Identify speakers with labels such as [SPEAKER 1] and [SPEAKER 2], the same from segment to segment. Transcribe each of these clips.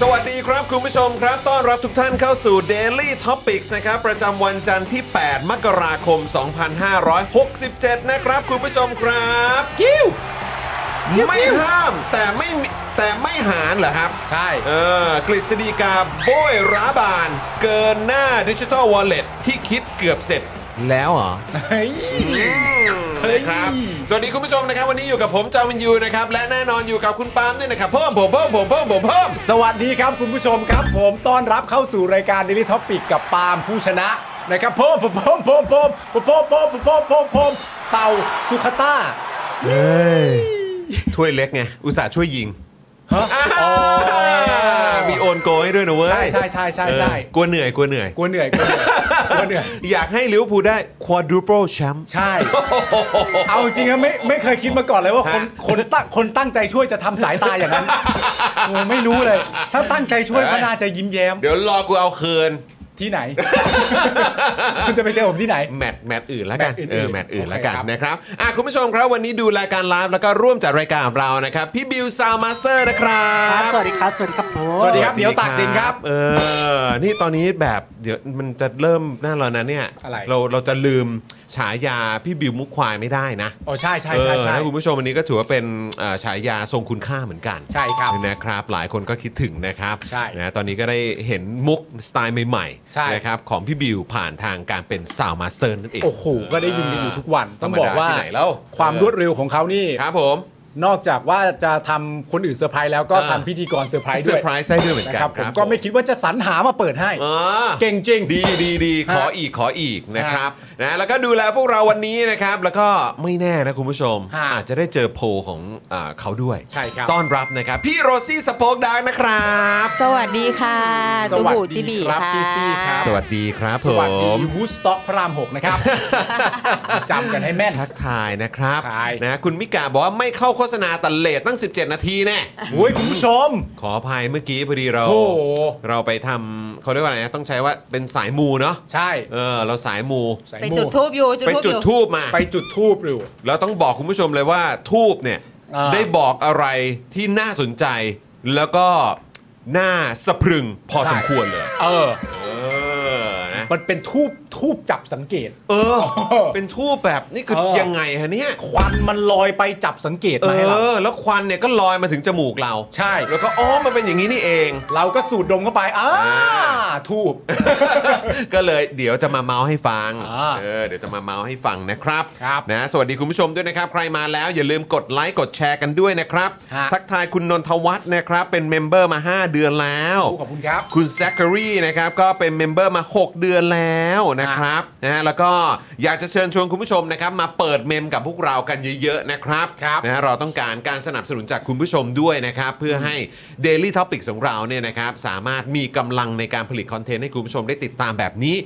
[SPEAKER 1] สวัสดีครับคุณผู้ชมครับ ต้อนรับทุกท่านเข้าสู่ Daily Topics นะครับ ประจำวันจันทร์ที่ 8 มกราคม 2567 นะครับ คุณผู้ชมครับกิ้วไม่ห้ามแต่ไม่มีแต่ไม่หารเหรอครับ
[SPEAKER 2] ใช่
[SPEAKER 1] เออกฤษฎีกาโบยร้าบาน เกินหน้าดิจิทัลวอลเล็ตที่คิดเกือบเสร็จแล้ว เหรอ นะครับ สวัสดีคุณผู้ชมนะครับ วันนี้อยู่กับผมจาวินยูนะครับ และแน่นอนอยู่กับคุณปาล์มด้วยนะครับ เพิ่มผมเพิ่มผมเพิ่มผมเพิ่ม
[SPEAKER 2] สวัสดีครับคุณผู้ชมครับ ผมต้อนรับเข้าสู่รายการ Daily Topic กับปาล์มผู้ชนะนะครับผมผมผมผมผมผมผมผมผมผมผมเป่าสุขต้า
[SPEAKER 1] ถ้วยเล็กไง อุตส่าห์ช่วยยิง
[SPEAKER 2] ฮะ
[SPEAKER 1] อ่า
[SPEAKER 2] โอ้ย
[SPEAKER 1] มีโอนโกให้ด้วยนะเว้ย
[SPEAKER 2] ใช่ใช่ใช่ใช่ใช่
[SPEAKER 1] เออกลัวเหนื่อยกลัวเหนื่อย
[SPEAKER 2] กลัวเหนื่อยกลัวเหนื่อยกลัวเหนื่อย
[SPEAKER 1] อยากให้ลิเวอร์พูลได้ quadruple champ
[SPEAKER 2] ใช่ เอาจริงอะไม่ไม่เคยคิดมาก่อนเลยว่าคน
[SPEAKER 1] ฮะ
[SPEAKER 2] คนตั้งคนตั้งใจช่วยจะทำสายตาอย่างนั้นโอ้ไม่รู้เลย ถ้าตั้งใจช่วยก็น่าจะยิ้มแย้ม
[SPEAKER 1] เดี๋ยวรอกูเอาคืน
[SPEAKER 2] ที่ไหน คุณจะไปเจอผมที่ไหน
[SPEAKER 1] แมตช์แมตช์อื่นแล้วกัน
[SPEAKER 2] แมตช์อื่นๆ
[SPEAKER 1] เออ แมตช์อื่น
[SPEAKER 2] โอเค
[SPEAKER 1] แล้วกัน
[SPEAKER 2] ครับ
[SPEAKER 1] นะครับอ่ะคุณผู้ชมครับ วันนี้ดูรายการไลฟ์แล้วก็ร่วมจัดรายการของเรานะครับ พี่บิวซาวมาสเตอร์นะครับ
[SPEAKER 3] สวัสดีครับ สวัสดีครับผม
[SPEAKER 2] สวัสดีครับเดี๋ยวตากสินครับ
[SPEAKER 1] เออ นี่ตอนนี้แบบเดี๋ยวมันจะเริ่มหน้าร้อนนะเนี่ย
[SPEAKER 2] อะไร
[SPEAKER 1] เราเราจะลืมฉายาพี่บิวมุกควายไม่ได้นะ
[SPEAKER 2] อ๋อใช่ใช่ใช่
[SPEAKER 1] เอ
[SPEAKER 2] ใช่
[SPEAKER 1] อนะคุณผู้ชมวันนี้ก็ถือว่าเป็นเอ่อฉายาทรงคุณค่าเหมือนกัน
[SPEAKER 2] ใช่ครับ
[SPEAKER 1] นะครับ หลายคนก็คิดถึงนะครับ
[SPEAKER 2] ใช่
[SPEAKER 1] นะตอนนี้ก็ได้เห็นมุกสไตล์ใหม่
[SPEAKER 2] ใช่
[SPEAKER 1] ๆนะครับของพี่บิวผ่านทางการเป็นสาวมาสเตอร์นั่นเอง
[SPEAKER 2] โอ้โห ก็ได้ยินกันอยู่ทุกวัน ต้อง
[SPEAKER 1] ธรรมดา
[SPEAKER 2] บอกว่า
[SPEAKER 1] ที่ไหนแล้ว
[SPEAKER 2] ความ
[SPEAKER 1] เออ
[SPEAKER 2] รวดเร็วของเขานี่
[SPEAKER 1] ครับผม
[SPEAKER 2] นอกจากว่าจะทำคนอื่นเซอร์ไพรส์แล้วก็ทำพิธีกรเซอร์ไพรส์
[SPEAKER 1] เซ
[SPEAKER 2] ด้
[SPEAKER 1] อ
[SPEAKER 2] วย
[SPEAKER 1] ร์ไพรส์ได้ด้วยเหมือน
[SPEAKER 2] นะ
[SPEAKER 1] กัน
[SPEAKER 2] ครับผมก็ไม่คิดว่าจะสรรหามาเปิดให้
[SPEAKER 1] อ๋อ
[SPEAKER 2] เก่งจริง
[SPEAKER 1] ดีดีดีขออีกขออีกนะครับนะแล้วก็ดูแลพวกเราวันนี้นะครับ แล้วก็ไม่แน่นะคุณผู้ชม
[SPEAKER 2] ฮะ
[SPEAKER 1] อาจจะได้เจอโพลของอ่าเขาด้วย
[SPEAKER 2] ใช่ครับ
[SPEAKER 1] ต้อนรับนะครับ พี่โรซี่สโป็อกดังนะครับ
[SPEAKER 3] สวัสดีค่ะ
[SPEAKER 2] ส
[SPEAKER 3] ตู
[SPEAKER 2] วัส
[SPEAKER 3] บู
[SPEAKER 2] ดี
[SPEAKER 3] จิบี
[SPEAKER 2] ครับ
[SPEAKER 3] ค่ะ
[SPEAKER 2] พี่ซี่ครับ
[SPEAKER 1] สวัสดีครับผม
[SPEAKER 2] สวัสดีวูสต็อกพระรามหก นะครับ จำกันให้แม่น
[SPEAKER 1] ทักทายนะครับ
[SPEAKER 2] ทักทาย
[SPEAKER 1] นะคุณมิกาบอกว่าไม่เข้าโฆษณาแต่เลทตั้ง 17 นาทีแน่
[SPEAKER 2] โอ้ยคุณผู้ชม
[SPEAKER 1] ขออภัยเมื่อกี้พอดีเรา
[SPEAKER 2] โอ้โห
[SPEAKER 1] เราไปทำเขาเรียกว่าอะไรนะต้องใช้ว่าเป็นสายมูเนาะ
[SPEAKER 2] ใช่
[SPEAKER 1] เออเราสายมู
[SPEAKER 2] สาย
[SPEAKER 3] ไป
[SPEAKER 2] มู
[SPEAKER 3] จุดทูบอยู่ จุด
[SPEAKER 1] ไป
[SPEAKER 3] ทูบอ
[SPEAKER 1] จุด
[SPEAKER 3] ยู่
[SPEAKER 1] ทูบมา
[SPEAKER 2] ไปจุดทูบอยู่
[SPEAKER 1] แล้วต้องบอกคุณผู้ชมเลยว่าทูบเนี่ย
[SPEAKER 2] อ่า
[SPEAKER 1] ได้บอกอะไรที่น่าสนใจ แล้วก็น่าสะพรึงพอสมควรเลย
[SPEAKER 2] เออ
[SPEAKER 1] เออนะ
[SPEAKER 2] มันเป็นทูบทูบจับสังเกต
[SPEAKER 1] เออ เป็นทูบแบบนี่คือ
[SPEAKER 2] เออ
[SPEAKER 1] ยังไงฮะเนี่ย
[SPEAKER 2] ควันมันลอยไปจับสังเกต
[SPEAKER 1] เอ
[SPEAKER 2] มาให้เรา
[SPEAKER 1] อ แล้วควันเนี่ยก็ลอยมาถึงจมูกเรา
[SPEAKER 2] ใช่
[SPEAKER 1] แล้วก็อ๋อมันเป็นอย่างนี้นี่เอง
[SPEAKER 2] เราก็สูดดมเข้าไปอ้า
[SPEAKER 1] อ่า
[SPEAKER 2] ทูบ
[SPEAKER 1] ก็เลยเดี๋ยวจะมาเมาส์ให้ฟัง
[SPEAKER 2] อ่า
[SPEAKER 1] เออ เดี๋ยวจะมาเมาส์ให้ฟังนะครับ
[SPEAKER 2] ครับ
[SPEAKER 1] นะ สวัสดีคุณผู้ชมด้วยนะครับ ใครมาแล้วอย่าลืมกดไลค์กดแชร์กันด้วยนะครับ
[SPEAKER 2] ฮะ
[SPEAKER 1] ทักทายคุณนนทวัฒน์นะครับ เป็นเมมเบอร์มา 5 เดือนแล้ว
[SPEAKER 2] ขอบคุณครับ
[SPEAKER 1] คุณแซคคารีนะครับก็เป็นเมมเบอร์มา 6 เดือนแล้วนะครับนะฮะแล้วก็อยากจะเชิญชวนคุณผู้ชมนะครับมาเปิดเมมกับพวกเรากันเยอะๆนะครับ
[SPEAKER 2] ครับ
[SPEAKER 1] นะฮะเราต้องการการสนับสนุนจากคุณผู้ชมด้วยนะครับ เพื่อให้ Daily t o p i c ของเราเนี่ยนะครับสามารถมีกำลังในการผลิตคอนเทนต์ให้คุณผู้ชมได้ติดตามแบบนี้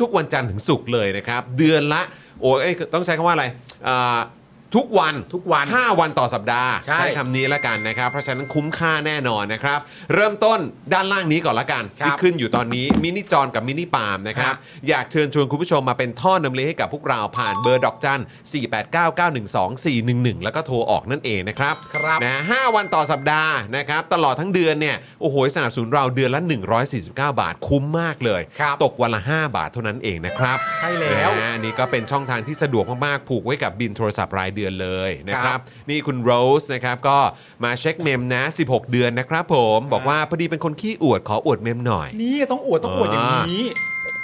[SPEAKER 1] ทุกๆ วันจันทร์ถึงศุกร์เลยนะครับ เดือนละ โอ้ยเอ้ยต้องใช้คำว่าอะไรอ่า ทุกวัน
[SPEAKER 2] ทุกวัน
[SPEAKER 1] 5วันต่อสัปดาห์
[SPEAKER 2] ใช่
[SPEAKER 1] ใช้คำนี้ละกันนะครับ เพราะฉะนั้นคุ้มค่าแน่นอนนะครับ เริ่มต้นด้านล่างนี้ก่อนละกัน
[SPEAKER 2] ครับ
[SPEAKER 1] ที่ขึ้นอยู่ตอนนี้มินิจอนกับมินิปาล์มนะครับ
[SPEAKER 2] ครับ
[SPEAKER 1] อยากเชิญชวนคุณผู้ชมมาเป็นท่อนำเลี้ยงให้กับพวกเราผ่านเบอร์ดอกจัน 489912411 แล้วก็โทรออกนั่นเองนะครับ
[SPEAKER 2] ครับ
[SPEAKER 1] นะฮะห้าวันต่อสัปดาห์นะครับ ตลอดทั้งเดือนเนี่ย โอ้โห สนับสนุนเราเดือนละ 149 บาท คุ้มมากเลย
[SPEAKER 2] ครับ
[SPEAKER 1] ตกวันละ 5 บาทเท่านั้นเองนะครับ
[SPEAKER 2] ใช่แล้ว
[SPEAKER 1] นะฮะอันนี่ก็เป็นช่องทางที่สะดวกมาก ๆ ผูกไว้กับบินโทรศัพท์รายเดือนเลยนะค
[SPEAKER 2] ครั
[SPEAKER 1] รับ
[SPEAKER 2] บ
[SPEAKER 1] นี่คุณโรสนะครับ ก็มาเช็คเมมนะ 16 เดือนนะครับผม บอกว่าพอดีเป็นคนขี้อวดขออวดเมมหน่อย
[SPEAKER 2] นี่ต้องอวดต้องอวดอย่างนี้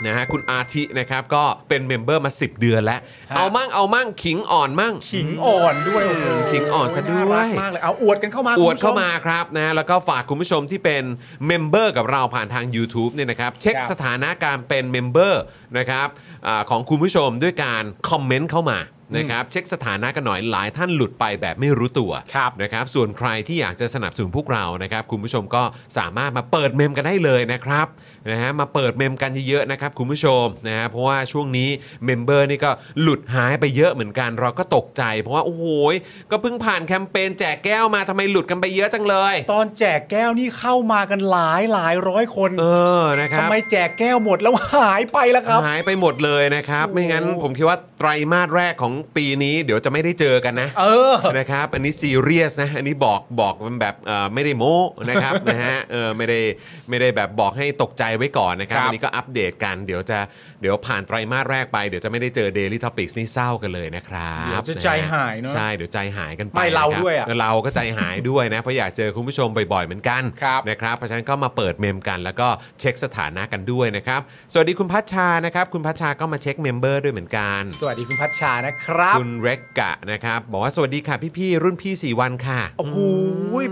[SPEAKER 1] นะฮะคุณอาทินะครับก็เป็นเมมเบอร์มา 10 เดือนแล้ว
[SPEAKER 2] ครับ
[SPEAKER 1] เอามั่งเอามั่งขิงอ่อนมั่ง
[SPEAKER 2] ขิงอ่อนด้วยโโห
[SPEAKER 1] ขิงอ่อนซะด้วย
[SPEAKER 2] ารักมากเลยเอาอวดกันเข้ามา
[SPEAKER 1] อวดเข้ามา
[SPEAKER 2] คุณผู้ช
[SPEAKER 1] ครับนะแล้วก็ฝากคุณผู้ชมที่เป็นเมมเบอร์กับเราผ่านทาง YouTube เนี่ยนะครับ เช็ค
[SPEAKER 2] ครับ
[SPEAKER 1] สถานะการเป็นเมมเบอร์นะครับอาของคุณผู้ชมด้วยการคอมเมนต์เข้ามานะครับเช็คสถานะกันหน่อยหลายท่านหลุดไปแบบไม่รู้ตัว
[SPEAKER 2] ครับ
[SPEAKER 1] นะครับส่วนใครที่อยากจะสนับสนุนพวกเรานะครับคุณผู้ชมก็สามารถมาเปิดเมมกันได้เลยนะครับนะฮะมาเปิดเมมกันเยอะๆนะครับคุณผู้ชมนะฮะเพราะว่าช่วงนี้เมมเบอร์นี่ก็หลุดหายไปเยอะเหมือนกันเราก็ตกใจ เพราะว่าโอ้โหยก็เพิ่งผ่านแคมเปญแจกแก้วมาทำไมหลุดกันไปเยอะจังเลย
[SPEAKER 2] มตอนแจกแก้วนี่เข้ามากันหลายหลายร้อยคน
[SPEAKER 1] เออนะครับ
[SPEAKER 2] ทำไมแจกแก้วหมดแล้ว หายไปล่ะครับ
[SPEAKER 1] หายไปหมดเลยนะครับ ไม่งั้นผมคิดว่าไตรมาสแรกของปีนี้เดี๋ยวจะไม่ได้เจอกันนะ
[SPEAKER 2] เออ
[SPEAKER 1] นะครับ อันนี้ซีเรียสนะ อันนี้บอกบอกมันแบบเอ่อไม่ได้โม้นะครับ นะฮะเออไม่ได้ไม่ได้แบบบอกให้ตกใจไว้ก่อนนะครับ
[SPEAKER 2] ครับ
[SPEAKER 1] อันนี้ก็อัปเดตกัน เดี๋ยวจะเดี๋ยวผ่านไตรมาสแรกไป เดี๋ยวจะไม่ได้เจอ Daily Topics นี่เศร้ากันเลยนะครับ
[SPEAKER 2] เดี๋ยวจะ
[SPEAKER 1] นฮ
[SPEAKER 2] ใจหายเนอะ
[SPEAKER 1] ใช่ เดี๋ยวใจหายกันไป
[SPEAKER 2] ไม่เรา
[SPEAKER 1] คบ
[SPEAKER 2] ด้วยอะ
[SPEAKER 1] เราก็ใจหายด้วยนะ เพราะอยากเจอคุณผู้ชมบ่อยๆเหมือนกัน
[SPEAKER 2] ครับ
[SPEAKER 1] นะครับ เพราะฉะนั้นก็มาเปิดเมมกัน แล้วก็เช็คสถานะกันด้วยนะครับ สวัสดีคุณพัชชา นะครับ คุณพัชชาก็มาเช็คเมมเบอร์ด้วยเหมือนกัน
[SPEAKER 2] สวัสดีคุณพัชชานะครับ
[SPEAKER 1] คุณเรกกะนะครับ บอกว่าสวัสดีค่ะพี่ๆรุ่นพี่ 4 วันค่ะ
[SPEAKER 2] โอ้โห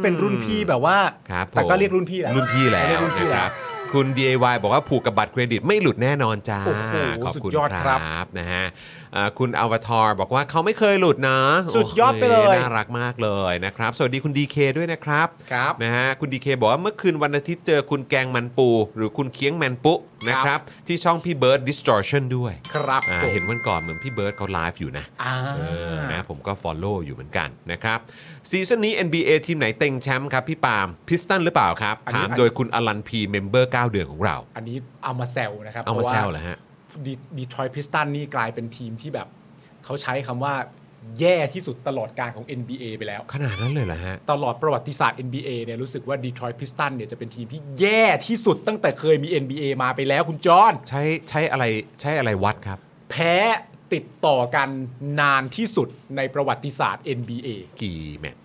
[SPEAKER 2] เป็นรุ่นพี่แบบว่า
[SPEAKER 1] ครับผม
[SPEAKER 2] แต่ก็เรียกรุ่นพี่แหละ
[SPEAKER 1] รุ่นพี่แล้ว
[SPEAKER 2] เรียกรุ่นพี่
[SPEAKER 1] นะ
[SPEAKER 2] แห
[SPEAKER 1] ค
[SPEAKER 2] ละ
[SPEAKER 1] รับคุณ DIY บอกว่าผูกกับบัตรเครดิตไม่หลุดแน่นอนจ้า
[SPEAKER 2] โอ้โห
[SPEAKER 1] ขอบ
[SPEAKER 2] สุด
[SPEAKER 1] คุณ
[SPEAKER 2] ยอด
[SPEAKER 1] ค
[SPEAKER 2] ครั
[SPEAKER 1] รั
[SPEAKER 2] บบ
[SPEAKER 1] นะฮะอ่าคุณอวตารบอกว่าเขาไม่เคยหลุดนะ
[SPEAKER 2] สุดยอดไปเลย
[SPEAKER 1] โอ้น่ารักมากเลยนะครับ สวัสดีคุณ DK ด้วยนะครับ
[SPEAKER 2] ครับ
[SPEAKER 1] นะฮะคุณดีเคบอกว่าเมื่อคืนวันอาทิตย์เจอคุณแกงมันปู หรือคุณเคียงแมนปุนะครับ ที่ช่องพี่เบิร์ด distortion ด้วย
[SPEAKER 2] ครับ
[SPEAKER 1] อ่า
[SPEAKER 2] ผม
[SPEAKER 1] เห็นวันก่อนเหมือนพี่เบิร์ดเขาไลฟ์อยู่นะ
[SPEAKER 2] อ่า
[SPEAKER 1] เออนะผมก็ Follow อยู่เหมือนกันนะครับซีซั่นนี้ NBA ทีมไหนเต็งแชมป์ครับ พี่ปาล์มพิสตันหรือเปล่าครับ
[SPEAKER 2] อันนี้
[SPEAKER 1] ถามโดยคุณอลันพีเมมเบอร์ 9 เดือนของเรา
[SPEAKER 2] อันนี้เอามาแซวนะครับ
[SPEAKER 1] เอามาแซว
[SPEAKER 2] พ
[SPEAKER 1] เหร
[SPEAKER 2] ระ
[SPEAKER 1] อฮะ
[SPEAKER 2] ดีทรอยพิสตันนี่กลายเป็นทีมที่แบบ เขาใช้คำว่าแย่ที่สุดตลอดการของ NBA ไปแล้ว
[SPEAKER 1] ขนาดนั้นเลยเหรอฮะ
[SPEAKER 2] ตลอดประวัติศาสตร์ NBA เนี่ยรู้สึกว่า Detroit Pistons เนี่ยจะเป็นทีมที่แย่ที่สุดตั้งแต่เคยมี NBA มาไปแล้วคุณจอห์น
[SPEAKER 1] ใช้ใช้อะไรใช้อะไรวัดครับ
[SPEAKER 2] แพ้ติดต่อกันนานที่สุดในประวัติศาสตร์ NBA
[SPEAKER 1] กี่แมตช์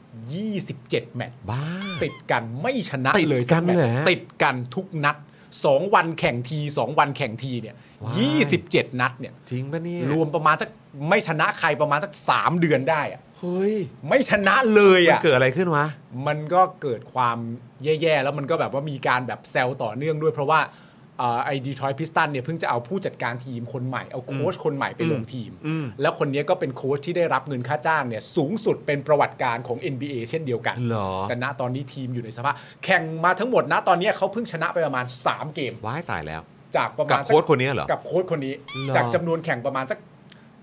[SPEAKER 2] 27 แมตช์
[SPEAKER 1] บ้า
[SPEAKER 2] ติดกันไม่ชนะ
[SPEAKER 1] ติด
[SPEAKER 2] เลย
[SPEAKER 1] กัน
[SPEAKER 2] สัแมต
[SPEAKER 1] เหรอ
[SPEAKER 2] ช์
[SPEAKER 1] ฮะ
[SPEAKER 2] ติดกันทุกนัด 2 วันแข่งที 2 วันแข่งทีเนี่ย
[SPEAKER 1] ว้าย
[SPEAKER 2] 27 นัดเนี่ย
[SPEAKER 1] จริงปะเนี่ย
[SPEAKER 2] รวมประมาณสักไม่ชนะใครประมาณสัก 3 เดือนได้อะ
[SPEAKER 1] เฮ้ย
[SPEAKER 2] ไม่ชนะเลย
[SPEAKER 1] มัน
[SPEAKER 2] อะ
[SPEAKER 1] เกิดอะไรขึ้นวะ
[SPEAKER 2] มันก็เกิดความแย่ๆ แล้วมันก็แบบว่ามีการแบบแซวต่อเนื่องด้วย เพราะว่าเอ่อไอ้ดีทรอยพิสตันเนี่ยเพิ่งจะเอาผู้จัดการทีมคนใหม่ เอาโค้ชคนใหม่ไปลงทีม แล้วคนเนี้ยก็เป็นโค้ชที่ได้รับเงินค่าจ้างเนี่ยสูงสุดเป็นประวัติการของ NBA เช่นเดียวกัน
[SPEAKER 1] เหรอ
[SPEAKER 2] แต่ณตอนนี้ทีมอยู่ในสภาพแข่งมาทั้งหมดนะตอนเนี้ยเขาเพิ่งชนะไปประมาณ 3 เกม
[SPEAKER 1] ว้ายตายแล้ว
[SPEAKER 2] จากประ
[SPEAKER 1] กั
[SPEAKER 2] มา
[SPEAKER 1] บ
[SPEAKER 2] ณสั
[SPEAKER 1] โค้ชคนนี้เหรอ
[SPEAKER 2] กับโค้ชคนนี้
[SPEAKER 1] หรอ
[SPEAKER 2] จากจำนวนแข่งประมาณสัก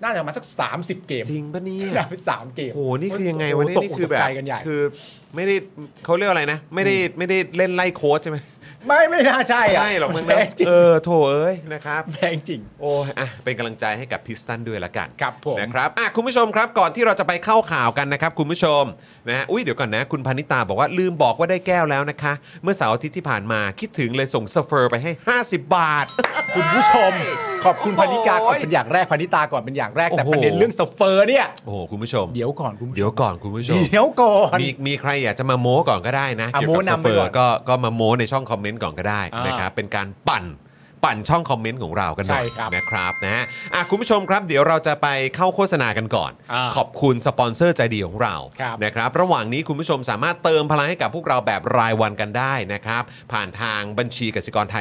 [SPEAKER 2] น่าจะประมาณสัก 30 เกม
[SPEAKER 1] จริงปะเนี่
[SPEAKER 2] ช
[SPEAKER 1] ย
[SPEAKER 2] นะไปสามเกม
[SPEAKER 1] โหนี่คือยังไงวะเนี่ย
[SPEAKER 2] โอ้โหตก
[SPEAKER 1] นี่คือแบบ
[SPEAKER 2] ตกใจกันใหญ่
[SPEAKER 1] คือไม่ได้เขาเรียกอะไรนะ ไม่ได้ไม่ได้เล่นไล่โค้ชใช่ไหม
[SPEAKER 2] ไม่ไม่น่าใช่
[SPEAKER 1] ไม่
[SPEAKER 2] อะ
[SPEAKER 1] หรอกมึง
[SPEAKER 2] แพ
[SPEAKER 1] นะ
[SPEAKER 2] งจริง
[SPEAKER 1] เออโถเอ้ยนะครับ
[SPEAKER 2] แพงจริง
[SPEAKER 1] โอ้ยอ่ะเป็นกำลังใจให้กับพิสตันด้วยละกัน
[SPEAKER 2] ครับผม
[SPEAKER 1] นะครับอ่ะคุณผู้ชมครับก่อนที่เราจะไปเข้าข่าวกันนะครับ คุณผู้ชมนะฮะอุ้ยเดี๋ยวก่อนนะ คุณพานิตาบอกว่าลืมบอกว่าได้แก้วแล้วนะคะ เมื่อเสาร์อาทิตย์ที่ผ่านมาคิดถึงเลยส่งสเฟอร์ไปให้ 50 บาท
[SPEAKER 2] คุณผู้ชม ขอบคุณ
[SPEAKER 1] โอ้
[SPEAKER 2] พ
[SPEAKER 1] ย
[SPEAKER 2] นิกาก่อนเป็นอย่างแรกพนิตาก่อนเป็นอย่างแรกแต่
[SPEAKER 1] โอ้โห
[SPEAKER 2] ประเด็นเรื่องสเฟอร์เนี่ย
[SPEAKER 1] โอ้โหคุณผู้ชม
[SPEAKER 2] เดี๋ยวก่อนคุณผู้ชม
[SPEAKER 1] เดี๋ยวก่อนคุณผู้ชม
[SPEAKER 2] เดี๋ยวก่อน
[SPEAKER 1] มีมีใครอยากจะมาโม้ก่อนก็ได้นะ
[SPEAKER 2] อ่ะ
[SPEAKER 1] เกี่ยวกับ
[SPEAKER 2] โม้
[SPEAKER 1] ส
[SPEAKER 2] นำ
[SPEAKER 1] เฟ
[SPEAKER 2] ไป
[SPEAKER 1] อ
[SPEAKER 2] ก่อน
[SPEAKER 1] ร์ก็ก็มาโม้ในช่องคอมเมนต์ก่อนก็ได้
[SPEAKER 2] อ่าน
[SPEAKER 1] นะครับเป็นการปั่นปั่นช่องคอมเมนต์ของเรากันหน่อย
[SPEAKER 2] ใช่ครับ
[SPEAKER 1] นะครับนะฮะอ่ะคุณผู้ชมครับเดี๋ยวเราจะไปเข้าโฆษณากันก่อน
[SPEAKER 2] อ่า
[SPEAKER 1] ขอบคุณสปอนเซอร์ใจดีของเรา
[SPEAKER 2] ครับ
[SPEAKER 1] นะครับระหว่างนี้คุณผู้ชมสามารถเติมพลังให้กับพวกเราแบบรายวันกันได้นะครับผ่านทางบัญชีกสิกรไท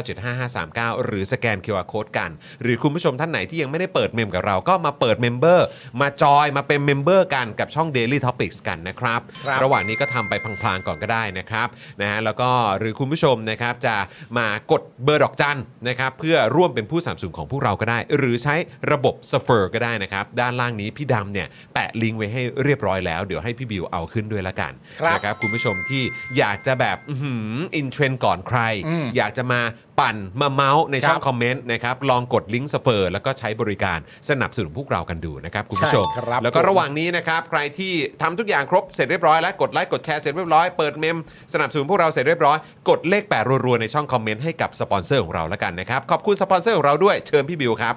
[SPEAKER 1] ย 0698975539 หรือสแกน QR Code กัน หรือคุณผู้ชมท่านไหนที่ยังไม่ได้เปิดเมมกับเราก็มาเปิดเมมเบอร์มาจอยมาเป็นเมมเบอร์กันกับช่อง Daily Topics กันนะครับ
[SPEAKER 2] ครับ
[SPEAKER 1] ระหว่าง ระหว่างนี้ก็ทำไปพลางๆก่อนก็ได้นะครับนะฮะแล้วก็หรือคุณผู้ชมนะครับจะมากดเบอร์ดอก อกจันนะครับเพื่อร่วมเป็นผู้สนับสนุนของพวกเราก็ได้ หรือใช้ระบบสเฟอร์ก็ได้นะครับ ด้านล่างนี้พี่ดำเนี่ยแปะลิงก์ไว้ให้เรียบร้อยแล้วเดี๋ยวให้พี่บิวเอาขึ้นด้วยละกัน
[SPEAKER 2] ครับ
[SPEAKER 1] นะครับคุณผู้ชมที่อยากจะแบบอื้อหืออินเทรนด์ก่อนใคร
[SPEAKER 2] อืม
[SPEAKER 1] อยากจะมาปั่นมาเมาส์ในช่อง
[SPEAKER 2] ครับ
[SPEAKER 1] คอมเมนต์นะครับลองกดลิงก์สเฟอร์แล้วก็ใช้บริการสนับสนุนพวกเรากันดูนะครับคุณผู้ชม
[SPEAKER 2] ใช่ครับ
[SPEAKER 1] แล้วก็ระหว่าง ระหว่างนี้นะครับใครที่ทำทุกอย่างครบเสร็จเรียบร้อยแล้วกดไลค์กดแชร์เสร็จเรียบร้อยเปิดเมมสนับสนุนพวกเราเสร็จเรียบร้อยกดเลขแปดรัวๆในช่องคอมเมนต์ให้กับสปอนเซอร์ของเราแล้วกันนะครับขอบคุณสปอนเซอร์ของเราด้วยเชิญพี่บิวครับ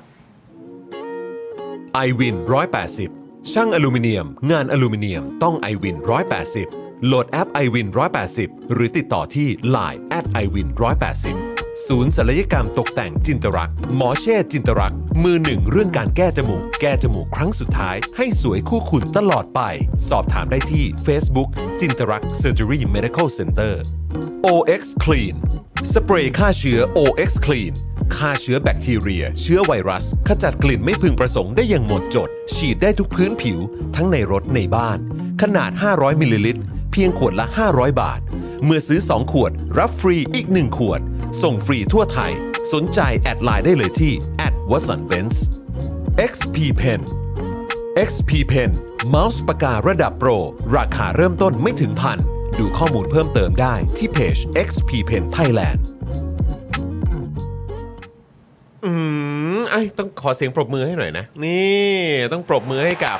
[SPEAKER 1] i w วิน180 ช่างอลูมิเนียม งานอลูมิเนียมต้อง i w วิน180 โหลดแอป i w วิน180 หรือติดต่อที่ Line at i w วิน180 ศูนย์ศัลยกรรมตกแต่งจินตรักษ์หมอเช่จินตรักษ์มือหนึ่งเรื่องการแก้จมูก แก้จมูกครั้งสุดท้าย ให้สวยคู่คุณตลอดไป สอบถามได้ที่ Facebook จินตรักเซอร์เจอรี่เมดิคอลเซ็นเตอร์ OX Clean สเปรย์ฆ่าเชื้อ OX Clean ฆ่าเชื้อแบคทีเรีย เชื้อไวรัส ขจัดกลิ่นไม่พึงประสงค์ได้อย่างหมดจด ฉีดได้ทุกพื้นผิว ทั้งในรถในบ้าน ขนาด 500 มิลลิลิตร เพียงขวดละ 500 บาท เมื่อซื้อ 2 ขวด รับฟรีอีก 1 ขวด ส่งฟรีทั่วไทย สนใจแอดไลน์ได้เลยที่ w a t s o n b e n z XP Pen XP Pen เมาส์ปากการะดับโปร ราคาเริ่มต้นไม่ถึงพัน ดูข้อมูลเพิ่มเติมได้ที่เพจ XP Pen Thailand อืมไอยต้องขอเสียงปรบมือให้หน่อยนะ นี่ต้องปรบมือให้กับ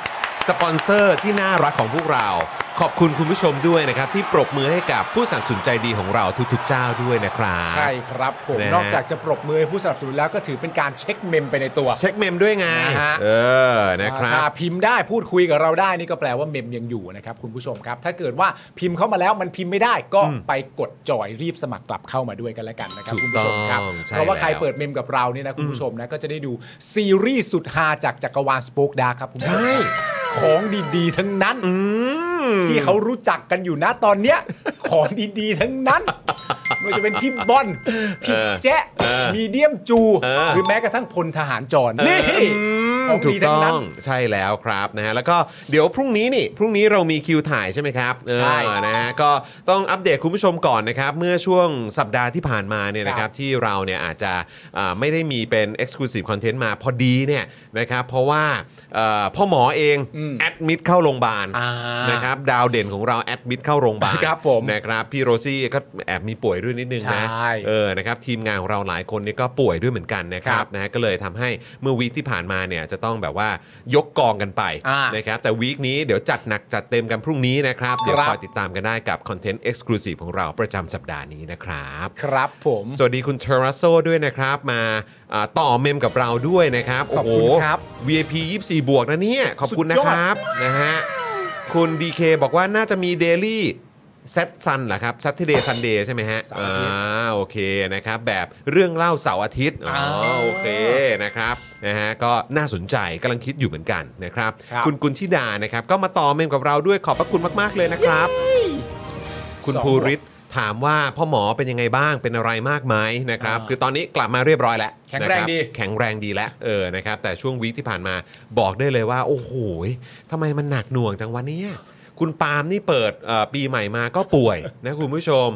[SPEAKER 1] สปอนเซอร์ที่น่ารักของพวกเรา ขอบคุณคุณผู้ชมด้วยนะครับ ที่ปรบมือให้กับผู้สนับสนุนใจดีของเราทุกๆเจ้าด้วยนะครับ
[SPEAKER 2] ใช่ครับผม
[SPEAKER 1] นะฮะ
[SPEAKER 2] นอกจากจะปรบมือให้ผู้สนับสนุนแล้วก็ถือเป็นการเช็คเมมไปในตัว
[SPEAKER 1] เช็คเมมด้วยไง
[SPEAKER 2] นะฮะ
[SPEAKER 1] เออนะครับ
[SPEAKER 2] ถ้าพิมพ์ได้พูดคุยกับเราได้นี่ก็แปลว่าเมมยังอยู่นะครับคุณผู้ชมครับ ถ้าเกิดว่าพิมพ์เข้ามาแล้วมันพิมพ์ไม่ได้ก็ไปกดจอยรีบสมัครกลับเข้ามาด้วยกันแล้วกันนะครับ
[SPEAKER 1] ถูก
[SPEAKER 2] คุณ
[SPEAKER 1] ต้
[SPEAKER 2] ผู้
[SPEAKER 1] อง
[SPEAKER 2] ชมครับ
[SPEAKER 1] ใช่
[SPEAKER 2] เพราะว่าใคร
[SPEAKER 1] แล้ว
[SPEAKER 2] เปิดเมมกับเราเนี่ยนะคุณผู้ชมนะก็จะได้ดูซีรีส์สุดฮาจากจักรวาลสปอคดาครับคุณผู้ชมครับของดีๆ ทั้งนั้น ที่เขารู้จักกันอยู่นะตอน เนี้ย ของดีๆ ทั้งนั้นไม่ว่าจะเป็นพี่บอลพี่แจ๊ะมีเดียมจู หรือแม้กระทั่งพลทหารจรนี่ของ
[SPEAKER 1] ถู
[SPEAKER 2] ดี
[SPEAKER 1] ก
[SPEAKER 2] ทั้
[SPEAKER 1] ต้
[SPEAKER 2] งนั้
[SPEAKER 1] อน งใช่แล้วครับนะฮะแล้วก็เดี๋ยวพรุ่งนี้นี่พรุ่งนี้เรามีคิวถ่ายใช่ไหมครับเออ
[SPEAKER 2] ใช่
[SPEAKER 1] นะฮะก็ต้องอัปเดตคุณผู้ชมก่อนนะครับ เมื่อช่วงสัปดาห์ที่ผ่านมาเนี่ยนะค
[SPEAKER 2] ครั
[SPEAKER 1] รับบ ที่เราเนี่ยอาจจะอ่าไม่ได้มีเป็น Exclusive Content มาพอดีเนี่ยนะครับเพราะว่าเอ่อพ่อหมอเอง
[SPEAKER 2] อืม
[SPEAKER 1] แอดมิดเข้าโรงพยาบาล
[SPEAKER 2] อ่าน
[SPEAKER 1] นะครับดาวเด่นของเราแอดมิดเข้าโรงพยาบาล
[SPEAKER 2] ครับผม
[SPEAKER 1] นะครับพี่โรซี่ก็แอบมีป่วยด้วยนิดนึงนะ
[SPEAKER 2] ใช่
[SPEAKER 1] เออนะครับทีมงานของเราหลายคนนี่ก็ป่วยด้วยเหมือนกันนะครับ
[SPEAKER 2] ครับ
[SPEAKER 1] นะฮะก็เลยทำให้เมื่อวีคที่ผ่านมาเนี่ยจะต้องแบบว่ายกกองกันไป
[SPEAKER 2] อ่า
[SPEAKER 1] นะครับแต่วีคนี้เดี๋ยวจัดหนักจัดเต็มกันพรุ่งนี้นะครับ เดี๋ยว
[SPEAKER 2] ครับ
[SPEAKER 1] คอยติดตามกันได้กับคอนเทนต์เอ็กซ์คลูซีฟของเราประจำสัปดาห์นี้นะครับ
[SPEAKER 2] ครับผม
[SPEAKER 1] สวัสดีคุณเทอรัสโซด้วยนะครับมาอ่าต่อเมมกับเราด้วยนะครับ
[SPEAKER 2] ขอบคุณ
[SPEAKER 1] โโห
[SPEAKER 2] ครับ
[SPEAKER 1] VIP 24 บวกนะเนี่ย ขอบคุณนะครับนะฮะคุณ DK บอกว่าน่าจะมี Daily เซตซันเหรอครับ Saturday Sunday ใช่ไหมฮะ
[SPEAKER 2] เสาร์
[SPEAKER 1] อ่
[SPEAKER 2] อาทิตย์
[SPEAKER 1] าโอเคนะครับ แบบเรื่องเล่าเสาร์อาทิตย์อ๋ออา โอเคนะครับนะฮะก็น่าสนใจกำลังคิดอยู่เหมือนกันนะครับ
[SPEAKER 2] ครับ
[SPEAKER 1] คุณกุลธิดานะครับ ก็มาต่อเมมกับเราด้วยขอบพระคุณมาก ๆ เลยนะครับ คุณ
[SPEAKER 2] สอง
[SPEAKER 1] ภูริศถามว่าพ่อหมอเป็นยังไงบ้างเป็นอะไรมากไหมนะครับ
[SPEAKER 2] อ่า
[SPEAKER 1] คือตอนนี้กลับมาเรียบร้อยแล้ว
[SPEAKER 2] แข็งแรง
[SPEAKER 1] นะคบ
[SPEAKER 2] ดี
[SPEAKER 1] แข็งแรงดีแล้วเออนะครับแต่ช่วงวีคที่ผ่านมาบอกได้เลยว่า โอ้โหทำไมมันหนักหน่วงจังวันนี้คุณปาล์มนี่เปิดเอ่อปีใหม่มาก็ป่วย นะคุณผู้ชม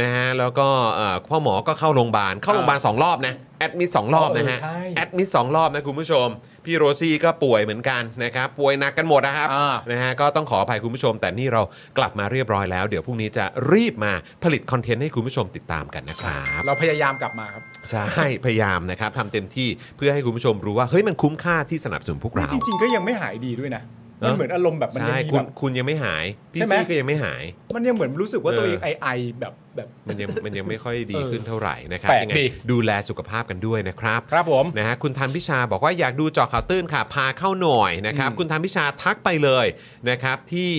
[SPEAKER 1] นะฮะแล้วก็เอ่อพ่อหมอก็เข้าโรงพยาบาลเข้าโรงพยาบาลสองรอบนะแอดมิดสองรอบนะฮะ
[SPEAKER 2] เออใช่
[SPEAKER 1] แอดมิดสองรอบนะคุณผู้ชม พี่โรซี่ก็ป่วยเหมือนกันนะครับป่วยหนักกันหมดนะครับ
[SPEAKER 2] อ่า
[SPEAKER 1] นะฮะก็ต้องขออภัยคุณผู้ชม แต่นี่เรากลับมาเรียบร้อยแล้ว เดี๋ยวพรุ่งนี้จะรีบมาผลิตคอนเทนต์ให้คุณผู้ชมติดตามกันนะครับ
[SPEAKER 2] เราพยายามกลับมาครับ
[SPEAKER 1] ใช่พยายามนะครับทำเต็มที่เพื่อให้คุณผู้ชมรู้ว่าเฮ้ยมันคุ้มค่าที่สนับสนุนพวก
[SPEAKER 2] นี่
[SPEAKER 1] เรา
[SPEAKER 2] จริง ๆ ก็ยังไม่หายดีด้วยนะ
[SPEAKER 1] เน
[SPEAKER 2] มั
[SPEAKER 1] อะ
[SPEAKER 2] นเหมือนอารมณ์แบบมันยัง
[SPEAKER 1] ใช่
[SPEAKER 2] มี
[SPEAKER 1] คุ
[SPEAKER 2] แบ
[SPEAKER 1] ณ
[SPEAKER 2] บ
[SPEAKER 1] คุณยังไม่หายพี่
[SPEAKER 2] ใช่ไหม
[SPEAKER 1] ซี่ก็ยังไม่หาย
[SPEAKER 2] มันยังเหมือนรู้สึกว่า
[SPEAKER 1] เออ
[SPEAKER 2] ตัวเองไอไอแบบแบบ
[SPEAKER 1] มันยังมันยังไม่ค่อยดี
[SPEAKER 2] เออ
[SPEAKER 1] ขึ้นเท่าไหร่นะครับ
[SPEAKER 2] แปลก
[SPEAKER 1] ยัไง
[SPEAKER 2] ดี
[SPEAKER 1] ดูแลสุขภาพกันด้วยนะครับ
[SPEAKER 2] ครับผม
[SPEAKER 1] นะฮะคุณธันพิชาบอกว่าอยากดูเจอข่าวตื้นค่ะ พาเข้าหน่อยนะครับ
[SPEAKER 2] อืม
[SPEAKER 1] คุณธันพิชาทักไปเลยนะครับที่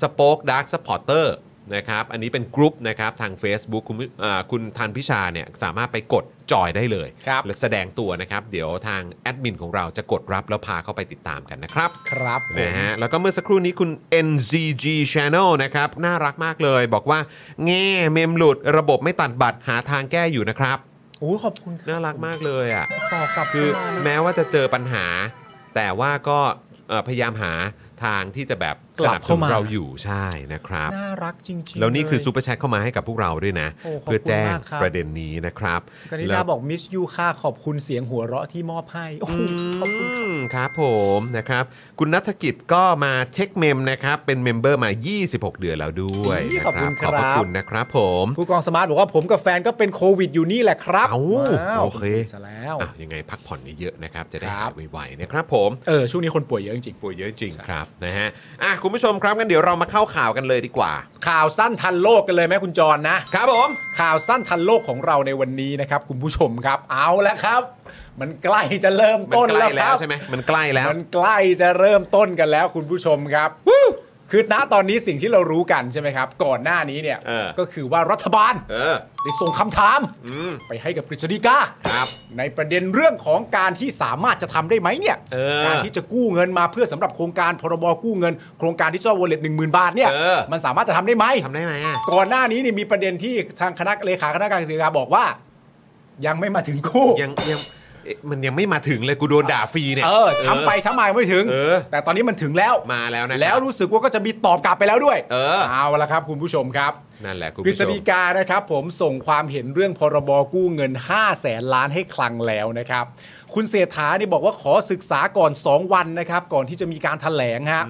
[SPEAKER 1] สป็อคดักสปอร์เตอร์นะครับอันนี้เป็นกรุ๊ปนะครับทาง Facebook คุณเอ่อคุณธันพิชาเนี่ยสามารถไปกดจอยได้เลย
[SPEAKER 2] ครับ
[SPEAKER 1] และแสดงตัวนะครับ เดี๋ยวทางแอดมินของเราจะกดรับแล้วพาเข้าไปติดตามกันนะครับ
[SPEAKER 2] ครับผม
[SPEAKER 1] นะฮะแล้วก็เมื่อสักครู่นี้คุณ NZG Channel นะครับ น่ารักมากเลย บอกว่าแง่เมมหลุดระบบไม่ตัดบัตรหาทางแก้อยู่นะครับ
[SPEAKER 2] โอ้ขอบคุณ
[SPEAKER 1] น่ารักมากเลยอ่ะ
[SPEAKER 2] ต่อกลับ
[SPEAKER 1] คือแม้ว่าจะเจอปัญหา แต่ว่าก็เอ่อพยายามหา ทางที่จะแบบ
[SPEAKER 2] ก
[SPEAKER 1] ส
[SPEAKER 2] ลับ
[SPEAKER 1] นับสนุ
[SPEAKER 2] เข้านมา
[SPEAKER 1] เราอยู่ใช่นะครับ
[SPEAKER 2] น่ารักจริงๆ
[SPEAKER 1] แล้วนี่คือ
[SPEAKER 2] เย
[SPEAKER 1] ซูเปอร์แชทเข้ามาให้กับพวกเราด้วยนะ
[SPEAKER 2] โอ้ขอบคุณ
[SPEAKER 1] เพื่อแจ้ง
[SPEAKER 2] มากครับ
[SPEAKER 1] ประเด็นนี้นะครับ
[SPEAKER 2] กนิ
[SPEAKER 1] แล้
[SPEAKER 2] ดาว บอกมิสยูค่ะขอบคุณเสียงหัวเราะที่มอบให้โอ้โหขอบคุณครับ
[SPEAKER 1] อืมครับผมนะครับ คุณนัฐกิจก็มาเช็คเมมนะครับ เป็นเมมเบอร์มา 26 เดือนแล้วด้วย
[SPEAKER 2] อี๋
[SPEAKER 1] นะ
[SPEAKER 2] ขอบคุณ
[SPEAKER 1] ขอบพระ
[SPEAKER 2] ครับ
[SPEAKER 1] คุณนะครับผม
[SPEAKER 2] ผู้กองสมาร์ทบอกว่าผมกับแฟนก็เป็นโควิดอยู่นี่แหละครับ
[SPEAKER 1] เอา
[SPEAKER 2] ว้าว
[SPEAKER 1] โอเค
[SPEAKER 2] ซะแล้ว
[SPEAKER 1] อ่ะยังไงพักผ่อนเยอะๆนะครับ จะได้
[SPEAKER 2] ครั
[SPEAKER 1] หา
[SPEAKER 2] บ
[SPEAKER 1] ยไวๆนะครับผม
[SPEAKER 2] เออช่วงนี้คนป่วยเยอะจริง
[SPEAKER 1] ป่วยเยอะจริงครับนะฮะอ่ะคุณผู้ชมครับกันเดี๋ยวเรามาเข้าข่าวกันเลยดีกว่า
[SPEAKER 2] ๆข่าวสั้นทันโลกกันเลยไหมคุณจรนะ
[SPEAKER 1] ครับผม
[SPEAKER 2] ข่าวสั้นทันโลกของเราในวันนี้นะครับ คุณผู้ชมครับ เอาละครับ มันใกล้จะเริ่ม
[SPEAKER 1] มัน
[SPEAKER 2] ต้น
[SPEAKER 1] ใกล้แล้
[SPEAKER 2] แล้วครั
[SPEAKER 1] ว
[SPEAKER 2] บ
[SPEAKER 1] ใช่ไหมมันใกล้แล้ว
[SPEAKER 2] มันใกล้จะเริ่มต้นกันแล้ว คุณผู้ชมครับคือณตอนนี้สิ่งที่เรารู้กันใช่ไหมครับ ก่อนหน้านี้เนี่ย
[SPEAKER 1] เออ
[SPEAKER 2] ก็คือว่ารัฐบาล
[SPEAKER 1] เออ
[SPEAKER 2] ได้ส่งคำถาม
[SPEAKER 1] อืม
[SPEAKER 2] ไปให้กับกฤษฎีกา
[SPEAKER 1] ครับ
[SPEAKER 2] ในประเด็นเรื่องของการที่สามารถจะทำได้ไหมเนี่ย
[SPEAKER 1] เออ
[SPEAKER 2] การที่จะกู้เงินมาเพื่อสำหรับโครงการพรบกู้เงิน โครงการที่เจ้าวอลเล็ตหนึ่งหมื่นบาทเนี่ย
[SPEAKER 1] เออ
[SPEAKER 2] มันสามารถจะทำได้ไหม
[SPEAKER 1] ทำได้ไหมอ่ะ
[SPEAKER 2] ก่อนหน้านี้เนี่ยมีประเด็นที่ทางคณะเลขาคณะกรรมการกฤษฎีกาบอกว่า ยังไม่มาถึงกู้
[SPEAKER 1] ยังยังเอ๊ะมันยังไม่มาถึงเลยกูโดนด่าฟรีเนี่ย
[SPEAKER 2] เออช้ำไปช้ำมายังไม่ถึง
[SPEAKER 1] เออ
[SPEAKER 2] แต่ตอนนี้มันถึงแล้ว
[SPEAKER 1] มาแล้วนะครับ
[SPEAKER 2] แล้วรู้สึกว่าก็จะมีตอบกลับไปแล้วด้วย
[SPEAKER 1] เออ
[SPEAKER 2] เอาละครับ คุณผู้ชมครับ
[SPEAKER 1] นั่นแหละคุณ
[SPEAKER 2] กฤ
[SPEAKER 1] ผู้
[SPEAKER 2] ษ
[SPEAKER 1] ชม
[SPEAKER 2] ฎีกานะครับผมส่งความเห็นเรื่องพรบกู้เงิน 5 แสนล้านให้คลังแล้วนะครับ คุณเศรษฐานี่บอกว่าขอศึกษาก่อน 2 วันนะครับ ก่อนที่จะมีการถแถลงฮะ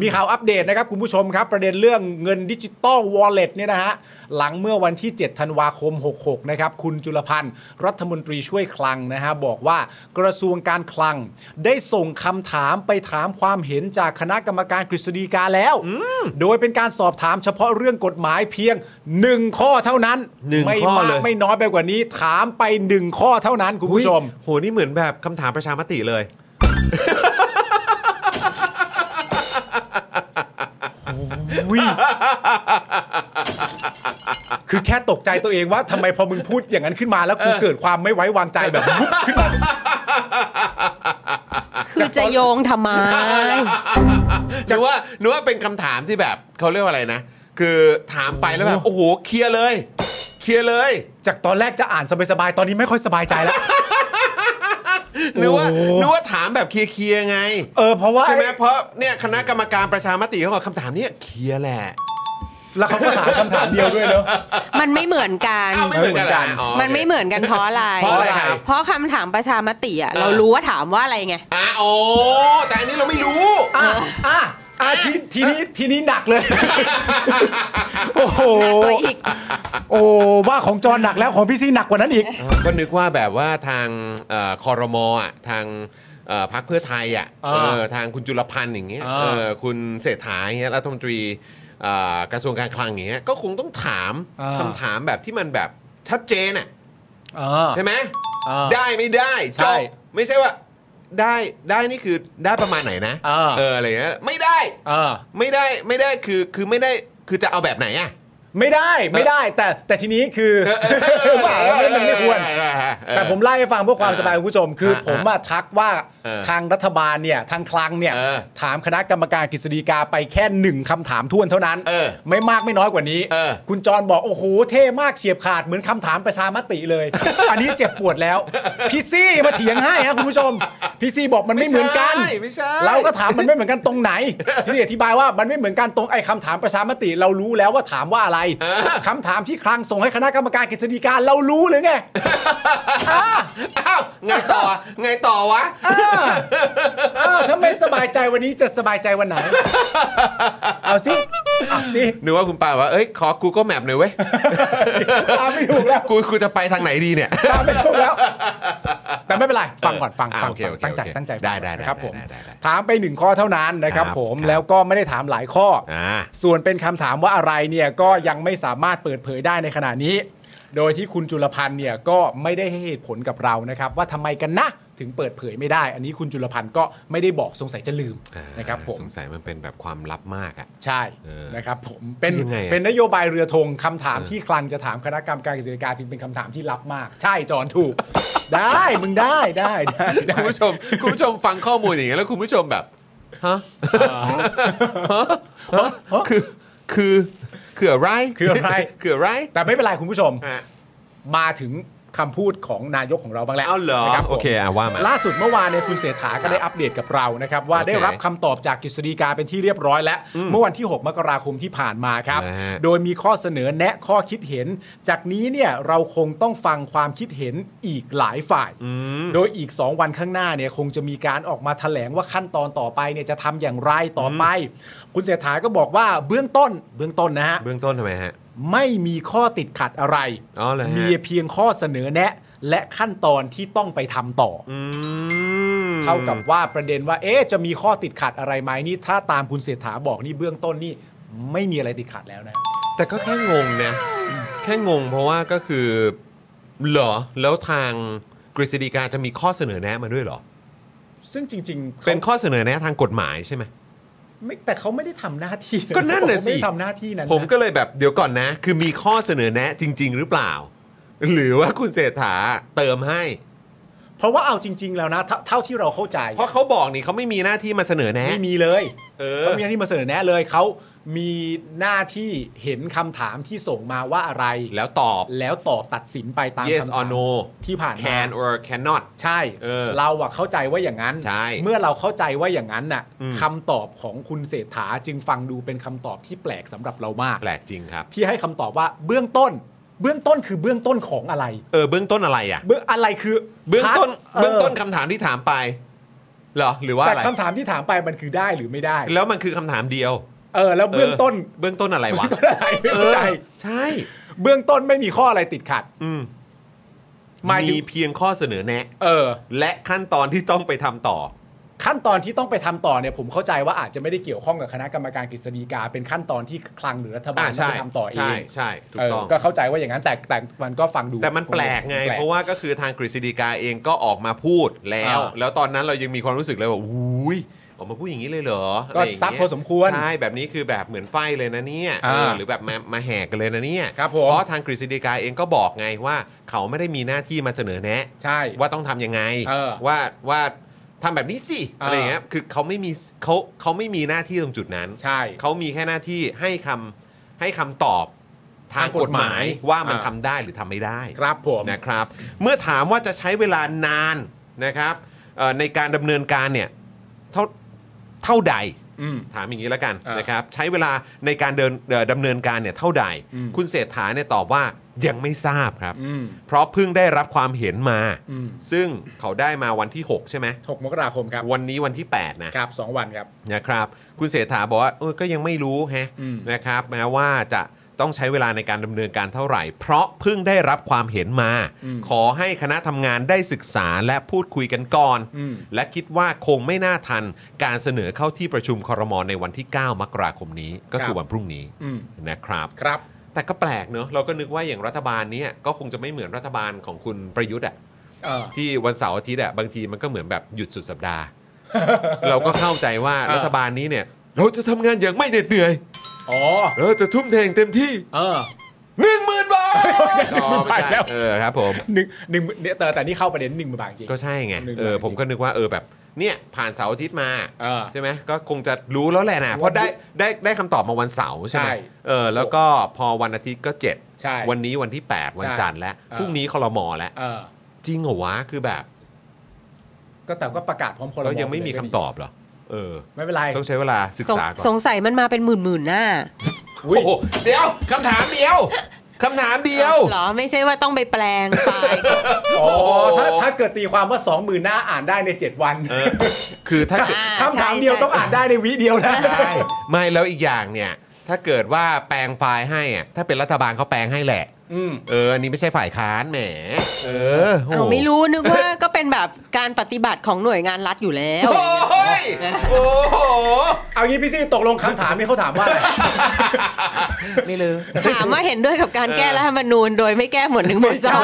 [SPEAKER 2] มีข่าวอัปเดตนะครับ คุณผู้ชมครับ ประเด็นเรื่องเงินดิจิตอลวอลเล็ตเนี่ยนะฮะ หลังเมื่อวันที่ 7 ธันวาคม 66 นะครับ คุณจุลพันธ์ รัฐมนตรีช่วยคลังนะฮะ บอกว่ากระทรวงการคลัง ได้ส่งคำถามไปถามความเห็นจากคณะกรรมการกฤษฎีกาแล้ว โดยเป็นการสอบถามเฉพาะเรื่องกฎหมายเพียง 1 ข้อเท่านั้น
[SPEAKER 1] หนึ่ง
[SPEAKER 2] ไม่
[SPEAKER 1] ข้อ
[SPEAKER 2] มา
[SPEAKER 1] เล
[SPEAKER 2] ก
[SPEAKER 1] ย
[SPEAKER 2] ไม่น้อยไปกว่านี้ถามไป 1 ข้อเท่านั้น คุณผู้ชม
[SPEAKER 1] โห นี่เหมือนแบบคำถามประชามติเลย
[SPEAKER 2] คือแค่ตกใจตัวเองว่าทำไมพอมึงพูดอย่างนั้นขึ้นมาแล้วกูเกิดความไม่ไว้วางใจแบบ ลุกขึ้นมา
[SPEAKER 3] คือจะโยงทำไม
[SPEAKER 1] จะว่านึกว่าเป็นคำถามที่แบบเขาเรียกว่าอะไรนะ คือถามไปแล้วแบบ โอ้โห เคลียร์เลย เคลียร์เลย
[SPEAKER 2] จากตอนแรกจะอ่านสบายๆ ตอนนี้ไม่ค่อยสบายใจแล้ว
[SPEAKER 1] นึกว่า
[SPEAKER 2] โอ้โห
[SPEAKER 1] นึกว่าถามแบบเคลียร์ๆไง
[SPEAKER 2] เออเพราะว่า
[SPEAKER 1] ใช่ไหมเพราะเนี่ยคณะกรรมการประชามติเขาบอกคำถามเนี้ยเคลียร์แหละ
[SPEAKER 2] แล้วเขาก็ถามคำถามเดียวด้วยเนอะ
[SPEAKER 3] มันไม่เหมือนกัน
[SPEAKER 1] อ้าวไม่เหมือนกันเหรออ๋อโอเค
[SPEAKER 3] มันไม่เหมือนกันเพราะอะไร
[SPEAKER 1] เพราะอะไรครับ
[SPEAKER 3] เพราะคำถามประชามติอะ
[SPEAKER 1] เออ
[SPEAKER 3] เรารู้ว่าถามว่าอะไรไง
[SPEAKER 1] อ่ะโอ้แต่อันนี้เราไม่รู้
[SPEAKER 2] อ่ะอ่ะอ่ะทีทีนี้ทีนี้หนักเลย โอ้โห
[SPEAKER 3] หนักกว่าอีก
[SPEAKER 2] โอ้ว่าของจอหนักแล้วของพี่ซี่หนักกว่านั้นอีก
[SPEAKER 1] ก็นึกว่าแบบว่าทางเอ่อคอรมอ่ะทางเอ่อพรรคเพื่อไทยอ่ะ
[SPEAKER 2] อ่า
[SPEAKER 1] เออทางคุณจุลพันธ์อย่างเงี้ย
[SPEAKER 2] อ่า
[SPEAKER 1] เออคุณเศรษฐาอย่างเงี้ยรัฐมนตรีเอ่อกระทรวงการคลังอย่างเงี้ยก็คงต้องถาม
[SPEAKER 2] อ่า
[SPEAKER 1] คำถามแบบที่มันแบบชัดเจนอ่ะ
[SPEAKER 2] อ่า
[SPEAKER 1] ใช่ไหม
[SPEAKER 2] อ่า
[SPEAKER 1] ได้ไม่ได้จ
[SPEAKER 2] ใช่
[SPEAKER 1] บไม่ใช่ว่าได้ได้นี่คือได้ประมาณไหนนะ
[SPEAKER 2] อ่า
[SPEAKER 1] เอออะไรเงี้ยไม่ได้
[SPEAKER 2] อ่า
[SPEAKER 1] ไม่ได้ไม่ได้คือคือไม่ได้คือจะเอาแบบไหนอ่ะ
[SPEAKER 2] ไม่ได้ไม่ได้ แต่แต่ทีนี้คือว่าแล้วมันไม่ควร แต่ผมไล่ให้ฟังเพื่อความสบายคุณผู้ชม คือผมอะทักว่า
[SPEAKER 1] เออ
[SPEAKER 2] ทางรัฐบาลเนี่ยทางคลังเนี่ย
[SPEAKER 1] เออ
[SPEAKER 2] ถามคณะกรรมการกฤษฎีกาไปแค่หนึ่งคำถามท่วนเท่านั้น
[SPEAKER 1] เออ
[SPEAKER 2] ไม่มากไม่น้อยกว่านี้
[SPEAKER 1] เออ
[SPEAKER 2] คุณจรบอกโอ้โหเท่มากเฉียบขาดเหมือนคำถามประชามติเลย อันนี้เจ็บปวดแล้ว พี่ซี่มาเถียงให้ฮะคุณผู้ชม พี่ซี่บอกมันไม่เหมือนกัน
[SPEAKER 1] ไม่ใช่ไม่ใช่
[SPEAKER 2] เราก็ถามมันไม่เหมือนกันตรงไหน พี่ซี่อธิบายว่ามันไม่เหมือนกันตรงไอ้คำถามประชามติ เรารู้แล้วว่าถามว่าอะไรคำถามที่คลังส่งให้คณะกรรมการกฤษฎีกาเรารู้หรือไง
[SPEAKER 1] อ้าวไงต่อไงต่อวะ
[SPEAKER 2] เออถ้าไม่สบายใจวันนี้จะสบายใจวันไหน เอาสิเอาสิ
[SPEAKER 1] นึกว่าคุณปาว่า เอ้ย ขอ Google Map หน่อยเว้ย
[SPEAKER 2] ตามไม่ถูกแล้ว
[SPEAKER 1] กูกูจะไปทางไหนดีเนี่ย
[SPEAKER 2] ตามไม่ถูกแล้ว แต่ไม่เป็นไร ฟังก่อนฟัง
[SPEAKER 1] อ่า
[SPEAKER 2] ฟัง
[SPEAKER 1] โอเค
[SPEAKER 2] ฟัง
[SPEAKER 1] โอเค
[SPEAKER 2] ตั้งใจ
[SPEAKER 1] โอเค
[SPEAKER 2] ตั้งใจ
[SPEAKER 1] ได้
[SPEAKER 2] ฟัง
[SPEAKER 1] ได้ได้
[SPEAKER 2] นะครับ
[SPEAKER 1] ได้
[SPEAKER 2] ผม
[SPEAKER 1] ได้ได้
[SPEAKER 2] ถามไปหนึ่งข้อเท่านั้นนะครับ
[SPEAKER 1] ครับ
[SPEAKER 2] ผม
[SPEAKER 1] ครับ
[SPEAKER 2] แล้วก็ไม่ได้ถามหลายข้ออ
[SPEAKER 1] อ่า
[SPEAKER 2] ส่วนเป็นคำถามว่าอะไรเนี่ยก็ยังไม่สามารถเปิดเผยได้ในขณะนี้ โดยที่คุณจุลพันธ์เนี่ยก็ไม่ได้ให้เหตุผลกับเรานะครับ ว่าทำไมกันนะถึงเปิดเผยไม่ได้ อันนี้คุณจุลพันธ์ก็ไม่ได้บอกสงสัยจะลืมนะครับผม
[SPEAKER 1] สงสัยมันเป็นแบบความลับมากอ่ะ
[SPEAKER 2] ใช่
[SPEAKER 1] เออ
[SPEAKER 2] นะครับผมเป็น
[SPEAKER 1] ยังไงอะ
[SPEAKER 2] เป็นนโยบายเรือธงคำถามที่คลังจะถามคณะกรรมการกิจการจึงเป็นคำถามที่ลับมาก ใช่จอนถูก ได้มึงได้ได้ได้ได้
[SPEAKER 1] คุณผู้ชม คุณผู้ชมฟังข้อมูลอย่างเงี้ยแล้วคุณผู้ชมแบบ ฮะ คือ คือ คืออะไร
[SPEAKER 2] คืออะไร
[SPEAKER 1] คืออะไร
[SPEAKER 2] แต่ไม่เป็นไรคุณผู้ชม
[SPEAKER 1] ฮะ
[SPEAKER 2] มาถึง คำพูดของนายกของเราบ้างแล้ว
[SPEAKER 1] เอาเหรอ
[SPEAKER 2] นะครับผม
[SPEAKER 1] โอเคอ่ะว่ามา
[SPEAKER 2] ล่าสุดเมื่อวานในยคุณเศรษฐาก็ได้อัปเดตกับเรานะครับว่า
[SPEAKER 1] โอเค
[SPEAKER 2] ได้รับคำตอบจากกฤษฎีกาเป็นที่เรียบร้อยแล้ว เมื่อวันที่ 6 มกราคมที่ผ่านมาครับ
[SPEAKER 1] นะฮะ
[SPEAKER 2] โดยมีข้อเสนอแนะข้อคิดเห็น จากนี้เนี่ยเราคงต้องฟังความคิดเห็นอีกหลายฝ่าย โดยอีก 2 วันข้างหน้าเนี่ยคงจะมีการออกมาแถลงว่าขั้นตอนต่อไปเนี่ยจะทำอย่างไรต่อไป คุณเศรษฐาก็บอกว่าเบื้องต้นเบื้องต้นนะฮะ
[SPEAKER 1] เบื้องต้นทำไมฮะ
[SPEAKER 2] ไม่มีข้อติดขัดอะไร
[SPEAKER 1] อ๋อเหรอฮะ
[SPEAKER 2] มีเพียงข้อเสนอแนะ และขั้นตอนที่ต้องไปทำต่ออ
[SPEAKER 1] อืม
[SPEAKER 2] เท่ากับว่าประเด็นว่า เอ๊ะจะมีข้อติดขัดอะไรไหมนี่ ถ้าตามคุณเศรษฐาบอกนี่เบื้องต้นนี่ไม่มีอะไรติดขัดแล้วนะ
[SPEAKER 1] แต่ก็แค่งงนะแค่งงเพราะว่าก็คือเหรอ แล้วทางกฤษฎีกาจะมีข้อเสนอแนะมาด้วยเหรอ
[SPEAKER 2] ซึ่งจริงๆขา
[SPEAKER 1] เป็นข้อเสนอแนะทางกฎหมายใช่ไหม
[SPEAKER 2] ไม่แต่เขาไม่ได้ทำหน้าที่ะ
[SPEAKER 1] ก็นั่นน่ะสิ
[SPEAKER 2] เขาไม่ได้ทำหน้าที่นั้นนะ
[SPEAKER 1] ผมก็เลยแบบเดี๋ยวก่อนนะ คือมีข้อเสนอแนะจริง ๆ หรือเปล่า หรือว่าคุณเศรษฐาเติมให้
[SPEAKER 2] เพราะว่าเอาจริง ๆ แล้วนะเท่าเท่าที่เราเข้าใจ
[SPEAKER 1] เพราะเขาบอกนี่เขาไม่มีหน้าที่มาเสนอแนะ
[SPEAKER 2] ไม่มีเลย
[SPEAKER 1] เออ
[SPEAKER 2] เขามีหน้าที่มาเสนอแนะเลยเขามีหน้าที่เห็นคำถามที่ส่งมาว่าอะไร
[SPEAKER 1] แล้วตอบ
[SPEAKER 2] แล้วตอบตัดสินไปตาม
[SPEAKER 1] yes
[SPEAKER 2] คำถาม
[SPEAKER 1] or no
[SPEAKER 2] ที่ผ่านมา
[SPEAKER 1] can or cannot
[SPEAKER 2] ใช่
[SPEAKER 1] เออ
[SPEAKER 2] อะเข้าใจว่าอย่างนั้น
[SPEAKER 1] ใช่
[SPEAKER 2] เมื่อเราเข้าใจว่าอย่างนั้นน่ะ
[SPEAKER 1] อืม
[SPEAKER 2] คำตอบของคุณเศรษฐาจึงฟังดูเป็นคำตอบที่แปลกสำหรับเรามาก
[SPEAKER 1] แปลกจริงครับ
[SPEAKER 2] ที่ให้คำตอบว่าเบื้องต้น เบื้องต้นคือเบื้องต้นของอะไร
[SPEAKER 1] เออเบื้องต้นอะไรอ่ะ
[SPEAKER 2] เบื้องอะไรคือ
[SPEAKER 1] เบื้องต้น
[SPEAKER 2] พาร์ท
[SPEAKER 1] เบื้องต้น
[SPEAKER 2] เอ
[SPEAKER 1] คำถามที่ถามไป เหรอ หรือ
[SPEAKER 2] อ
[SPEAKER 1] ว่า
[SPEAKER 2] แต่
[SPEAKER 1] อะไร
[SPEAKER 2] คำถามที่ถามไปมันคือได้หรือไม่ได้
[SPEAKER 1] แล้วมันคือคำถามเดียว
[SPEAKER 2] เออแล้วเบื้องต้น
[SPEAKER 1] เบื้องต้นอะไรวะ
[SPEAKER 2] เบื้องต้นอะไรไม่
[SPEAKER 1] เอ
[SPEAKER 2] เข้า
[SPEAKER 1] อ
[SPEAKER 2] ใจ
[SPEAKER 1] ใช่
[SPEAKER 2] เบื้องต้นไม่มีข้ออะไรติดขัด
[SPEAKER 1] อืม
[SPEAKER 2] หมายถึง
[SPEAKER 1] มีเพียงข้อเสนอแนะ
[SPEAKER 2] เออ
[SPEAKER 1] และขั้นตอนที่ต้องไปทำต่อ
[SPEAKER 2] ขั้นตอนที่ต้องไปทำต่อเนี่ยผมเข้าใจว่าอาจจะไม่ได้เกี่ยวข้องกับคณะกรรมการกฤษฎีกา เป็นขั้นตอนที่คลังหรือรัฐบา
[SPEAKER 1] อ่า
[SPEAKER 2] ลต้อ
[SPEAKER 1] ใช่
[SPEAKER 2] งไปทำต่อเอ
[SPEAKER 1] ใช่
[SPEAKER 2] ง
[SPEAKER 1] ใช่ถูก
[SPEAKER 2] เออ
[SPEAKER 1] ต้อง
[SPEAKER 2] ก็เข้าใจว่าอย่างนั้นแต่แต่มันก็ฟังดู
[SPEAKER 1] แต่มันแปลกไง
[SPEAKER 2] แปล
[SPEAKER 1] เพราะว่าก็คือทางกฤษฎีกาเองก็ออกมาพูดแล้ว
[SPEAKER 2] อ่า
[SPEAKER 1] แล้วตอนนั้นเรายังมีความรู้สึกเลยว่าอุ้ยออกมาพูดอย่างนี้เลยเหรอ
[SPEAKER 2] ก็
[SPEAKER 1] อะไรย่างเงี้ย
[SPEAKER 2] ซัดพอสมควร
[SPEAKER 1] ใช่ แบบนี้คือแบบเหมือนไฟเลยนะเนี่ย
[SPEAKER 2] อ่า
[SPEAKER 1] เออหรือแบบมามาแหกกันเลยนะเนี่ย
[SPEAKER 2] ครับผม
[SPEAKER 1] เพราะทางกฤษฎีกาเองก็บอกไงว่า เขาไม่ได้มีหน้าที่มาเสนอแนะ
[SPEAKER 2] ใช่
[SPEAKER 1] ว่าต้องทำยังไง
[SPEAKER 2] เออ
[SPEAKER 1] ว่าว่าทำแบบนี้สิ
[SPEAKER 2] เอออ
[SPEAKER 1] อะไรอย่างเงี้ยคือเขาไม่มีเขาเขาไม่มีหน้าที่ตรงจุดนั้น
[SPEAKER 2] ใช่
[SPEAKER 1] เขามีแค่หน้าที่ให้คำให้คำตอบทาง
[SPEAKER 2] ทางก
[SPEAKER 1] กฎ
[SPEAKER 2] ฎหมาม
[SPEAKER 1] หาย ยว่ามัน
[SPEAKER 2] เออ
[SPEAKER 1] ทำได้หรือทำไม่ได้
[SPEAKER 2] ครับผม
[SPEAKER 1] นะครับเมื่อถามว่าจะใช้เวลานานนะครับเอ่อในการดำเนินการเนี่ยเท่าเท่าใด
[SPEAKER 2] อืม
[SPEAKER 1] ถามอย่างนี้แล้วกัน
[SPEAKER 2] อ่าน
[SPEAKER 1] นะครับใช้เวลาในการเดินเอ่อดำเนินการเนี่ยเท่าใด
[SPEAKER 2] อืม
[SPEAKER 1] คุณเศรษฐาเนี่ยตอบว่ายังไม่ทราบครับ
[SPEAKER 2] อืม
[SPEAKER 1] เพราะเพิ่งได้รับความเห็นมา
[SPEAKER 2] อืม
[SPEAKER 1] ซึ่งเขาได้มาวันที่ 6 ใช่ไหม
[SPEAKER 2] หกมกราคมครับ
[SPEAKER 1] วันนี้วันที่ 8 นะครับ
[SPEAKER 2] สองวันครับ
[SPEAKER 1] นะครับคุณเศรษฐาบอกว่าเออก็ยังไม่รู้แฮะ
[SPEAKER 2] อืม
[SPEAKER 1] นะครับแม้ว่าจะต้องใช้เวลาในการดำเนินการเท่าไหร่ เพราะเพิ่งได้รับความเห็นมา ขอให้คณะทำงานได้ศึกษาและพูดคุยกันก่อน
[SPEAKER 2] อืม
[SPEAKER 1] และคิดว่าคงไม่น่าทันการเสนอเข้าที่ประชุมครมในวันที่ 9 มกราคมนี้ก็คื
[SPEAKER 2] ครั
[SPEAKER 1] อบ วันพรุ่งนี้
[SPEAKER 2] อืม
[SPEAKER 1] นะครับ
[SPEAKER 2] ครับ
[SPEAKER 1] แต่ก็แปลกเนอะเราก็นึกว่าอย่างรัฐบาลเนี้ยก็คงจะไม่เหมือนรัฐบาลของคุณประยุทธ์อะ
[SPEAKER 2] เออ
[SPEAKER 1] ที่วันเสาร์อาทิตย์อะบางทีมันก็เหมือนแบบหยุดสุดสัปดาห์ เราก็เข้าใจว่า
[SPEAKER 2] อ่ารั
[SPEAKER 1] รัฐบาลนี้เนี่ย เราจะทำงานอย่างไม่เหน็ดเหนื่อย
[SPEAKER 2] อ๋อ
[SPEAKER 1] เราจะทุ่มเทอย่างเต็มที่
[SPEAKER 2] เออ
[SPEAKER 1] หนึ่งหมื่นบาทอ๋อไม่
[SPEAKER 2] แล้
[SPEAKER 1] ใช่
[SPEAKER 2] ว
[SPEAKER 1] เออครับผม
[SPEAKER 2] หนึ่งหนึ่งเนี่ยแต่แต่นี่เข้าประเด็นหนึ่งหมือบาทจริง
[SPEAKER 1] ก็ใช่ไง
[SPEAKER 2] หนึ่งหมื่น
[SPEAKER 1] เออผมก็นึกว่าเออแบบเนี่ยผ่านเสาร์อาทิตย์มา
[SPEAKER 2] เออ
[SPEAKER 1] ใช่ไหมก็คงจะรู้แล้วแหละนะเพราะได้ได้ได้คำตอบมาวันเสาร์ใช่ไหม
[SPEAKER 2] ใช่
[SPEAKER 1] เออแล้วก็พอวันอาทิตย์ก็เจ็ด
[SPEAKER 2] ใช่
[SPEAKER 1] วันนี้วันที่ 8 วันจันทร์แล้ว
[SPEAKER 2] เออ
[SPEAKER 1] พรุ่งนี้คอรมอแล้ว
[SPEAKER 2] เออ
[SPEAKER 1] จริงเหรอวะคือแบบ
[SPEAKER 2] ก็แต่ก็ประกาศพร้อมคน
[SPEAKER 1] เรายังไม่มีคำตอบเหรอเออ
[SPEAKER 2] ไม่เป็นไร
[SPEAKER 1] ต้องใช้เวลาศึก
[SPEAKER 3] สง
[SPEAKER 1] ษาก่
[SPEAKER 3] ส
[SPEAKER 1] อน
[SPEAKER 3] งสัยมันมาเป็นหมื่นหมื่นๆหน้า
[SPEAKER 2] อุ๊ย
[SPEAKER 1] โอ้โหเดี๋ยวคำถามเดียวคำถามเดียว
[SPEAKER 3] เหรอไม่ใช่ว่าต้องไปแปลงไฟล์ก่อน
[SPEAKER 2] อ๋อถ้าถ้าเกิดตีความว่าสองหมื่นหน้าอ่านได้ในเจ็ดวัน
[SPEAKER 1] เออ คือถ้า
[SPEAKER 2] ถ้า
[SPEAKER 3] อ่า
[SPEAKER 1] เกิด
[SPEAKER 2] คำถาม
[SPEAKER 3] ใช่
[SPEAKER 2] เดียว
[SPEAKER 3] ใช่
[SPEAKER 2] ต้องอ่านได้ในวิเดียวนะ
[SPEAKER 1] ได้ไม่แล้วอีกอย่างเนี่ย ถ้าเกิดว่าแปลงไฟล์ให้อะถ้าเป็นรัฐบาลเขาแปลงให้แหละ
[SPEAKER 2] อืม
[SPEAKER 1] เออ อันนี้ไม่ใช่ฝ่ายค้านแหม เออโโห
[SPEAKER 3] เอาไม่รู้นึกว่าก็เป็นแบบการปฏิบัติของหน่วยงานรัฐอยู่แล้ว
[SPEAKER 1] โอ้ยโอ้โห
[SPEAKER 2] เอางี้พี่ซี่ตกลงคำถามนี่เขาถามว่าอะไร
[SPEAKER 1] ไม่เลย
[SPEAKER 3] ถามว่าเห็นด้วยกับการแก้รัฐธรรมนูญโดยไม่แก้หมวดหนึ่งหมวดสอง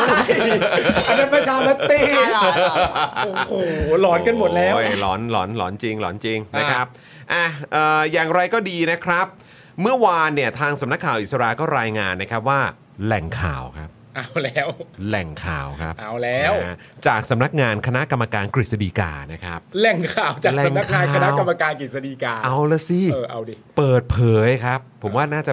[SPEAKER 2] อันนั้นประชามติ
[SPEAKER 3] อ่ะเหรอเหรอ
[SPEAKER 2] โอ้โหหลอนกันหมดแล้ว
[SPEAKER 1] โอ้ยหลอนหลอนหลอนจริงหลอนจริง
[SPEAKER 2] อ่าน
[SPEAKER 1] นะครับอ่ะเอ่ออย่างไรก็ดีนะครับ เมื่อวานเนี่ยทางสำนักข่าวอิสราก็รายงานนะครับว่าแหล่งข่าวครับ
[SPEAKER 2] เอาแล้ว
[SPEAKER 1] แหล่งข่าวครับ
[SPEAKER 2] เอาแล้ว
[SPEAKER 1] นะฮะจากสำนักงานคณะกรรมการกฤษฎีกานะครับ
[SPEAKER 2] แหล่งข่าวจาก
[SPEAKER 1] แหล่ง
[SPEAKER 2] สำนักงาน
[SPEAKER 1] ข่าว
[SPEAKER 2] คณะกรรมการกฤษฎีกา
[SPEAKER 1] เอาละสิ
[SPEAKER 2] เออเอาดิ
[SPEAKER 1] เปิดเผยครับ ผมว่าน่าจะ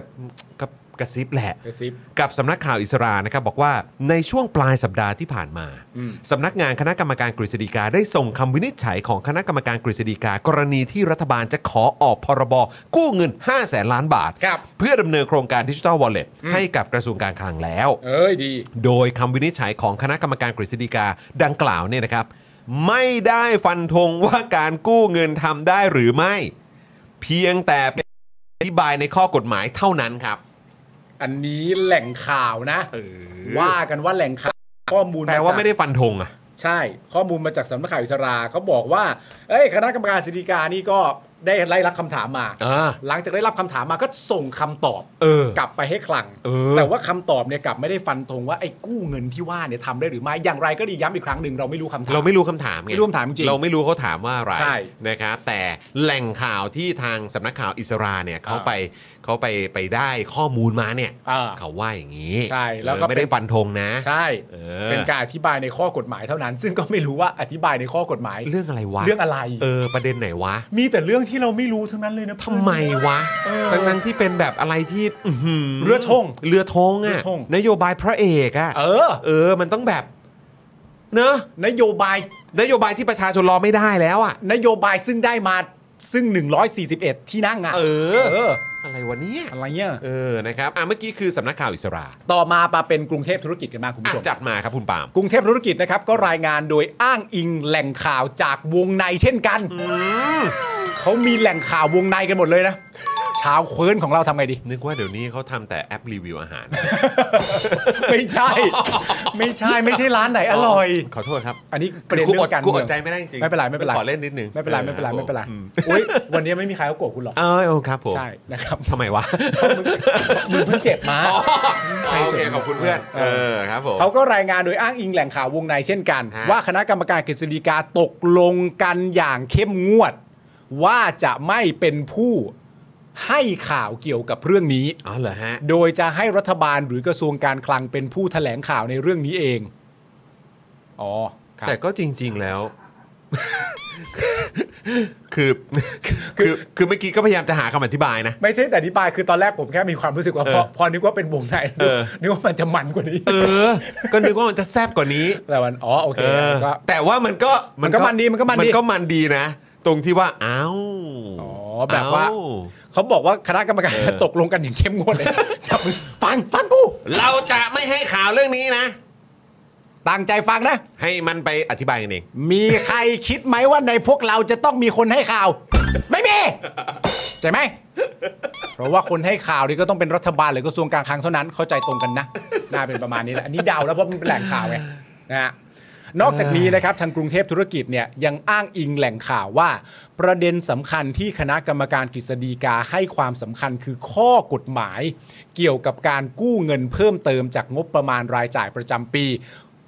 [SPEAKER 1] ก็ กระซิบแหละ
[SPEAKER 2] กระซิบ
[SPEAKER 1] กับสำนักข่าวอิสรานะครับบอกว่าในช่วงปลายสัปดาห์ที่ผ่านมา
[SPEAKER 2] อืม
[SPEAKER 1] สำนักงานคณะกรรมการกฤษฎีกาได้ส่งคำวินิจฉัยของคณะกรรมการกฤษฎีกากรณีที่รัฐบาลจะขอออกพรบกู้เงิน 5 0 0แสนล้านบาท
[SPEAKER 2] ครับ
[SPEAKER 1] เพื่อดำเนินโครงการดิจิทัลวอลเล็ตให้กับกระทรวงการคลังแล้ว
[SPEAKER 2] เอ้ยดี
[SPEAKER 1] โดยคำวินิจฉัยของคณะกรรมการกฤษฎีกาดังกล่าวเนี่ยนะครับ ไม่ได้ฟันธงว่าการกู้เงินทำได้หรือไม่ เพียงแต่เป็นอธิบายในข้อกฎหมายเท่านั้นครับ
[SPEAKER 2] อันนี้แหล่งข่าวนะ
[SPEAKER 1] อ
[SPEAKER 2] ว่ากันว่าแหล่งข่าวข้อมูล
[SPEAKER 1] แปลว่าไม่ได้ฟันธงอะ
[SPEAKER 2] ใช่ ข้อมูลมาจากสำนักข่าวอิสราเขาบอกว่า เอ้ยคณะกรรมการสิทธิกานี่ก็ได้ไล่รับคำถามมา
[SPEAKER 1] อ่า
[SPEAKER 2] หลังจากได้รับคำถามมาก็ส่งคำตอบ
[SPEAKER 1] เออก
[SPEAKER 2] ลับไปให้คลัง
[SPEAKER 1] เออ
[SPEAKER 2] แต่ว่าคำตอบเนี่ยกลับไม่ได้ฟันธงว่าไอ้กู้เงินที่ว่าเนี่ยทำได้หรือไม่อย่างไรก็ดีย้ำอีกครั้งหนึ่งเราไม่รู้คำถาม
[SPEAKER 1] เราไม่รู้คำถามไง
[SPEAKER 2] ไม่รู้คำถามจริง
[SPEAKER 1] เราไม่รู้เขาถามว่าอะไร
[SPEAKER 2] ใช่
[SPEAKER 1] นะครับแต่แหล่งข่าวที่ทางสำนักข่าวอิสราเนี่ยเขา
[SPEAKER 2] อ่า
[SPEAKER 1] ไปเขาไปไปได้ข้อมูลมาเนี่ย
[SPEAKER 2] อ่า
[SPEAKER 1] เขาว่าอย่างนี้
[SPEAKER 2] ใช่แล้วก็
[SPEAKER 1] เออไม่ได้
[SPEAKER 2] เป็น
[SPEAKER 1] ฟันธงนะ
[SPEAKER 2] ใช่
[SPEAKER 1] เออ
[SPEAKER 2] เป็นการอธิบายในข้อกฎหมายเท่านั้น ซึ่งก็ไม่รู้ว่าอธิบายในข้อกฎหมาย
[SPEAKER 1] เรื่องอะไรวะ
[SPEAKER 2] เรื่องอะไร
[SPEAKER 1] เออประเด็นไหนวะ
[SPEAKER 2] มีแต่เรื่องที่เราไม่รู้ทั้งนั้นเลยนะเพื่
[SPEAKER 1] ทำ
[SPEAKER 2] อน
[SPEAKER 1] ไมวะ
[SPEAKER 2] เออ
[SPEAKER 1] ทั้งนั้นที่เป็นแบบอะไรที่อื้อหื
[SPEAKER 2] เรือธง
[SPEAKER 1] เรือธง
[SPEAKER 2] เรือ
[SPEAKER 1] อะ
[SPEAKER 2] ธง
[SPEAKER 1] นโยบายพระเอกอะ
[SPEAKER 2] เออ
[SPEAKER 1] เออมันต้องแบบเนอะ
[SPEAKER 2] นโยบาย
[SPEAKER 1] นโยบายที่ประชาชนรอไม่ได้แล้วอะ
[SPEAKER 2] นโยบายซึ่งได้มาซึ่ง 141 ที่นั่งอ่ะ
[SPEAKER 1] เออ
[SPEAKER 2] เออ
[SPEAKER 1] อะไรวะเนี่ย
[SPEAKER 2] อะไรเนี่ย
[SPEAKER 1] เออนะครับอ่ะเมื่อกี้คือสำนักข่าวอิสรา
[SPEAKER 2] ต่อมาปาเป็นกรุงเทพธุรกิจกันมางคุณผู้ช
[SPEAKER 1] อ่ะ
[SPEAKER 2] ม
[SPEAKER 1] จัดมาครับคุณปาล์ม
[SPEAKER 2] กรุงเทพธุรกิจนะครับ ก็รายงานโดยอ้างอิงแหล่งข่าวจากวงในเช่นกัน เขามีแหล่งข่าววงในกันหมดเลยนะ ชาวเควิร์นของเราทำไง ดี
[SPEAKER 1] นึกว่าเดี๋ยวนี้เขาทำแต่แอปรีวิวอาหาร
[SPEAKER 2] ไม่ใช่ ไม่ใช่ไม่ใช่ร้านไหนอร่อย
[SPEAKER 1] ขอโทษครับ
[SPEAKER 2] อันนี้ประเด็นเรื่องการ
[SPEAKER 1] กูอ
[SPEAKER 2] เมือ
[SPEAKER 1] ด
[SPEAKER 2] ง
[SPEAKER 1] ใจไม่ได้จริง
[SPEAKER 2] ไม่เป็นไรไม่เป็นไร
[SPEAKER 1] ขอเล่นนิดนึง
[SPEAKER 2] ไม่เป็นไรไม่เป็นไรไม่เป็นไร
[SPEAKER 1] ออ
[SPEAKER 2] อุ้ยวันนี้ไม่มีใครเขาโกรธคุณหรอก
[SPEAKER 1] เออเอาครับผม
[SPEAKER 2] ใช่นะครับ
[SPEAKER 1] ทำไมวะ
[SPEAKER 2] มึงเพิ่งเจ็บมา
[SPEAKER 1] อ๋อโอเคขอบคุณเพื่อน เออครับผม
[SPEAKER 2] เขาก็รายงานโดยอ้างอิงแหล่งข่าววงในเช่นกัน
[SPEAKER 1] ฮะ
[SPEAKER 2] ว่าคณะกรรมการกฤษฎีกาตกลงกันอย่างเข้มงวด ว่าจะไม่เป็นผู้ให้ข่าวเกี่ยวกับเรื่องนี้
[SPEAKER 1] อ๋อเหรอฮะ
[SPEAKER 2] โดยจะให้รัฐบาลหรือกระทรวงการคลังเป็นผู้แถลงข่าวในเรื่องนี้เอง อ๋อครับ
[SPEAKER 1] แต่ก็จริง ๆ แล้ว คือคือคือเมื่อกี้ก็พยายามจะหาคำอธิบายนะ
[SPEAKER 2] ไม่ใช่แต่อธิบายคือตอนแรกผมแค่มีความรู้สึกว่า
[SPEAKER 1] เออ
[SPEAKER 2] พอพอนึกว่าเป็นวงใน
[SPEAKER 1] เออ
[SPEAKER 2] นึกว่ามันจะมันกว่านี้
[SPEAKER 1] เออ ก็นึกว่ามันจะแซบกว่านี้
[SPEAKER 2] แต่วันอ๋อโอเค
[SPEAKER 1] เออ
[SPEAKER 2] ก็
[SPEAKER 1] แต่ว่ามันก็
[SPEAKER 2] มันก็มันดีมันก็มันดี
[SPEAKER 1] มันก็มันดีนะ ตรงที่ว่าอ้าว
[SPEAKER 2] อ๋อแบบว่า
[SPEAKER 1] เอ้
[SPEAKER 2] เขาบอกว่าคณะกรรมการตกลงกันอย่างเข้มงว ดเลยจับมือฟังฟังกู
[SPEAKER 1] เราจะไม่ให้ข่าวเรื่องนี้นะ
[SPEAKER 2] ตั้งใจฟังนะ
[SPEAKER 1] ให้มันไปอธิบายกันเอง
[SPEAKER 2] มีใครคิดไหมว่าในพวกเราจะต้องมีคนให้ข่าว ไม่มีใช่ไหม เพราะว่าคนให้ข่าวนี่ก็ต้องเป็นรัฐบาลหรือกระทรวงการคลังเท่านั้นเข้าใจตรงกันนะน่าเป็นประมาณนี้แหละอันนี้เดาแล้วเพราะมันเป็นแหล่งข่าวไงนะฮะนอกจากนี้นะครับทางกรุงเทพธุรกิจเนี่ยยังอ้างอิงแหล่งข่าวว่า ประเด็นสำคัญที่คณะกรรมการกฤษฎีกาให้ความสำคัญคือข้อกฎหมาย เกี่ยวกับการกู้เงินเพิ่มเติมจากงบประมาณรายจ่ายประจำปี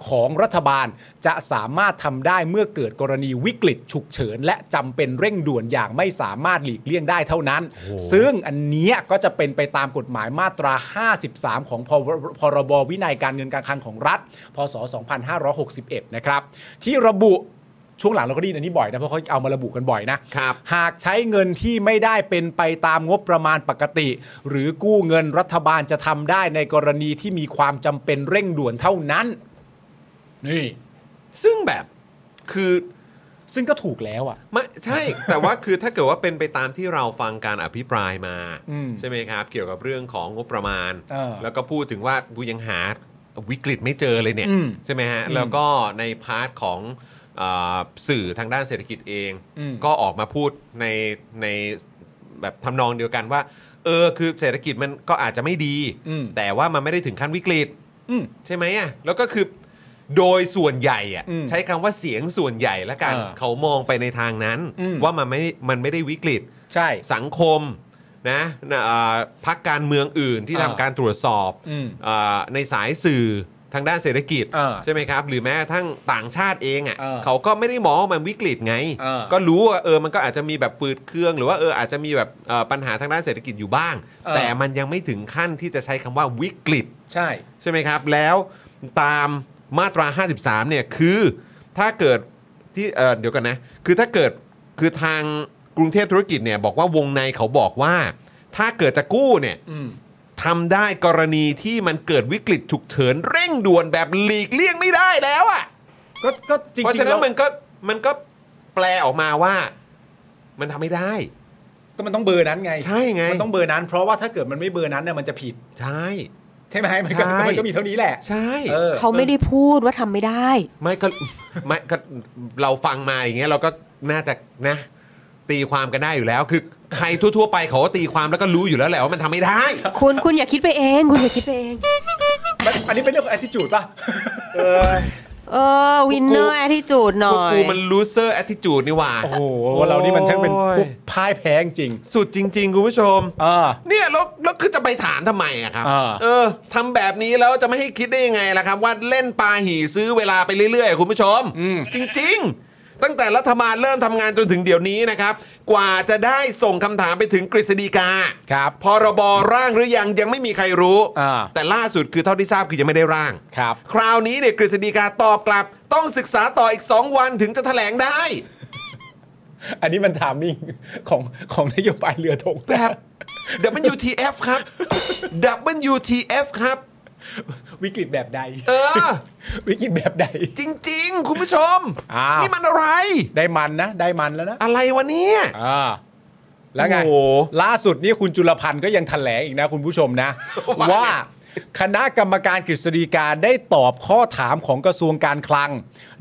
[SPEAKER 2] ของรัฐบาลจะสามารถทำได้เมื่อเกิดกรณีวิกฤตฉุกเฉิน และจำเป็นเร่งด่วนอย่างไม่สามารถหลีกเลี่ยงได้เท่านั้น ซึ่งอันเนี้ยก็จะเป็นไปตามกฎหมายมาตรา 53 ของพรพรบวินัยการเงินการคลังของรัฐ พศ 2561 นะครับ ที่ระบุช่วงหลังเราก็ไดยินอันนี้บ่อยนะ เพราะเขาเอามาระบุกันบ่อยนะ
[SPEAKER 1] ครับ
[SPEAKER 2] หากใช้เงินที่ไม่ได้เป็นไปตามงบประมาณปกติ หรือกู้เงินรัฐบาลจะทำได้ในกรณีที่มีความจำเป็นเร่งด่วนเท่านั้น นี่
[SPEAKER 1] ซึ่งแบบคือ
[SPEAKER 2] ซึ่งก็ถูกแล้วอ่ะ
[SPEAKER 1] ไม่ใช่ แต่ว่าคือถ้าเกิดว่าเป็นไปตามที่เราฟังการอภิปรายมา
[SPEAKER 2] อืม
[SPEAKER 1] ใช่ไหมครับ เกี่ยวกับเรื่องของงบประมาณ
[SPEAKER 2] เออ
[SPEAKER 1] แล้วก็พูดถึงว่ากูยังหาวิกฤตไม่เจอเลยเนี่ย
[SPEAKER 2] อืม
[SPEAKER 1] ใช่ไหมฮะ
[SPEAKER 2] อืม
[SPEAKER 1] แล้วก็ในพาร์ทของเอ่อสื่อทางด้านเศรษฐกิจเอง
[SPEAKER 2] อืม
[SPEAKER 1] ก็ออกมาพูดในในแบบทำนองเดียวกันว่า เออคือเศรษฐกิจมันก็อาจจะไม่ดี
[SPEAKER 2] อืม
[SPEAKER 1] แต่ว่ามันไม่ได้ถึงขั้นวิกฤต
[SPEAKER 2] อืม
[SPEAKER 1] ใช่ไหมอ่ะแล้วก็คือโดยส่วนใหญ่อ่ะ
[SPEAKER 2] อืม
[SPEAKER 1] ใช้คำว่าเสียงส่วนใหญ่ละกัน
[SPEAKER 2] เออ
[SPEAKER 1] เขามองไปในทางนั้น
[SPEAKER 2] อืม
[SPEAKER 1] ว่ามันไม่มันไม่ได้วิกฤต
[SPEAKER 2] ใช่
[SPEAKER 1] สังคมนะนะเอ่อพักการเมืองอื่นที่
[SPEAKER 2] เออ
[SPEAKER 1] ทำการตรวจสอบ
[SPEAKER 2] อืม
[SPEAKER 1] เอ่อในสายสื่อทางด้านเศรษฐกิจ
[SPEAKER 2] เออ
[SPEAKER 1] ใช่ไหมครับ หรือแม้กระทั่งต่างชาติเองอ่ะ
[SPEAKER 2] เออ
[SPEAKER 1] เขาก็ไม่ได้มองว่ามันวิกฤตไง
[SPEAKER 2] เออ
[SPEAKER 1] ก็รู้ว่าเออมันก็อาจจะมีแบบปืดเครื่อง หรือว่าเอออาจจะมีแบบเอ่อปัญหาทางด้านเศรษฐกิจอยู่บ้าง
[SPEAKER 2] เออ
[SPEAKER 1] แต่มันยังไม่ถึงขั้นที่จะใช้คำว่าวิกฤต
[SPEAKER 2] ใช่
[SPEAKER 1] ใช่ไหมครับ แล้วตามมาตรา 53 เนี่ยคือถ้าเกิดที่เอ่อเดี๋ยวกันนะ คือถ้าเกิดคือทางกรุงเทพธุรกิจเนี่ยบอกว่าวงในเขาบอกว่า ถ้าเกิดจะกู้เนี่ย
[SPEAKER 2] อืม
[SPEAKER 1] ทำได้กรณีที่มันเกิดวิกฤตฉุกเฉินเร่งด่วนแบบหลีกเลี่ยงไม่ได้แล้วอ่ะ
[SPEAKER 2] ก็ก็จริง
[SPEAKER 1] เพราะ
[SPEAKER 2] ๆ
[SPEAKER 1] ฉะนั้
[SPEAKER 2] แล้
[SPEAKER 1] น
[SPEAKER 2] ว
[SPEAKER 1] มันก็มันก็แปลออกมาว่า มันทำไม่ได้
[SPEAKER 2] ก็มันต้องเบอร์นั้นไง
[SPEAKER 1] ใช่ไง
[SPEAKER 2] มันต้องเบอร์นั้น เพราะว่าถ้าเกิดมันไม่เบอร์นั้นเนี่ยมันจะผิด
[SPEAKER 1] ใช่
[SPEAKER 2] ใช่ไหมมันก็
[SPEAKER 1] ใช่
[SPEAKER 2] มันก็มีเท่านี้แหละ
[SPEAKER 1] ใช่
[SPEAKER 2] ออ
[SPEAKER 3] เขาไม่ได้พูดว่าทำไม่ได้
[SPEAKER 1] ไม่ก็ ไม่ก็เราฟังมาอย่างเงี้ยเราก็น่าจะนะ ตีความกันได้อยู่แล้ว คือใครทั่ว ๆ ไปเขาก็ตีความแล้วก็รู้อยู่แล้วแหละว่ามันทำไม่ได้
[SPEAKER 3] คุณคุณอย่าคิดไปเอง คุณอย่าคิดไปเอง
[SPEAKER 2] มันอันนี้เป็นเรื่องของ attitude ป่ะ
[SPEAKER 3] เออวินเนอร์แอทิจูดห
[SPEAKER 1] พ
[SPEAKER 3] น่
[SPEAKER 1] วก
[SPEAKER 3] อย
[SPEAKER 1] กูมัน loser attitude นี่หว่า
[SPEAKER 2] โอ้โหเรานี่มันช่างเป็นพวกพ่ายแพ้จริง
[SPEAKER 1] สุดจริง ๆ คุณผู้ชม
[SPEAKER 2] เออ
[SPEAKER 1] เนี่ยแล้วแล้วคือจะไปถามทำไมอะครับ
[SPEAKER 2] อ่า
[SPEAKER 1] เออทำแบบนี้แล้วจะไม่ให้คิดได้ยังไงล่ะครับ ว่าเล่นปลาหี่ซื้อเวลาไปเรื่อยๆอะคุณผู้ชม จริง ๆ ตั้งแต่รัฐบาลเริ่มทำงานจนถึงเดี๋ยวนี้นะครับ กว่าจะได้ส่งคำถามไปถึงกฤษฎีกา
[SPEAKER 2] ครับ
[SPEAKER 1] พรบร่างหรือยังยังไม่มีใครรู้
[SPEAKER 2] อ่า
[SPEAKER 1] แต่ล่าสุดคือเท่าที่ทราบคือยังไม่ได้ร่าง
[SPEAKER 2] ครับ
[SPEAKER 1] คราวนี้เนี่ยกฤษฎีกาตอบกลับ ต้องศึกษาต่ออีก 2 วันถึงจะแถลงได้
[SPEAKER 2] อันนี้มันถามมิ่งของของนโยบายเรือธง
[SPEAKER 1] แบบ WTF ครับ WTF ครับ
[SPEAKER 2] วิกฤตแบบใด
[SPEAKER 1] เออ
[SPEAKER 2] วิกฤตแบบใด
[SPEAKER 1] จริง ๆ คุณผู้ชม
[SPEAKER 2] อ้าว
[SPEAKER 1] นี่มันอะไร
[SPEAKER 2] ได้มันนะ ได้มันแล้วนะ
[SPEAKER 1] อะไรวะเนี่ย
[SPEAKER 2] อ่าแล้วไง
[SPEAKER 1] โอ้โห
[SPEAKER 2] ล่าสุดนี่คุณจุลพันธ์ก็ยังแถลงอีกนะคุณผู้ชม นะ ว่าคณะกรรมการกฤษฎีกาได้ตอบข้อถามของกระทรวงการคลัง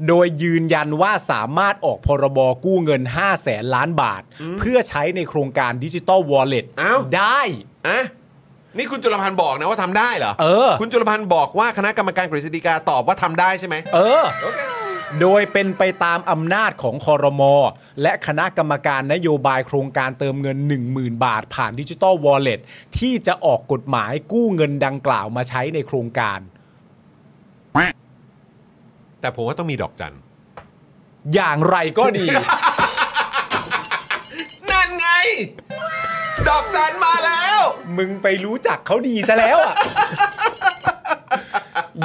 [SPEAKER 2] โดยยืนยันว่าสามารถออกพรบกู้เงิน 5 0 0แสนล้านบาท เพื่อใช้ในโครงการดิจิ t a ลวอลเล็ต
[SPEAKER 1] อ้าว
[SPEAKER 2] ได้
[SPEAKER 1] อะนี่คุณจุลพันธ์บอกนะว่าทำได้เหรอ
[SPEAKER 2] เออ
[SPEAKER 1] คุณจุลพันธ์บอกว่าคณะกรรมการกฤษฎีกาตอบว่าทำได้ใช่ไหม
[SPEAKER 2] เออ
[SPEAKER 1] โอเค
[SPEAKER 2] โดยเป็นไปตามอำนาจของคอรมอและคณะกรรมการนโยบายโครงการเติมเงิน 10,000 บาท ผ่านดิจิตอลวอลเล็ตที่จะออกกฎหมายกู้เงินดังกล่าวมาใช้ในโครงการ
[SPEAKER 1] แต่ผมว่าต้องมีดอกจัน
[SPEAKER 2] อย่างไรก็ดี
[SPEAKER 1] นั่นไง ดอกจันมาแล้ว
[SPEAKER 2] มึงไปรู้จักเขาดีซะแล้วอ่ะ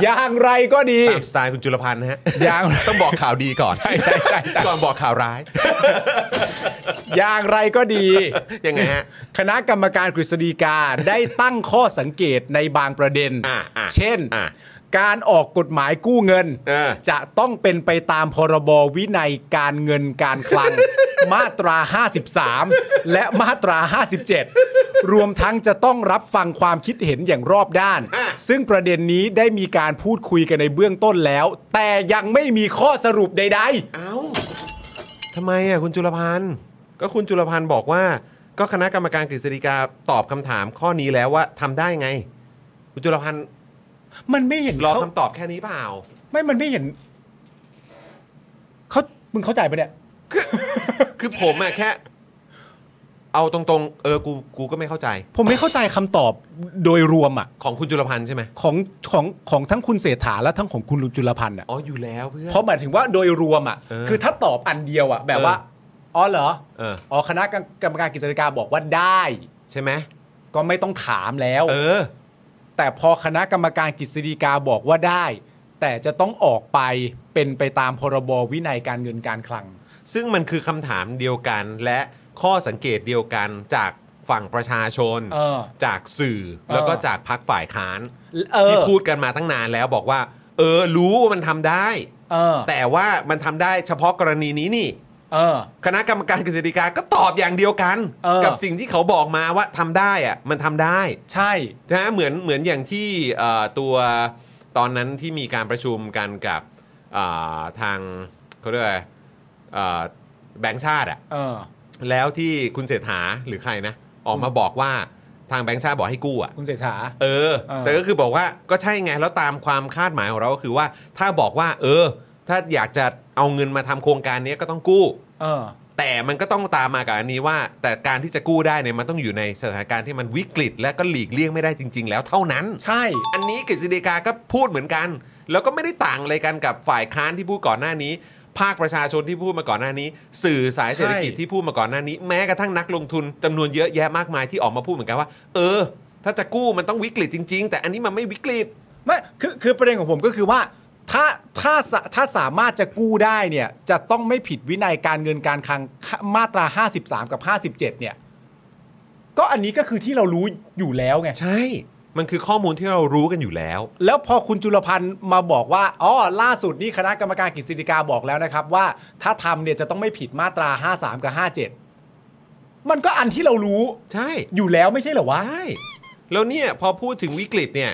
[SPEAKER 2] อย่างไรก็ดี
[SPEAKER 1] ตามสไตล์คุณจุลพันธ์นะฮะ
[SPEAKER 2] ยัง
[SPEAKER 1] ต้องบอกข่าวดีก่อน
[SPEAKER 2] ใช่ใช่ใช่ใช่
[SPEAKER 1] ก่อนบอกข่าวร้าย
[SPEAKER 2] อย่างไรก็ดี
[SPEAKER 1] ยังไงฮะ
[SPEAKER 2] คณะกรรมการกฤษฎีกา ได้ตั้งข้อสังเกตในบางประเด็น
[SPEAKER 1] อ่าอ่า
[SPEAKER 2] เช่น
[SPEAKER 1] อ่า
[SPEAKER 2] การออกกฎหมายกู้เงิน
[SPEAKER 1] เออ
[SPEAKER 2] จะต้องเป็นไปตามพรบวินัยการเงินการคลั ง มาตรา 53 และมาตรา 57 รวมทั้งจะต้องรับฟังความคิดเห็นอย่างรอบด้าน ซึ่งประเด็นนี้ได้มีการพูดคุยกันในเบื้องต้นแล้ว แต่ยังไม่มีข้อสรุปใด
[SPEAKER 1] เอ้าทำไมอ่ะคุณจุลพันธ์ ก็คุณจุลพันธ์บอกว่า ก็คณะกรรมการกฤษฎีกาตอบคำถามข้อนี้แล้วว่าทำได้ไง คุณจุลพันธ์
[SPEAKER 2] ๆ มันไม่เห็น
[SPEAKER 1] รอ
[SPEAKER 2] เขา
[SPEAKER 1] คำตอบแค่นี้เปล่า
[SPEAKER 2] ไม่ มันไม่เห็นเขามึงเข้าใจปะเนี่ย
[SPEAKER 1] คือผมอ่ะแค่ เอาตรงๆ เออกูกูก็ไม่เข้าใจ
[SPEAKER 2] ผมไม่เข้าใจคำตอบโดยรวมอ่ะ
[SPEAKER 1] ของคุณจุลพันธ์ใช่ไหม
[SPEAKER 2] ของของของทั้งคุณเศรษฐาและทั้งของคุณลุงจุลพันธ์อ่ะ
[SPEAKER 1] อ๋ออยู่แล้วเพื่อน
[SPEAKER 2] เพราะหมายถึงว่าโดยรวมอ่ะ
[SPEAKER 1] เออ
[SPEAKER 2] คือถ้าตอบอันเดียวอ่ะ แบบว่า
[SPEAKER 1] เออ
[SPEAKER 2] อ๋อเหรอ
[SPEAKER 1] เออ
[SPEAKER 2] อ๋อคณะกรรมการกิจการบอกว่าได้
[SPEAKER 1] ใช่ไหม
[SPEAKER 2] ก็ไม่ต้องถามแล้ว
[SPEAKER 1] เออ
[SPEAKER 2] แต่พอคณะกรรมการกฤษฎีกาบอกว่าได้ แต่จะต้องออกไปเป็นไปตามพรบวินัยการเงินการคลัง
[SPEAKER 1] ซึ่งมันคือคำถามเดียวกันและข้อสังเกตเดียวกันจากฝั่งประชาชน
[SPEAKER 2] เออ
[SPEAKER 1] จากสื่อแล้วก็จากพักฝ่ายค้าน
[SPEAKER 2] เออ
[SPEAKER 1] ที่พูดกันมาตั้งนานแล้วบอกว่า เออ รู้ว่ามันทำได้
[SPEAKER 2] เออ
[SPEAKER 1] แต่ว่ามันทำได้เฉพาะกรณีนี้นี่
[SPEAKER 2] เออ
[SPEAKER 1] คณะกรรมการกฤษฎีกาก็ตอบอย่างเดียวกัน
[SPEAKER 2] เออ
[SPEAKER 1] กับสิ่งที่เขาบอกมาว่าทำได้อะมันทำได้
[SPEAKER 2] ใช่
[SPEAKER 1] นะเหมือนเหมือนอย่างที่เอ่อตัวตอนนั้นที่มีการประชุมกันกับเอ่อทางเขาเรียกว่าเอ่อแบงค์ชาติอะ
[SPEAKER 2] เออ
[SPEAKER 1] แล้วที่คุณเศรษฐาหรือใครนะ ออกมาบอกว่าทางแบงค์ชาติบอกให้กู้อ่ะ
[SPEAKER 2] คุณเศรษฐา
[SPEAKER 1] เออ
[SPEAKER 2] เออ
[SPEAKER 1] แต่ก็คือบอกว่าก็ใช่ไงแล้วตามความคาดหมายของเราก็คือว่า ถ้าบอกว่า เออ ถ้าอยากจะเอาเงินมาทำโครงการนี้ก็ต้องกู้
[SPEAKER 2] เออ
[SPEAKER 1] แต่มันก็ต้องตามมากับอันนี้ว่า แต่การที่จะกู้ได้เนี่ยมันต้องอยู่ในสถานการณ์ที่มันวิกฤต และก็หลีกเลี่ยงไม่ได้จริง ๆ แล้วเท่านั้น
[SPEAKER 2] ใช่
[SPEAKER 1] อันนี้กฤษฎีกาก็พูดเหมือนกัน แล้วก็ไม่ได้ต่างอะไรกันกับฝ่ายค้านที่พูดก่อนหน้านี้ ภาคประชาชนที่พูดมาก่อนหน้านี้ สื่อสายเศรษฐกิจ
[SPEAKER 2] ใช่
[SPEAKER 1] ที่พูดมาก่อนหน้านี้ แม้กระทั่งนักลงทุนจำนวนเยอะแยะมากมายที่ออกมาพูดเหมือนกันว่า เออ ถ้าจะกู้มันต้องวิกฤตจริง ๆ แต่อันนี้มันไม่วิกฤต
[SPEAKER 2] ไม่คือคือประเด็นของผมก็คือว่าถ้าถ้าสะถ้าสามารถจะกู้ได้เนี่ยจะต้องไม่ผิดวินัยการเงินการคลังมาตรา 53 กับ 57 เนี่ย ก็อันนี้ก็คือที่เรารู้อยู่แล้วไง
[SPEAKER 1] ใช่ มันคือข้อมูลที่เรารู้กันอยู่แล้ว
[SPEAKER 2] แล้วพอคุณจุลพันธ์มาบอกว่าอ๋อล่าสุดนี่คณะกรรมการกฤษฎีกาบอกแล้วนะครับ ว่าถ้าทำเนี่ยจะต้องไม่ผิดมาตรา 53 กับ 57 มันก็อันที่เรารู้
[SPEAKER 1] ใช่
[SPEAKER 2] อยู่แล้วไม่ใช่เหรอวะ
[SPEAKER 1] ใช่แล้วเนี่ยพอพูดถึงวิกฤตเนี่ย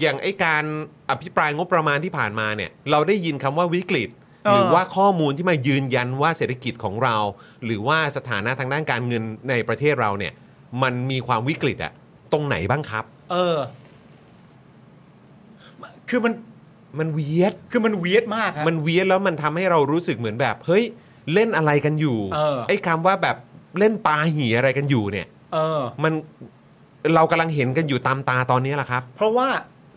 [SPEAKER 1] อย่างไอการอภิปรายงบประมาณที่ผ่านมาเนี่ยเราได้ยินคำว่าวิกฤต
[SPEAKER 2] เออ
[SPEAKER 1] หรือว่าข้อมูลที่มายืนยันว่าเศรษฐกิจของเรา หรือว่าสถานะทางด้านการเงินในประเทศเราเนี่ยมันมีความวิกฤตอะตรงไหนบ้างครับ
[SPEAKER 2] เออ คือมัน
[SPEAKER 1] มันเวียด
[SPEAKER 2] คือมันเวียดมากอะ
[SPEAKER 1] มันเวียนแล้วมันทำให้เรารู้สึกเหมือนแบบ เฮ้ย เล่นอะไรกันอยู่
[SPEAKER 2] เออ
[SPEAKER 1] ไอ้คำว่าแบบเล่นปลาหีอะไรกันอยู่เนี่ย
[SPEAKER 2] เออ
[SPEAKER 1] มันเรากำลังเห็นกันอยู่ตามตาตอนนี้แหละครับ
[SPEAKER 2] เพราะว่า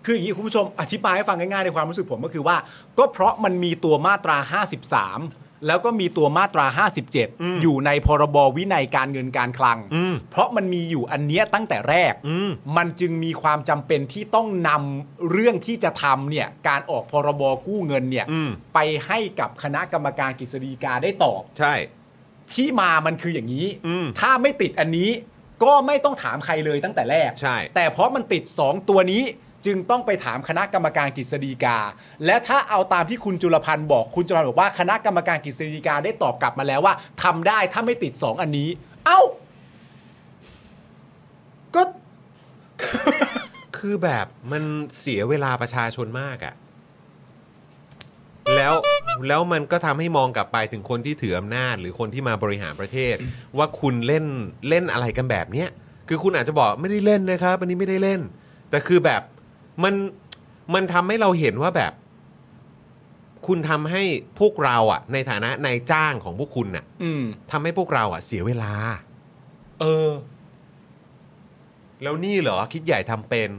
[SPEAKER 2] คืออย่างนี้คุณผู้ชมอธิบายให้ฟังง่ายๆในความรู้สึกผมก็คือว่า ก็เพราะมันมีตัวมาตรา 53 แล้วก็มีตัวมาตรา 57 อยู่ในพรบวินัยการเงินการคลัง
[SPEAKER 1] อืม
[SPEAKER 2] เพราะมันมีอยู่อันเนี้ยตั้งแต่แรก
[SPEAKER 1] อืม
[SPEAKER 2] มันจึงมีความจำเป็นที่ต้องนำเรื่องที่จะทำเนี่ยการออกพรบกู้เงินเนี่ย
[SPEAKER 1] อืม
[SPEAKER 2] ไปให้กับคณะกรรมการกฤษฎีกาได้ตอบ
[SPEAKER 1] ใช่
[SPEAKER 2] ที่มามันคืออย่างนี้
[SPEAKER 1] อืม
[SPEAKER 2] ถ้าไม่ติดอันนี้ก็ไม่ต้องถามใครเลยตั้งแต่แรก
[SPEAKER 1] ใช่
[SPEAKER 2] แต่เพราะมันติด 2 ตัวนี้จึงต้องไปถามคณะกรรมการกฤษฎีกา และถ้าเอาตามที่คุณจุลพันธ์บอกคุณจุลพันธ์บอกว่าคณะกรรมการกฤษฎีกาได้ตอบกลับมาแล้วว่าทำได้ถ้าไม่ติด 2 อันนี้ เอ้า ก็
[SPEAKER 1] คือแบบมันเสียเวลาประชาชนมากอะแล้วแล้วมันก็ทำให้มองกลับไปถึงคนที่ถืออำนาจ หรือคนที่มาบริหารประเทศ ว่าคุณเล่นเล่นอะไรกันแบบเนี้ยคือคุณอาจจะบอกไม่ได้เล่นนะครับอันนี้ไม่ได้เล่น แต่คือแบบมันมันทำให้เราเห็นว่าแบบ คุณทำให้พวกเราอะในฐานะนายจ้างของพวกคุณน่ะ
[SPEAKER 2] อืม
[SPEAKER 1] ทำให้พวกเราอะเสียเวลา
[SPEAKER 2] เออ
[SPEAKER 1] แล้วนี่เหรอคิดใหญ่ทำ เป็น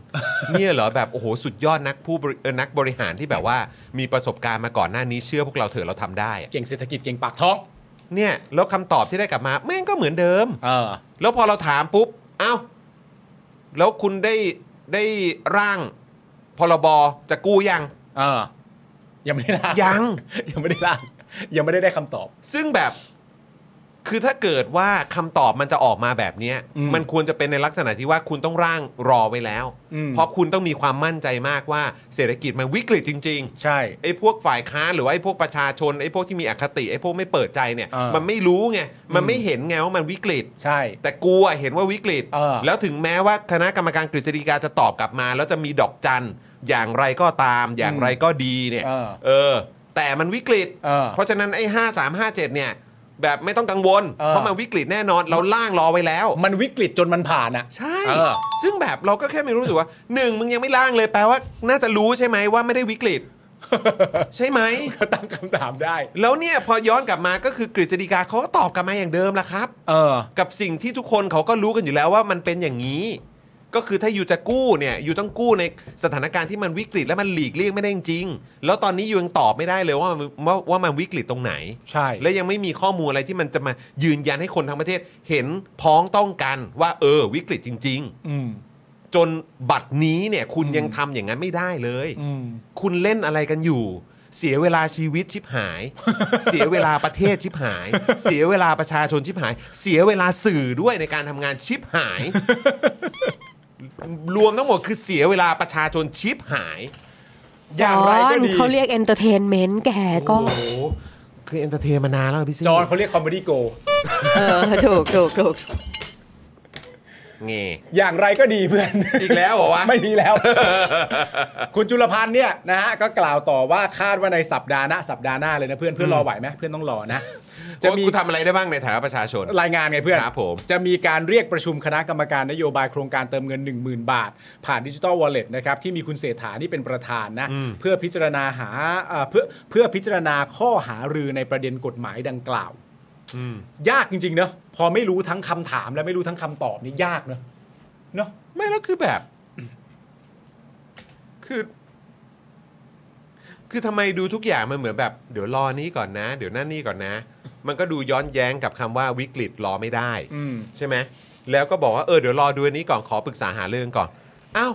[SPEAKER 1] เนี่ยเหรอแบบโอ้โหสุดยอดนักผู้บริเอ่อนักบริหารที่แบบว่ามีประสบการณ์มาก่อนหน้านี้เชื่อพวกเราเถอะเราทำได้อะ
[SPEAKER 2] เก่งเศรษฐกิจเก่งปากท้อง
[SPEAKER 1] เนี่ยแล้วคำตอบที่ได้กลับมาแม่งก็เหมือนเดิม
[SPEAKER 2] เออ
[SPEAKER 1] แล้วพอเราถามปุ๊บเอ้าแล้วคุณได้ได้ร่างพรบจะกู้ยัง
[SPEAKER 2] เออ ยังไม่ได้ล่าง
[SPEAKER 1] ยัง
[SPEAKER 2] ยังไม่ได้ล่างยังไม่ได้ได้คำตอบ
[SPEAKER 1] ซึ่งแบบคือถ้าเกิดว่าคำตอบมันจะออกมาแบบเนี้ย
[SPEAKER 2] อืม
[SPEAKER 1] มันควรจะเป็นในลักษณะที่ว่าคุณต้องร่างรอไว้แล้ว
[SPEAKER 2] อืม
[SPEAKER 1] เพราะคุณต้องมีความมั่นใจมากว่าเศรษฐกิจมันวิกฤตจริง ๆ
[SPEAKER 2] ใช่
[SPEAKER 1] ไอ้พวกฝ่ายค้านหรือว่าไอ้พวกประชาชนไอ้พวกที่มีอคติไอ้พวกไม่เปิดใจเนี่ย
[SPEAKER 2] เออ
[SPEAKER 1] มันไม่รู้ไงมัน
[SPEAKER 2] อืม
[SPEAKER 1] ไม่เห็นไงว่ามันวิกฤต
[SPEAKER 2] ใช่
[SPEAKER 1] แต่กูอะเห็นว่าวิกฤต
[SPEAKER 2] เออ
[SPEAKER 1] แล้วถึงแม้ว่าคณะกรรมการกฤษฎีกาจะตอบกลับมา แล้วจะมีดอกจันอย่างไรก็ตาม อย่างไรก็ดีเนี่ย
[SPEAKER 2] เออ
[SPEAKER 1] เออ แต่มันวิกฤต
[SPEAKER 2] เออ
[SPEAKER 1] เพราะฉะนั้นไอ้ห้าสามห้าเจ็ดเนี่ย แบบไม่ต้องกังวล
[SPEAKER 2] เออ
[SPEAKER 1] เพราะมันวิกฤตแน่นอนเราล่างรอไว้แล้ว
[SPEAKER 2] มันวิกฤตจนมันผ่านอ่ะ
[SPEAKER 1] ใช่
[SPEAKER 2] เออ
[SPEAKER 1] ซึ่งแบบเราก็แค่มีรู้สึกว่าหนึ่งมึงยังไม่ล่างเลยแปลว่า น่าจะรู้ใช่ไหมว่าไม่ได้วิกฤต ใช่ไหม
[SPEAKER 2] ก็ตั้งคำถามได้
[SPEAKER 1] แล้วเนี่ยพอย้อนกลับมาก็คือกฤษฎีกาเขาก็ตอบกลับมาอย่างเดิมละครับ
[SPEAKER 2] เออ
[SPEAKER 1] กับสิ่งที่ทุกคนเขาก็รู้กันอยู่แล้วว่ามันเป็นอย่างนี้ ก็คือถ้าอยู่จะกู้เนี่ยอยู่ต้องกู้ในสถานการณ์ที่มันวิกฤตและมันหลีกเลี่ยงไม่ได้จริงๆแล้วตอนนี้อยู่ยังตอบไม่ได้เลยว่ามันว่าว่ามันวิกฤตตรงไหน
[SPEAKER 2] ใช่
[SPEAKER 1] และยังไม่มีข้อมูลอะไรที่มันจะมายืนยันให้คนทั้งประเทศ เห็นพ้องต้องกันว่าเออวิกฤตจริง
[SPEAKER 2] อืม
[SPEAKER 1] ๆ จนบัดนี้เนี่ยคุณยังทำอย่างนั้นไม่ได้เลย
[SPEAKER 2] อืม
[SPEAKER 1] คุณเล่นอะไรกันอยู่ เสียเวลาชีวิตชิบหาย เสียเวลาประเทศชิบหาย เสียเวลาประชาชนชิบหาย เสียเวลาสื่อด้วยในการทำงานชิบหาย รวมทั้งหมดคือเสียเวลาประชาชนชิบหาย
[SPEAKER 2] อย่างไรก็
[SPEAKER 3] จ
[SPEAKER 2] ดี
[SPEAKER 3] อนเขาเรียกเอนเตอร์เทนเมนต์แกก็
[SPEAKER 1] โอ้โหคือเอนเตอร์เทนมานานแล้วพี่ซี่
[SPEAKER 2] จอนเขาเรียกคอมเมดี้โก
[SPEAKER 3] เออถูกถูกถูก
[SPEAKER 1] เง
[SPEAKER 2] อย่างไรก็ดีเพื่อน
[SPEAKER 1] อีกแล้วเหรอวะ
[SPEAKER 2] ไม่มีแล้ว คุณจุลพันธ์เนี่ยนะฮะก็กล่าวต่อว่าคาดว่าในสัปดาห์หน้าสัปดาห์หน้าเลยนะเพื่อนเพื่อนรอไหวไหมเพื่อนต้องรอนะ
[SPEAKER 1] จะมีกูทำอะไรได้บ้างในฐานะประชาชน
[SPEAKER 2] รายงานไงเพื่อน
[SPEAKER 1] ครับผม
[SPEAKER 2] จะมีการเรียกประชุมคณะกรรมการนโยบายโครงการเติมเงิน 10,000 บาท ผ่านดิจิ t a ลวอลเล็ตนะครับ ที่มีคุณเศรษฐานี่เป็นประธานนะ เพื่อพิจารณาหาเอ่อเพื่อเพื่อพิจารณาข้อหารือในประเด็นกฎหมายดังกล่าว ยากจริง ๆ เนอะพอไม่รู้ทั้งคำถามและไม่รู้ทั้งคำตอบนี่ยากเนอะเนอะ
[SPEAKER 1] ไม่แล้วคือแบบ คือ คือทำไมดูทุกอย่างมันเหมือนแบบ เดี๋ยวรอนี้ก่อนนะ เดี๋ยวนั่นนี่ก่อนนะ มันก็ดูย้อนแย้งกับคำว่าวิกฤตรอไม่ได้
[SPEAKER 2] อืม
[SPEAKER 1] ใช่ไหมแล้วก็บอกว่าเออเดี๋ยวรอดูอันนี้ก่อนขอปรึกษาหาเรื่องก่อนอ้าว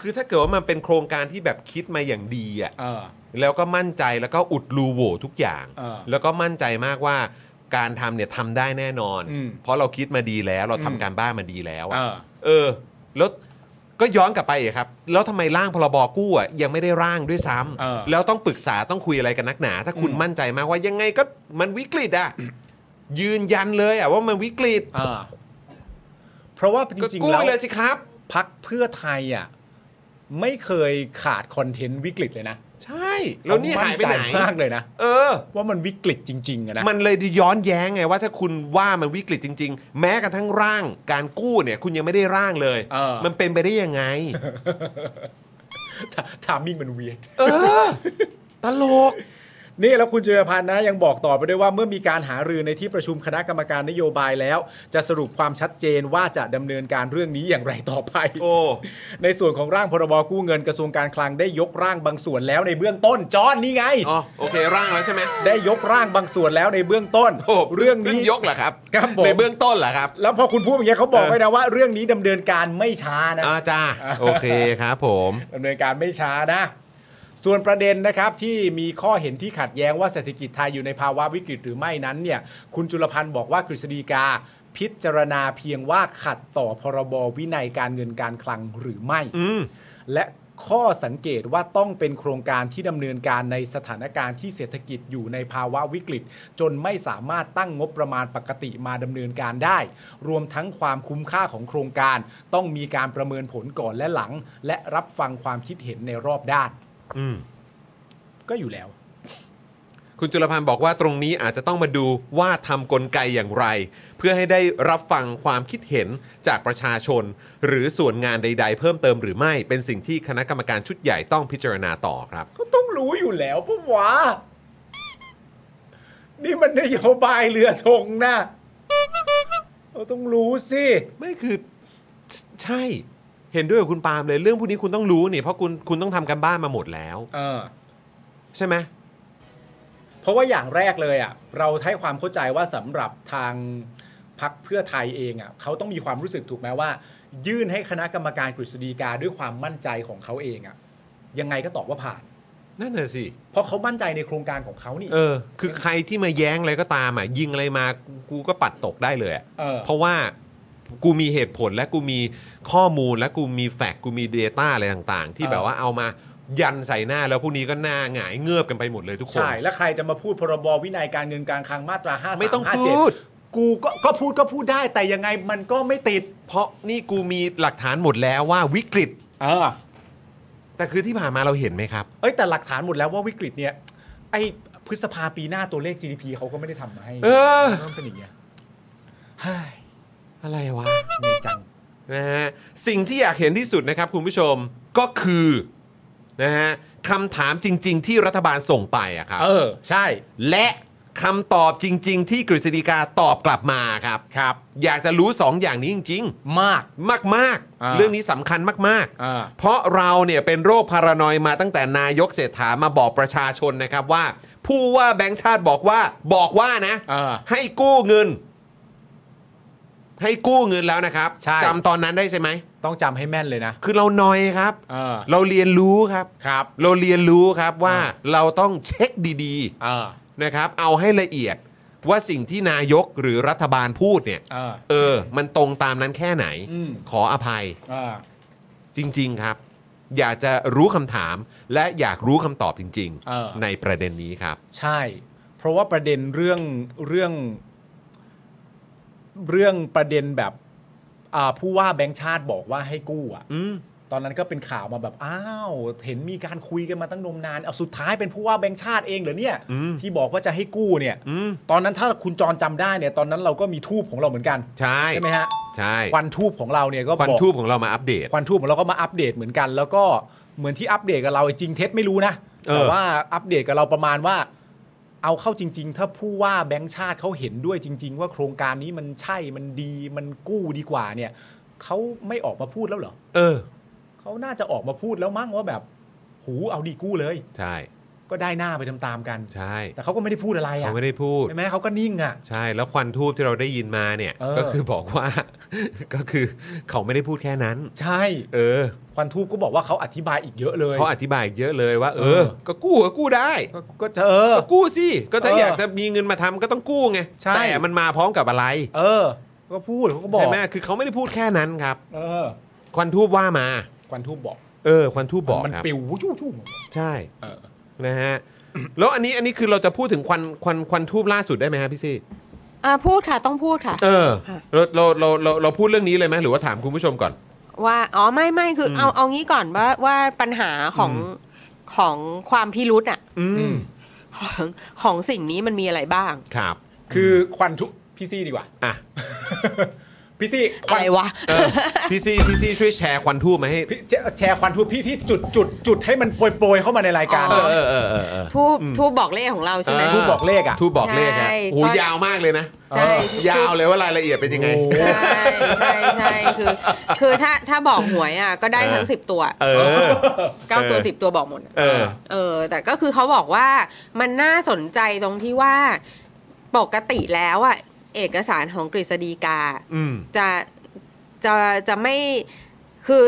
[SPEAKER 1] คือถ้าเกิดว่ามันเป็นโครงการที่แบบคิดมาอย่างดีอ่ะ
[SPEAKER 2] เออ
[SPEAKER 1] แล้วก็มั่นใจแล้วก็อุดรูโหว่ทุกอย่าง
[SPEAKER 2] เออ
[SPEAKER 1] แล้วก็มั่นใจมากว่าการทำเนี่ยทำได้แน่นอน
[SPEAKER 2] อืม
[SPEAKER 1] เพราะเราคิดมาดีแล้วเราทำ
[SPEAKER 2] อืม
[SPEAKER 1] การบ้านมาดีแล้วอะ
[SPEAKER 2] เออ
[SPEAKER 1] เออ แล้ว ก็ย้อนกลับไปอีกครับ แล้วทำไมร่างพรบกู้อ่ะยังไม่ได้ร่างด้วยซ้ำ
[SPEAKER 2] เออ
[SPEAKER 1] แล้วต้องปรึกษาต้องคุยอะไรกันนักหนา ถ้าคุณมั่นใจมากว่ายังไงก็มันวิกฤตอ่ะยืนยันเลยอ่ะว่ามันวิกฤต
[SPEAKER 2] อ่าเพราะว่าจ
[SPEAKER 1] ก็
[SPEAKER 2] ริง
[SPEAKER 1] กู้
[SPEAKER 2] ๆแล้
[SPEAKER 1] ไป
[SPEAKER 2] ว
[SPEAKER 1] เลยสิครับ
[SPEAKER 2] พักเพื่อไทยอ่ะไม่เคยขาดคอนเทนต์วิกฤตเลยนะ
[SPEAKER 1] ใช่ แล้วนี่หายไปไหน
[SPEAKER 2] เขามั่ใจมากเลยนะ
[SPEAKER 1] เออ
[SPEAKER 2] ว่ามันวิกฤตจริงๆอะนะ
[SPEAKER 1] มันเลยย้อนแย้งไงว่าถ้าคุณว่ามันวิกฤตจริง ๆ แม้กระทั่งร่างการกู้เนี่ย คุณยังไม่ได้ร่างเลย
[SPEAKER 2] เออ
[SPEAKER 1] มันเป็นไปได้ยังไง
[SPEAKER 2] ถถามมิ่งมันเวียน
[SPEAKER 1] เออ ตลก
[SPEAKER 2] นี่แล้วคุณจุลพันธ์นะยังบอกต่อไปด้วยว่าเมื่อมีการหารือในที่ประชุมคณะกรรมการนโยบายแล้ว จะสรุปความชัดเจนว่าจะดำเนินการเรื่องนี้อย่างไรต่อไป
[SPEAKER 1] โอ้
[SPEAKER 2] ในส่วนของร่างพรบกู้เงินกระทรวงการคลังได้ยกร่างบางส่วนแล้วในเบื้องต้นจอนนี่ไง
[SPEAKER 1] อ๋อ โอเค ร่างแล้วใช่ไหม
[SPEAKER 2] ได้ยกร่างบางส่วนแล้วในเบื้องต้น
[SPEAKER 1] โอ้
[SPEAKER 2] เรื่องนี้
[SPEAKER 1] ยกเหรอครับ
[SPEAKER 2] ครับผม
[SPEAKER 1] ในเบื้องต้นเหรอครับ
[SPEAKER 2] แล้วพอคุณพูดอย่างเงี้ยเขาบอก
[SPEAKER 1] เออ
[SPEAKER 2] ไว้นะว่าเรื่องนี้ดำเนินการไม่ช้านะ
[SPEAKER 1] อาจ้า โอเคครับผม
[SPEAKER 2] ดำเนินการไม่ช้านะ ส่วนประเด็นนะครับที่มีข้อเห็นที่ขัดแย้งว่าเศรษฐกิจไทยอยู่ในภาวะวิกฤตหรือไม่นั้นเนี่ยคุณจุลพันธ์บอกว่ากฤษฎีกา พิจารณาเพียงว่าขัดต่อพรบวินัยการเงินการคลังหรือไม่
[SPEAKER 1] อืม
[SPEAKER 2] และข้อสังเกตว่าต้องเป็นโครงการที่ดำเนินการในสถานการณ์ที่เศรษฐกิจอยู่ในภาวะวิกฤต จนไม่สามารถตั้งงบประมาณปกติมาดำเนินการได้ รวมทั้งความคุ้มค่าของโครงการ ต้องมีการประเมินผลก่อนและหลัง และรับฟังความคิดเห็นในรอบด้าน
[SPEAKER 1] อืม
[SPEAKER 2] ก็อยู่แล้ว
[SPEAKER 1] คุณจุลพันธ์บอกว่าตรงนี้อาจจะต้องมาดูว่าทำกลไกอย่างไร เพื่อให้ได้รับฟังความคิดเห็นจากประชาชน หรือส่วนงานใด ๆ เพิ่มเติมหรือไม่เป็นสิ่งที่คณะกรรมการชุดใหญ่ต้องพิจารณาต่อครับ
[SPEAKER 2] ก็ต้องรู้อยู่แล้วปะวะนี่มันนโยบายเรือธงนะเราต้องรู้สิ
[SPEAKER 1] ไม่คือใชใช่เห็นด้วยกับคุณปาล์มเลยเรื่องพวกนี้คุณต้องรู้นี่เพราะคุณคุณต้องทำกันบ้านมาหมดแล้ว
[SPEAKER 2] เออ
[SPEAKER 1] ใช่ไหม
[SPEAKER 2] เพราะว่าอย่างแรกเลยอ่ะเราให้ความเข้าใจว่าสำหรับทางพักเพื่อไทยเองอ่ะเขาต้องมีความรู้สึกถูกไหมว่า ยื่นให้คณะกรรมการกฤษฎีกาด้วยความมั่นใจของเขาเองอ่ะยังไงก็ตอบว่าผ่าน
[SPEAKER 1] นั่นน่ะสิ
[SPEAKER 2] เพราะเขามั่นใจในโครงการของเขานี่
[SPEAKER 1] เออ คือใครที่มาแย้งอะไรก็ตามอ่ะยิงอะไรมากูก็ปัดตกได้เลยอะ
[SPEAKER 2] เออ
[SPEAKER 1] เพราะว่ากูมีเหตุผลและกูมีข้อมูลและกูมีแฟกต์กูมี Data อะไรต่างๆ ที่
[SPEAKER 2] เออ
[SPEAKER 1] แบบว่าเอามายันใส่หน้าแล้วพวกนี้ก็หน้าหงายเงือบกันไปหมดเลยทุกคน
[SPEAKER 2] ใช่ แล้วใครจะมาพูดพรบวินัยการเงินการคลังมาตรา5 3
[SPEAKER 1] ไม่ต้อง
[SPEAKER 2] 5
[SPEAKER 1] พูด
[SPEAKER 2] 7กูก็ก็พูดก็พูดได้แต่ยังไงมันก็ไม่ติด
[SPEAKER 1] เพราะนี่กูมีหลักฐานหมดแล้วว่าวิกฤต
[SPEAKER 2] เออ
[SPEAKER 1] แต่คือที่ผ่านมาเราเห็นไหมครับ
[SPEAKER 2] เอ้ยแต่หลักฐานหมดแล้วว่าวิกฤตเนี่ยไอ้พฤษภาปีหน้าตัวเลข GDP เขาก็ไม่ได้ทำมาให้
[SPEAKER 1] เออ
[SPEAKER 2] มันเป็นอย่างเงี้ยเฮ้ย
[SPEAKER 1] อะไรวะ
[SPEAKER 2] ในจัง
[SPEAKER 1] นะฮะสิ่งที่อยากเห็นที่สุดนะครับคุณผู้ชมก็คือนะฮะคำถามจริง ๆ ที่รัฐบาลส่งไปอะครับ
[SPEAKER 2] เออ ใช่
[SPEAKER 1] และคำตอบจริง ๆ ที่กฤษฎีกาตอบกลับมาครับ
[SPEAKER 2] ครับ
[SPEAKER 1] อยากจะรู้สองอย่างนี้จริง ๆ
[SPEAKER 2] มาก
[SPEAKER 1] มาก
[SPEAKER 2] อ่า
[SPEAKER 1] ๆ เรื่องนี้สำคัญมาก
[SPEAKER 2] อ่า
[SPEAKER 1] เพราะเราเนี่ยเป็นโรคพารานอยมาตั้งแต่นายกเศรษฐามาบอกประชาชนนะครับว่า ผู้ว่าแบงค์ชาติบอกว่าบอกว่านะ
[SPEAKER 2] เออ
[SPEAKER 1] ให้กู้เงิน ให้กู้เงินแล้วนะครับ
[SPEAKER 2] ใช่
[SPEAKER 1] จำตอนนั้นได้ใช่ไหม
[SPEAKER 2] ต้องจำให้แม่นเลยนะ
[SPEAKER 1] คือเรานอยครับ
[SPEAKER 2] เออ
[SPEAKER 1] เราเรียนรู้ครับ
[SPEAKER 2] ครับ
[SPEAKER 1] เราเรียนรู้ครับว่าเราต้องเช็คดี
[SPEAKER 2] เออ
[SPEAKER 1] ๆนะครับ เอาให้ละเอียดว่าสิ่งที่นายกหรือรัฐบาลพูดเนี่ย
[SPEAKER 2] เออ
[SPEAKER 1] เออ มันตรงตามนั้นแค่ไหน
[SPEAKER 2] อืม
[SPEAKER 1] ขออภัย
[SPEAKER 2] เออ
[SPEAKER 1] จริง ๆ ครับ อยากจะรู้คำถามและอยากรู้คำตอบจริง
[SPEAKER 2] เออ
[SPEAKER 1] ๆ ในประเด็นนี้ครับ
[SPEAKER 2] ใช่ เพราะว่าประเด็นเรื่อง เรื่อง เรื่องประเด็นแบบ อ่า ผู้ว่าแบงค์ชาติบอกว่าให้กู้อ่ะ
[SPEAKER 1] อืม
[SPEAKER 2] ตอนนั้นก็เป็นข่าวมาแบบ อ้าว เห็นมีการคุยกันมาตั้งนมนาน เอาสุดท้ายเป็นผู้ว่าแบงค์ชาติเองเหรอเนี่ย
[SPEAKER 1] อืม
[SPEAKER 2] ที่บอกว่าจะให้กู้เนี่ย
[SPEAKER 1] อืม
[SPEAKER 2] ตอนนั้นถ้าคุณจรจำได้เนี่ย ตอนนั้นเราก็มีทูบของเราเหมือนกัน
[SPEAKER 1] ใช่
[SPEAKER 2] ใช่ไหมฮะ
[SPEAKER 1] ใช่
[SPEAKER 2] ควันทูบของเราเนี่ยก็
[SPEAKER 1] ควัน
[SPEAKER 2] บอก
[SPEAKER 1] ทูบของเรามาอัปเดต
[SPEAKER 2] ควันทูบของเราก็มาอัปเดตเหมือนกัน แล้วก็เหมือนที่อัปเดตกับเราจริงเท็จไม่รู้นะ
[SPEAKER 1] เออ
[SPEAKER 2] แต่ว่าอัปเดตกับเราประมาณว่า เอาเข้าจริง ๆ ถ้าผู้ว่าแบงค์ชาติเขาเห็นด้วยจริง ๆ ว่าโครงการนี้มันใช่มันดีมันกู้ดีกว่าเนี่ยเขาไม่ออกมาพูดแล้วเหรอ
[SPEAKER 1] เออ
[SPEAKER 2] เขาน่าจะออกมาพูดแล้วมั้งว่าแบบ หูเอาดีกู้เลย
[SPEAKER 1] ใช่
[SPEAKER 2] ก็ได้หน้าไปตามๆกัน
[SPEAKER 1] ใช่
[SPEAKER 2] แต่เขาก็ไม่ได้พูดอะไร
[SPEAKER 1] เขา
[SPEAKER 2] อ่ะ
[SPEAKER 1] ไม่ได้พูด
[SPEAKER 2] ใช่ไหมเขาก็นิ่งอ่ะ
[SPEAKER 1] ใช่แล้วควันทูบที่เราได้ยินมาเนี่ย
[SPEAKER 2] เออ
[SPEAKER 1] ก็คือบอกว่า ก็คือเขาไม่ได้พูดแค่นั้น
[SPEAKER 2] ใช่
[SPEAKER 1] เออ
[SPEAKER 2] ควันทูบก็บอกว่าเขาอธิบายอีกเยอะเลย
[SPEAKER 1] เขาอธิบายเยอะเลยว่า เอ
[SPEAKER 2] เอ
[SPEAKER 1] อ
[SPEAKER 2] อ
[SPEAKER 1] ก็กู้ก็กู้ได้
[SPEAKER 2] ก็ก็เจอ
[SPEAKER 1] ก็กู้สิก็ถ้า
[SPEAKER 2] เอออย
[SPEAKER 1] อากจะมีเงินมาทำก็ต้องกู้ไง
[SPEAKER 2] ใช่
[SPEAKER 1] แต่มันมาพร้อมกับอะไร
[SPEAKER 2] เออ ก็พูดเขาก็บอก
[SPEAKER 1] ใช่ไหมคือเขาไม่ได้พูดแค่นั้นครับ
[SPEAKER 2] เออ
[SPEAKER 1] ควันทูบว่ามา
[SPEAKER 2] ควันทูบบอก
[SPEAKER 1] เออ ควันทูบบอก
[SPEAKER 2] มัน
[SPEAKER 1] ครับ
[SPEAKER 2] ปิวชู่ชู่
[SPEAKER 1] ใช่
[SPEAKER 2] เออ
[SPEAKER 1] นะฮะ แล้วอันนี้อันนี้คือเราจะพูดถึงควันควันควันทูบล่าสุดได้ไหมฮะพี่ซี่
[SPEAKER 3] อ่ะพูดค่ะต้องพูดค่ะ
[SPEAKER 1] เออ
[SPEAKER 3] ค่ะ
[SPEAKER 1] เราเราเราเราเราพูดเรื่องนี้เลยไหมหรือว่าถามคุณผู้ชมก่อน
[SPEAKER 3] ว่าอ๋อไม่ไม่คืออเอาเอางี้ก่อนว่าว่าปัญหาของของความพิรุษอ่ะ
[SPEAKER 1] อืม
[SPEAKER 3] ของของสิ่งนี้มันมีอะไรบ้าง
[SPEAKER 1] ครับ
[SPEAKER 2] คือควันทูบพี่ซี่ดีกว่า
[SPEAKER 1] อ่ะ
[SPEAKER 2] พี่ซี่
[SPEAKER 3] อะ
[SPEAKER 2] ควัน
[SPEAKER 3] ไรวะ
[SPEAKER 1] เออพี่ซี่พี่ซี่ช่วยแชร์ควันทูบมาให้
[SPEAKER 2] พี่แชแชร์ควันทูบพี่ที่จุดจุดจุดให้มันโปรยโปรยเข้ามาในรายการ
[SPEAKER 3] อ๋
[SPEAKER 1] เออเออเออเออเออ
[SPEAKER 3] ทูบทูบบอกเลขของเราใช่ไหม
[SPEAKER 1] เ
[SPEAKER 2] ทูบบอกเลขอ่ะ
[SPEAKER 1] ทูบบอกเลขฮะ
[SPEAKER 3] ใช่
[SPEAKER 1] โอ้โห
[SPEAKER 3] ตอน
[SPEAKER 1] ยาวมากเลยนะ
[SPEAKER 3] ใช่
[SPEAKER 1] ยาวเลยว่ารายละเอียดเป็นยังไง
[SPEAKER 3] ใช่ใช่ใช่คือคือถ้าถ้าบอกหวยอ่ะก็ได้ทั้ง
[SPEAKER 1] เออ
[SPEAKER 3] สิบตัว
[SPEAKER 1] เออ
[SPEAKER 3] เก้าตัว
[SPEAKER 1] เออ
[SPEAKER 3] สิบตัวบอกหมดอะ
[SPEAKER 1] เออ
[SPEAKER 3] เออแต่ก็คือเขาบอกว่ามันน่าสนใจตรงที่ว่าปกติแล้วอะเอกสารของกฤษฎีกา
[SPEAKER 1] อืม
[SPEAKER 3] จะจะจะไม่คือ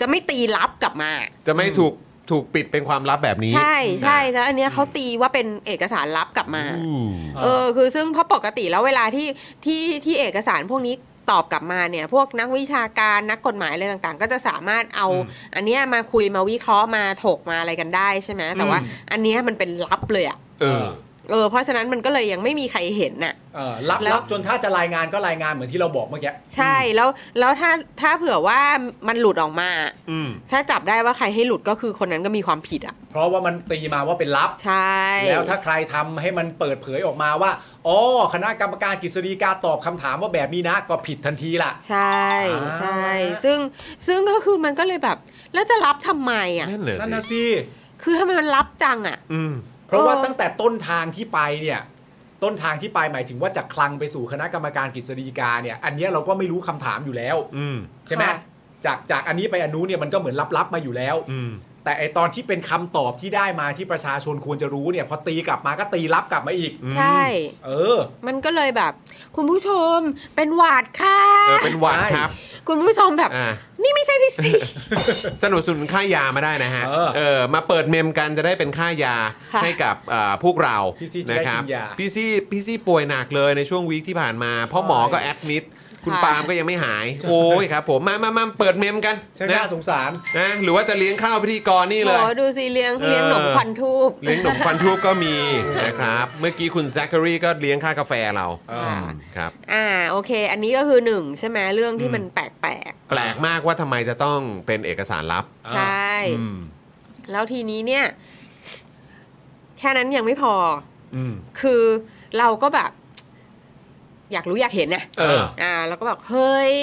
[SPEAKER 3] จะไม่ตีลับกลับมา
[SPEAKER 1] จะไม่ถูกถูกปิดเป็นความลับแบบนี้
[SPEAKER 3] ใช่ใช่
[SPEAKER 1] นะ
[SPEAKER 3] แล้วอันเนี้ยเขาตีว่าเป็นเอกสารลับกลับมา
[SPEAKER 1] อืม
[SPEAKER 3] เออคือซึ่งเพราะปกติแล้วเวลาที่ที่ที่เอกสารพวกนี้ตอบกลับมาเนี่ย พวกนักวิชาการนักกฎหมายอะไรต่างๆ ก็จะสามารถเอาอันเนี้ยมาคุยมาวิเคราะห์มาถกมาอะไรกันได้ใช่ไหมแต่ว่า
[SPEAKER 2] อืม
[SPEAKER 3] อันเนี้ยมันเป็นลับเลยอะ
[SPEAKER 1] เออ
[SPEAKER 3] เออเพราะฉะนั้นมันก็เลยยังไม่มีใครเห็นน่ะ
[SPEAKER 2] เออรับ
[SPEAKER 3] แล้ว
[SPEAKER 2] รับจนถ้าจะรายงานก็รายงานเหมือนที่เราบอกเมื่อกี้
[SPEAKER 3] ใช่แล้วแล้วถ้าถ้าเผื่อว่ามันหลุดออกมา
[SPEAKER 1] อืม
[SPEAKER 3] ถ้าจับได้ว่าใครให้หลุดก็คือคนนั้นก็มีความผิดอ่ะ
[SPEAKER 2] เพราะว่ามันตีมาว่าเป็นลับ
[SPEAKER 3] ใช่
[SPEAKER 2] แล้วถ้าใครทำให้มันเปิดเผยออกมาว่าอ๋อคณะกรรมการกฤษฎีกาตอบคำถามว่าแบบนี้นะ ก็ผิดทันทีล่ะ
[SPEAKER 3] ใช่
[SPEAKER 2] อ่า
[SPEAKER 3] ใช่ซึ่งซึ่งก็คือมันก็เลยแบบ แล้วจะรับทำไมอ่ะ
[SPEAKER 1] นั่นเหรอ
[SPEAKER 2] นั่น
[SPEAKER 1] สิ
[SPEAKER 2] นะสิ
[SPEAKER 3] คือทำไมมันรับจังอ่ะ
[SPEAKER 1] อืม
[SPEAKER 2] เพราะว่า
[SPEAKER 3] เออ
[SPEAKER 2] ตั้งแต่ต้นทางที่ไปเนี่ย ต้นทางที่ไปหมายถึงว่าจากคลังไปสู่คณะกรรมการกฤษฎีกาเนี่ย อันเนี้ยเราก็ไม่รู้คำถามอยู่แล้ว
[SPEAKER 1] อืม
[SPEAKER 2] ใช่ไหม
[SPEAKER 3] ค่ะ
[SPEAKER 2] จากจากอันนี้ไปอันนู้นเนี่ยมันก็เหมือนลับๆมาอยู่แล้ว
[SPEAKER 1] อืม
[SPEAKER 2] แต่ไอตอนที่เป็นคำตอบที่ได้มาที่ประชาชนควรจะรู้เนี่ยพอตีกลับมาก็ตีรับกลับมาอีก
[SPEAKER 3] ใช่
[SPEAKER 2] เออ
[SPEAKER 3] มันก็เลยแบบ คุณผู้ชมเป็นหวาดค่ะ
[SPEAKER 1] เออ เป็นหวัดครับ
[SPEAKER 3] คุณผู้ชมแบบ
[SPEAKER 1] อ่า
[SPEAKER 3] นี่ไม่ใช่พี่ซี
[SPEAKER 1] สนับสนุนค่ายามาได้นะฮะ
[SPEAKER 2] เออ
[SPEAKER 1] เออ มาเปิดเมมกันจะได้เป็นค่ายา
[SPEAKER 3] ค่ะ
[SPEAKER 1] ให้กับเอ่อพวกเรา
[SPEAKER 2] พี่ซี่จะได้
[SPEAKER 1] ครับ
[SPEAKER 2] กินยา
[SPEAKER 1] พี่ซี่พี่ซี่ป่วยหนักเลยในช่วงวีคที่ผ่านมา เพราะหมอก็แอดมิด คุณปาล์มก็ยังไม่หาย โอ้ยครับผม มามามาเปิดเมมกัน
[SPEAKER 2] ใช่
[SPEAKER 1] นะ
[SPEAKER 2] น่าสงสาร
[SPEAKER 1] นะหรือว่าจะเลี้ยงข้าวพิธีกรนี่
[SPEAKER 3] โห
[SPEAKER 1] เลย
[SPEAKER 3] ดูสิเลี้ยงเลี้ยงหนมควันทูบ
[SPEAKER 1] เลี้ยงหนมควันทูบก็มี นะครับ เมื่อกี้คุณแซคคารีก็เลี้ยงค่ากาแฟเรา
[SPEAKER 3] อ่า
[SPEAKER 1] อืมครับ
[SPEAKER 3] อ่าโอเค อันนี้ก็คือหนึ่งใช่ไหมเรื่องที่มันแปลก
[SPEAKER 1] แปลกมากว่าทำไมจะต้องเป็นเอกสารลับ
[SPEAKER 3] ๆ ใช่ แล้วทีนี้เนี่ย แค่นั้นยังไม่พออคือเราก็แบบ อยากรู้อยากเห็นนะ
[SPEAKER 1] เออ
[SPEAKER 3] อ่าเราก็แบบเฮ้ย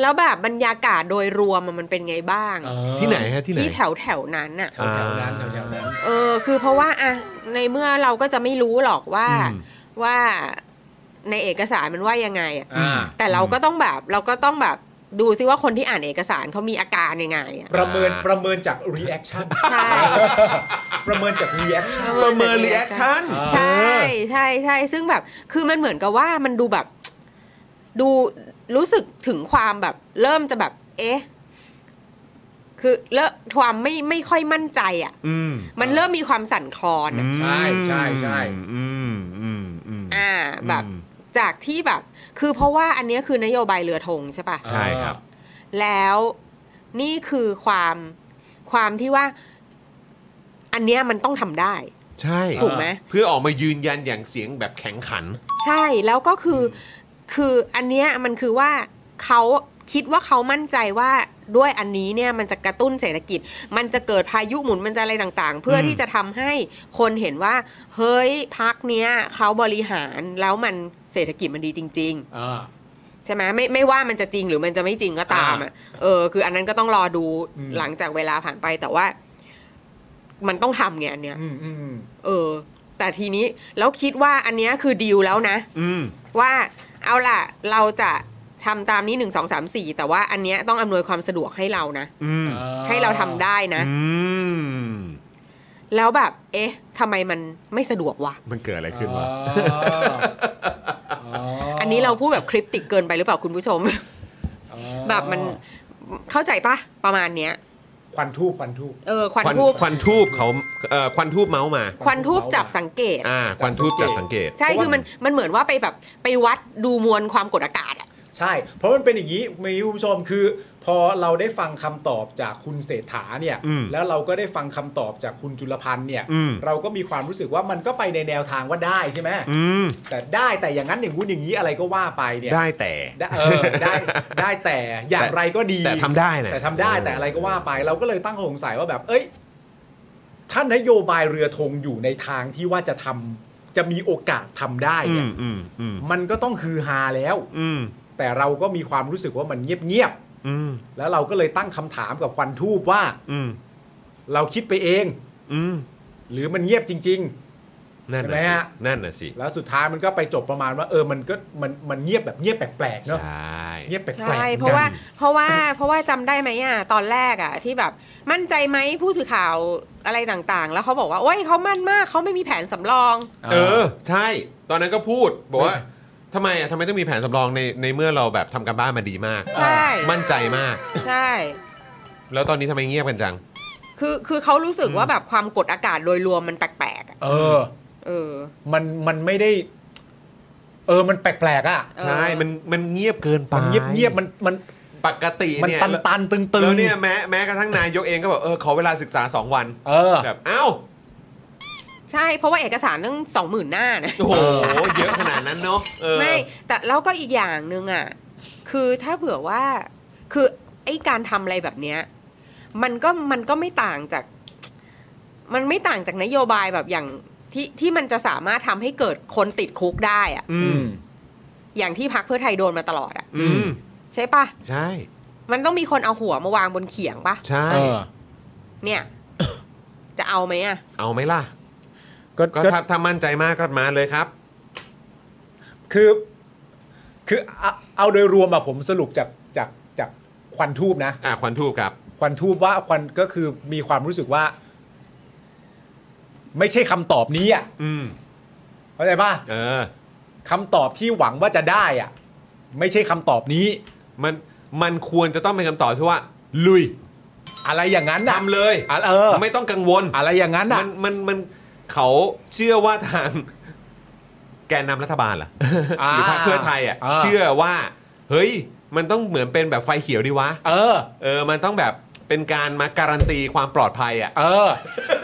[SPEAKER 3] แล้วแบบบรรยากาศโดยรวมอะมันเป็นไงบ้าง
[SPEAKER 1] ที่ไหนฮะ ที่ไหน
[SPEAKER 3] ที่แถวแถวๆนั้นอ่ะ
[SPEAKER 2] แถวๆนั้นแถวๆนั้น
[SPEAKER 3] เออ คือเพราะว่าอะในเมื่อเราก็จะไม่รู้หรอกว่า
[SPEAKER 1] อืม
[SPEAKER 3] ว่าในเอกสารมันว่ายังไงอะ
[SPEAKER 2] อ่า
[SPEAKER 3] แต่เราก็ต้องแบบเราก็ต้องแบบดูซิว่าคนที่อ่านเอกสารเขามีอาการยังไงอะ
[SPEAKER 2] ประเมินประเมินจาก reaction
[SPEAKER 3] ใช่
[SPEAKER 2] ประเมินจาก reaction
[SPEAKER 1] ประเมินรีแอคชั่น
[SPEAKER 3] ใช่ใช่ใช่ซึ่งแบบคือมันเหมือนกับว่ามันดูแบบ ดูรู้สึกถึงความแบบ เริ่มจะแบบ เอ๊ะ คือเลอะความไม่ไม่ค่อยมั่นใจอ่ะ
[SPEAKER 1] อืม
[SPEAKER 3] มันเริ่มมีความสั่นคลอนอะ
[SPEAKER 2] ใช่ใช่ใช่
[SPEAKER 1] อืมอืมอืม
[SPEAKER 3] อ่า แบบ
[SPEAKER 1] อืม
[SPEAKER 3] จากที่แบบ คือเพราะว่าอันเนี้ยคือนโยบายเรือธงใช่ปะ
[SPEAKER 1] ใช่ครับ
[SPEAKER 3] แล้วนี่คือความความที่ว่า อันเนี้ยมันต้องทำได้
[SPEAKER 1] ใช่
[SPEAKER 3] ถูกไหม
[SPEAKER 1] เพื่อออกมายืนยันอย่างเสียงแบบแข็งขัน
[SPEAKER 3] ใช่แล้วก็คืออคืออันเนี้ยมันคือว่าเขาคิดว่าเขามั่นใจว่าด้วยอันนี้เนี่ยมันจะกระตุ้นเศรษฐกิจ มันจะเกิดพายุหมุนมันจะอะไรต่างๆ เพื่ออที่จะทำให้คนเห็นว่า เฮ้ยพักเนี้ยเขาบริหารแล้วมันเศรษฐกิจมันดีจริง ๆ
[SPEAKER 2] อ่า
[SPEAKER 3] ใช่ไหมไม่ไม่ว่ามันจะจริงหรือมันจะไม่จริงก็ตามอ่ะเออ คืออันนั้นก็ต้องรอดู
[SPEAKER 2] อืม
[SPEAKER 3] หลังจากเวลาผ่านไปแต่ว่า มันต้องทำไงอันเนี้ย
[SPEAKER 2] อืมอืม
[SPEAKER 3] เออ แต่ทีนี้แล้วคิดว่าอันเนี้ยคือดีลแล้วนะ
[SPEAKER 1] อืม
[SPEAKER 3] ว่าเอาล่ะ เราจะทำตามนี้หนึ่งสองสามสี่แต่ว่าอันเนี้ยต้องอำนวยความสะดวกให้เรานะ
[SPEAKER 1] อืม
[SPEAKER 2] อ่า
[SPEAKER 3] ให้เราทำได้นะ
[SPEAKER 1] อืม
[SPEAKER 3] แล้วแบบ เอ๊ะทำไมมันไม่สะดวกวะ
[SPEAKER 1] มันเกิดอะไรขึ้นวะ
[SPEAKER 2] อ่าา
[SPEAKER 3] อันนี้เราพูดแบบคลิปติกเกินไปหรือเปล่าคุณผู้ชม
[SPEAKER 2] อ่า
[SPEAKER 3] แบบมันเข้าใจปะประมาณเนี้ย
[SPEAKER 2] ควันทูบควันทูบ
[SPEAKER 3] เออควัน
[SPEAKER 1] ควัน
[SPEAKER 3] ทูบ
[SPEAKER 1] ควันทูบเขาเอ่อควันทูบเมาส์มา
[SPEAKER 3] ควันทูบจับสังเกต
[SPEAKER 1] อ่า ควันทูบจับสังเกต
[SPEAKER 3] ใช่
[SPEAKER 2] เพราะว่า
[SPEAKER 3] คือมันมันเหมือนว่าไปแบบไปวัดดูมวลความกดอากาศอะ
[SPEAKER 2] ใช่ เพราะมันเป็นอย่างนี้มีคุณผู้ชมคือ พอเราได้ฟังคำตอบจากคุณเศรษฐาเนี่ย
[SPEAKER 1] อืม
[SPEAKER 2] แล้วเราก็ได้ฟังคำตอบจากคุณจุลพันธ์เนี่ย
[SPEAKER 1] อืม
[SPEAKER 2] เราก็มีความรู้สึกว่ามันก็ไปในแนวทางว่าได้ใช่ไหม
[SPEAKER 1] อืม
[SPEAKER 2] แต่ได้แต่อย่างนั้นอย่างงู้นอย่างนี้อะไรก็ว่าไปเนี่ย
[SPEAKER 1] ได้แต่
[SPEAKER 2] ได้เออได้ได้แต่อย่างไรก็ดี
[SPEAKER 1] แต่ทำได้นะ
[SPEAKER 2] แต่ทำได้แต่อะไรก็ว่าไป เราก็เลยตั้งข้อสงสัยว่าแบบ เอ้ยถ้านโยบายเรือธงอยู่ในทางที่ว่าจะทำจะมีโอกาสทำได้
[SPEAKER 1] อื
[SPEAKER 2] เนี่ย
[SPEAKER 1] มอืมอืม
[SPEAKER 2] มันก็ต้องคือฮาแล้ว
[SPEAKER 1] อืม
[SPEAKER 2] แต่เราก็มีความรู้สึกว่ามันเงียบ
[SPEAKER 1] อืม
[SPEAKER 2] ๆแล้วเราก็เลยตั้งคำถามกับควันทูบว่า
[SPEAKER 1] อืม
[SPEAKER 2] เราคิดไปเอง
[SPEAKER 1] อืม
[SPEAKER 2] หรือมันเงียบจริง
[SPEAKER 1] นั่น
[SPEAKER 2] เห็นไหม
[SPEAKER 1] น่ะสิ
[SPEAKER 2] ฮะ
[SPEAKER 1] นั่นน่ะสิ
[SPEAKER 2] ๆ แล้วสุดท้ายมันก็ไปจบประมาณว่า เออมันก็มันมันเงียบแบบเงียบแปลกๆ
[SPEAKER 1] ใช
[SPEAKER 2] เนาะ
[SPEAKER 1] ่
[SPEAKER 2] เงียบแปลกๆ
[SPEAKER 3] ใช่
[SPEAKER 2] หมือนกัน
[SPEAKER 3] เพราะว่าเพราะว่าเพราะว่าจำได้ไหมอ่ะตอนแรกอ่ะที่แบบมั่นใจไหมผู้สื่อข่าวอะไรต่างๆ แล้วเขาบอกว่าโอ้ยเขามั่นมากเขาไม่มีแผนสำรอง
[SPEAKER 1] เออ ใช่ ตอนนั้นก็พูด บอกว่าทำไมอ่ะทำไมต้องมีแผนสำรองในในเมื่อเราแบบทำการบ้านมาดีมาก
[SPEAKER 3] ใช่
[SPEAKER 1] มั่นใจมาก
[SPEAKER 3] ใช่
[SPEAKER 1] แล้วตอนนี้ทำไมเงียบกันจัง
[SPEAKER 3] คือคือเขารู้สึกว่าแบบความกดอากาศโดยรวมมันแปลกๆอ่ะ
[SPEAKER 2] เออ
[SPEAKER 3] เออ
[SPEAKER 2] มันมันไม่ได้ เออมันแปลกๆอ่ะ
[SPEAKER 3] เออ
[SPEAKER 1] ใช่ มันมันเงียบเกินไป
[SPEAKER 2] มันเงียบเงียบๆมันมัน
[SPEAKER 1] ปกติ
[SPEAKER 2] มัน
[SPEAKER 1] เนี่ย
[SPEAKER 2] ตันตันๆตึงตึง
[SPEAKER 1] แล้วเนี่ยแม้แม้กระทั่งนายกเองก็บอกเออขอเวลาศึกษา 2 วัน
[SPEAKER 2] เออ
[SPEAKER 1] แบบเอ้า
[SPEAKER 3] ใช่เพราะว่าเอกสารตั้งสองหมื่นหน้านะ
[SPEAKER 1] โอ้โหเยอะขนาดนั้นเนาะเออ
[SPEAKER 3] ไม่แต่แล้วก็อีกอย่างหนึ่งอ่ะคือถ้าเผื่อว่าคือไอ้การทำอะไรแบบเนี้ยมันก็มันก็ไม่ต่างจาก มันไม่ต่างจากนโยบายแบบอย่างที่ที่มันจะสามารถทำให้เกิดคนติดคุกได้อ่ะ
[SPEAKER 1] อื
[SPEAKER 2] อื
[SPEAKER 1] ม
[SPEAKER 2] ม
[SPEAKER 3] อย่างที่พักเพื่อไทยโดนมาตลอดอ่ะ
[SPEAKER 1] อืม
[SPEAKER 3] ใช่ปะ
[SPEAKER 1] ใช่
[SPEAKER 3] มันต้องมีคนเอาหัวมาวางบนเขียงปะ
[SPEAKER 1] ใช่
[SPEAKER 2] เออ
[SPEAKER 3] เนี่ย จะเอาไหมอ่ะ
[SPEAKER 1] เอาไหมล่ะ
[SPEAKER 2] ก็
[SPEAKER 1] ก็
[SPEAKER 2] ก็
[SPEAKER 1] ถ้าถ้ามั่นใจมากก็มาเลยครับ
[SPEAKER 2] คือ คือเอาเอาโดยรวมอะผมสรุปจากจากจากควันทูบนะ
[SPEAKER 1] อ่ะควันทูบครับ
[SPEAKER 2] ควันทูบว่าควันก็คือมีความรู้สึกว่า ไม่ใช่คำตอบนี้อ่ะ
[SPEAKER 1] อืม
[SPEAKER 2] เข้าใจป่ะ
[SPEAKER 1] เออ
[SPEAKER 2] คำตอบที่หวังว่าจะได้อ่ะ ไม่ใช่คำตอบนี้
[SPEAKER 1] มันมันควรจะต้องเป็นคำตอบที่ว่า ลุย
[SPEAKER 2] อะไรอย่างนั้นนะ
[SPEAKER 1] ทำเลย
[SPEAKER 2] อ่ะเออ
[SPEAKER 1] ไม่ต้องกังวล
[SPEAKER 2] อะไรอย่างนั้น
[SPEAKER 1] มั
[SPEAKER 2] อ่ะ
[SPEAKER 1] นมันมันเขาเชื่อว่าทาง แกนนำรัฐบาลเหรอ
[SPEAKER 2] อ่า
[SPEAKER 1] หรือพรรคเพื่อไทยอ่ะ
[SPEAKER 2] อ่า
[SPEAKER 1] เชื่อว่า เฮ้ย มันต้องเหมือนเป็นแบบไฟเขียวดีวะ
[SPEAKER 2] เออ
[SPEAKER 1] เออ มันต้องแบบเป็นการมาการันตีความปลอดภัยอ่ะ
[SPEAKER 2] เออ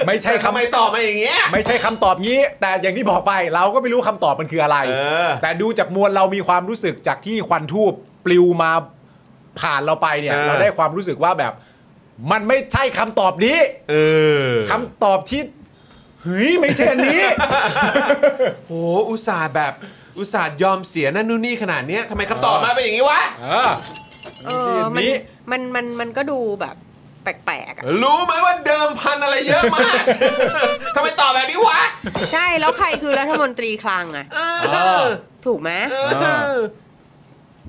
[SPEAKER 2] ไม่ใช่
[SPEAKER 1] แต่ทำ
[SPEAKER 2] คำ
[SPEAKER 1] ไมตอบมาอย่างเงี้ย
[SPEAKER 2] ไม่ใช่คำตอบนี้ แต่อย่างที่บอกไปเราก็ไม่รู้คำตอบมันคืออะไร
[SPEAKER 1] เออ
[SPEAKER 2] แต่ดูจากมวลเรามีความรู้สึกจากที่ควันทูบปลิวมาผ่านเราไปเนี่ย
[SPEAKER 1] เออ
[SPEAKER 2] เราได้ความรู้สึกว่าแบบ มันไม่ใช่คำตอบนี้
[SPEAKER 1] เออ
[SPEAKER 2] คำตอบที่เฮ้ยไม่ใช่อันนี้
[SPEAKER 1] โหอุตส่าห์แบบอุตส่าห์ยอมเสียนั่นนู่นนี่ขนาดเนี้ยทำไมคำตอบ
[SPEAKER 2] เออ
[SPEAKER 1] มาเป็นอย่างงี้วะ
[SPEAKER 2] เออ
[SPEAKER 3] เออ
[SPEAKER 2] วิ
[SPEAKER 3] มัน
[SPEAKER 2] ธีนี้
[SPEAKER 3] มันมันมันก็ดูแบบแปลกๆอะ
[SPEAKER 1] รู้ไหมว่าเดิมพันอะไรเยอะมาก ทำไมตอบแบบนี้วะ
[SPEAKER 3] ใช่แล้วใครคือรัฐมนตรีคลังอะ
[SPEAKER 1] เอ
[SPEAKER 2] เอ
[SPEAKER 1] อ
[SPEAKER 2] อ
[SPEAKER 3] ถูกไหม
[SPEAKER 1] เออ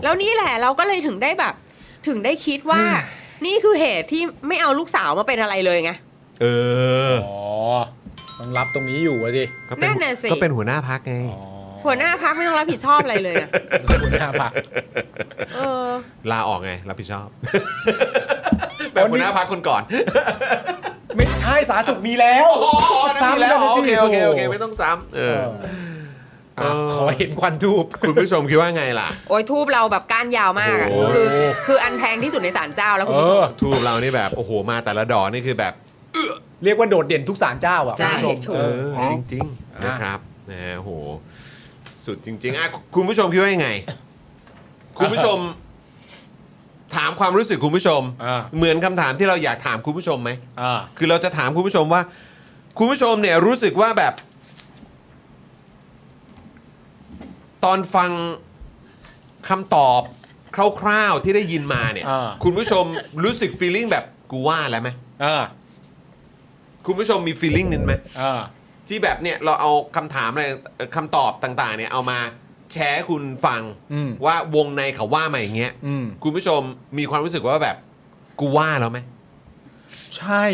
[SPEAKER 3] แล้วนี่แหละเราก็เลยถึงได้แบบ ถึงได้คิดว่า นี่คือเหตุที่ไม่เอาลูกสาวมาเป็นอะไรเลยไง
[SPEAKER 1] เออ
[SPEAKER 2] อ๋อต้องรับตรงนี้อยู่อะสิ
[SPEAKER 1] ก็เป็
[SPEAKER 3] นั่นน่ะสิ
[SPEAKER 1] ก็เป็นหัวหน้าพักไง
[SPEAKER 3] หัวหน้าพักไม่ต้องรับผิดชอบอะไรเลย อะ
[SPEAKER 2] หัวหน้าพัก
[SPEAKER 3] เออ
[SPEAKER 1] ลาออกไง รับผิดชอบ แบบหัวหน้าพักคนก่อน
[SPEAKER 2] ไม่ใช่สาธารณสุขมีแล้ว
[SPEAKER 1] โอ้โหนั่นมีแล้ว
[SPEAKER 2] ซ้ำกัน
[SPEAKER 1] โอเค
[SPEAKER 2] สิ
[SPEAKER 1] โอเคโอเค
[SPEAKER 2] ถ
[SPEAKER 1] ไม่ต้องซ้ำเอ
[SPEAKER 2] เอ
[SPEAKER 1] อ
[SPEAKER 2] ออ่ะ
[SPEAKER 1] เออ
[SPEAKER 2] ขอเห็นควันทูบ
[SPEAKER 1] คุณผู้ชมคิดว่าไงล่ะ
[SPEAKER 3] โอ้ยทูบเราแบบก้านยาวมากอะ
[SPEAKER 1] โอ้โห
[SPEAKER 3] คือคืออันแพงที่สุดในศาลเจ้าแล้วคุณผู้ชม
[SPEAKER 1] ทูบเรานี่แบบ โอ้โห มาแต่ละดอกนี่คือแบบ
[SPEAKER 2] เรียกว่าโดดเด่นทุกสารเจ้าอ่ะ
[SPEAKER 3] ใช่
[SPEAKER 2] คุณผู้ชม
[SPEAKER 3] ถูก
[SPEAKER 2] เอ
[SPEAKER 1] เอ
[SPEAKER 2] อ
[SPEAKER 1] อ จริง ๆ
[SPEAKER 2] อ่ะ
[SPEAKER 1] นะครับนะฮะโห สุดจริง ๆอ่ะคุณผู้ชมคิดว่ายังไง คุณผู้ชม ถามความรู้สึกคุณผู้ชม
[SPEAKER 2] อ่า
[SPEAKER 1] เหมือนคำถามที่เราอยากถามคุณผู้ชมไหม
[SPEAKER 2] อ่า
[SPEAKER 1] คือเราจะถามคุณผู้ชมว่า คุณผู้ชมเนี่ยรู้สึกว่าแบบ ตอนฟังคำตอบคร่าวๆที่ได้ยินมาเนี่ย
[SPEAKER 2] อ่า
[SPEAKER 1] คุณผู้ชมรู้สึกฟีลลิ่งแบบกูว่าแล้วไหม
[SPEAKER 2] อ่า
[SPEAKER 1] คุณผู้ชมมีฟีลลิ่งนั้นไหม
[SPEAKER 2] อ่า
[SPEAKER 1] ที่แบบเนี่ยเราเอาคำถามอะไรคำตอบต่างๆ เนี่ยเอามาแชร์ให้คุณฟัง
[SPEAKER 2] อืม
[SPEAKER 1] ว่าวงในเขาว่ามาอย่างเงี้ย
[SPEAKER 2] อืม
[SPEAKER 1] คุณผู้ชมมีความรู้สึกว่าแบบกูว่าแล้วไหม
[SPEAKER 2] ใช่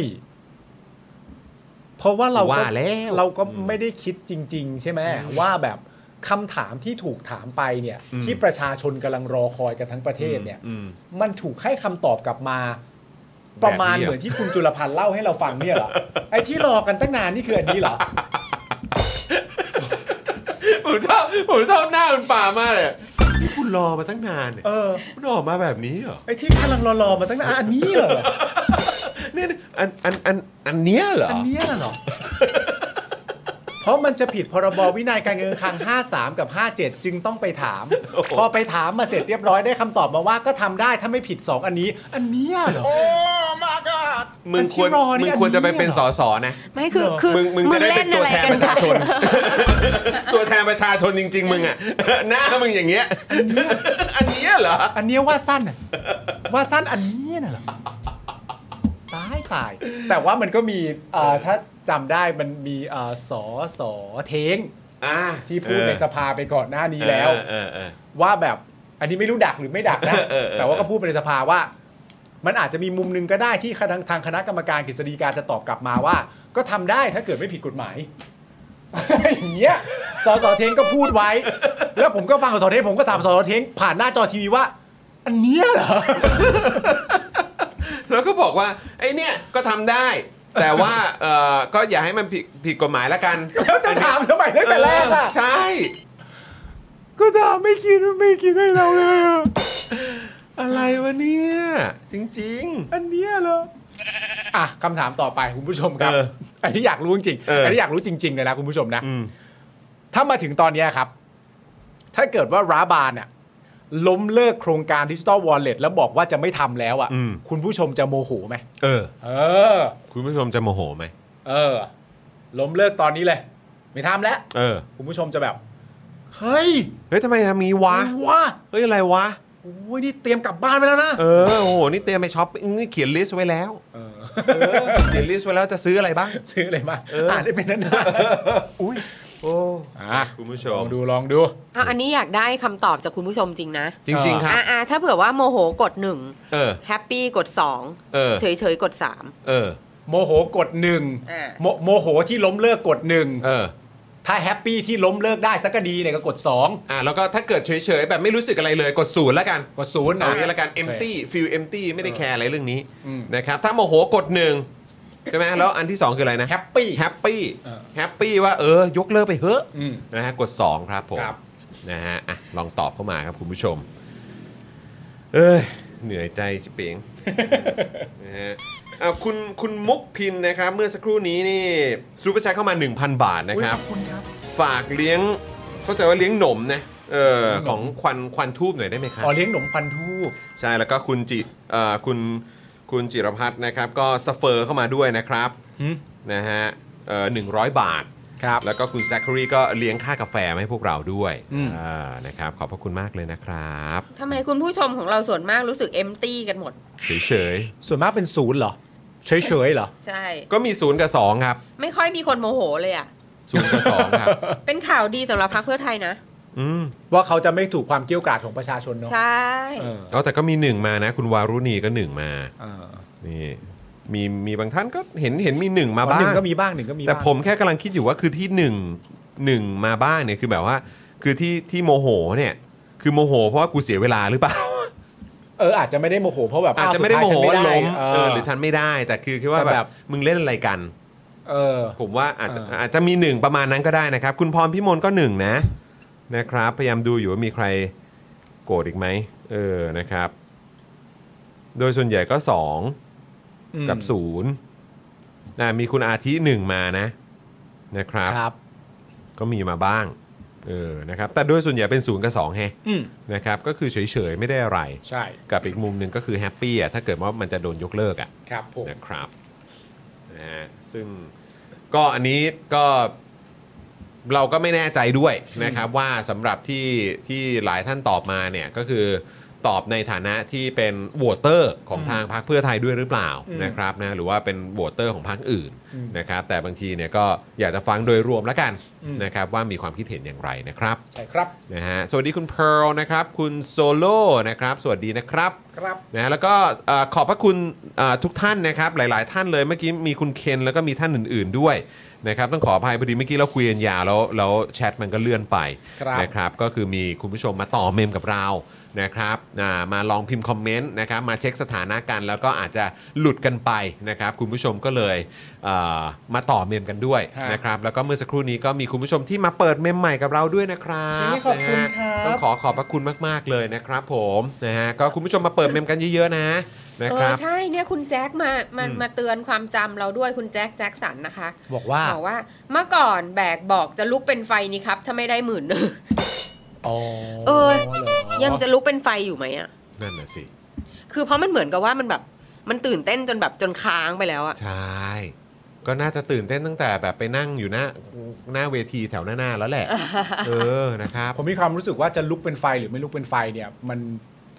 [SPEAKER 2] เพราะว่าเราก็
[SPEAKER 1] ว่าแล้ว
[SPEAKER 2] เราก็
[SPEAKER 1] อืม
[SPEAKER 2] ไม่ได้คิดจริง ๆ ใช่ไหมว่าแบบคำถามที่ถูกถามไปเนี่ย
[SPEAKER 1] อืม
[SPEAKER 2] ที่ประชาชนกำลังรอคอยกันทั้งประเทศเนี่ย
[SPEAKER 1] อืม
[SPEAKER 2] มันถูกให้คำตอบกลับมา ประมาณ
[SPEAKER 1] แบบนี้เหรอ
[SPEAKER 2] เหมือนที่คุณจุลพันธ์เล่าให้เราฟังเนี่ยเหรอ ไอ้ที่รอกันตั้งนานนี่คืออันนี้เหรอ
[SPEAKER 1] ผมชอบผมชอบหน้าคุณป่ามากเลย คุณรอมาตั้งนานเนี่ย
[SPEAKER 2] เออ
[SPEAKER 1] คุณออกมาแบบนี้เหรอ
[SPEAKER 2] ไอ้ที่กำลังรอๆมาตั้งนานอันนี้เหรอ
[SPEAKER 1] เนี่ยอันอันอันอันเนี้ยเหรอ
[SPEAKER 2] อันเนี้ย เหรอ เพราะมันจะผิดพรบวินัยการเงินการคลัง 53 กับ 57 จึงต้องไปถาม พอไปถามมาเสร็จเรียบร้อยได้คำตอบมาว่าก็ทำได้ถ้าไม่ผิด 2 อันนี้ อันเนี้ยเหรอ
[SPEAKER 1] มึงควร
[SPEAKER 2] อันที่รอนี่
[SPEAKER 1] มึงควรจะไป
[SPEAKER 2] อันเนี้ย
[SPEAKER 1] เป็น
[SPEAKER 2] เหรอ
[SPEAKER 1] สสนะ
[SPEAKER 3] ไม่คือคือ
[SPEAKER 1] มึงมึงจะได้เป็นตัวแทนประชาชน ตัวแทน ประชาชนจริง ๆ มึงอ่ะ หน้ามึงอย่างเงี้ย อันเนี้ยเหรอ
[SPEAKER 2] อันเนี้ยว่าสั้นน่ะว่าสั้นอันเนี้ยน่ะเหรอตายตายแต่ว่ามันก็มีเอ่อถ้าจำได้มันมีเอ่อสอสอเทง
[SPEAKER 1] อ่า
[SPEAKER 2] ที่พูดในสภาไปก่อนหน้านี้แล้ว
[SPEAKER 1] เออเออ
[SPEAKER 2] ว่าแบบอันนี้ไม่รู้ดักหรือไม่ดักนะ
[SPEAKER 1] เออเออ
[SPEAKER 2] แต่ว่าก็พูดไปในสภาว่า มันอาจจะมีมุมหนึ่งก็ได้ที่ทางทางคณะกรรมการกฤษฎีกาจะตอบกลับมาว่า ก็ทำได้ถ้าเกิดไม่ผิดกฎหมาย อย่างเงี้ยสสเทงก็พูดไว้ แล้วผมก็ฟังสสเทงผมก็ถามสสเทงผ่านหน้าจอทีวีว่า อันเนี้ยเหรอ
[SPEAKER 1] แล้วก็บอกว่าไอ้เนี่ยก็ทำได้ แต่ว่าเออก็อย่าให้มันผิดผิดกฎหมายละกัน
[SPEAKER 2] แล้วจะถามทำไม ตั้งแต่แรกอ่ะ
[SPEAKER 1] ใช่
[SPEAKER 2] ก็ถามไม่คิดไม่คิดให้เราเลยอะ
[SPEAKER 1] อะไรวะเนี่ย จริง
[SPEAKER 2] อันเนี้ยเหรออ่ะคำถามต่อไปคุณผู้ชมครับ
[SPEAKER 1] เออ
[SPEAKER 2] อันนี้อยากรู้จริงๆ
[SPEAKER 1] เอออั
[SPEAKER 2] อันนี้อยากรู้จริงๆเลยนะคุณผู้ชมนะ
[SPEAKER 1] ๆอืม
[SPEAKER 2] ถ้ามาถึงตอนเนี้ยครับ ถ้าเกิดว่าร้าบานอะล้มเลิกโครงการดิจิ t a ลวอลเล็ตแล้วบอกว่าจะไม่ทำแล้วอะคุณผู้ชมจะโมโหไหม
[SPEAKER 1] เออ
[SPEAKER 2] เออ
[SPEAKER 1] คุณผู้ชมจะโมโหไหม
[SPEAKER 2] เออ ล้มเลิกตอนนี้เลย ไม่ทำแล้ว
[SPEAKER 1] เออ
[SPEAKER 2] คุณผู้ชมจะแบบ เฮ้ย
[SPEAKER 1] เฮ้ยทำไมทำงี้วะ
[SPEAKER 2] ว้า
[SPEAKER 1] เฮ้ยอะไรวะ
[SPEAKER 2] โอ้ยนี่เตรียมกลับบ้านไปแล้วนะ
[SPEAKER 1] เออโอ้โหนี่เตรียมไปช็อปปิ้งนี่เขียนลิสต์ไว้แล้วเออเขียนลิสต์ไว้แล้วจะซื้ออะไรบ้าง
[SPEAKER 2] ซื้ออะไรมา
[SPEAKER 1] เอออ่
[SPEAKER 2] อ่านได้เป็นนั้นนะ
[SPEAKER 1] อุ้ยโอ้
[SPEAKER 2] อ่ะ
[SPEAKER 1] คุณผู้ช
[SPEAKER 2] ล
[SPEAKER 1] ม
[SPEAKER 2] องดูลองดู
[SPEAKER 3] อ่ะอันนี้อยากได้คำตอบจากคุณผู้ชมจริงนะ
[SPEAKER 1] จริง ๆ ครับ
[SPEAKER 3] อ่าถ้าเผื่อว่าโมโหกดหนึ่ง
[SPEAKER 1] เออ
[SPEAKER 3] แฮปปี้กดสอง
[SPEAKER 1] เออ
[SPEAKER 3] เฉยเฉยๆกดสาม
[SPEAKER 1] เออ
[SPEAKER 2] โมโหกดหนึ่ง
[SPEAKER 3] อ่ะ
[SPEAKER 2] โมโมโหที่ล้มเลิกกดหนึ่ง
[SPEAKER 1] เออ
[SPEAKER 2] ถ้าแฮปปี้ที่ล้มเลิกได้สักก็ดีเนี่ยก็กดสอง
[SPEAKER 1] อ่ะแล้วก็ถ้าเกิดเฉยๆ แบบไม่รู้สึกอะไรเลยกดศูนย์แล้วกัน
[SPEAKER 2] กดศูนย์
[SPEAKER 1] เอาอย่างนี้
[SPEAKER 2] อ่ะ
[SPEAKER 1] แล้วกัน
[SPEAKER 2] โอเค
[SPEAKER 1] empty feel empty ไม่ได้แคร์อะไรเรื่องนี้
[SPEAKER 2] อืม
[SPEAKER 1] นะครับถ้าโมโหกดหนึ่งใช่ไหมแล้วอันที่ 2 คืออะไรนะ
[SPEAKER 2] แฮปปี้
[SPEAKER 1] แฮปปี้
[SPEAKER 2] เออ
[SPEAKER 1] แฮปปี้ว่าเออยกเลิกไปเถอะ
[SPEAKER 2] อืม
[SPEAKER 1] นะฮะกด 2 ครับผม
[SPEAKER 2] ครับ
[SPEAKER 1] นะฮะอ่ะลองตอบเข้ามาครับคุณผู้ชม เอ้ยเหนื่อยใจชิบเปง นะฮะอ่ะคุณคุณมุกพินนะครับ เมื่อสักครู่นี้นี่ซูเปอร์แชทเข้ามา 1,000 บาทนะครับ ฝากเลี้ยงเข้าใจว่าเลี้ยงหนมนะเออของควันควันทูบหน่อยได้ไหมครับ
[SPEAKER 2] อ๋อเลี้ยงหนมควันทูบ
[SPEAKER 1] ใช่แล้วก็คุณจิเอ่อคุณคุณจิรพัฒน์นะครับ ก็สเฟอร์เข้ามาด้วยนะครับ
[SPEAKER 2] หืม
[SPEAKER 1] นะฮะเอ่อหนึ่งร้อยบาท
[SPEAKER 2] ครับ
[SPEAKER 1] แล้วก็คุณแซคคารีก็เลี้ยงค่ากาแฟมาให้พวกเราด้วย
[SPEAKER 2] อืม
[SPEAKER 1] อ่านะครับ ขอบพระคุณมากเลยนะครับ
[SPEAKER 3] ทำไมคุณผู้ชมของเราส่วนมากรู้สึกเอมตี้กันหมด
[SPEAKER 1] เฉย
[SPEAKER 2] ส่วนมากเป็นศูนย์เหรอ เฉยเฉยๆเหรอ
[SPEAKER 3] ใช่
[SPEAKER 1] ๆก็มีศูนย์กับสองครับ
[SPEAKER 3] ไม่ค่อยมีคนโมโหเลยอ่ะ
[SPEAKER 1] ศูนย์กับสองค รับ
[SPEAKER 3] เป็นข่าวดีสำหรับพรรคเพื่อไทยนะ
[SPEAKER 1] อืม
[SPEAKER 2] ว่าเขาจะไม่ถูกความเกรี้ยวกราดของประชาชนเนาะ
[SPEAKER 3] ใช่
[SPEAKER 2] เออ
[SPEAKER 1] อ๋อแต่ก็มีหนึ่งมานะ คุณวารุณีก็หนึ่งมา
[SPEAKER 2] เออ
[SPEAKER 1] นี่มีมีบางท่านก็เห็นเห็นมีหนึ่งมาบ้า
[SPEAKER 2] หนึ่
[SPEAKER 1] ง
[SPEAKER 2] งก็มีบ้างหนึ่งก็มี
[SPEAKER 1] แต่
[SPEAKER 2] บ้าง
[SPEAKER 1] ผมแค่กำลังคิดอยู่ว่าคือที่หนึ่งหนึ่งมาบ้างเนี่ยคือแบบว่า คือที่ที่โมโหเนี่ย คือโมโห เพราะว่ากูเสียเวลาหรือเปล่า
[SPEAKER 2] เอออาจจะไม่ได้โมโหเพราะแบบ
[SPEAKER 1] อาจจะไม่ได้โม
[SPEAKER 2] อ้าว
[SPEAKER 1] โห
[SPEAKER 2] สุด
[SPEAKER 1] ว่า
[SPEAKER 2] ท้ายฉัน
[SPEAKER 1] ล้ม
[SPEAKER 2] ไได้
[SPEAKER 1] เอ
[SPEAKER 2] เอ
[SPEAKER 1] อ
[SPEAKER 2] อ
[SPEAKER 1] หรือฉันไม่ได้ แต่คือคิดว่า
[SPEAKER 2] แต่
[SPEAKER 1] แบ
[SPEAKER 2] แบบ บ
[SPEAKER 1] มึงเล่นอะไรกัน
[SPEAKER 2] เออ
[SPEAKER 1] ผมว่าอาจจะ
[SPEAKER 2] เอออ
[SPEAKER 1] อาจจะมีหนึ่งประมาณนั้นก็ได้นะครับ คุณพรพิมลก็หนึ่งนะนะครับ พยายามดูอยู่ว่ามีใครโกรธอีกไหมเออนะครับ โดยส่วนใหญ่ก็สอง
[SPEAKER 2] อืม
[SPEAKER 1] กับศูนย์อ่ะมีคุณอาทิหนึ่งมานะนะครับ
[SPEAKER 2] ครับ
[SPEAKER 1] ก็มีมาบ้างเออนะครับ แต่โดยส่วนใหญ่เป็นศูนย์กับสองแฮะ
[SPEAKER 2] อืม
[SPEAKER 1] นะครับ ก็คือเฉยๆ ไม่ได้อะไร
[SPEAKER 2] ใช่
[SPEAKER 1] กับอีกมุมหนึ่งก็คือแฮปปี้อ่ะถ้าเกิดว่ามันจะโดนยกเลิกอ่ะ
[SPEAKER 2] ครับผม
[SPEAKER 1] นะครับนะฮะซึ่งก็อันนี้ก็เราก็ไม่แน่ใจด้วยนะครับ ว่าสำหรับที่ที่หลายท่านตอบมาเนี่ยก็คือตอบในฐานะที่เป็นโหวตเตอร์ของทางพรรคเพื่อไทยด้วยหรือเปล่า
[SPEAKER 2] อืม
[SPEAKER 1] นะครับนะหรือว่าเป็นโหวตเตอร์ของพรรคอื่นนะครับ แต่บางทีเนี่ยก็อยากจะฟังโดยรวมแล้วกันนะครับ ว่ามีความคิดเห็นอย่างไรนะครับ
[SPEAKER 2] ใช่ครับ
[SPEAKER 1] นะฮะสวัสดีคุณเพ r ร์ลนะครับ คุณโซโล่นะครับ สวัสดีนะครับ
[SPEAKER 2] ครับ
[SPEAKER 1] นะฮะแล้วก็เอ่อขอบพระคุณเอ่อทุกท่านนะครับหลาย ๆ ท่านเลยเมื่อกี้มีคุณเคนแล้วก็มีท่านอื่น ๆ ด้วยนะครับต้องขออภัยพอดีเมื่อกี้เราคุยกันยาวแล้วแล้วแชทมันก็เลื่อนไป
[SPEAKER 2] ครับ
[SPEAKER 1] นะครับก็คือมีคุณผู้ชมมาต่อเมมกับเรานะครับอ่ามาลองพิมพ์คอมเมนต์นะครับมาเช็คสถานะกันแล้วก็อาจจะหลุดกันไปนะครับคุณผู้ชมก็เลยเอ่อมาต่อเมมกันด้วยนะครับแล้วก็เมื่อสักครู่นี้ก็มีคุณผู้ชมที่มาเปิดเมมใหม่กับเราด้วยนะครับ
[SPEAKER 4] ขอบคุณ
[SPEAKER 1] นะฮะ
[SPEAKER 4] ครับ
[SPEAKER 1] ต้องขอ ขอขอบพระคุณมาก ๆ เลยนะครับผมนะฮะก็คุณผู้ชมมาเปิดเมมกันเยอะ ๆ นะนะ
[SPEAKER 3] เอ
[SPEAKER 1] ค
[SPEAKER 3] อ
[SPEAKER 1] รับ
[SPEAKER 3] ใช่เนี่ยคุณแจ็คมามามาเตือนความจำเราด้วยคุณแจ็คแจ็คสันนะคะ
[SPEAKER 2] บอกว่า
[SPEAKER 3] บอกว่าเมื่อก่อนแบกบอกจะลุกเป็นไฟนี่ครับ ถ้าไม่ได้หมื่นหนึ่ง
[SPEAKER 2] อ๋อ
[SPEAKER 3] เออ
[SPEAKER 2] หร
[SPEAKER 3] ยังจะลุกเป็นไฟอยู่ไหมอ่ะ
[SPEAKER 1] นั่นน่ะสิ
[SPEAKER 3] คือเพราะมันเหมือนกับว่ามันแบบมันตื่นเต้นจนแบบจนค้างไปแล้วอะ
[SPEAKER 1] ใช่ ก็น่าจะตื่นเต้นตั้งแต่แบบไปนั่งอยู่หน้าหน้าเวทีแถวหน้า ๆ แล้วแหละ เออนะครับ
[SPEAKER 2] ผมมีความรู้สึกว่าจะลุกเป็นไฟหรือไม่ลุกเป็นไฟเนี่ยมัน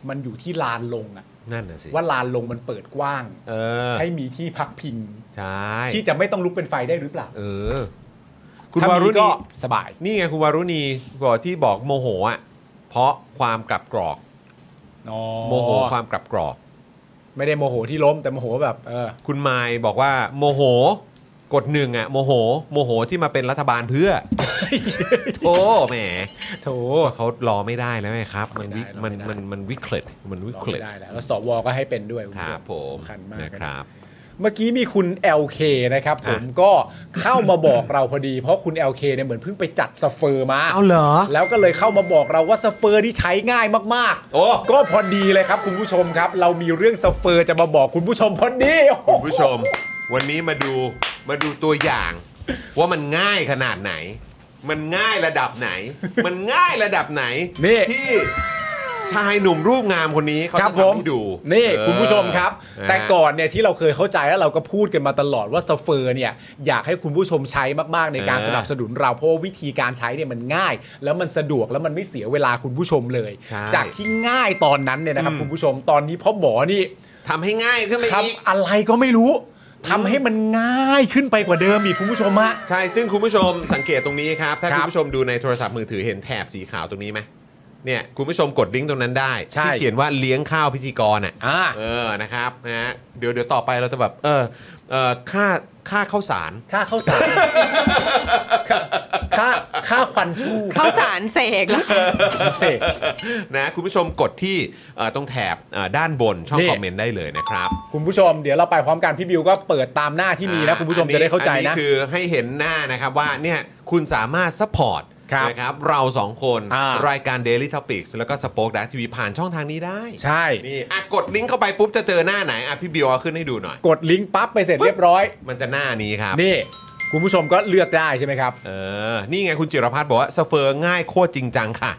[SPEAKER 2] มันอยู่ที่ลานลงอะ
[SPEAKER 1] นั่นน่ะสิ
[SPEAKER 2] ว่าลานลงมันเปิดกว้าง
[SPEAKER 1] เออ
[SPEAKER 2] ให้มีที่พักพิง
[SPEAKER 1] ใช่
[SPEAKER 2] ที่จะไม่ต้องลุกเป็นไฟได้หรือเปล่า
[SPEAKER 1] เออ คุณ
[SPEAKER 2] ถ้
[SPEAKER 1] วารุ
[SPEAKER 2] มี
[SPEAKER 1] ณี
[SPEAKER 2] ก็สบาย
[SPEAKER 1] นี่ไงคุณวารุณีก่อนที่บอกโมโหอ่ะเพราะความกลับกรอกโมโหความกลับกรอก
[SPEAKER 2] ไม่ได้โมโหที่ล้มแต่โมโหแบบเออ
[SPEAKER 1] คุณไมายบอกว่าโมโห กดหนึ่งอะโมโห โมโหที่มาเป็นรัฐบาลเพื่ อ โธ่แหม
[SPEAKER 2] โถ
[SPEAKER 1] เขารอไม่ได้แล้วไงครับ มันวิ
[SPEAKER 2] ไม่ได้รอ
[SPEAKER 1] มัน
[SPEAKER 2] ไม่ได้
[SPEAKER 1] มันมันวิกฤตมันวิ
[SPEAKER 2] รอก
[SPEAKER 1] ฤ
[SPEAKER 2] ไม่
[SPEAKER 1] ต
[SPEAKER 2] ได้แล้วแล้วสวก็ให้เป็นด้วยณ
[SPEAKER 1] ค
[SPEAKER 2] ผู้ช
[SPEAKER 1] รับผม
[SPEAKER 2] สำคัญมาก
[SPEAKER 1] นะ
[SPEAKER 2] นะครับ เมื่อกี้มีคุณ LK นะครับ ผมก็เข้ามาบอกเราพอดี เพราะคุณ LK เนี่ยเหมือนเพิ่งไปจัดสเฟอร์มา
[SPEAKER 1] เอาเหรอ
[SPEAKER 2] แล้วก็เลยเข้ามาบอกเราว่าสเฟอร์ที่ใช้ง่ายมากๆ
[SPEAKER 1] โอ้
[SPEAKER 2] ก็พอดีเลยครับคุณผู้ชมครับ เรามีเรื่องสเฟอร์จะมาบอกคุณผู้ชมพอดีโอ้โห
[SPEAKER 1] คุณผู้ชม วันนี้มาดูมาดูตัวอย่าง ว่ามันง่ายขนาดไหน มันง่ายระดับไหน มันง่ายระดับไหน
[SPEAKER 2] นี่
[SPEAKER 1] ที่ชายหนุ่มรูปงามคนนี้เขา
[SPEAKER 2] ครั
[SPEAKER 1] จะ
[SPEAKER 2] บผม
[SPEAKER 1] ทำให้ดู
[SPEAKER 2] นี่
[SPEAKER 1] เออ
[SPEAKER 2] คุณผู้ชมครับ
[SPEAKER 1] ะฮะ
[SPEAKER 2] แต่ก่อนเนี่ยที่เราเคยเข้าใจแล้วเราก็พูดกันมาตลอดว่าสเฟอร์เนี่ยอยากให้คุณผู้ชมใช้มากๆในการ
[SPEAKER 1] เออ
[SPEAKER 2] สนับสนุนเราเพราะว่าวิธีการใช้เนี่ยมันง่าย แล้วมันสะดวกแล้วมันไม่เสียเวลาคุณผู้ชมเลย
[SPEAKER 1] ใช่
[SPEAKER 2] จากที่ง่ายตอนนั้นเนี่ยนะครับคุณผู้ชมตอนนี้พ่อหมอนี่
[SPEAKER 1] ทำให้ง่ายขึ้นไปอีก
[SPEAKER 2] ทำอะไรก็ไม่รู้ทำให้มันง่ายขึ้นไปกว่าเดิมอีกคุณผู้ชมฮะ
[SPEAKER 1] ใช่ ซึ่งคุณผู้ชมสังเกตตรงนี้ครับ ถ้า
[SPEAKER 2] ครั
[SPEAKER 1] คุ
[SPEAKER 2] บ
[SPEAKER 1] ณผู้ชมดูในโทรศัพท์มือถือเห็นแถบสีขาวตรงนี้ไหมเนี่ยคุณผู้ชมกดลิงก์ตรงนั้นได้
[SPEAKER 2] ใช่
[SPEAKER 1] ที่เขียนว่าเลี้ยงข้าวพิธีกรอ่ะ
[SPEAKER 2] อ่า
[SPEAKER 1] เออนะครับนะฮะเดี๋ยวเดี๋ยวต่อไปเราจะแบบเออเออค่าค่าข้าวสาร
[SPEAKER 2] ค่าข้าวสารค่าค่าควันทูป
[SPEAKER 3] เข้าสารเสก แล้ว
[SPEAKER 2] เสก
[SPEAKER 1] นะคุณผู้ชมกดที่เอ่อตรงแถบเอ่อด้านบนช่อง
[SPEAKER 2] นี่
[SPEAKER 1] คอมเมนต์ได้เลยนะครับ
[SPEAKER 2] คุณผู้ชมเดี๋ยวเราไปพร้อมกันพี่บิวก็เปิดตามหน้าที่มีนะ
[SPEAKER 1] อ่า
[SPEAKER 2] คุณผู้ชม
[SPEAKER 1] อั
[SPEAKER 2] จะได้เข้าใจนะ
[SPEAKER 1] อัคือให้เห็นหน้านะครับว่าเนี่ยคุณสามารถซัพพอร์ต
[SPEAKER 2] ครับ
[SPEAKER 1] นะครับเราสองคน
[SPEAKER 2] อ่าร
[SPEAKER 1] รายการ Daily Topics แล้วก็สป็อคดักทีวีผ่านช่องทางนี้ได้
[SPEAKER 2] ใช่
[SPEAKER 1] นี่อ่ะกดลิงก์เข้าไปปุ๊บจะเจอหน้าไหนอ่ะพี่บิวเอาขึ้นให้ดูหน่อย
[SPEAKER 2] กดลิงก์ปั๊บไปเสร็จเรียบร้อย
[SPEAKER 1] มันจะหน้านี้ครับ
[SPEAKER 2] นี่ คุณผู้ชมก็เลือกได้ใช่ไหมครับ
[SPEAKER 1] เออ นี่ไงคุณจิรพัฒน์บอกว่าสเฟอร์ง่ายโคตรจริงจังค่ะ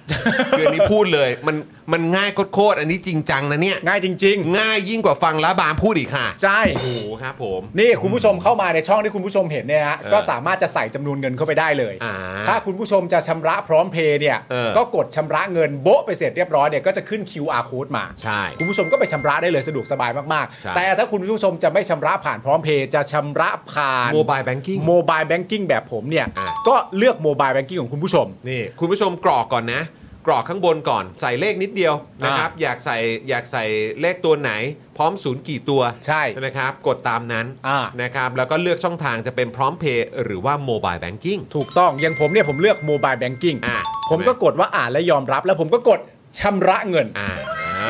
[SPEAKER 1] คืออันนี้พูดเลยมันมันง่ายโคตรๆอันนี้จริงจังนะเนี่ย
[SPEAKER 2] ง่ายจริง
[SPEAKER 1] ง่ายยิ่งกว่าฟังละบามพูดอีกค่ะ
[SPEAKER 2] ๆ ใช่
[SPEAKER 1] โอ้โหครับผม
[SPEAKER 2] นี่คุณผู้ชมเข้ามาในช่องที่คุณผู้ชมเห็นเนี่ยฮะ
[SPEAKER 1] เออ
[SPEAKER 2] ก็สามารถจะใส่จำนวนเงินเข้าไปได้เลย
[SPEAKER 1] อ่า
[SPEAKER 2] ถ้าคุณผู้ชมจะชำระพร้อมเพย์เนี่ย
[SPEAKER 1] เออ
[SPEAKER 2] ก็กดชำระเงินโบ๊ะไปเสร็จเรียบร้อยเนี่ยก็จะขึ้น QR code มา
[SPEAKER 1] ใช่
[SPEAKER 2] คุณผู้ชมก็ไปชำระได้เลยสะดวกสบายมาก
[SPEAKER 1] ใช่
[SPEAKER 2] ๆ แต่ถ้าคุณผู้ชมจะไม่ชำระผ่านพร้อมเพย์จะชำระผ่าน
[SPEAKER 1] โมบายแบงกิ้ง
[SPEAKER 2] โมบายแบงกิ้งแบบผมเนี่ย
[SPEAKER 1] อ่ะ
[SPEAKER 2] ก็เลือกโมบายแบงกิ้งของคุณผู้ชม
[SPEAKER 1] นี่คุณผู้ชมกรอกก่อนนะ กรอกข้างบนก่อนใส่เลขนิดเดียวนะครับ อยากใส่อยากใส่เลขตัวไหน พร้อมศูนย์กี่ตัว
[SPEAKER 2] ใช่
[SPEAKER 1] นะครับ กดตามนั้น
[SPEAKER 2] อ่า
[SPEAKER 1] นะครับ แล้วก็เลือกช่องทางจะเป็นพร้อมเพย์หรือว่าโมบายแบงกิ้ง
[SPEAKER 2] ถูกต้องอย่างผมเนี่ยผมเลือกโมบายแบงกิ้ง
[SPEAKER 1] อ่ะ
[SPEAKER 2] ผมก็กดว่าอ่านและยอมรับ แล้วผมก็กดชำระเงิน
[SPEAKER 1] อ่า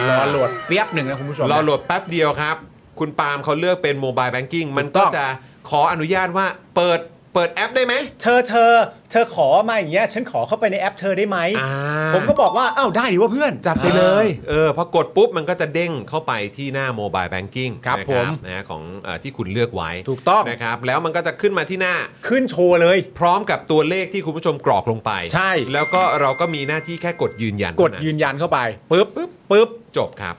[SPEAKER 1] ร
[SPEAKER 2] อโหลดเปียบหนึ่งนะคุณผู้ชม
[SPEAKER 1] รอโหลดแป๊บเดียวครับ คุณปาล์มเขาเลือกเป็นโมบายแบงกิ้งมันก็จะขออนุญาตว่าเปิดเปิดแอปได้ไหม
[SPEAKER 2] เธอเธอ เธอขอมาอย่างเงี้ยฉันขอเข้าไปในแอปเธอได้ไหม
[SPEAKER 1] อ่า
[SPEAKER 2] ผมก็บอกว่าอ้าวได้ดิว่าเพื่อน
[SPEAKER 1] จัดไปเลยเออพอกดปุ๊บมันก็จะเด้งเข้าไปที่หน้าโมบายแบงกิ้ง
[SPEAKER 2] ครับผม
[SPEAKER 1] นะฮะของเออที่คุณเลือกไว้
[SPEAKER 2] ถูกต้อง
[SPEAKER 1] นะครับแล้วมันก็จะขึ้นมาที่หน้า
[SPEAKER 2] ขึ้นโชว์เลย
[SPEAKER 1] พร้อมกับตัวเลขที่คุณผู้ชมกรอกลงไป
[SPEAKER 2] ใช่
[SPEAKER 1] แล้วก็เราก็มีหน้าที่แค่กดยืนยัน
[SPEAKER 2] กด
[SPEAKER 1] เท่า
[SPEAKER 2] ยืนยันเข้าไปปึ๊บปึ๊บปึ๊บ
[SPEAKER 1] จบครับ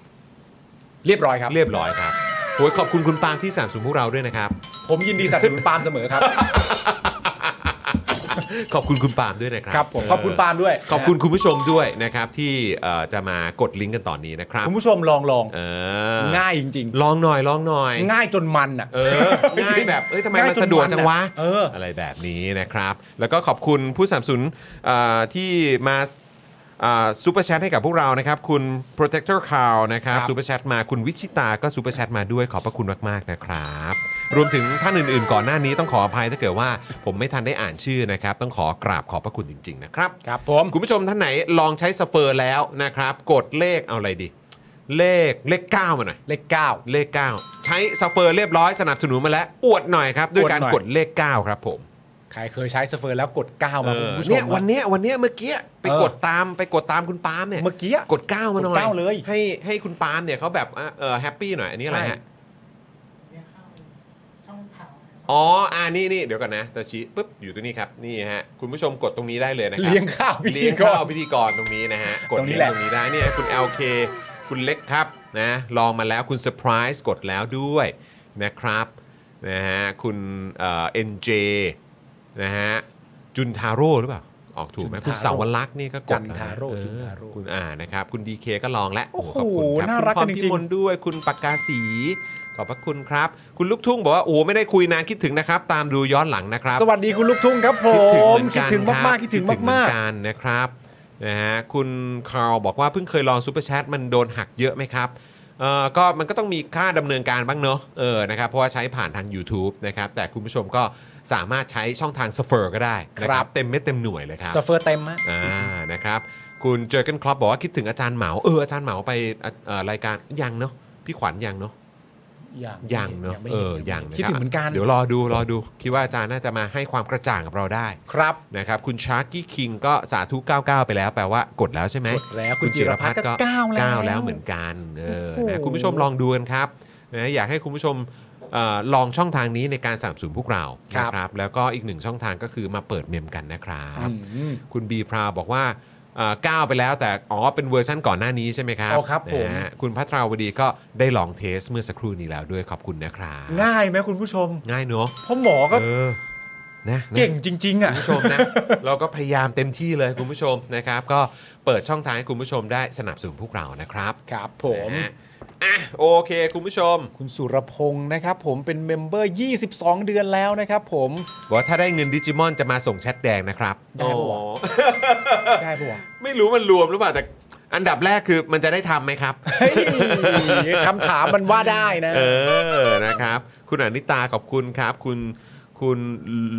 [SPEAKER 2] เรียบร้อยครับ
[SPEAKER 1] เรียบร้อยครับโหยขอบคุณคุณปาล์มที่สามสูงพวกเราด้วยนะครับ
[SPEAKER 2] ผมยินดีสนับสนุนปาล์มเสมอครับ
[SPEAKER 1] ขอบคุณคุณปาล์มด้วยนะครับ
[SPEAKER 2] ครับผมขอบคุณปาล์มด้วย
[SPEAKER 1] ขอบคุณคุณผู้ชมด้วยนะครับที่เอ่อจะมากดลิงก์กันตอนนี้นะครับ
[SPEAKER 2] คุณผู้ชมลองลอง
[SPEAKER 1] เออ
[SPEAKER 2] ง่ายจริง ๆ
[SPEAKER 1] ลองหน่อยลองหน่อย
[SPEAKER 2] ง่ายจนมันอ่ะ
[SPEAKER 1] เออ ง่ายแบบ เอ้ยทำไม
[SPEAKER 2] ง่าย
[SPEAKER 1] มันสะดวกจังวะ
[SPEAKER 2] จนมันอะเอออ
[SPEAKER 1] ไรแบบนี้นะครับ แล้วก็ขอบคุณผู้สนับสนุนเอ่อที่มา ซูเปอร์แชทให้กับพวกเรานะครับ คุณ protector cow นะครับ
[SPEAKER 2] ครับ
[SPEAKER 1] ซูเปอร์แชทมาคุณวิชิตาก็ซูเปอร์แชทมาด้วยขอบพระคุณมากๆนะครับ รวมถึงท่านอื่นๆ ก่อนหน้านี้ต้องขออภัยถ้าเกิดว่าผมไม่ทันได้อ่านชื่อนะครับ ต้องขอกราบขอบพระคุณจริง ๆ นะครับ
[SPEAKER 2] ครับผม
[SPEAKER 1] คุณผู้ชมท่านไหนลองใช้สเปอร์แล้วนะครับ กดเลขเอาอะไรดี เลขเลข9มาหน่อย
[SPEAKER 2] เลขเก้า
[SPEAKER 1] เลข 9 ใช้สเปอร์เรียบร้อยสนับสนุนมาแล้ว อวดหน่อยครับ ด้วยการ
[SPEAKER 2] อวดหน่อย
[SPEAKER 1] กดเลข 9 ครับผม
[SPEAKER 2] ใครเคยใช้สเฟอร์แล้วกดเก้ามาคุณผู้ชม
[SPEAKER 1] เนี่ย
[SPEAKER 2] อะ
[SPEAKER 1] วันเนี้ยวันเนี้ยเมื่อกี้ไป
[SPEAKER 2] เออ
[SPEAKER 1] กดตามไปกดตามคุณปาล์มเนี่ย
[SPEAKER 2] เมื่อกี้อะ
[SPEAKER 1] กด 9 มาหน่อย
[SPEAKER 2] กด9เลย
[SPEAKER 1] ให้ให้คุณปาล์มเนี่ยเขาแบบอ่ะเออแฮปปี้หน่อย อันนี้อะไรฮะอ๋ออ่านี่นี่เดี๋ยวก่อนนะตาชิปุ๊บอยู่ตรงนี้ครับนี่ฮะคุณผู้ชมกดตรงนี้ได้เลยนะครั
[SPEAKER 2] เลี้ยงข้าวพิธี
[SPEAKER 1] เลี้ยง
[SPEAKER 2] กร
[SPEAKER 1] ข้าวพิธีกรตรงนี้นะฮะ กด
[SPEAKER 2] ตรง
[SPEAKER 1] ลิ
[SPEAKER 2] นี้
[SPEAKER 1] งก์
[SPEAKER 2] แหละ
[SPEAKER 1] ตรงนี้ได้เนี่ยคุณ LK คุณเล็กครับนะลองมาแล้วคุณเซอร์ไพรส์กดแล้วด้วยนะครับนะฮะคุณเอ่อ NJ นะฮะจุนทาโร่หรือเปล่า ออกถูกไหม
[SPEAKER 2] จุนทาโร่
[SPEAKER 1] คุณสาวลักษณ์นี่ก็กด
[SPEAKER 2] จันทาโร่
[SPEAKER 1] แล้วนะ
[SPEAKER 2] จุนทาโร่
[SPEAKER 1] เออคุณอ่านะครับ คุณ DK ก็ลองแล้ว
[SPEAKER 2] โอ้โห
[SPEAKER 1] ขบคุณคบ
[SPEAKER 2] น่ารัก
[SPEAKER 1] คุณ
[SPEAKER 2] กัน
[SPEAKER 1] พ
[SPEAKER 2] จริง
[SPEAKER 1] พิ
[SPEAKER 2] ๆ
[SPEAKER 1] มลด้วยคุณปากกาสี ขอบพระคุณครับ คุณลูกทุ่งบอกว่าโอ้โหไม่ได้คุยนานคิดถึงนะครับ ตามดูย้อนหลังนะครับ
[SPEAKER 2] สวัสดีคุณลูกทุ่งครับผ
[SPEAKER 1] คิดถึงเห
[SPEAKER 2] ม
[SPEAKER 1] มือน
[SPEAKER 2] คิด
[SPEAKER 1] กัน
[SPEAKER 2] ถึง
[SPEAKER 1] รับ
[SPEAKER 2] มากๆคิดถึง
[SPEAKER 1] เห
[SPEAKER 2] มาก
[SPEAKER 1] นนนะครับนะฮะคุณคาร์ลบอกว่าเพิ่งเคยลองซูเปอร์แชทมันโดนหักเยอะไหมครับเอ่อก็มันก็ต้องมีค่าดำเนินการบ้างเนาะเออนะครับเพราะว่าใช้ผ่านทาง YouTube นะครับแต่คุณผู้ชมก็สามารถใช้ช่องทางสเฟอร์ก็ได้นะครับเต็มเม็ดเต็มหน่วยเลยครับ
[SPEAKER 2] ๆสเฟอร์เต็มมาก
[SPEAKER 1] อ่านะครับคุณเจอร์เกนคลอปบอกว่าคิดถึงอาจารย์เหมาเอออาจารย์เหมาไปอ่ะเอ่อรายการยังเนาะพี่ขวัญยังเนาะ
[SPEAKER 2] อย่าง
[SPEAKER 1] ยังเนอะ
[SPEAKER 2] ไม่
[SPEAKER 1] เอ
[SPEAKER 2] ห็
[SPEAKER 1] อยัง
[SPEAKER 2] คิดถึงเหมือนกัน
[SPEAKER 1] เดี๋ยวรอดูรอดู คิดว่าอาจารย์น่าจะมาให้ความกระจ่างกับเราได้
[SPEAKER 2] ครับ
[SPEAKER 1] นะครับ คุณชาร์กี้คิงก็สาธุ 99 ไปแล้วแปลว่ากดแล้วใช่ไหม
[SPEAKER 2] กดแล้วคุณจิรพัฒน์ก็
[SPEAKER 1] ก้าว
[SPEAKER 2] 9แล้ว
[SPEAKER 1] แล้วเหมือนกันเออนะคุณผู้ชมลองดูกันครับนะอยากให้คุณผู้ชมเอ่อลองช่องทางนี้ในการสนับสนุนพวกเรา
[SPEAKER 2] ครับ
[SPEAKER 1] นะครับ แล้วก็อีกหนึ่งช่องทางก็คือมาเปิดเมมกันนะครับ
[SPEAKER 2] อืม
[SPEAKER 1] คุณบีพราวบอกว่าอ่าก้าวไปแล้วแต่อ๋อเป็นเวอร์ชั่นก่อนหน้านี้ใช่ไหมครับ
[SPEAKER 2] เอาครับผม
[SPEAKER 1] นะฮะคุณพัทราวดีก็ได้ลองเทสเมื่อสักครู่นี้แล้วด้วยขอบคุณนะครับ
[SPEAKER 2] ง่ายไหมคุณผู้ชม
[SPEAKER 1] ง่ายเนอะ
[SPEAKER 2] เพราะหมอก็
[SPEAKER 1] เออนะนะ
[SPEAKER 2] เก่งจริง ๆ อ่ะ
[SPEAKER 1] คุณผู้ชมนะ เราก็พยายามเต็มที่เลยคุณผู้ชมนะครับ ก็เปิดช่องทางให้คุณผู้ชมได้สนับสนุนพวกเรานะครับ
[SPEAKER 2] ครับผม
[SPEAKER 1] นะฮะอ่ะโอเคคุณผู้ชม
[SPEAKER 2] คุณสุรพงศ์นะครับผมเป็นเมมเบอร์ 22 เดือนแล้วนะครับผม
[SPEAKER 1] บอกว่าถ้าได้เงินดิจิมอนจะมาส่งแชทแดงนะครับ
[SPEAKER 2] ได้ปะ
[SPEAKER 1] อ๋
[SPEAKER 2] วะ
[SPEAKER 1] อ
[SPEAKER 2] ได้ปะวะ
[SPEAKER 1] ไม่รู้มันรวมหรือเปล่าแต่อันดับแรกคือมันจะได้ทำไหมครับ
[SPEAKER 2] เฮ้ยคำถามมันว่าได้นะ
[SPEAKER 1] เออ นะครับ คุณอนิตาขอบคุณครับ คุณ คุณ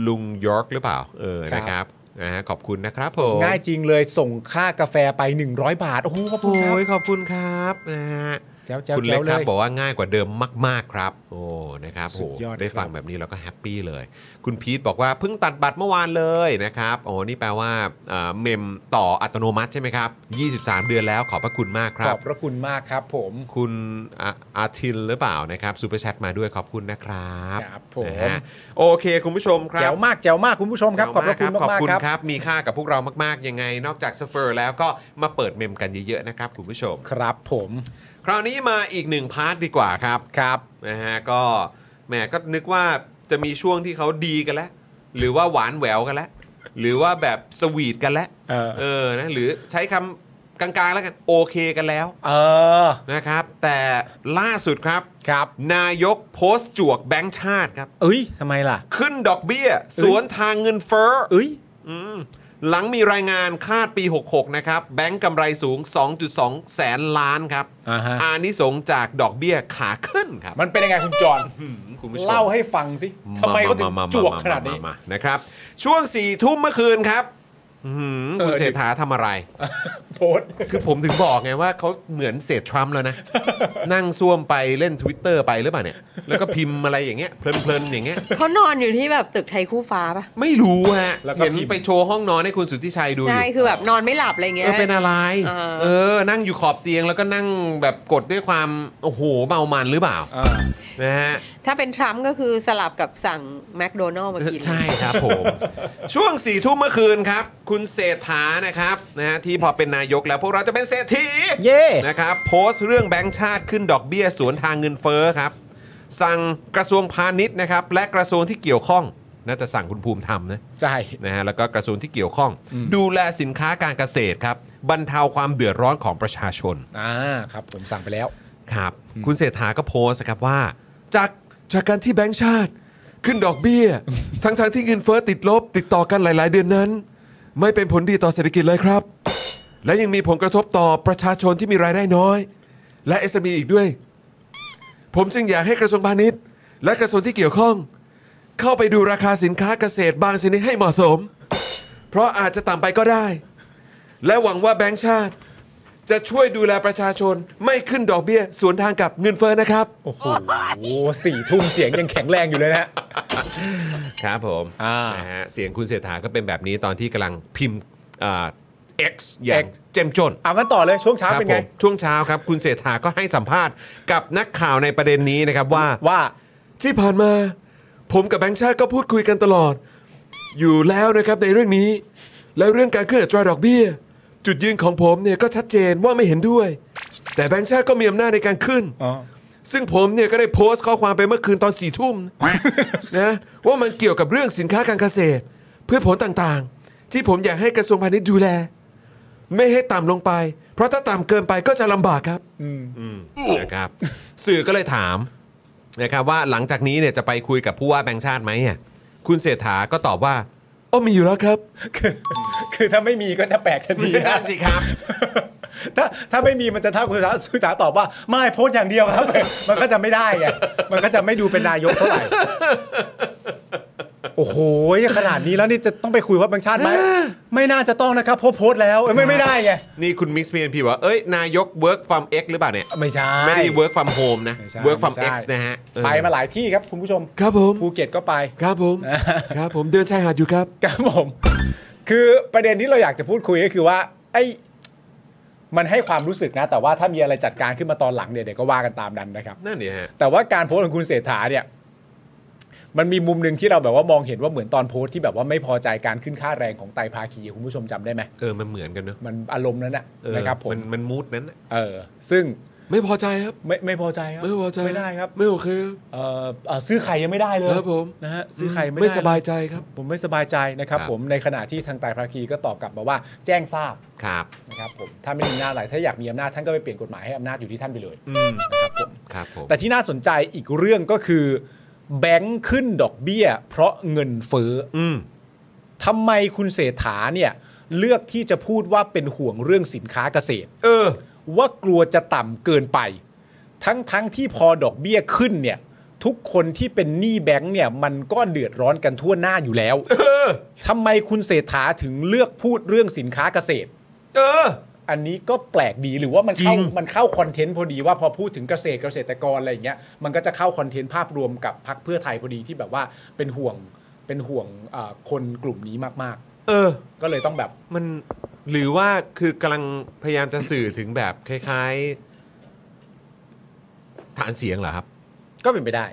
[SPEAKER 1] ลุงยอร์กหรือเปล่า เออ
[SPEAKER 2] ครับ
[SPEAKER 1] นะครับ นะฮะ ขอบคุณนะครับผม
[SPEAKER 2] ง่ายจริงเลยส่งค่ากาแฟไป 100 บาท โอ้โหขอบคุณครับ
[SPEAKER 1] โอ้ยขอบคุณครับ นะฮะ
[SPEAKER 2] แจ๋วแจ๋ว
[SPEAKER 1] คุณ
[SPEAKER 2] แจ๋
[SPEAKER 1] เล็ก
[SPEAKER 2] วเล
[SPEAKER 1] ครับ
[SPEAKER 2] ย
[SPEAKER 1] บอกว่าง่ายกว่าเดิมมาก ๆ ครับ โอ้ นะครับ
[SPEAKER 2] สุดยอด
[SPEAKER 1] โได้
[SPEAKER 2] ครับ
[SPEAKER 1] ฟังแบบนี้เราก็แฮปปี้เลย คุณพีทบอกว่าเพิ่งตัดบัตรเมื่อวานเลยนะครับ โอ้ นี่แปลว่าเอ่อเมมต่ออัตโนมัติใช่ไหมครับ 23 เดือนแล้วขอบพระคุณมากค
[SPEAKER 2] ข
[SPEAKER 1] รั
[SPEAKER 2] อบ บพระคุณมากครับผม
[SPEAKER 1] คุณอ่ะอาทินหรือเปล่านะครับซูเปอร์แชทมาด้วยขอบคุณนะครับ
[SPEAKER 2] ครับผม
[SPEAKER 1] นะฮะโอเคคุณผู้ชมครั
[SPEAKER 2] แจ๋
[SPEAKER 1] บ
[SPEAKER 2] วมากแจ๋วมากคุณผู้ชมครับ ขอบพระคุณ
[SPEAKER 1] ขอบ
[SPEAKER 2] มาก
[SPEAKER 1] คุณ
[SPEAKER 2] ๆครับ
[SPEAKER 1] ครับ มีค่ากับพวกเรามาก ๆ ยังไง นอกจากสเฟอร์แล้วก็มาเปิดเมมกันเยอะ ๆ นะครับ คุณผู้ชม
[SPEAKER 2] ครับผม
[SPEAKER 1] คราวนี้มาอีกหนึ่งพาร์ทดีกว่าครับ
[SPEAKER 2] ครับ
[SPEAKER 1] นะฮะก็แหมก็นึกว่าจะมีช่วงที่เขาดีกันแล้ว หรือว่าหวานแหววกันแล้ว หรือว่าแบบสวีทกันแล้ว
[SPEAKER 2] เออ
[SPEAKER 1] เออนะหรือใช้คำกลางๆแล้วกันโอเคกันแล้ว
[SPEAKER 2] เออ
[SPEAKER 1] นะครับ แต่ล่าสุดครับ
[SPEAKER 2] ครับ
[SPEAKER 1] นายกโพสต์จวกแบงค์ชาติครับ
[SPEAKER 2] เอ้ยทำไมล่ะ
[SPEAKER 1] ขึ้นดอกเบี้ย สวนทางเงินเฟ้อ
[SPEAKER 2] เอ้ย
[SPEAKER 1] อืมหลังมีรายงานคาดปี 66 นะครับ แบงก์กำไรสูง 2.2 แสนล้านครับ
[SPEAKER 2] อ่าฮะ
[SPEAKER 1] นิสงส์จากดอกเบี้ยขาขึ้นครับ
[SPEAKER 2] มันเป็นยังไงคุณจอน
[SPEAKER 1] อืมคุณผู้ชม
[SPEAKER 2] เล่าให้ฟังสิทำไมเขาถึง
[SPEAKER 1] มม
[SPEAKER 2] จวกขนาดนี้
[SPEAKER 1] มมมมานะครับ ช่วง4ี่ทุ่มเมื่อคืนครับอื้อหือคุณ
[SPEAKER 2] เออ
[SPEAKER 1] เศรษฐาทำอะไร
[SPEAKER 2] โพสต์
[SPEAKER 1] คือผมถึงบอกไงว่าเขาเหมือนเศษทรัมป์แล้วนะ นั่งซ่วมไปเล่น Twitter ไปหรือเปล่าเนี่ย แล้วก็พิมพ์อะไรอย่างเงี้ยเพลินๆอย่างเงี้ย
[SPEAKER 3] เขานอนอยู่ที่แบบตึกไทยคู่ฟ้าปะ
[SPEAKER 1] ไม่รู้ฮะ
[SPEAKER 2] แล้วก็
[SPEAKER 1] เห็น
[SPEAKER 2] พิมพ์
[SPEAKER 1] ไปโชว์ห้องนอนให้คุณสุทธิชัยดูอยู่
[SPEAKER 3] ใช่คือแบบนอนไม่หลับอะไรเงี้
[SPEAKER 1] เอย อเป็นอะไร
[SPEAKER 3] เออ
[SPEAKER 1] เออ นั่งอยู่ขอบเตียงแล้วก็นั่งแบบกดด้วยความ โอ้โหเมามันหรือเปล่า
[SPEAKER 2] อ่า
[SPEAKER 1] นะฮะ
[SPEAKER 3] ถ้าเป็นทรัมป์ก็คือสลับกับสั่งแมคโดนัลล์มากิน
[SPEAKER 1] ใช่ครับผม ช่วงสี่ทุ่มเมื่อคืนครับ คุณเศรษฐานะครับนะฮะที่พอเป็นนายกแล้วพวกเราจะเป็นเศรษฐี
[SPEAKER 2] เย่
[SPEAKER 1] นะครับโพสต์เรื่องแบงค์ชาติขึ้นดอกเบี้ยสวนทางเงินเฟ้อครับ สั่งกระทรวงพาณิชย์นะครับและกระทรวงที่เกี่ยวข้องน่าจะสั่งคุณภูมิธรรมนะ
[SPEAKER 2] ใช่
[SPEAKER 1] นะฮะแล้วก็กระทรวงที่เกี่ยวข้อง ดูแลสินค้าการเกษตรครับ บรรเทาความเดือดร้อนของประชาชน
[SPEAKER 2] อ่าครับผมสั่งไปแล้ว
[SPEAKER 1] ครับ คุณเศรษฐาก็โพสต์นะครับว่า จากจากการที่แบงก์ชาติ ขึ้นดอกเบี้ย ทั้งทงๆที่เงินเฟ้อติดลบ ติดต่อกันหลาย ๆ เดือนนั้น ไม่เป็นผลดีต่อเศรษฐกิจเลยครับ และยังมีผลกระทบต่อประชาชนที่มีรายได้น้อย และ SME อีกด้วย ผมจึงอยากให้กระทรวงพาณิชย์ และกระทรวงที่เกี่ยวข้อง เข้าไปดูราคาสินค้าเกษตรบางชนิดให้เหมาะสม เพราะอาจจะต่ำไปก็ได้ และหวังว่าแบงก์ชาติ จะช่วยดูแลประชาชนไม่ขึ้นดอกเบี้ย สวนทางกับเงินเฟ้อนะครับ
[SPEAKER 2] โอ้โหสี่ทุ่มเสียงยังแข็งแรงอยู่เลยนะฮะ
[SPEAKER 1] ครับผม
[SPEAKER 2] อ่าน
[SPEAKER 1] ะฮะเสียงคุณเศรษฐาก็เป็นแบบนี้ตอนที่กำลังพิมพ์อ่า X อย่างเจ้มจน
[SPEAKER 2] เอางั้นต่อเลยช่วงเช้าเป็น
[SPEAKER 1] ค
[SPEAKER 2] ไง
[SPEAKER 1] รับผมช่วงเช้าครับ คุณเศรษฐาก็ให้สัมภาษณ์กับนักข่าวในประเด็นนี้นะครับว่า
[SPEAKER 2] ว่า
[SPEAKER 1] ที่ผ่านมา ผมกับแบงค์ชาติก็พูดคุยกันตลอด อยู่แล้วนะครับในเรื่องนี้ และเรื่องการขึ้นอัตราดอกเบี้ย จุดยืนของผมเนี่ยก็ชัดเจนว่าไม่เห็นด้วย แต่แบงค์ชาติก็มีอำนาจในการขึ้น ซึ่งผมเนี่ยก็ได้โพสต์ข้อความไปเมื่อคืนตอนสี่ทุ่ม นะว่ามันเกี่ยวกับเรื่องสินค้าการเกษตร เพื่อผลต่างๆ ที่ผมอยากให้กระทรวงพาณิชย์ดูแล ไม่ให้ต่ำลงไป เพราะถ้าต่ำเกินไปก็จะลำบากครับอืมนะครับ สื่อก็เลยถามนะครับว่าหลังจากนี้เนี่ยจะไปคุยกับผู้ว่าแบงค์ชาติไหมอ่ะคุณเศรษฐาก็ตอบว่าโอ้มีอยู่แล้วครับ
[SPEAKER 2] คือคือถ้าไม่มีก็จะแปลกทันทีนะ
[SPEAKER 1] นั่นสิครับ
[SPEAKER 2] ถ้าถ้าไม่มีมันจะเท่าคุณสาสุธาตอบว่า ไม่โพสต์อย่างเดียวครับ มันก็จะไม่ได้ไงมันก็จะไม่ดูเป็นนายกเท่าไหร่ โอ้โหขนาดนี้แล้วนี่จะต้องไปคุยว่าแบงค์ชาติไหมไม่น่าจะต้องนะครับเพราะโพสต์แล้วเอ้ยไม่ไม่ได้ไง
[SPEAKER 1] นี่คุณมิกซ์พีเอ็นพีว่าเอ้ยนายก work from X หรือเปล่าเนี่ย
[SPEAKER 2] ไม่ใช่
[SPEAKER 1] ไม่ได้ work from home นะ
[SPEAKER 2] ไม่ใช่
[SPEAKER 1] work from
[SPEAKER 2] ไม่ใช่
[SPEAKER 1] X นะฮะเออ
[SPEAKER 2] ไปมาหลายที่ครับคุณผู้ชม
[SPEAKER 1] ครับผม
[SPEAKER 2] ภูเก็ตก็ไป
[SPEAKER 1] ครับผม ครับผมเดินชายหาดอยู่ครับ
[SPEAKER 2] ครับผม คือประเด็นที่เราอยากจะพูดคุยก็คือว่า ไอ้ มันให้ความรู้สึกนะ แต่ว่าถ้ามีอะไรจัดการขึ้นมาตอนหลังเนี่ยเดี๋ยวก็ว่ากันตามนั้นนะครับ
[SPEAKER 1] นั่นเนี่ยฮะ
[SPEAKER 2] แต่ว่าการโพสต์ของคุณเศรษฐาเนี่ย มันมีมุมหนึ่งที่เราแบบว่ามองเห็นว่าเหมือนตอนโพสต์ที่แบบว่าไม่พอใจการขึ้นค่าแรงของไตรภาคีคุณผู้ชมจำได้ไหม
[SPEAKER 1] เออ มันเหมือนกันเนอะ
[SPEAKER 2] มันอารมณ์นั้นนะ
[SPEAKER 1] เออ
[SPEAKER 2] นะครับ ผม
[SPEAKER 1] นมันมูดนั้นน่ะ
[SPEAKER 2] เออ ซึ่ง
[SPEAKER 1] ไม่พอใจครับ
[SPEAKER 2] ไม่ไม่พอใจครับ
[SPEAKER 1] ไม่พอใจ
[SPEAKER 2] ไม่ได้ครับ
[SPEAKER 1] ไม่โอเคครับ
[SPEAKER 2] เออเอ่อซื้อไข่ยังไม่ได้เลย
[SPEAKER 1] ครับผม
[SPEAKER 2] นะฮะซื้อไข่ไม่ได้
[SPEAKER 1] ไม่
[SPEAKER 2] เล
[SPEAKER 1] สบายใจครับ
[SPEAKER 2] ผมไม่สบายใจนะครับ
[SPEAKER 1] ครับ
[SPEAKER 2] ผมในขณะที่ทางไตรภาคีก็ตอบกลับมาว่า แจ้งทราบ
[SPEAKER 1] ครับ
[SPEAKER 2] นะครับผมถ้าไม่มีอำนาจอะไรถ้าอยากมีอำนาจท่านก็ไปเปลี่ยนกฎหมายให้อำนาจอยู่ที่ท่านไปเลยนะครับผม
[SPEAKER 1] ครับผม
[SPEAKER 2] แต่ที่น่าสนใจอีกเรื่องก็คือ แบงค์ขึ้นดอกเบี้ย เพราะเงินเฟ้อ
[SPEAKER 1] อืม
[SPEAKER 2] ทำไมคุณเศรษฐาเนี่ยเลือกที่จะพูดว่าเป็นห่วงเรื่องสินค้าเกษตร
[SPEAKER 1] เออ
[SPEAKER 2] ว่ากลัวจะต่ำเกินไป ทั้งๆทั้งที่พอดอกเบี้ยขึ้นเนี่ยทุกคนที่เป็นหนี้แบงค์เนี่ยมันก็เดือดร้อนกันทั่วหน้าอยู่แล้ว
[SPEAKER 1] เออ
[SPEAKER 2] ทำไมคุณเศรษฐาถึงเลือกพูดเรื่องสินค้าเกษตร
[SPEAKER 1] เออ
[SPEAKER 2] อันนี้ก็แปลกดีหรือว่ามัน
[SPEAKER 1] จ
[SPEAKER 2] เข้า
[SPEAKER 1] ริง
[SPEAKER 2] มันเข้าคอนเทนต์พอดีว่าพอพูดถึงเกษตรเกษตรกรอะไรอย่างเงี้ยมันก็จะเข้าคอนเทนต์ภาพรวมกับพักเพื่อไทยพอดีที่แบบว่าเป็นห่วงเป็นห่วงเอ่อคนกลุ่มนี้มาก
[SPEAKER 1] เออ
[SPEAKER 2] ๆ ก็เลยต้องแบบ
[SPEAKER 1] มันหรือว่าคือกำลังพยายามจะสื่อถึงแบบคล้ายๆ ฐานเสียงเหรอครับ
[SPEAKER 2] ก็เป็นไปได้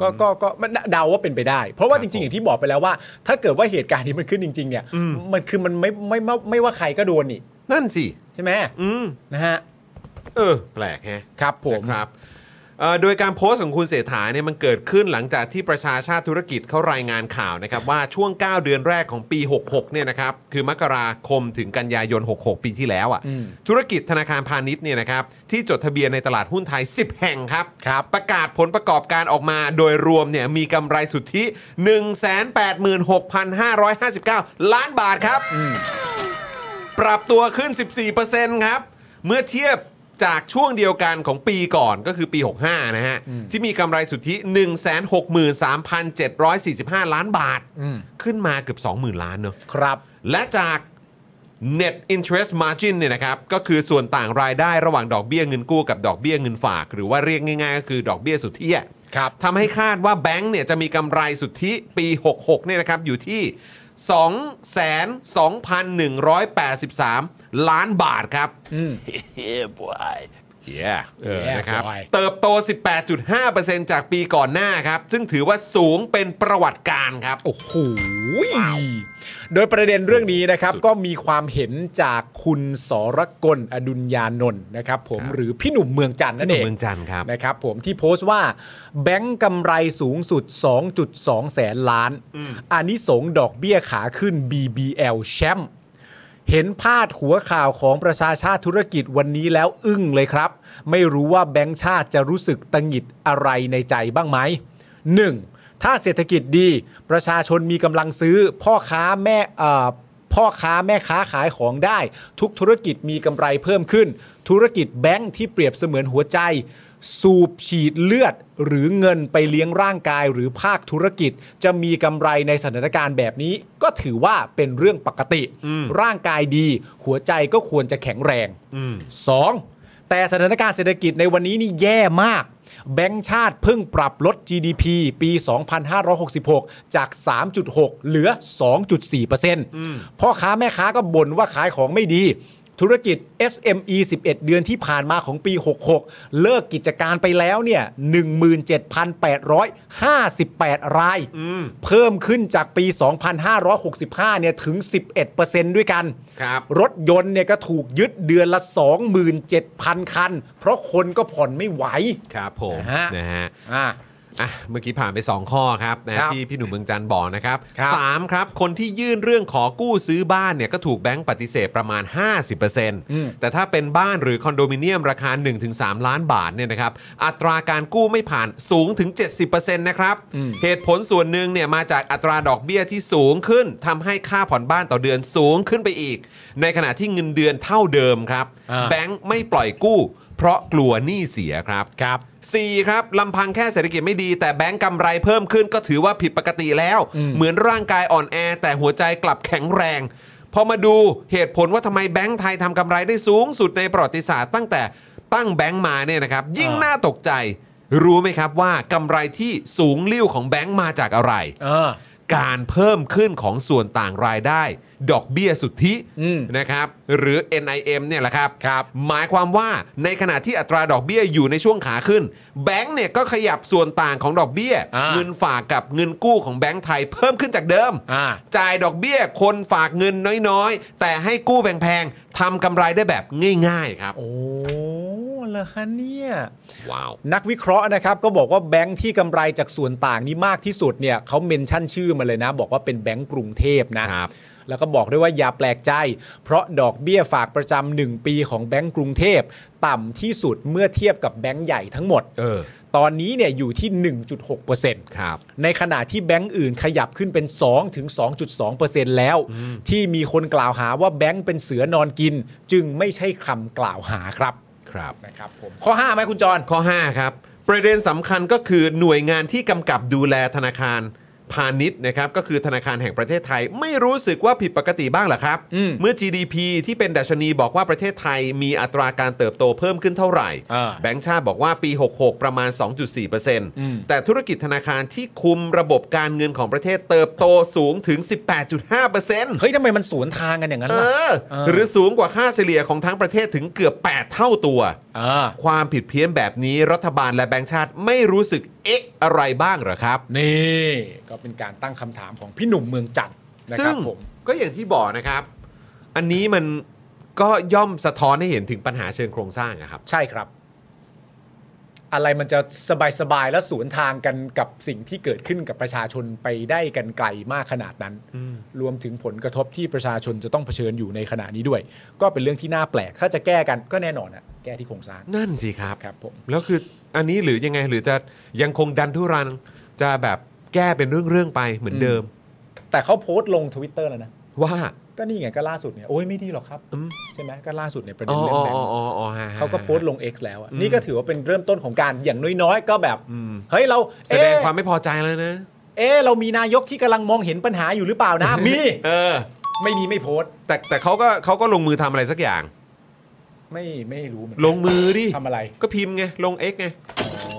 [SPEAKER 2] ก็ก็ก็มันเดาว่าเป็นไปได้ เพราะว่า
[SPEAKER 1] ครับ
[SPEAKER 2] จริ
[SPEAKER 1] ผม
[SPEAKER 2] งๆ อย่างที่บอกไปแล้วว่า ถ้าเกิดว่าเหตุการณ์นี้มันขึ้นจริง ๆ เนี่ย
[SPEAKER 1] อืม
[SPEAKER 2] มันคือมันไม่ไม่ไม่ไม่ว่าใครก็โดนนี่
[SPEAKER 1] นั่นสิ
[SPEAKER 2] ใช่ไหม
[SPEAKER 1] อืม
[SPEAKER 2] นะฮะ
[SPEAKER 1] เออ แปลกแฮะ
[SPEAKER 2] ครับผม
[SPEAKER 1] นะครับเอ่อโดยการโพสต์ของคุณเศรษฐาเนี่ยมันเกิดขึ้นหลังจากที่ประชาชาติธุรกิจเขารายงานข่าวนะครับว่าช่วง 9 เดือนแรกของปี 66เนี่ยนะครับคือมกราคมถึงกันยายน 66 ปีที่แล้วอะ่ะ
[SPEAKER 2] อืม
[SPEAKER 1] ธุรกิจธนาคารพาณิชย์เนี่ยนะครับที่จดทะเบียนในตลาดหุ้นไทย 10 แห่งครับ
[SPEAKER 2] ครับ
[SPEAKER 1] ประกาศผลประกอบการออกมาโดยรวมเนี่ยมีกำไรสุทธิ 186,559 ล้านบาทครับ ปรับตัวขึ้น 14%ครับ เมื่อเทียบจากช่วงเดียวกันของปีก่อนก็คือปี 65 นะฮะ ที่มีกำไรสุทธิ 163,745 ล้านบาท
[SPEAKER 2] อืม
[SPEAKER 1] ขึ้นมาเกือบ 20,000 ล้านเนอะ
[SPEAKER 2] ครับ
[SPEAKER 1] และจาก net interest margin เนี่ยนะครับ ก็คือส่วนต่างรายได้ระหว่างดอกเบี้ยเงินกู้กับดอกเบี้ยเงินฝาก หรือว่าเรียกง่ายๆ ก็คือดอกเบี้ยสุทธิอะ
[SPEAKER 2] ครับ
[SPEAKER 1] ทำให้คาดว่าแบงก์เนี่ยจะมีกำไรสุทธิปี 66 เนี่ยนะครับ อยู่ที่ 2,2183 ล้านบาทครับ
[SPEAKER 2] อืม
[SPEAKER 1] เย้เออ
[SPEAKER 2] Yeah,
[SPEAKER 1] นะครับ
[SPEAKER 2] boy
[SPEAKER 1] เติบโต 18.5%จากปีก่อนหน้าครับ ซึ่งถือว่าสูงเป็นประวัติการณ์ครับ
[SPEAKER 2] โอ้โหยโดยประเด็นเรื่องนี้นะครับ ก็มีความเห็นจากคุณสรกลอดุญญานนท์นะครับผม
[SPEAKER 1] ครับ
[SPEAKER 2] หรือพี่หนุ่มเมืองจันทร์นั่นเอง
[SPEAKER 1] เมืองจันทร์ครับ
[SPEAKER 2] นะครับผมที่โพสต์ว่า แบงก์กำไรสูงสุด 2.2 แสนล้านอานิสงส์ดอกเบี้ยขาขึ้น BBL แชมป์ เห็นพาดหัวข่าวของประชาชาติธุรกิจวันนี้แล้วอึ้งเลยครับ ไม่รู้ว่าแบงค์ชาติจะรู้สึกตังหงิดอะไรในใจบ้างไหม 1. ถ้าเศรษฐกิจดี ประชาชนมีกำลังซื้อ พ่อค้าแม่เอ่อพ พ่อค้าแม่ค้าขายของได้ ทุกธุรกิจมีกำไรเพิ่มขึ้น ธุรกิจแบงค์ที่เปรียบเสมือนหัวใจ สูบฉีดเลือดหรือเงินไปเลี้ยงร่างกายหรือภาคธุรกิจ จะมีกำไรในสถานการณ์แบบนี้ ก็ถือว่าเป็นเรื่องปกติ ร่างกายดี หัวใจก็ควรจะแข็งแรง 2. แต่สถานการณ์เศรษฐกิจในวันนี้นี่แย่มาก แบงก์ชาติเพิ่งปรับลด GDP ปี 2566 จาก 3.6 เหลือ 2.4%พ่อค้าแม่ค้าก็บ่นว่าขายของไม่ดี ธุรกิจ SME 11 เดือนที่ผ่านมาของปี 66 เลิกกิจการไปแล้วเนี่ย 17,858 ราย เพิ่มขึ้นจากปี 2565 เนี่ยถึง 11%ด้วยกัน
[SPEAKER 1] ครับ
[SPEAKER 2] รถยนต์เนี่ยก็ถูกยึดเดือนละ 27,000 คัน เพราะคนก็ผ่อนไม่ไหว
[SPEAKER 1] ครับผม
[SPEAKER 2] นะฮะ
[SPEAKER 1] นะฮะ
[SPEAKER 2] อ่า
[SPEAKER 1] อ่ะเมื่อกี้ผ่านไป 2 ข้อครับนะครับ ที่พี่หนุ่มเมืองจันทร์บอกนะครับ
[SPEAKER 2] ครับ
[SPEAKER 1] สามครับ คนที่ยื่นเรื่องขอกู้ซื้อบ้านเนี่ยก็ถูกแบงก์ปฏิเสธประมาณ 50%แต่ถ้าเป็นบ้านหรือคอนโดมิเนียมราคา 1-3 ล้านบาทเนี่ยนะครับอัตราการกู้ไม่ผ่านสูงถึง 70%นะครับ เหตุผลส่วนหนึ่งเนี่ยมาจากอัตราดอกเบี้ยที่สูงขึ้นทำให้ค่าผ่อนบ้านต่อเดือนสูงขึ้นไปอีก ในขณะที่เงินเดือนเท่าเดิมครับ
[SPEAKER 2] อ่า
[SPEAKER 1] แบงก์ไม่ปล่อยกู้ เพราะกลัวหนี้เสียครับ
[SPEAKER 2] ครับ
[SPEAKER 1] สี่ครับลำพังแค่เศรษฐกิจไม่ดี แต่แบงก์กำไรเพิ่มขึ้นก็ถือว่าผิดปกติแล้ว เหมือนร่างกายอ่อนแอ แต่หัวใจกลับแข็งแรง พอมาดูเหตุผลว่าทำไมแบงก์ไทยทำกำไรได้สูงสุดในประวัติศาสตร์ตั้งแต่ตั้งแบงก์มาเนี่ยนะครับ ยิ่งน่าตกใจ รู้ไหมครับว่ากำไรที่สูงลิ้วของแบงก์มาจากอะไร
[SPEAKER 2] เออ
[SPEAKER 1] การเพิ่มขึ้นของส่วนต่างรายได้ ดอกเบี้ยสุทธิ
[SPEAKER 2] อืม
[SPEAKER 1] นะครับ หรือ NIM เนี่ยแหละครับ
[SPEAKER 2] ครับ
[SPEAKER 1] หมายความว่าในขณะที่อัตราดอกเบี้ยอยู่ในช่วงขาขึ้น แบงก์เนี่ยก็ขยับส่วนต่างของดอกเบี้ย
[SPEAKER 2] อ่า
[SPEAKER 1] เงินฝากกับเงินกู้ของแบงก์ไทยเพิ่มขึ้นจากเดิม
[SPEAKER 2] อ่า
[SPEAKER 1] จ่ายดอกเบี้ยคนฝากเงินน้อยๆ แต่ให้กู้แพงๆทำกำไรได้แบบง่าย ๆ ครับ
[SPEAKER 2] โอ้เหรอฮะเนี่ย
[SPEAKER 1] ว้าว
[SPEAKER 2] นักวิเคราะห์นะครับก็บอกว่าแบงค์ที่กำไรจากส่วนต่างนี้มากที่สุดเนี่ยเขาเมนชั่นชื่อมาเลยนะ บอกว่าเป็นแบงค์กรุงเทพนะ
[SPEAKER 1] ครับ
[SPEAKER 2] แล้วก็บอกด้วยว่าอย่าแปลกใจ เพราะดอกเบี้ยฝากประจำหนึ่งปีของแบงก์กรุงเทพ ต่ำที่สุดเมื่อเทียบกับแบงก์ใหญ่ทั้งหมด
[SPEAKER 1] เออ
[SPEAKER 2] ตอนนี้เนี่ยอยู่ที่ 1.6%
[SPEAKER 1] ครับ
[SPEAKER 2] ในขณะที่แบงก์อื่นขยับขึ้นเป็น 2 ถึง 2.2%แล้ว ที่มีคนกล่าวหาว่าแบงก์เป็นเสือนอนกิน จึงไม่ใช่คำกล่าวหาครับ
[SPEAKER 1] ครับ
[SPEAKER 2] นะครับผมข้อ 5 ไหมคุณจร
[SPEAKER 1] ข้อ 5 ครับ ประเด็นสำคัญก็คือหน่วยงานที่กำกับดูแลธนาคารพาณิชย์นะครับก็คือธนาคารแห่งประเทศไทย ไม่รู้สึกว่าผิดปกติบ้างเหรอครับ
[SPEAKER 2] อืม
[SPEAKER 1] เมื่อ GDP ที่เป็นดัชนีบอกว่าประเทศไทยมีอัตราการเติบโตเพิ่มขึ้นเท่าไหร่
[SPEAKER 2] อ่า
[SPEAKER 1] แบงก์ชาติบอกว่าปี 66 ประมาณ
[SPEAKER 2] ม
[SPEAKER 1] 2.4%แต่ธุรกิจธนาคารที่คุมระบบการเงินของประเทศเติบโตสูงถึง 18.5%
[SPEAKER 2] เฮ้ยทำไมมันสวนทางกันอย่างนั้น
[SPEAKER 1] เอ
[SPEAKER 2] ล่ะ
[SPEAKER 1] อ
[SPEAKER 2] เออ
[SPEAKER 1] หรือสูงกว่าค่าเฉลี่ยของทั้งประเทศถึงเกือบ 8 เท่าตัว
[SPEAKER 2] อ่า
[SPEAKER 1] ความผิดเพี้ยนแบบนี้รัฐบาลและแบงค์ชาติไม่รู้สึกเอ๊ะอะไรบ้างเหรอครับ
[SPEAKER 2] นี่ก็เป็นการตั้งคำถามของพี่หนุ่มเมืองจันทร์นะค
[SPEAKER 1] ซึ่
[SPEAKER 2] รั
[SPEAKER 1] ง
[SPEAKER 2] บผม
[SPEAKER 1] ก็อย่างที่บอกนะครับ อันนี้มันก็ย่อมสะท้อนให้เห็นถึงปัญหาเชิงโครงสร้างอะครับ
[SPEAKER 2] ใช่ครับ อะไรมันจะสบายๆ และสวนทางกันกับสิ่งที่เกิดขึ้นกับประชาชนไปได้กันไกลมากขนาดนั้น รวมถึงผลกระทบที่ประชาชนจะต้องเผชิญอยู่ในขณะนี้ด้วย ก็เป็นเรื่องที่น่าแปลก ถ้าจะแก้กันก็แน่นอนอะแก้ที่โครงสร้าง
[SPEAKER 1] นั่นสิครับ
[SPEAKER 2] ครับผม
[SPEAKER 1] แล้วคืออันนี้หรือยังไงหรือจะยังคงดันทุรังจะแบบแก้เป็นเรื่องๆไปเหมือนเดิม
[SPEAKER 2] แต่เขาโพสต์ลงทวิตเตอร์แล้วนะ
[SPEAKER 1] ว่า
[SPEAKER 2] ก็นี่ไงก็ล่าสุดเนี่ยโอ้ยไม่ดีหรอกครับ
[SPEAKER 1] อืม
[SPEAKER 2] ใช่ไหมก็ล่าสุดเนี่ยประ
[SPEAKER 1] อ๋
[SPEAKER 2] เด็
[SPEAKER 1] อน
[SPEAKER 2] เรื่
[SPEAKER 1] อ๋
[SPEAKER 2] อ
[SPEAKER 1] อง
[SPEAKER 2] แบง
[SPEAKER 1] อ๋อ
[SPEAKER 2] ค์
[SPEAKER 1] อ๋ออ๋อฮะ
[SPEAKER 2] เขาก็โพสต์ลง X แล้วอะ
[SPEAKER 1] อืม
[SPEAKER 2] นี่ก็ถือว่าเป็นเริ่มต้นของการอย่างน้อยๆ ก็แบบ เฮ้ย เรา
[SPEAKER 1] แสดง
[SPEAKER 2] เอ๊ะ
[SPEAKER 1] ความไม่พอใจแล้วนะ
[SPEAKER 2] เอ๊ะเรามีนายกที่กำลังมองเห็นปัญหาอยู่หรือเปล่านะ มี
[SPEAKER 1] เออ
[SPEAKER 2] ไม่มีไม่โพสต์
[SPEAKER 1] แต่แต่เขาก็เขาก็ลงมือทำอะไรสักอย่าง
[SPEAKER 2] ไม่ไม่รู้เหมือน
[SPEAKER 1] ล
[SPEAKER 2] กัน
[SPEAKER 1] งมือดิ
[SPEAKER 2] ทำอะไร
[SPEAKER 1] ก็พิมพ์ไง ลง X ไง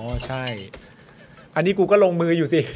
[SPEAKER 2] อ๋อ ใช่ อันนี้กูก็ลงมืออยู่สิ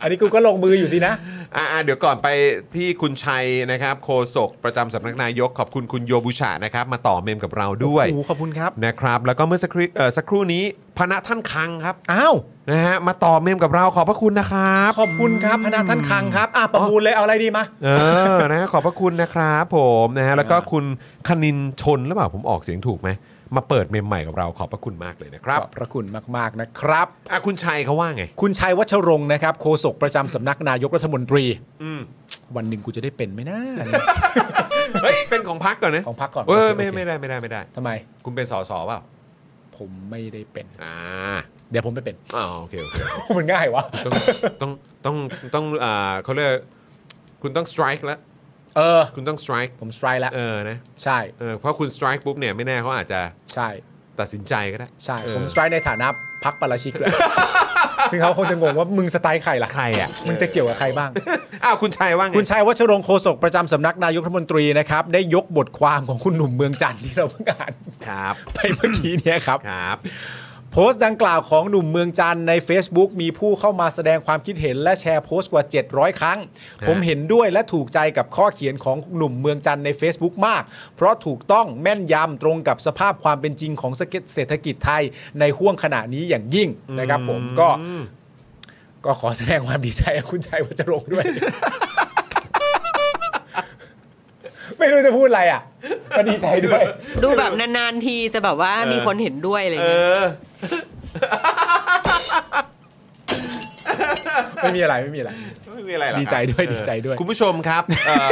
[SPEAKER 2] อันนี้กูก็ลงมืออยู่สินะ
[SPEAKER 1] อ่าเดี๋ยวก่อนไปที่คุณชัยนะครับโคศกประจำสำนักนายกขอบคุณคุณโยบุชะนะครับ มาต่อเมมกับเราด้วย
[SPEAKER 2] โอ้โหขอบคุณครับ
[SPEAKER 1] นะครับ แล้วก็เมื่อสักครู่เอ่อสักครู่นี้พนะท่านคังครับ
[SPEAKER 2] อ้าว
[SPEAKER 1] นะฮะมาต่อเมมกับเราขอบพระคุณนะครับ
[SPEAKER 2] ขอบคุณครับ พนาท่านคังครับ อ่ะประมูลเลยเอาอะไรดีมา
[SPEAKER 1] เออนะฮะขอบพระคุณนะครับผมนะฮะแล้วก็
[SPEAKER 2] อ่า
[SPEAKER 1] คุณคณินชนหรือเปล่าผมออกเสียงถูกไหมมาเปิดเมมใหม่กับเราขอบพระคุณมากเลยนะครับ
[SPEAKER 2] ขอบพระคุณมากๆนะครับ
[SPEAKER 1] อ่ะคุณชัยเขาว่าไง
[SPEAKER 2] คุณชัยวัชรงค์นะครับโฆษกประจำสำนักนายกรัฐมนตรี
[SPEAKER 1] อืม
[SPEAKER 2] วันหนึ่งกูจะได้เป็นไหมนะ
[SPEAKER 1] เฮ้ย เป็นของพักก่อนนะ
[SPEAKER 2] ของพรรคก่อน
[SPEAKER 1] เอย
[SPEAKER 2] โอเค
[SPEAKER 1] ไม่
[SPEAKER 2] โอเค
[SPEAKER 1] ไม่ได้ไม่ได้ไม่ได้
[SPEAKER 2] ทำไม
[SPEAKER 1] คุณเป็นสสเปล่า
[SPEAKER 2] ผมไม่ได้เป็น
[SPEAKER 1] อ่า
[SPEAKER 2] เดี๋ยวผมไปเป็น
[SPEAKER 1] อ๋อโอเคโอเค
[SPEAKER 2] มันง่ายวะ
[SPEAKER 1] ต้องต้องต้องต้องอ่าเขาเรียก คุณต้อง strike แล้ว
[SPEAKER 2] เออ
[SPEAKER 1] คุณต้อง strike
[SPEAKER 2] ผมสไตร์แล้ว
[SPEAKER 1] เออนะ
[SPEAKER 2] ใช่
[SPEAKER 1] เออเพราะคุณ strike ปุ๊บเนี่ยไม่แน่เขาอาจจะ
[SPEAKER 2] ใช่
[SPEAKER 1] ตัดสินใจก็ได้
[SPEAKER 2] ใช่
[SPEAKER 1] เออ
[SPEAKER 2] ผมสไตร์ในฐานะพักปาราชิกเลย ซึ่งเขาคงจะงงว่ามึงสไตร์ใครล่ะ
[SPEAKER 1] ใครอ่ะ
[SPEAKER 2] มึงจะเกี่ยวกับใครบ้าง
[SPEAKER 1] อ้าวคุณชัยว่าไง
[SPEAKER 2] คุณชัยวัชรงค์โฆษกประจำสำนักนายกรัฐมนตรีนะครับ ได้ยกบทความของคุณหนุ่มเมืองจันทร์ที่เราเพิ่งอ่าน
[SPEAKER 1] ครับ
[SPEAKER 2] ไปเมื่อกี้เนี่ยครับ
[SPEAKER 1] ครับ
[SPEAKER 2] โพสต์ดังกล่าวของหนุ่มเมืองจันทร์ใน Facebook มีผู้เข้ามาแสดงความคิดเห็นและแชร์โพสต์กว่า 700 ครั้ง
[SPEAKER 1] ฮะ
[SPEAKER 2] ผมเห็นด้วยและถูกใจกับข้อเขียนของหนุ่มเมืองจันทร์ใน Facebook มาก เพราะถูกต้องแม่นยำตรงกับสภาพความเป็นจริงของเศรษฐกิจไทยในห่วงขณะนี้อย่างยิ่งนะครับ ผมก็ก็ขอแสดงความดีใจกับคุณชัยวัชรงค์ด้วย ไม่รู้จะพูดอะไรอ่ะก็ดีใจด้วย
[SPEAKER 3] ดูแบบนานๆทีจะแบบว่ามีคนเห็นด้วยอะไร
[SPEAKER 1] เอ
[SPEAKER 3] เงี้ย
[SPEAKER 1] อ
[SPEAKER 2] ไม่มีอะไรไม่มีอะไร
[SPEAKER 1] ไม่มีอะไรหรอกครับ
[SPEAKER 2] ดีใจด้วย
[SPEAKER 1] เออ
[SPEAKER 2] ดีใจด้วย
[SPEAKER 1] คุณผู้ชมครับเอ่อ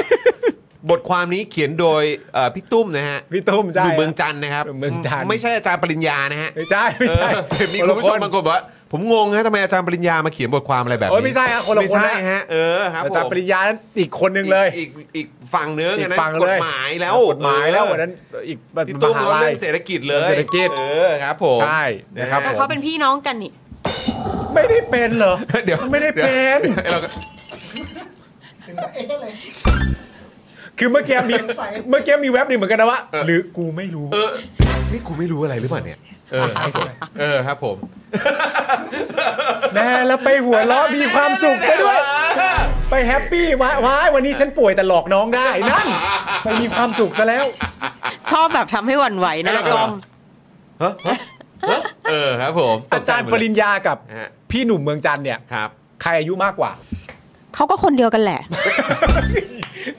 [SPEAKER 1] บทความนี้เขียนโดยเอ่อพี่ตุ้มนะฮะ
[SPEAKER 2] พี่ตุ้ม
[SPEAKER 1] ห
[SPEAKER 2] ใช่
[SPEAKER 1] นุ่มเมืองจันทร์นะครับ
[SPEAKER 2] เมืองจันทร์
[SPEAKER 1] ไม่ใช่อาจารย์ปริญญานะฮะ
[SPEAKER 2] ไม่ใช่ไม่ใช่
[SPEAKER 1] เออมีคุณผู้ชมบางคนบอกว่าผมงงฮะทำไมอาจารย์ปริญญามาเขียนบทความอะไรแบบ
[SPEAKER 2] โอ้ย
[SPEAKER 1] นี้
[SPEAKER 2] ไม่ใช่ฮะคนละ
[SPEAKER 1] ไม่
[SPEAKER 2] คน
[SPEAKER 1] ใช่
[SPEAKER 2] นะ
[SPEAKER 1] ฮะเออครับ
[SPEAKER 2] อาจา
[SPEAKER 1] ผ
[SPEAKER 2] รย์
[SPEAKER 1] ม
[SPEAKER 2] ปริญญานั้นอีกคนหนึ่งเลย
[SPEAKER 1] อีกอีกอีกฝั่งเนื้อ
[SPEAKER 2] อี
[SPEAKER 1] ไง
[SPEAKER 2] ก
[SPEAKER 1] นะ
[SPEAKER 2] ฝั่งเลย
[SPEAKER 1] กฎหมายแล้ว
[SPEAKER 2] กฎหมายแล้ววันนั้นอีกแบบ
[SPEAKER 1] พี่ตุ้ม
[SPEAKER 2] มหา
[SPEAKER 1] เขา
[SPEAKER 2] ลั
[SPEAKER 1] เรื่
[SPEAKER 2] ย
[SPEAKER 1] องเศรษฐกิจเลย
[SPEAKER 2] เศรษฐกิจ
[SPEAKER 1] เออครับผม
[SPEAKER 2] ใช่นะครับ
[SPEAKER 3] แต่
[SPEAKER 2] ผม
[SPEAKER 3] เขาเป็นพี่น้องกันนี่
[SPEAKER 2] ไม่ได้เป็นเหรอ
[SPEAKER 1] เดี๋ยว
[SPEAKER 2] ไม่ได้เป็น
[SPEAKER 1] เราก็
[SPEAKER 2] คือเมื่อกี้มีเมื่อกี้มีแว็บหนึ่งเหมือนกันนะว่าหรือกูไม่รู้
[SPEAKER 1] เออนี่กูไม่รู้อะไรหรือเปล่าเนี่ยเอ อเออครับผม
[SPEAKER 2] แน่แล้วไปหัวเราะมีความสุขซะด้วย ไปแฮปปี้ว้ายว้ายวันนี้ฉันป่วยแต่หลอกน้องได้นั่นไปมีความสุขซะแล้ว
[SPEAKER 3] ชอบแบบทำให้หวั่นไหวนะกล้อง
[SPEAKER 1] ฮะฮะฮะเออครับผมต
[SPEAKER 2] อาก
[SPEAKER 1] ใจ
[SPEAKER 2] จารย์
[SPEAKER 1] หม
[SPEAKER 2] ป
[SPEAKER 1] ดเล
[SPEAKER 2] ริญญากับ
[SPEAKER 1] ฮะ
[SPEAKER 2] พี่หนุ่มเมืองจันทร์เนี่ย
[SPEAKER 1] ครับ
[SPEAKER 2] ใครอายุมากกว่า
[SPEAKER 3] เขาก็คนเดียวกันแหละ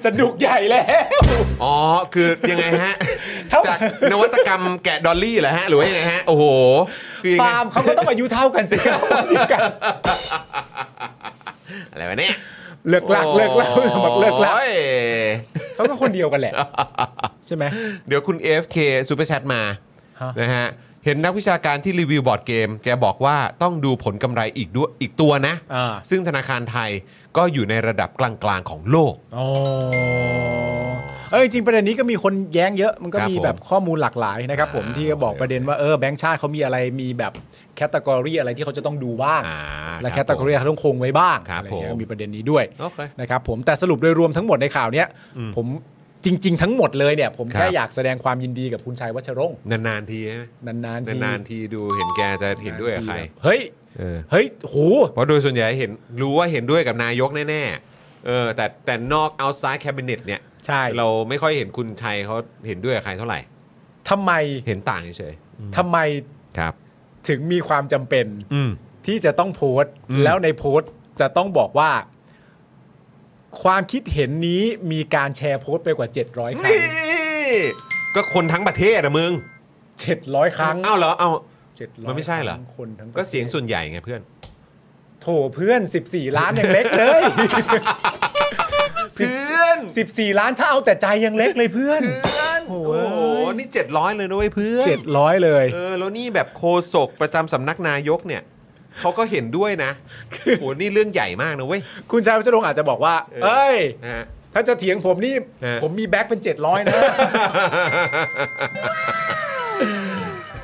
[SPEAKER 2] สนุกใหญ่แล้ว
[SPEAKER 1] อ๋อคือยังไงฮะ
[SPEAKER 2] ครับ
[SPEAKER 1] จากนวัตกรรมแกะดอลลี่เหรอฮะหรือว่ายังไงฮะโอ้โหคือยังไง
[SPEAKER 2] ปาล์มเขาก็ต้องอายุเท่ากัน สิครับเดียวกัน
[SPEAKER 1] อะไรวะเนี่ย
[SPEAKER 2] เลิกลักเลิกลัก
[SPEAKER 1] โอ้ย
[SPEAKER 2] สมัครเลิกลักเขาก็คนเดียวกันแหละ ใช่ไหม
[SPEAKER 1] เดี๋ยวคุณ AFK ซูเปอร์แชทมา
[SPEAKER 2] ฮะ
[SPEAKER 1] นะฮะเห็นนักวิชาการที่รีวิวบอร์ดเกม แกบอกว่าต้องดูผลกำไรอีกด้วยอีกตัวนะ
[SPEAKER 2] อ่า
[SPEAKER 1] ซึ่งธนาคารไทยก็อยู่ในระดับกลางๆของโลก
[SPEAKER 2] อ๋อเออจริงๆประเด็นนี้ก็มีคนแย้งเยอะมันก็
[SPEAKER 1] ครับ
[SPEAKER 2] มี
[SPEAKER 1] ผม
[SPEAKER 2] แบบข้อมูลหลากหลายนะครับผม
[SPEAKER 1] อ่า
[SPEAKER 2] ที่ก็บอกประเด็นว่าเออแบงค์ชาติเขามีอะไรมีแบบแคตตากรีอะไรที่เขาจะต้องดูบ้าง
[SPEAKER 1] อ่า
[SPEAKER 2] และ
[SPEAKER 1] ครับ
[SPEAKER 2] แคตตากรีเขาต้องคงไว้บ้าง
[SPEAKER 1] ครับ
[SPEAKER 2] อะไรอย่างเงี้ย
[SPEAKER 1] ผม
[SPEAKER 2] ก็มีประเด็นนี้ด้วย
[SPEAKER 1] โอเค
[SPEAKER 2] นะครับผมแต่สรุปโดยรวมทั้งหมดในข่าวเนี้ยผมจริง ๆ ทั้งหมดเลยเนี่ย ผม
[SPEAKER 1] ครับ
[SPEAKER 2] แค่อยากแสดงความยินดีกับคุณชัยวัชรงค์
[SPEAKER 1] นานๆทีนะ
[SPEAKER 2] นานๆที
[SPEAKER 1] นานๆทีดูเห็นแกจะเห็นด้วยกับใคร
[SPEAKER 2] เฮ้ย
[SPEAKER 1] เออ
[SPEAKER 2] เฮ้ยโห
[SPEAKER 1] เพราะโดยส่วนใหญ่เห็นรู้ว่าเห็นด้วยกับนายกแน่ๆ เออแต่แต่นอก outside cabinet เนี่ย
[SPEAKER 2] ใช่
[SPEAKER 1] เราไม่ค่อยเห็นคุณชัยเขาเห็นด้วยกับใครเท่าไหร่
[SPEAKER 2] ทำไม
[SPEAKER 1] เห็นต่างเฉย
[SPEAKER 2] ทำไม
[SPEAKER 1] ๆครับ
[SPEAKER 2] ถึงมีความจำเป็น
[SPEAKER 1] อืม
[SPEAKER 2] ที่จะต้องโพสต์
[SPEAKER 1] อืม
[SPEAKER 2] แล้วในโพสต์จะต้องบอกว่า ความคิดเห็นนี้มีการแชร์โพสต์ไปกว่า 700 ครั้ง
[SPEAKER 1] นี่ก็คนทั้งประเทศอะมึง
[SPEAKER 2] 700 ครั้ง
[SPEAKER 1] อ้าวเหรอเอา
[SPEAKER 2] 700
[SPEAKER 1] มันไม่ใช่เหรอ
[SPEAKER 2] คงคนทั้งประทศ
[SPEAKER 1] ก็เสียงส่วนใหญ่ไงเพื่อน
[SPEAKER 2] โถเพื่อน 14 ล้านยังเล็ก เลย
[SPEAKER 1] เพื่อน
[SPEAKER 2] 14 ล้านถ้าเอาแต่ใจยังเล็กเลยเพื่อน
[SPEAKER 1] เพื่อน
[SPEAKER 2] โอ้
[SPEAKER 1] โอ้
[SPEAKER 2] โห
[SPEAKER 1] โหนี่ 700 เลยนะเว้ยเพื่อน
[SPEAKER 2] 700 เลย
[SPEAKER 1] เออแล้วนี่แบบโคศกประจำสำนักนายกเนี่ยเขาก็เห็นด้วยนะโอ้โหนี่เรื่องใหญ่มากนะเว้ย
[SPEAKER 2] คุณชายวัชรงค์อาจจะบอกว่า
[SPEAKER 1] เออ
[SPEAKER 2] เอ้ย
[SPEAKER 1] นะฮะ
[SPEAKER 2] ถ้าจะเถียงผมนี่
[SPEAKER 1] เออ
[SPEAKER 2] ผมมีแบ็คเป็น 700 นะ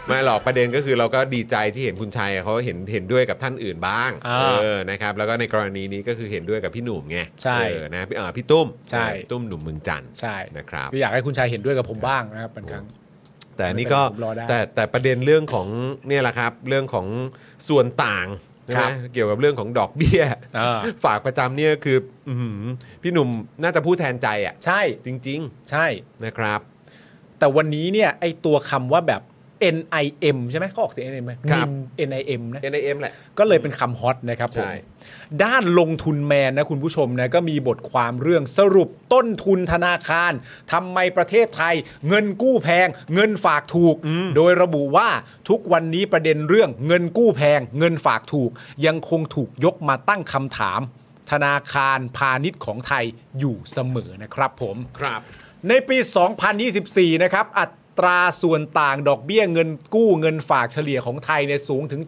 [SPEAKER 1] ไม่หรอกประเด็นก็คือเราก็ดีใจที่เห็นคุณชัยเขาเห็นเห็นด้วยกับท่านอื่นบ้าง
[SPEAKER 2] อ่า
[SPEAKER 1] เออนะครับแล้วก็ในกรณีนี้ก็คือเห็นด้วยกับพี่หนุ่มไง
[SPEAKER 2] ใช่
[SPEAKER 1] เออนะพี่เอ่อพี่ตุ้ม
[SPEAKER 2] ใช่
[SPEAKER 1] พี่ตุ้มหนุ่มเมืองจันทร์
[SPEAKER 2] ใช่
[SPEAKER 1] นะครับ
[SPEAKER 2] คืออยากให้คุณชายเห็นด้วยกับผมบ้างนะครับบางครั้ง
[SPEAKER 1] แต่อันนี่ก็
[SPEAKER 2] ผมรอได้
[SPEAKER 1] แต่แต่ประเด็นเรื่องของเนี่ยแหละครับ เรื่องของส่วนต่างใช่ไห
[SPEAKER 2] ครั
[SPEAKER 1] ม
[SPEAKER 2] บ
[SPEAKER 1] เกี่ยวกับเรื่องของดอกเบี้ย
[SPEAKER 2] เออ
[SPEAKER 1] ฝากประจำเนี่ยคืออื้อหือพี่หนุ่มน่าจะพูดแทนใจอ่ะ
[SPEAKER 2] ใช่
[SPEAKER 1] จริง
[SPEAKER 2] ใช่
[SPEAKER 1] ๆนะครับ
[SPEAKER 2] แต่วันนี้เนี่ยไอตัวคำว่าแบบ NIM ใช่ไหมเขาออกเสียง NIM ไหม
[SPEAKER 1] ครับ
[SPEAKER 2] NIM NIM นะ
[SPEAKER 1] NIM แหละ
[SPEAKER 2] ก็เลยเป็นคำฮอตนะครับผ
[SPEAKER 1] ใช่
[SPEAKER 2] ม ด้านลงทุนแมนนะคุณผู้ชมนะก็มีบทความเรื่องสรุปต้นทุนธนาคารทำไมประเทศไทย เงินกู้แพง เงินฝากถูก โดยระบุว่าทุกวันนี้ประเด็นเรื่องเงินกู้แพง เงินฝากถูก ยังคงถูกยกมาตั้งคำถาม ธนาคารพาณิชย์ของไทยอยู่เสมอนะครับผม
[SPEAKER 1] ครับ
[SPEAKER 2] ในปี 2024 นะครับ อัตราส่วนต่างดอกเบี้ยเงินกู้เงินฝากเฉลี่ยของไทยเนี่ยสูงถึง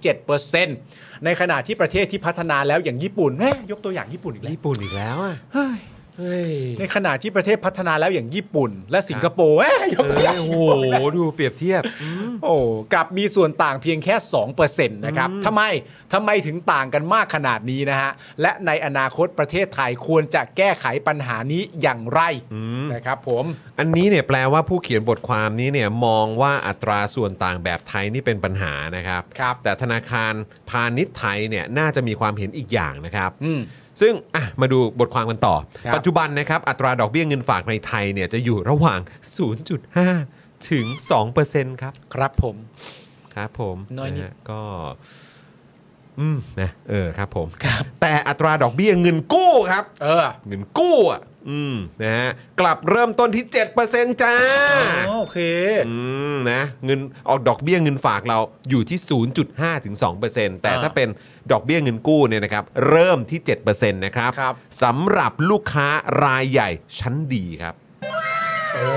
[SPEAKER 2] 7%ในขณะที่ประเทศที่พัฒนาแล้วอย่างญี่ปุ่นแหมยกตัวอย่างญี่ปุ่นอีกแล้ว
[SPEAKER 1] ญี่ปุ่นอีกแล้วอ่ะ เฮ้ย
[SPEAKER 2] ในขณะที่ประเทศพัฒนาแล้วอย่างญี่ปุ่น และสิงคโปร์เอ้ยยก
[SPEAKER 1] เอ
[SPEAKER 2] ตัวอย่าง
[SPEAKER 1] อโอ้โห ดูเปรียบเทียบ
[SPEAKER 2] โอ้กลับมีส่วนต่างเพียงแค่ 2%นะครับทำไมทำไมถึงต่างกันมากขนาดนี้นะฮะ และในอนาคตประเทศไทยควรจะแก้ไขปัญหานี้อย่างไรนะครับผม
[SPEAKER 1] อันนี้เนี่ยแปลว่าผู้เขียนบทความนี้เนี่ยมองว่าอัตราส่วนต่างแบบไทยนี่เป็นปัญหานะครับ
[SPEAKER 2] ครับ
[SPEAKER 1] แต่ธนาคารพาณิชย์ไทยเนี่ยน่าจะมีความเห็นอีกอย่างนะครับ
[SPEAKER 2] อืม
[SPEAKER 1] ซึ่งอ่ะมาดูบทความกันต่อ
[SPEAKER 2] ครับ
[SPEAKER 1] ปัจจุบันนะครับอัตราดอกเบี้ยเงินฝากในไทยเนี่ยจะอยู่ระหว่าง 0.5 ถึง 2%ครับ
[SPEAKER 2] ครับผม
[SPEAKER 1] ครับผม
[SPEAKER 2] น้อยนิด
[SPEAKER 1] ะฮะก็ อืมนะเออครับผมครับแต่อัตราดอกเบี้ยเงินกู้ครับ
[SPEAKER 2] เออ
[SPEAKER 1] เงินกู้อ่ะอืมนะฮะกลับเริ่มต้นที่ 7%จ้า
[SPEAKER 2] อ๋อโอเค
[SPEAKER 1] อืมนะเงินออกดอกเบี้ยเงินฝากเราอยู่ที่ 0.5ถึง2%แต่
[SPEAKER 2] อ่า
[SPEAKER 1] ถ้าเป็นดอกเบี้ยเงินกู้เนี่ยนะครับ เริ่มที่7%นะครับ
[SPEAKER 2] ครับ
[SPEAKER 1] สำหรับลูกค้ารายใหญ่ชั้นดีครับ
[SPEAKER 2] โอ้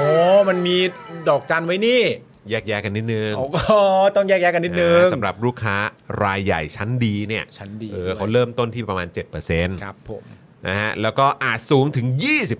[SPEAKER 2] มันมีดอกจันไว้นี่
[SPEAKER 1] แยกแยะกันนิดนึง
[SPEAKER 2] โอ้ก็ต้องแยกแยะกันนิดนึง
[SPEAKER 1] อ่าสำหรับลูกค้ารายใหญ่ชั้นดีเนี่ย
[SPEAKER 2] ชั้นดี
[SPEAKER 1] เออเขา
[SPEAKER 2] ด้วย
[SPEAKER 1] เริ่มต้นที่ประมาณ 7%น
[SPEAKER 2] ครับผม
[SPEAKER 1] ะฮะแล้วก็อาจสูงถึง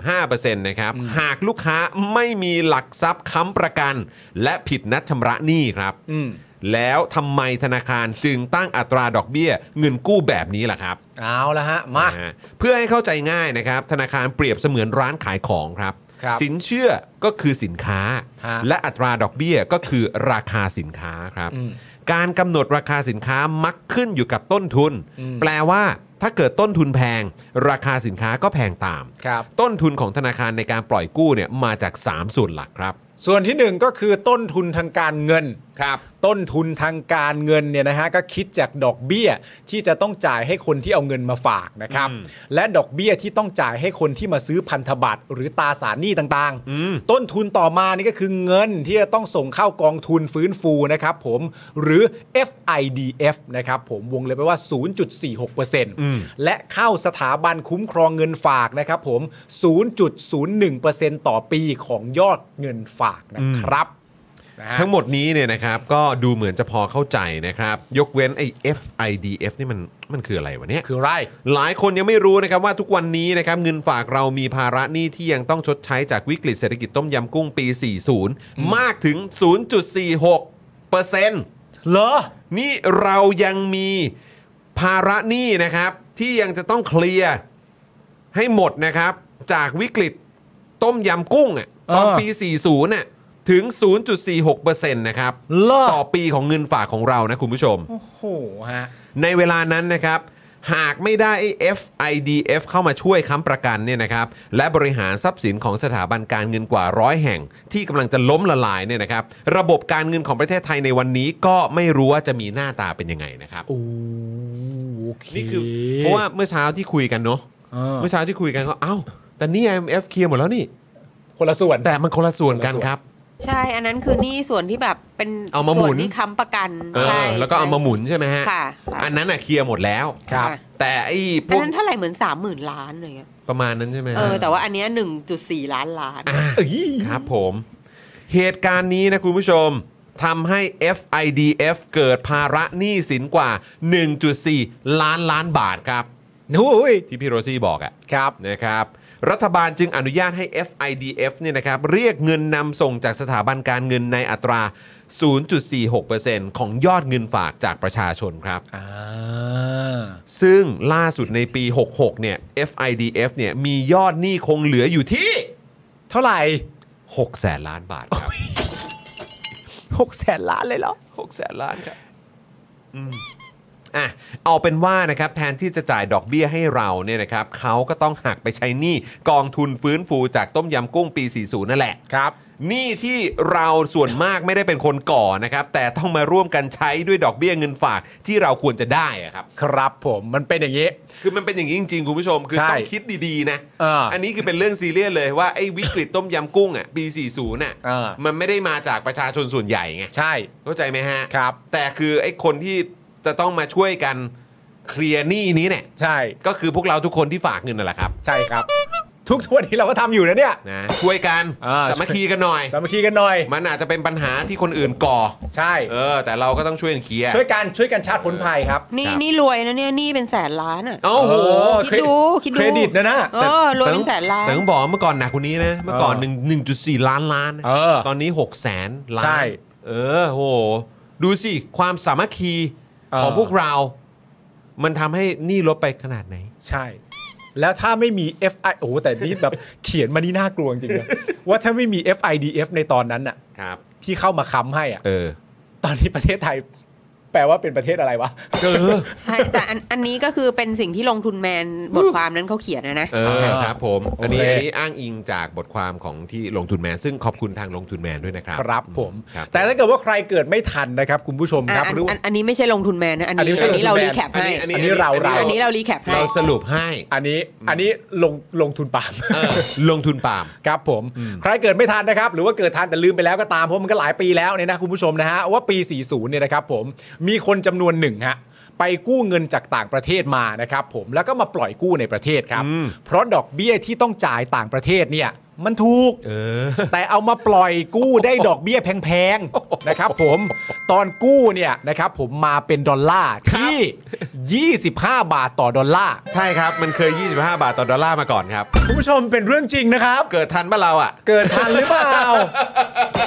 [SPEAKER 1] 25%นะครับ หากลูกค้าไม่มีหลักทรัพย์ค้ำประกัน และผิดนัดชำระหนี้ครับ
[SPEAKER 2] อืม
[SPEAKER 1] แล้วทำไมธนาคารจึงตั้งอัตราดอกเบี้ยเงินกู้แบบนี้ล่ะครับ
[SPEAKER 2] เอาละฮะ มา
[SPEAKER 1] นะฮะเพื่อให้เข้าใจง่ายนะครับ ธนาคารเปรียบเสมือนร้านขายของครับ
[SPEAKER 2] ครับ
[SPEAKER 1] สินเชื่อก็คือสินค้า
[SPEAKER 2] ฮะ
[SPEAKER 1] และอัตราดอกเบี้ยก็คือราคาสินค้าครับ
[SPEAKER 2] อืม
[SPEAKER 1] การกำหนดราคาสินค้ามักขึ้นอยู่กับต้นทุน
[SPEAKER 2] อืม
[SPEAKER 1] แปลว่าถ้าเกิดต้นทุนแพง ราคาสินค้าก็แพงตาม
[SPEAKER 2] ครับ
[SPEAKER 1] ต้นทุนของธนาคารในการปล่อยกู้เนี่ยมาจาก 3 ส่วนหลักครับ
[SPEAKER 2] ส่วนที่หนึ่งก็คือต้นทุนทางการเงิน
[SPEAKER 1] ครับ
[SPEAKER 2] ต้นทุนทางการเงินเนี่ยนะฮะก็คิดจากดอกเบี้ยที่จะต้องจ่ายให้คนที่เอาเงินมาฝากนะครับ และดอกเบี้ยที่ต้องจ่ายให้คนที่มาซื้อพันธบัตรหรือตราสารหนี้ต่าง
[SPEAKER 1] อืม
[SPEAKER 2] ต้นทุนต่อมานี่ก็คือเงินที่จะต้องส่งเข้ากองทุนฟื้นฟูนะครับผมหรือ FIDF นะครับผมวงเล็บไปว่า 0.46%และเข้าสถาบันคุ้มครองเงินฝากนะครับผม 0.01%ต่อปีของยอดเงินฝากนะครับนะฮะ
[SPEAKER 1] ทั้งหมดนี้เนี่ยนะครับก็ดูเหมือนจะพอเข้าใจนะครับ ยกเว้นไอ้ FIDF นี่มันมันคืออะไรวะเนี่ย
[SPEAKER 2] คือไร
[SPEAKER 1] หลายคนยังไม่รู้นะครับว่าทุกวันนี้นะครับเงินฝากเรามีภาระหนี้ที่ยังต้องชดใช้จากวิกฤตเศรษฐกิจต้มยำกุ้งปี 40 มากถึง 0.46เปอร์เซ็นต์
[SPEAKER 2] เหรอ
[SPEAKER 1] นี่เรายังมีภาระหนี้นะครับ ที่ยังจะต้องเคลียร์ให้หมดนะครับ จากวิกฤตต้มยำกุ้งอะตอน
[SPEAKER 2] เออ
[SPEAKER 1] ปี 40น่ะถึง 0.46%นะครับ
[SPEAKER 2] เหรอ
[SPEAKER 1] ต่อปีของเงินฝากของเรานะคุณผู้ชม
[SPEAKER 2] โอ้โหฮะ
[SPEAKER 1] ในเวลานั้นนะครับ หากไม่ได้ไอ้ FIDF เข้ามาช่วยค้ำประกันเนี่ยนะครับและบริหารทรัพย์สินของสถาบันการเงินกว่าร้อยแห่ง ที่กำลังจะล้มละลายเนี่ยนะครับ ระบบการเงินของประเทศไทยในวันนี้ก็ไม่รู้ว่าจะมีหน้าตาเป็นยังไงนะครับ
[SPEAKER 2] โอ้โอเค
[SPEAKER 1] นี่คือเพราะว่าเมื่อเช้าที่คุยกันเนาะ
[SPEAKER 2] เออ
[SPEAKER 1] เมื่อเช้าที่คุยกันก็เอ้า แต่นี่ IMF เคลียร์หมดแล้วนี่
[SPEAKER 2] คนละส่วน
[SPEAKER 1] แต่มันคนละส่วนกันครับ
[SPEAKER 3] ใช่อันนั้นคือหนี่ส่วนที่แบบเป็น
[SPEAKER 1] เอามาหมุน
[SPEAKER 3] ส่วนที่ค้ำประกัน
[SPEAKER 1] เออ
[SPEAKER 3] ใช่
[SPEAKER 1] แล้วก็เอามาหมุนใช่ไหมฮะ
[SPEAKER 3] ค่ะ
[SPEAKER 1] อันนั้นอะเคลียร์หมดแล้ว
[SPEAKER 2] ครับ
[SPEAKER 1] แต่ไอ้พ
[SPEAKER 3] อัน
[SPEAKER 1] วก
[SPEAKER 3] นั้นเท่าไหร่เหมือนสามหมื่นล้านอะไรเลย
[SPEAKER 1] ประมาณนั้นใช่ไหมฮะ
[SPEAKER 3] เออแต่ว่าอันเนี้ยหนึ่งจุดสี่ล้านล้าน
[SPEAKER 2] เอ้ย
[SPEAKER 1] ครับผม เหตุการณ์นี้นะคุณผู้ชมทำให้ FIDF เกิดภาระหนี้สินกว่า 1.4 ล้านล้านบาทครับ
[SPEAKER 2] นุ้ย
[SPEAKER 1] ที่พี่โรซี่บอกอะ
[SPEAKER 2] ครับ
[SPEAKER 1] นะครับ รัฐบาลจึงอนุญาตให้ FIDF เนี่ยนะครับ เรียกเงินนำส่งจากสถาบันการเงินในอัตรา 0.46%ของยอดเงินฝากจากประชาชนครับ
[SPEAKER 2] อ่า
[SPEAKER 1] ซึ่งล่าสุดในปี 66 เนี่ย FIDF เนี่ยมียอดหนี้คงเหลืออยู่ที่
[SPEAKER 2] เท่าไหร่
[SPEAKER 1] 6 แสนล้านบาทครับ
[SPEAKER 2] หกแสนล้านเลยเหรอ
[SPEAKER 1] หกแสนล้านครับอ่ะ เอาเป็นว่านะครับแทนที่จะจ่ายดอกเบี้ยให้เราเนี่ยนะครับเขาก็ต้องหักไปใช้หนี้กองทุนฟื้นฟูจากต้มยำกุ้งปี 40 นั่นแหละ
[SPEAKER 2] ครับ
[SPEAKER 1] หนี้ที่เราส่วนมากไม่ได้เป็นคนก่อนะครับ แต่ต้องมาร่วมกันใช้ด้วยดอกเบี้ยเงินฝากที่เราควรจะได้อะครับ
[SPEAKER 2] ครับผมมันเป็นอย่างนี้
[SPEAKER 1] คือมันเป็นอย่างนี้จริงๆ คุณผู้ชม คือ
[SPEAKER 2] ใช่
[SPEAKER 1] ต้องคิดดีๆนะ
[SPEAKER 2] เอออั
[SPEAKER 1] นนี้คือเป็นเรื่องซีเรียสเลยว่าไอ้วิกฤตต้มยำกุ้งอ่ะปี 40น่ะ
[SPEAKER 2] เออ
[SPEAKER 1] มันไม่ได้มาจากประชาชนส่วนใหญ่ไง
[SPEAKER 2] ใช่
[SPEAKER 1] เข้าใจไหมฮะ
[SPEAKER 2] ครับ
[SPEAKER 1] แต่คือไอ้คนที่จะต้องมาช่วยกันเคลียร์หนี้นี้เนี่ย
[SPEAKER 2] ใช่
[SPEAKER 1] ก็คือพวกเราทุกคนที่ฝากเงินนั่นแหละครับ
[SPEAKER 2] ใช่ครับ ทุกทุกวันนี้เราก็ทำอยู่นะเนี่ย
[SPEAKER 1] นะช่วยกัน
[SPEAKER 2] อ่า
[SPEAKER 1] สามัคคีกันหน่อย
[SPEAKER 2] สามัคคีกันหน่อย
[SPEAKER 1] มันอาจจะเป็นปัญหาที่คนอื่นก่อ
[SPEAKER 2] ใช่
[SPEAKER 1] เออ แต่เราก็ต้องช่วยกันเคลียร์
[SPEAKER 2] ช่วยกันช่วยกันชาติพ้นภัยครับ
[SPEAKER 3] นี่
[SPEAKER 1] ครับ
[SPEAKER 3] นี่รวยนะเนี่ยหนี่เป็นแสนล้านอ่ะ
[SPEAKER 1] เอ้าโห
[SPEAKER 3] คิดดูคิดดู
[SPEAKER 2] เครดิตนะนะ
[SPEAKER 3] เออรวยเป็นแสนล้าน
[SPEAKER 1] แต่ต้องบอกว่าเมื่อก่อนหนักกว่านี้นะ เมื่อก่อน
[SPEAKER 2] เออ
[SPEAKER 1] หนึ่งหนึ่งจุดสี่ล้านล้านนะ
[SPEAKER 2] เออ
[SPEAKER 1] ตอนนี้หกแสนล้าน
[SPEAKER 2] ใช่
[SPEAKER 1] เออโห ดูสิ ความสามัคคี
[SPEAKER 2] เออ
[SPEAKER 1] ของพวกเรา มันทำให้หนี่ลดไปขนาดไหน
[SPEAKER 2] ใช่ แล้วถ้าไม่มี FI โอ้โหแต่นี่แบบ เขียนมานี่น่ากลัวจริง ๆนะว่าถ้าไม่มี FIDF ในตอนนั้นอะ
[SPEAKER 1] ครับ
[SPEAKER 2] ที่เข้ามาค้ำให้อะ
[SPEAKER 1] เออ
[SPEAKER 2] ตอนนี้ประเทศไทย แปลว่าเป็นประเทศอะไรวะ
[SPEAKER 1] เออ
[SPEAKER 3] ใช่แต่อันอันนี้ก็คือเป็นสิ่งที่ลงทุนแมนบทความนั้นเขาเขียนนะนะ
[SPEAKER 1] เออครับผม อันนี้
[SPEAKER 2] โอเค
[SPEAKER 1] อันนี้อ้างอิงจากบทความของที่ลงทุนแมน ซึ่งขอบคุณทางลงทุนแมนด้วยนะครับ
[SPEAKER 2] ครับผม
[SPEAKER 1] ครับ
[SPEAKER 2] แต่ถ้าเกิดว่าใครเกิดไม่ทันนะครับ คุณผู้ชม
[SPEAKER 3] อ่ะ
[SPEAKER 2] ครับ
[SPEAKER 3] อัน
[SPEAKER 2] หรือ
[SPEAKER 3] อั
[SPEAKER 2] ว่า
[SPEAKER 3] นอันนี้ไม่ใช่ลงทุนแมนนะอัน
[SPEAKER 2] อัน
[SPEAKER 3] นี้
[SPEAKER 2] นี้ไม่ใช่
[SPEAKER 3] อันนี้เรา
[SPEAKER 2] ลงทุนแมน
[SPEAKER 3] รีแคปให้
[SPEAKER 2] อันนี้เรา
[SPEAKER 3] อันนี้เรารีแคปให้
[SPEAKER 1] เราสรุปให้
[SPEAKER 2] อันนี้อันนี้ลงลงทุนปาล์ม
[SPEAKER 1] เออลงทุนปาล์ม
[SPEAKER 2] ครับผม ใครเกิดไม่ทันนะครับ หรือว่าเกิดทันแต่ลืมไปแล้วก็ตามเพราะมันก็หลายปีแล้วเนี่ยนะคุณผู้ชมนะฮะว่าปี 40 เนี่ยนะครับผมมีคนจำนวนหนึ่งฮะไปกู้เงินจากต่างประเทศมานะครับผมแล้วก็มาปล่อยกู้ในประเทศครับ เพราะดอกเบี้ยที่ต้องจ่ายต่างประเทศเนี่ยมันถูก
[SPEAKER 1] เออ
[SPEAKER 2] แต่เอามาปล่อยกู้ได้ดอกเบี้ยแพงๆ นะครับผมตอนกู้เนี่ยนะครับผมมาเป็นดอลลาร์ที่ 25 บาทต่อดอลลาร์
[SPEAKER 1] ใช่ครับ มันเคย 25 บาทต่อดอลลาร์มาก่อนครับ
[SPEAKER 2] คุณผู้ชมเป็นเรื่องจริงนะครับ
[SPEAKER 1] เกิดทันปะเราอ่ะ
[SPEAKER 2] เกิดทันหรือเปล่า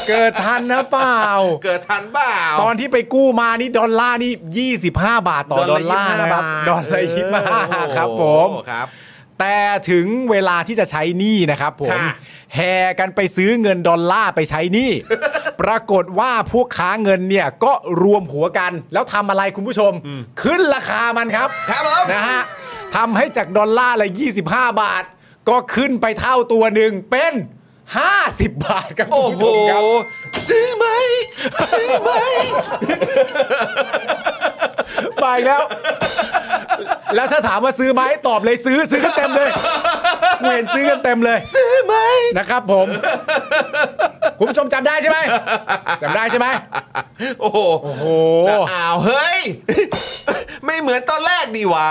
[SPEAKER 2] เกิดทันนะเปล่า
[SPEAKER 1] เกิดทันเปล่า
[SPEAKER 2] ตอนที่ไปกู้มานี่ดอลลาร์นี่ 25 บาทต่อดอลลาร์นะครับ ดอลลาร์ยี่มาครับผม
[SPEAKER 1] ครับ
[SPEAKER 2] แต่ถึงเวลาที่จะใช้หนี้นะครับผม
[SPEAKER 1] ค่ะ
[SPEAKER 2] แห่กันไปซื้อเงินดอลลาร์ไปใช้ หนี้ ปรากฏว่าพวกค้าเงินเนี่ยก็รวมหัวกัน แล้วทำอะไรคุณผู้ชม ขึ้นราคามันครับ
[SPEAKER 1] ครับผม
[SPEAKER 2] นะฮะทำให้จากดอลลาร์ละ 25 บาท ก็ขึ้นไปเท่าตัวหนึ่งเป็น 50 บาทครับคุ
[SPEAKER 1] โอ้
[SPEAKER 2] ณผู้
[SPEAKER 1] โห
[SPEAKER 2] ชมครับ
[SPEAKER 1] ซื้อไหมซื้อไหม
[SPEAKER 2] ไปแล้ว แล้วถ้าถามว่าซื้อไหมตอบเลยซื้อซื้อกันเต็มเลยกูเห็นซื้อกันเต็มเลย ซื้อไหมนะครับผม คุณผู้ชมจำได้ใช่ไหมจำได้ใช่ไหม
[SPEAKER 1] โอ้โห
[SPEAKER 2] โอ้โห
[SPEAKER 1] แต่อ้าว เฮ้ย ไม่เหมือนตอนแรกดีว่า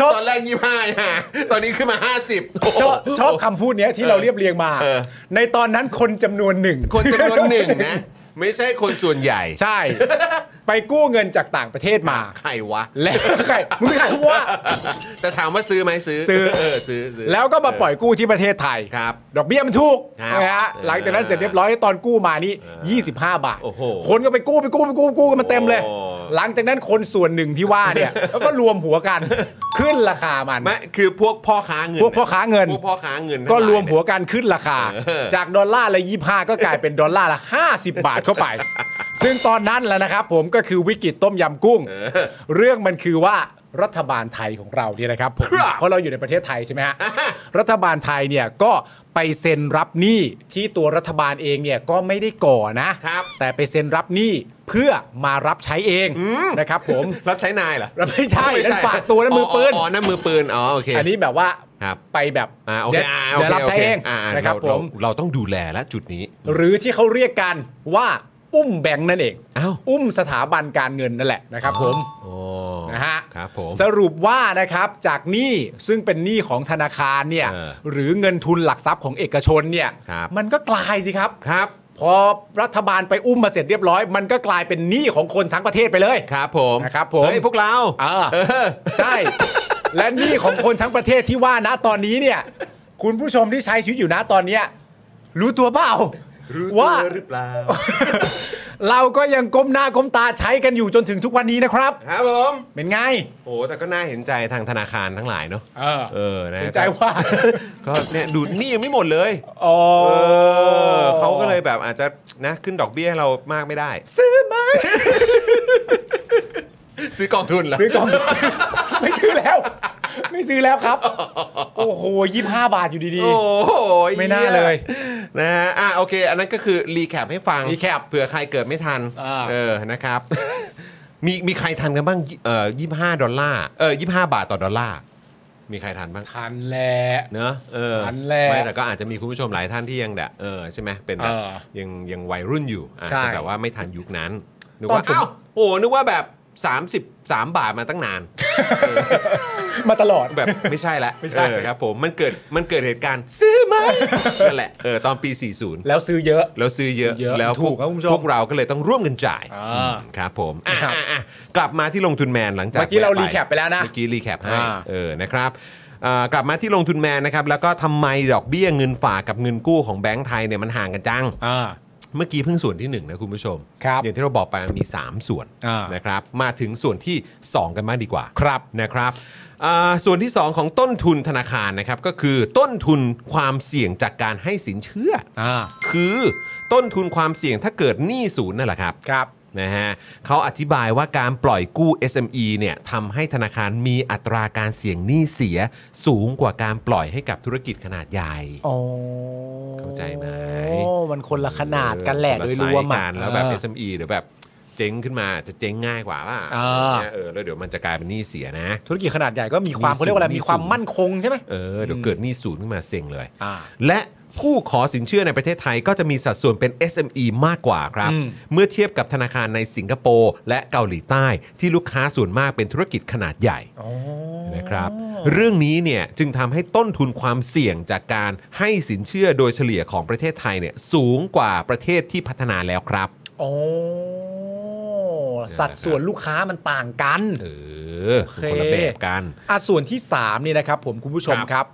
[SPEAKER 2] ชอบ
[SPEAKER 1] ตอนแรกยี่ห้าฮะตอนนี้ขึ้นมา 50โโห
[SPEAKER 2] ชอบชอบคำพูดเนี้ยที่เราเรียบเรียงมา
[SPEAKER 1] เออ
[SPEAKER 2] ในตอนนั้นคนจำนวนหนึ่ง
[SPEAKER 1] คนจำนวนหนึ่งนะ ไม่ใช่คนส่วนใหญ่
[SPEAKER 2] ใช่ ไปกู้เงินจากต่างประเทศมา
[SPEAKER 1] ใครวะ
[SPEAKER 2] แล้วใครมึงถามว่า
[SPEAKER 1] แต่ถามว่าซื้อไหมซื้อ
[SPEAKER 2] ซื้อ
[SPEAKER 1] เออซื้อซื้อ
[SPEAKER 2] แล้วก็มาปล่อยกู้ที่ประเทศไทย
[SPEAKER 1] ครับ
[SPEAKER 2] ดอกเบี้ยมันถูก
[SPEAKER 1] ครับ
[SPEAKER 2] นะฮะหลังจากนั้นเสร็จเรียบร้อยตอนกู้มานี่ 25 บาท
[SPEAKER 1] โอ้โห
[SPEAKER 2] คนก็ไปกู้ไปกู้ไปกู้ไปกู้กันมาเต็มเลย
[SPEAKER 1] โอ้
[SPEAKER 2] หลังจากนั้นคนส่วนหนึ่งที่ว่าเนี่ย แล้วก็รวมหัวกัน ขึ้นราคามัน
[SPEAKER 1] ไม่คือพวกพ่อค้าเงิน
[SPEAKER 2] พวกพ่อค้าเงิน
[SPEAKER 1] พวกพ่อค้าเงิน
[SPEAKER 2] ก็
[SPEAKER 1] ทั้งาย
[SPEAKER 2] รวมหัว
[SPEAKER 1] เนี่ย
[SPEAKER 2] กันขึ้นราคา
[SPEAKER 1] เออ
[SPEAKER 2] จากดอลลาร์ละ25 ก็กลายเป็นดอลลาร์ละ 50 บาทเข้าไป ซึ่งตอนนั้นแหล้วนะครับผมก็คือวิกฤตต้มยำกุ้ง เรื่องมันคือว่ารัฐบาลไทยของเราเนี่ยนะครับผมเพราะเราอยู่ในประเทศไทยใช่ไหมฮะ รัฐบาลไทยเนี่ยก็ไปเซ็นรับหนี้ที่ตัวรัฐบาลเองเนี่ยก็ไม่ได้ก่อนะครับ แต่ไปเซ็นรับหนี้เพื่อมารับใช้เองนะครับ ผม
[SPEAKER 1] รับใช้นายเหรอ
[SPEAKER 2] แล้วไม่ใช่นั่น
[SPEAKER 1] ใช่
[SPEAKER 2] ฝากตัวนั่นมือปืน
[SPEAKER 1] อ๋อนั่นมือปืน อ๋อ โอเค
[SPEAKER 2] อันนี้แบบว่า
[SPEAKER 1] ครับ
[SPEAKER 2] ไปแบบ
[SPEAKER 1] อ่าโอเค
[SPEAKER 2] เดี๋ยว
[SPEAKER 1] อ่า
[SPEAKER 2] เดี๋ยวรับใช้เอง
[SPEAKER 1] โคโคาอ่า
[SPEAKER 2] นะครับผ
[SPEAKER 1] เาม เราเราต้องดูแลและจุดนี้
[SPEAKER 2] หรือที่เขาเรียกกันว่าอุ้มแบงค์นั่นเอง
[SPEAKER 1] อ้าว
[SPEAKER 2] อุ้มสถาบันการเงินนั่นแหละนะครับผม
[SPEAKER 1] โอ้
[SPEAKER 2] นะฮะ
[SPEAKER 1] ครับผม
[SPEAKER 2] สรุปว่านะครับจากหนี้ซึ่งเป็นหนี้ของธนาคารเนี่ย
[SPEAKER 1] เออ
[SPEAKER 2] หรือเงินทุนหลักทรัพย์ของเอกชนเนี่ย
[SPEAKER 1] ครับ
[SPEAKER 2] มันก็กลายสิครับ
[SPEAKER 1] ครับ
[SPEAKER 2] พอรัฐบาลไปอุ้มมาเสร็จเรียบร้อย มันก็กลายเป็นหนี้ของคนทั้งประเทศไปเลย
[SPEAKER 1] ครับผม
[SPEAKER 2] นะครับผม
[SPEAKER 1] เฮ้ยพวกเรา
[SPEAKER 2] เออใช่ และหนี้ของคนทั้งประเทศที่ว่านะตอนนี้เนี่ย คุณผู้ชมที่ใช้ชีวิตอยู่นะตอนเนี้ยรู้ตัวเปล่าว่า
[SPEAKER 1] หรือเปล่า
[SPEAKER 2] เราก็ยังก้มหน้าก้มตาใช้กันอยู่จนถึงทุกวันนี้นะครับ
[SPEAKER 1] ครับผม
[SPEAKER 2] เป็นไง
[SPEAKER 1] โอ้แต่ก็น่าเห็นใจทางธนาคารทั้งหลายเนาะ
[SPEAKER 2] เออ
[SPEAKER 1] เออนะ
[SPEAKER 2] เห็นใจว่า
[SPEAKER 1] ก็เนี่ยดูหนี่ยังไม่หมดเลย
[SPEAKER 2] อ๋อ
[SPEAKER 1] เออเขาก็เลยแบบอาจจะนะขึ้นดอกเบี้ยให้เรามากไม่ได้
[SPEAKER 2] ซื้อไหม
[SPEAKER 1] ซื้อกองทุนเหรอ
[SPEAKER 2] ซื้อกอง ไม่ซื้อแล้ว ไม่ซื้อแล้วครับ โอ้โหยี่ห้าบาทอยู่ดี
[SPEAKER 1] โอ้โห
[SPEAKER 2] ไม่น่าเลย
[SPEAKER 1] นะฮะอ่ะโอเค อันนั้นก็คือรีแคปให้ฟัง
[SPEAKER 2] recap
[SPEAKER 1] เผื่อใครเกิดไม่ทัน
[SPEAKER 2] อ่า
[SPEAKER 1] เออนะครับ มีมีใครทันกันบ้างเอ่อยี่ห้าดอลลาร์เออยี่ห้าบาทต่อดอลลาร์มีใครทันบ้าง
[SPEAKER 2] ๆทันแหละ
[SPEAKER 1] เนอะเออ
[SPEAKER 2] ทันแหละ
[SPEAKER 1] ไม่แต่ก็อาจจะมีคุณผู้ชมหลายท่านที่ยังแบบเออใช่ไหมเป็นแบบ
[SPEAKER 2] เออ
[SPEAKER 1] ยังยังวัยรุ่นอยู่อาจ
[SPEAKER 2] ใช่
[SPEAKER 1] จะแบบว่าไม่ทันยุคนั้นนึก
[SPEAKER 2] ตอน
[SPEAKER 1] ว่า
[SPEAKER 2] ผม
[SPEAKER 1] อ้าวโหนึกว่าแบบ 33 บาทมาตั้งนาน
[SPEAKER 2] มาตลอด
[SPEAKER 1] แบบ ไม่ใช่ละ
[SPEAKER 2] ไม่ใช่
[SPEAKER 1] เออครับผมมันเกิดมันเกิดเหตุการณ์ซื้อไหมนั่นแหละเออตอนปี 40
[SPEAKER 2] แล้วซื้อเยอะ
[SPEAKER 1] แล้วซื้อเยอะ
[SPEAKER 2] ซื้อเยอะ
[SPEAKER 1] แล้วพว
[SPEAKER 2] ถูกครับคุณผู้ชม
[SPEAKER 1] พวกเราก็เลยต้องร่วมกันจ่าย
[SPEAKER 2] อ่า
[SPEAKER 1] อืมครับผมอ่ะ
[SPEAKER 2] ครับ
[SPEAKER 1] อ่ะอ่ะกลับมาที่ลงทุนแมนหลังจาก
[SPEAKER 2] เมื่อกี้เรา
[SPEAKER 1] แวะ
[SPEAKER 2] recap ไปแล้วนะ
[SPEAKER 1] เมื่อกี้รีแคปให้
[SPEAKER 2] อ่า
[SPEAKER 1] เออนะครับอ่ากลับมาที่ลงทุนแมนนะครับแล้วก็ทำไมดอกเบี้ยเงินฝากกับเงินกู้ของแบงก์ไทยเนี่ยมันห่างกันจัง
[SPEAKER 2] อ่า
[SPEAKER 1] เมื่อกี้เพิ่งส่วนที่ 1 นะคุณผู้ชม
[SPEAKER 2] ครับ
[SPEAKER 1] อย่างที่เราบอกไปมันมี 3 ส่วน
[SPEAKER 2] อ่า
[SPEAKER 1] นะครับมาถึงส่วนที่ 2 กันบ้างดีกว่า
[SPEAKER 2] ครับ
[SPEAKER 1] นะครับอ่าส่วนที่ 2 ของต้นทุนธนาคารนะครับก็คือต้นทุนความเสี่ยงจากการให้สินเชื่ออา คือต้นทุนความเสี่ยงถ้าเกิดหนี้ศูนย์นั่นแหละครับ
[SPEAKER 2] ครับ
[SPEAKER 1] นะฮะเขาอธิบายว่าการปล่อยกู้ SME เนี่ยทำให้ธนาคารมีอัตราการเสี่ยงหนี้เสียสูงกว่าการปล่อยให้กับธุรกิจขนาดใหญ่
[SPEAKER 2] โอ้
[SPEAKER 1] เข้าใจไหม
[SPEAKER 2] มันคนละขนาดกันแหละ
[SPEAKER 1] เอ
[SPEAKER 2] โด
[SPEAKER 1] อย
[SPEAKER 2] รวม
[SPEAKER 1] คน
[SPEAKER 2] อ่ะ
[SPEAKER 1] ไซส์กันแล้วแบบ SME เดี๋ยวแบบเจ๊งขึ้นมาจะเจ๊งง่ายกว่าว่า
[SPEAKER 2] อ่า
[SPEAKER 1] เออแล้วเดี๋ยวมันจะกลายเป็นหนี้เสียนะ
[SPEAKER 2] ธุรกิจขนาดใหญ่ก็มีความ
[SPEAKER 1] มีสูง
[SPEAKER 2] เขาเรียกว่าอะไร
[SPEAKER 1] มี
[SPEAKER 2] มีความ
[SPEAKER 1] สูง
[SPEAKER 2] มั่นคงใช่ไหม
[SPEAKER 1] เออเดี๋ยวเกิดหนี้ศูนย์ขึ้นมาเซ็งเลย
[SPEAKER 2] อ่า
[SPEAKER 1] และผู้ขอสินเชื่อในประเทศไทยก็จะมีสัดส่วนเป็น SME มากกว่าครับ
[SPEAKER 2] อืม
[SPEAKER 1] เมื่อเทียบกับธนาคารในสิงคโปร์และเกาหลีใต้ที่ลูกค้าส่วนมากเป็นธุรกิจขนาดใหญ่ นะครับเรื่องนี้เนี่ยจึงทำให้ต้นทุนความเสี่ยงจากการให้สินเชื่อโดยเฉลี่ยของประเทศไทยเนี่ยสูงกว่าประเทศที่พัฒนาแล้วครับ
[SPEAKER 2] โอ้สัดส่วนลูกค้ามันต่างกัน
[SPEAKER 1] เออมันคนละแบบกัน
[SPEAKER 2] อ่ะส่วนที่3นี่นะครับผมคุณผู้ช
[SPEAKER 1] ค
[SPEAKER 2] ม
[SPEAKER 1] รับ
[SPEAKER 2] ครับ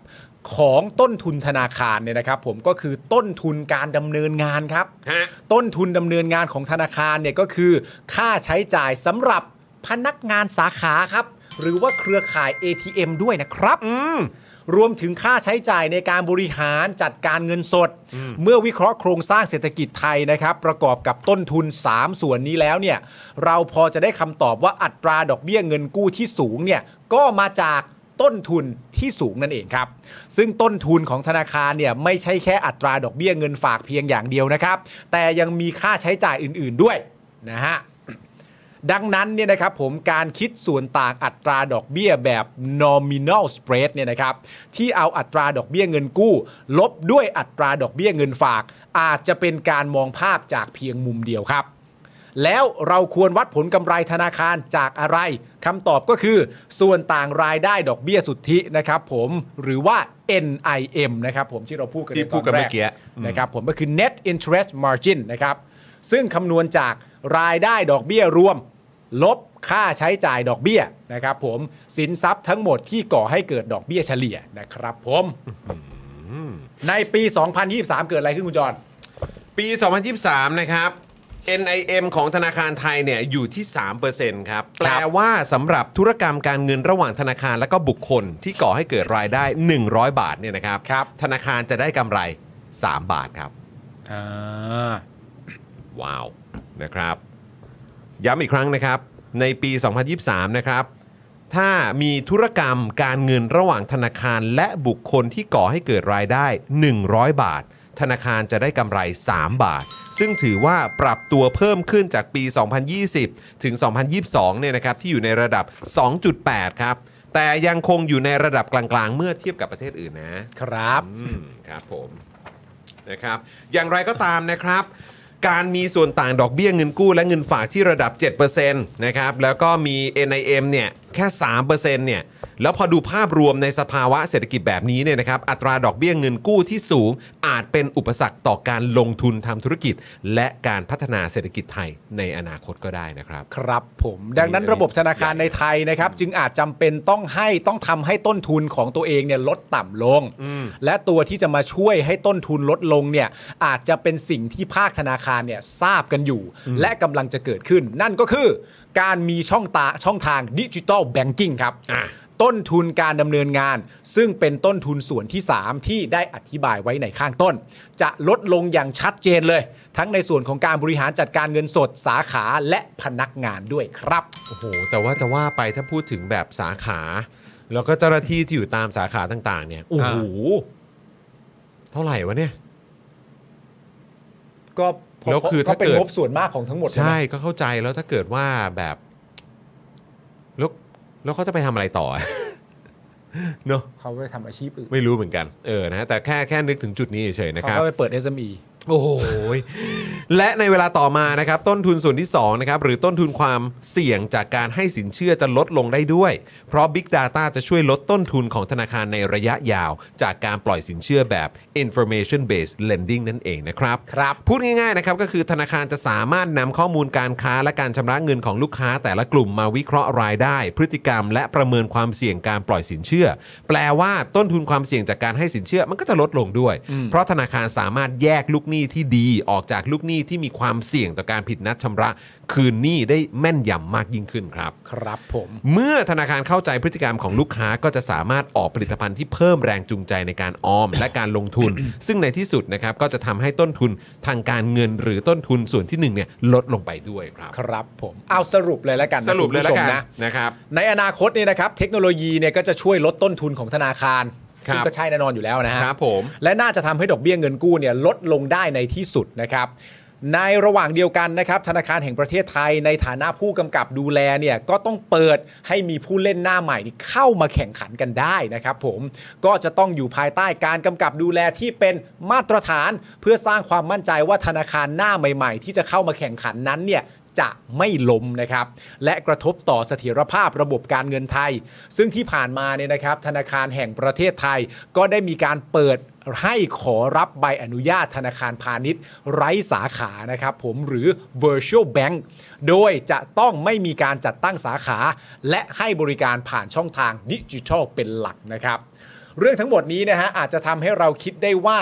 [SPEAKER 2] ของต้นทุนธนาคารเนี่ยนะครับ ผมก็คือต้นทุนการดำเนินงานครับ
[SPEAKER 1] ฮะ
[SPEAKER 2] ต้นทุนดำเนินงานของธนาคารเนี่ยก็คือ ค่าใช้จ่ายสำหรับพนักงานสาขาครับ หรือว่าเครือข่าย ATM ด้วยนะครับ รวมถึงค่าใช้จ่ายในการบริหารจัดการเงินสด เมื่อวิเคราะห์โครงสร้างเศรษฐกิจไทยนะครับ ประกอบกับต้นทุน 3 ส่วนนี้แล้วเนี่ย เราพอจะได้คำตอบว่าอัตราดอกเบี้ยเงินกู้ที่สูงเนี่ยก็มาจากต้นทุนที่สูงนั่นเองครับ ซึ่งต้นทุนของธนาคารเนี่ยไม่ใช่แค่อัตราดอกเบี้ยเงินฝากเพียงอย่างเดียวนะครับ แต่ยังมีค่าใช้จ่ายอื่น ๆด้วยนะฮะ ดังนั้นเนี่ยนะครับผมการคิดส่วนต่างอัตราดอกเบี้ยแบบ nominal spread เนี่ยนะครับที่เอาอัตราดอกเบี้ยเงินกู้ ลบด้วยอัตราดอกเบี้ยเงินฝาก อาจจะเป็นการมองภาพจากเพียงมุมเดียวครับ แล้วเราควรวัดผลกำไรธนาคารจากอะไรคำตอบก็คือ ส่วนต่างรายได้ดอกเบี้ยสุทธินะครับผมหรือว่า NIM นะครับผมที่เราพูดกัน
[SPEAKER 1] ที่พูดกันเมื่อกี้
[SPEAKER 2] ใตแร นะครับผมก็คือ net interest margin นะครับ ซึ่งคำนวณจากรายได้ดอกเบี้ยรวม ลบค่าใช้จ่ายดอกเบี้ยนะครับผมสินทรัพย์ทั้งหมดที่ก่อให้เกิดดอกเบี้ยเฉลี่ยนะครับผมในปี 2023 เกิดอะไรขึ้นคุณจอน
[SPEAKER 1] ปี 2023 นะครับ NIM ของธนาคารไทยเนี่ยอยู่ที่ 3%ครับ แปลว่าสำหรับธุรกรรมการเงินระหว่างธนาคารและก็บุคคลที่ก่อให้เกิดรายได้ 100 บาทเนี่ยนะครับ ธนาคารจะได้กำไร 3 บาทครับ
[SPEAKER 2] อ่า
[SPEAKER 1] ว้าวนะครับ ย้ำอีกครั้งนะครับ ในปี 2023 นะครับ ถ้ามีธุรกรรมการเงินระหว่างธนาคารและบุคคลที่ก่อให้เกิดรายได้ 100 บาท ธนาคารจะได้กำไร 3 บาท ซึ่งถือว่าปรับตัวเพิ่มขึ้นจากปี 2020 ถึง 2022 เนี่ยนะครับ ที่อยู่ในระดับ 2.8 ครับ แต่ยังคงอยู่ในระดับกลางๆ เมื่อเทียบกับประเทศอื่นนะ
[SPEAKER 2] ครับ
[SPEAKER 1] อืมครับผมนะครับอย่างไรก็ตามนะครับ การมีส่วนต่างดอกเบี้ยเงินกู้และเงินฝากที่ระดับ 7%นะครับแล้วก็มี NIM เนี่ยแค่3%เนี่ยแล้วพอดูภาพรวมในสภาวะเศรษฐกิจแบบนี้เนี่ยนะครับอัตราดอกเบี้ยเงินกู้ที่สูง อาจเป็นอุปสรรคต่อการลงทุนทำธุรกิจ และการพัฒนาเศรษฐกิจไทยในอนาคตก็ได้นะครับ
[SPEAKER 2] ครับผมดังนั้นระบบธนาคารในไทยนะครับ จึงอาจจำเป็นต้องให้ต้องทำให้ต้นทุนของตัวเองเนี่ยลดต่ำลง และตัวที่จะมาช่วยให้ต้นทุนลดลงเนี่ยอาจจะเป็นสิ่งที่ภาคธนาคารเนี่ยทราบกันอยู่ และกำลังจะเกิดขึ้น นั่นก็คือการมีช่องตาช่องทางดิจิตอลแบงกิ้งครับ ต้นทุนการดำเนินงาน ซึ่งเป็นต้นทุนส่วนที่ 3 ที่ได้อธิบายไว้ในข้างต้น จะลดลงอย่างชัดเจนเลย ทั้งในส่วนของการบริหารจัดการเงินสดสาขาและพนักงานด้วยครับ
[SPEAKER 1] โอ้โห แต่ว่าจะว่าไปถ้าพูดถึงแบบสาขา แล้วก็เจ้าหน้าที่ที่อยู่ตามสาขาต่างๆ เนี่ยโอ้โหเท่าไหร่วะเนี่ย
[SPEAKER 2] ก็
[SPEAKER 1] แล้วคือถ้า
[SPEAKER 2] เป็น
[SPEAKER 1] เกิด
[SPEAKER 2] งบส่วนมากของทั้งหมด
[SPEAKER 1] ใช่ก็เข้าใจแล้วถ้าเกิดว่าแบบ แล้วแล้วเขาจะไปทำอะไร ต่อ เนอะ
[SPEAKER 2] เขาไปทำอาชีพอื่น
[SPEAKER 1] ไม่รู้เหมือนกัน เออนะแต่แค่แค่นึกถึงจุดนี้เฉยๆนะ
[SPEAKER 2] เขา
[SPEAKER 1] ครับ
[SPEAKER 2] ก็ไปเปิด SME
[SPEAKER 1] โอ้โหยและในเวลาต่อมานะครับต้นทุนส่วนที่2นะครับหรือต้นทุนความเสี่ยงจากการให้สินเชื่อจะลดลงได้ด้วย เพราะ Big Data จะช่วยลดต้นทุนของธนาคารในระยะยาว จากการปล่อยสินเชื่อแบบ information based lending นั่นเองนะครับ
[SPEAKER 2] ครับ
[SPEAKER 1] พูดง่ายๆนะครับก็คือธนาคารจะสามารถนำข้อมูลการค้าและการชำระเงินของลูกค้าแต่ละกลุ่มมาวิเคราะห์รายได้ พฤติกรรม และประเมินความเสี่ยงการปล่อยสินเชื่อ แปลว่าต้นทุนความเสี่ยงจากการให้สินเชื่อมันก็จะลดลงด้วย เพราะธนาคารสามารถแยกลูกหนี้ที่ดีออกจากลูกหนี้ที่มีความเสี่ยงต่อการผิดนัดชำระ คืนหนี้ได้แม่นยำมากยิ่งขึ้นครับ
[SPEAKER 2] ครับผม
[SPEAKER 1] เมื่อธนาคารเข้าใจพฤติกรรมของลูกค้าก็จะสามารถออกผลิตภัณฑ์ที่เพิ่มแรงจูงใจในการออม และการลงทุน ซึ่งในที่สุดนะครับก็จะทำให้ต้นทุนทางการเงินหรือต้นทุนส่วนที่หนึ่งเนี่ยลดลงไปด้วยครับ
[SPEAKER 2] ครับผมเอาสรุปเลยแล้วกันนะ
[SPEAKER 1] สรุปเลยละกัน
[SPEAKER 2] คุณผู้ชมนะ
[SPEAKER 1] นะครับ
[SPEAKER 2] ในอนาคตเนี่ยนะครับเทคโนโลยีเนี่ยก็จะช่วยลดต้นทุนของธนาคาร
[SPEAKER 1] ครับ
[SPEAKER 2] ซึ่งก็ใช่แน่นอนอยู่แล้วนะฮะ
[SPEAKER 1] ครับผม
[SPEAKER 2] และน่าจะทำให้ดอกเบี้ยเงินกู้เนี่ยลดลงได้ในที่สุดนะครับ ในระหว่างเดียวกันนะครับธนาคารแห่งประเทศไทยในฐานะผู้กำกับดูแลเนี่ยก็ต้องเปิดให้มีผู้เล่นหน้าใหม่นี่เข้ามาแข่งขันกันได้นะครับผมก็จะต้องอยู่ภายใต้การกำกับดูแลที่เป็นมาตรฐาน เพื่อสร้างความมั่นใจว่าธนาคารหน้าใหม่ ๆ ที่จะเข้ามาแข่งขันนั้นเนี่ย จะไม่ล้มนะครับ และกระทบต่อเสถียรภาพระบบการเงินไทย ซึ่งที่ผ่านมาเนี่ยนะครับ ธนาคารแห่งประเทศไทย ก็ได้มีการเปิดให้ขอรับใบอนุญาตธนาคารพาณิชย์ ไร้สาขานะครับผมหรือ virtual bank โดยจะต้องไม่มีการจัดตั้งสาขา และให้บริการผ่านช่องทางดิจิทัลเป็นหลักนะครับ เรื่องทั้งหมดนี้นะฮะอาจจะทำให้เราคิดได้ว่า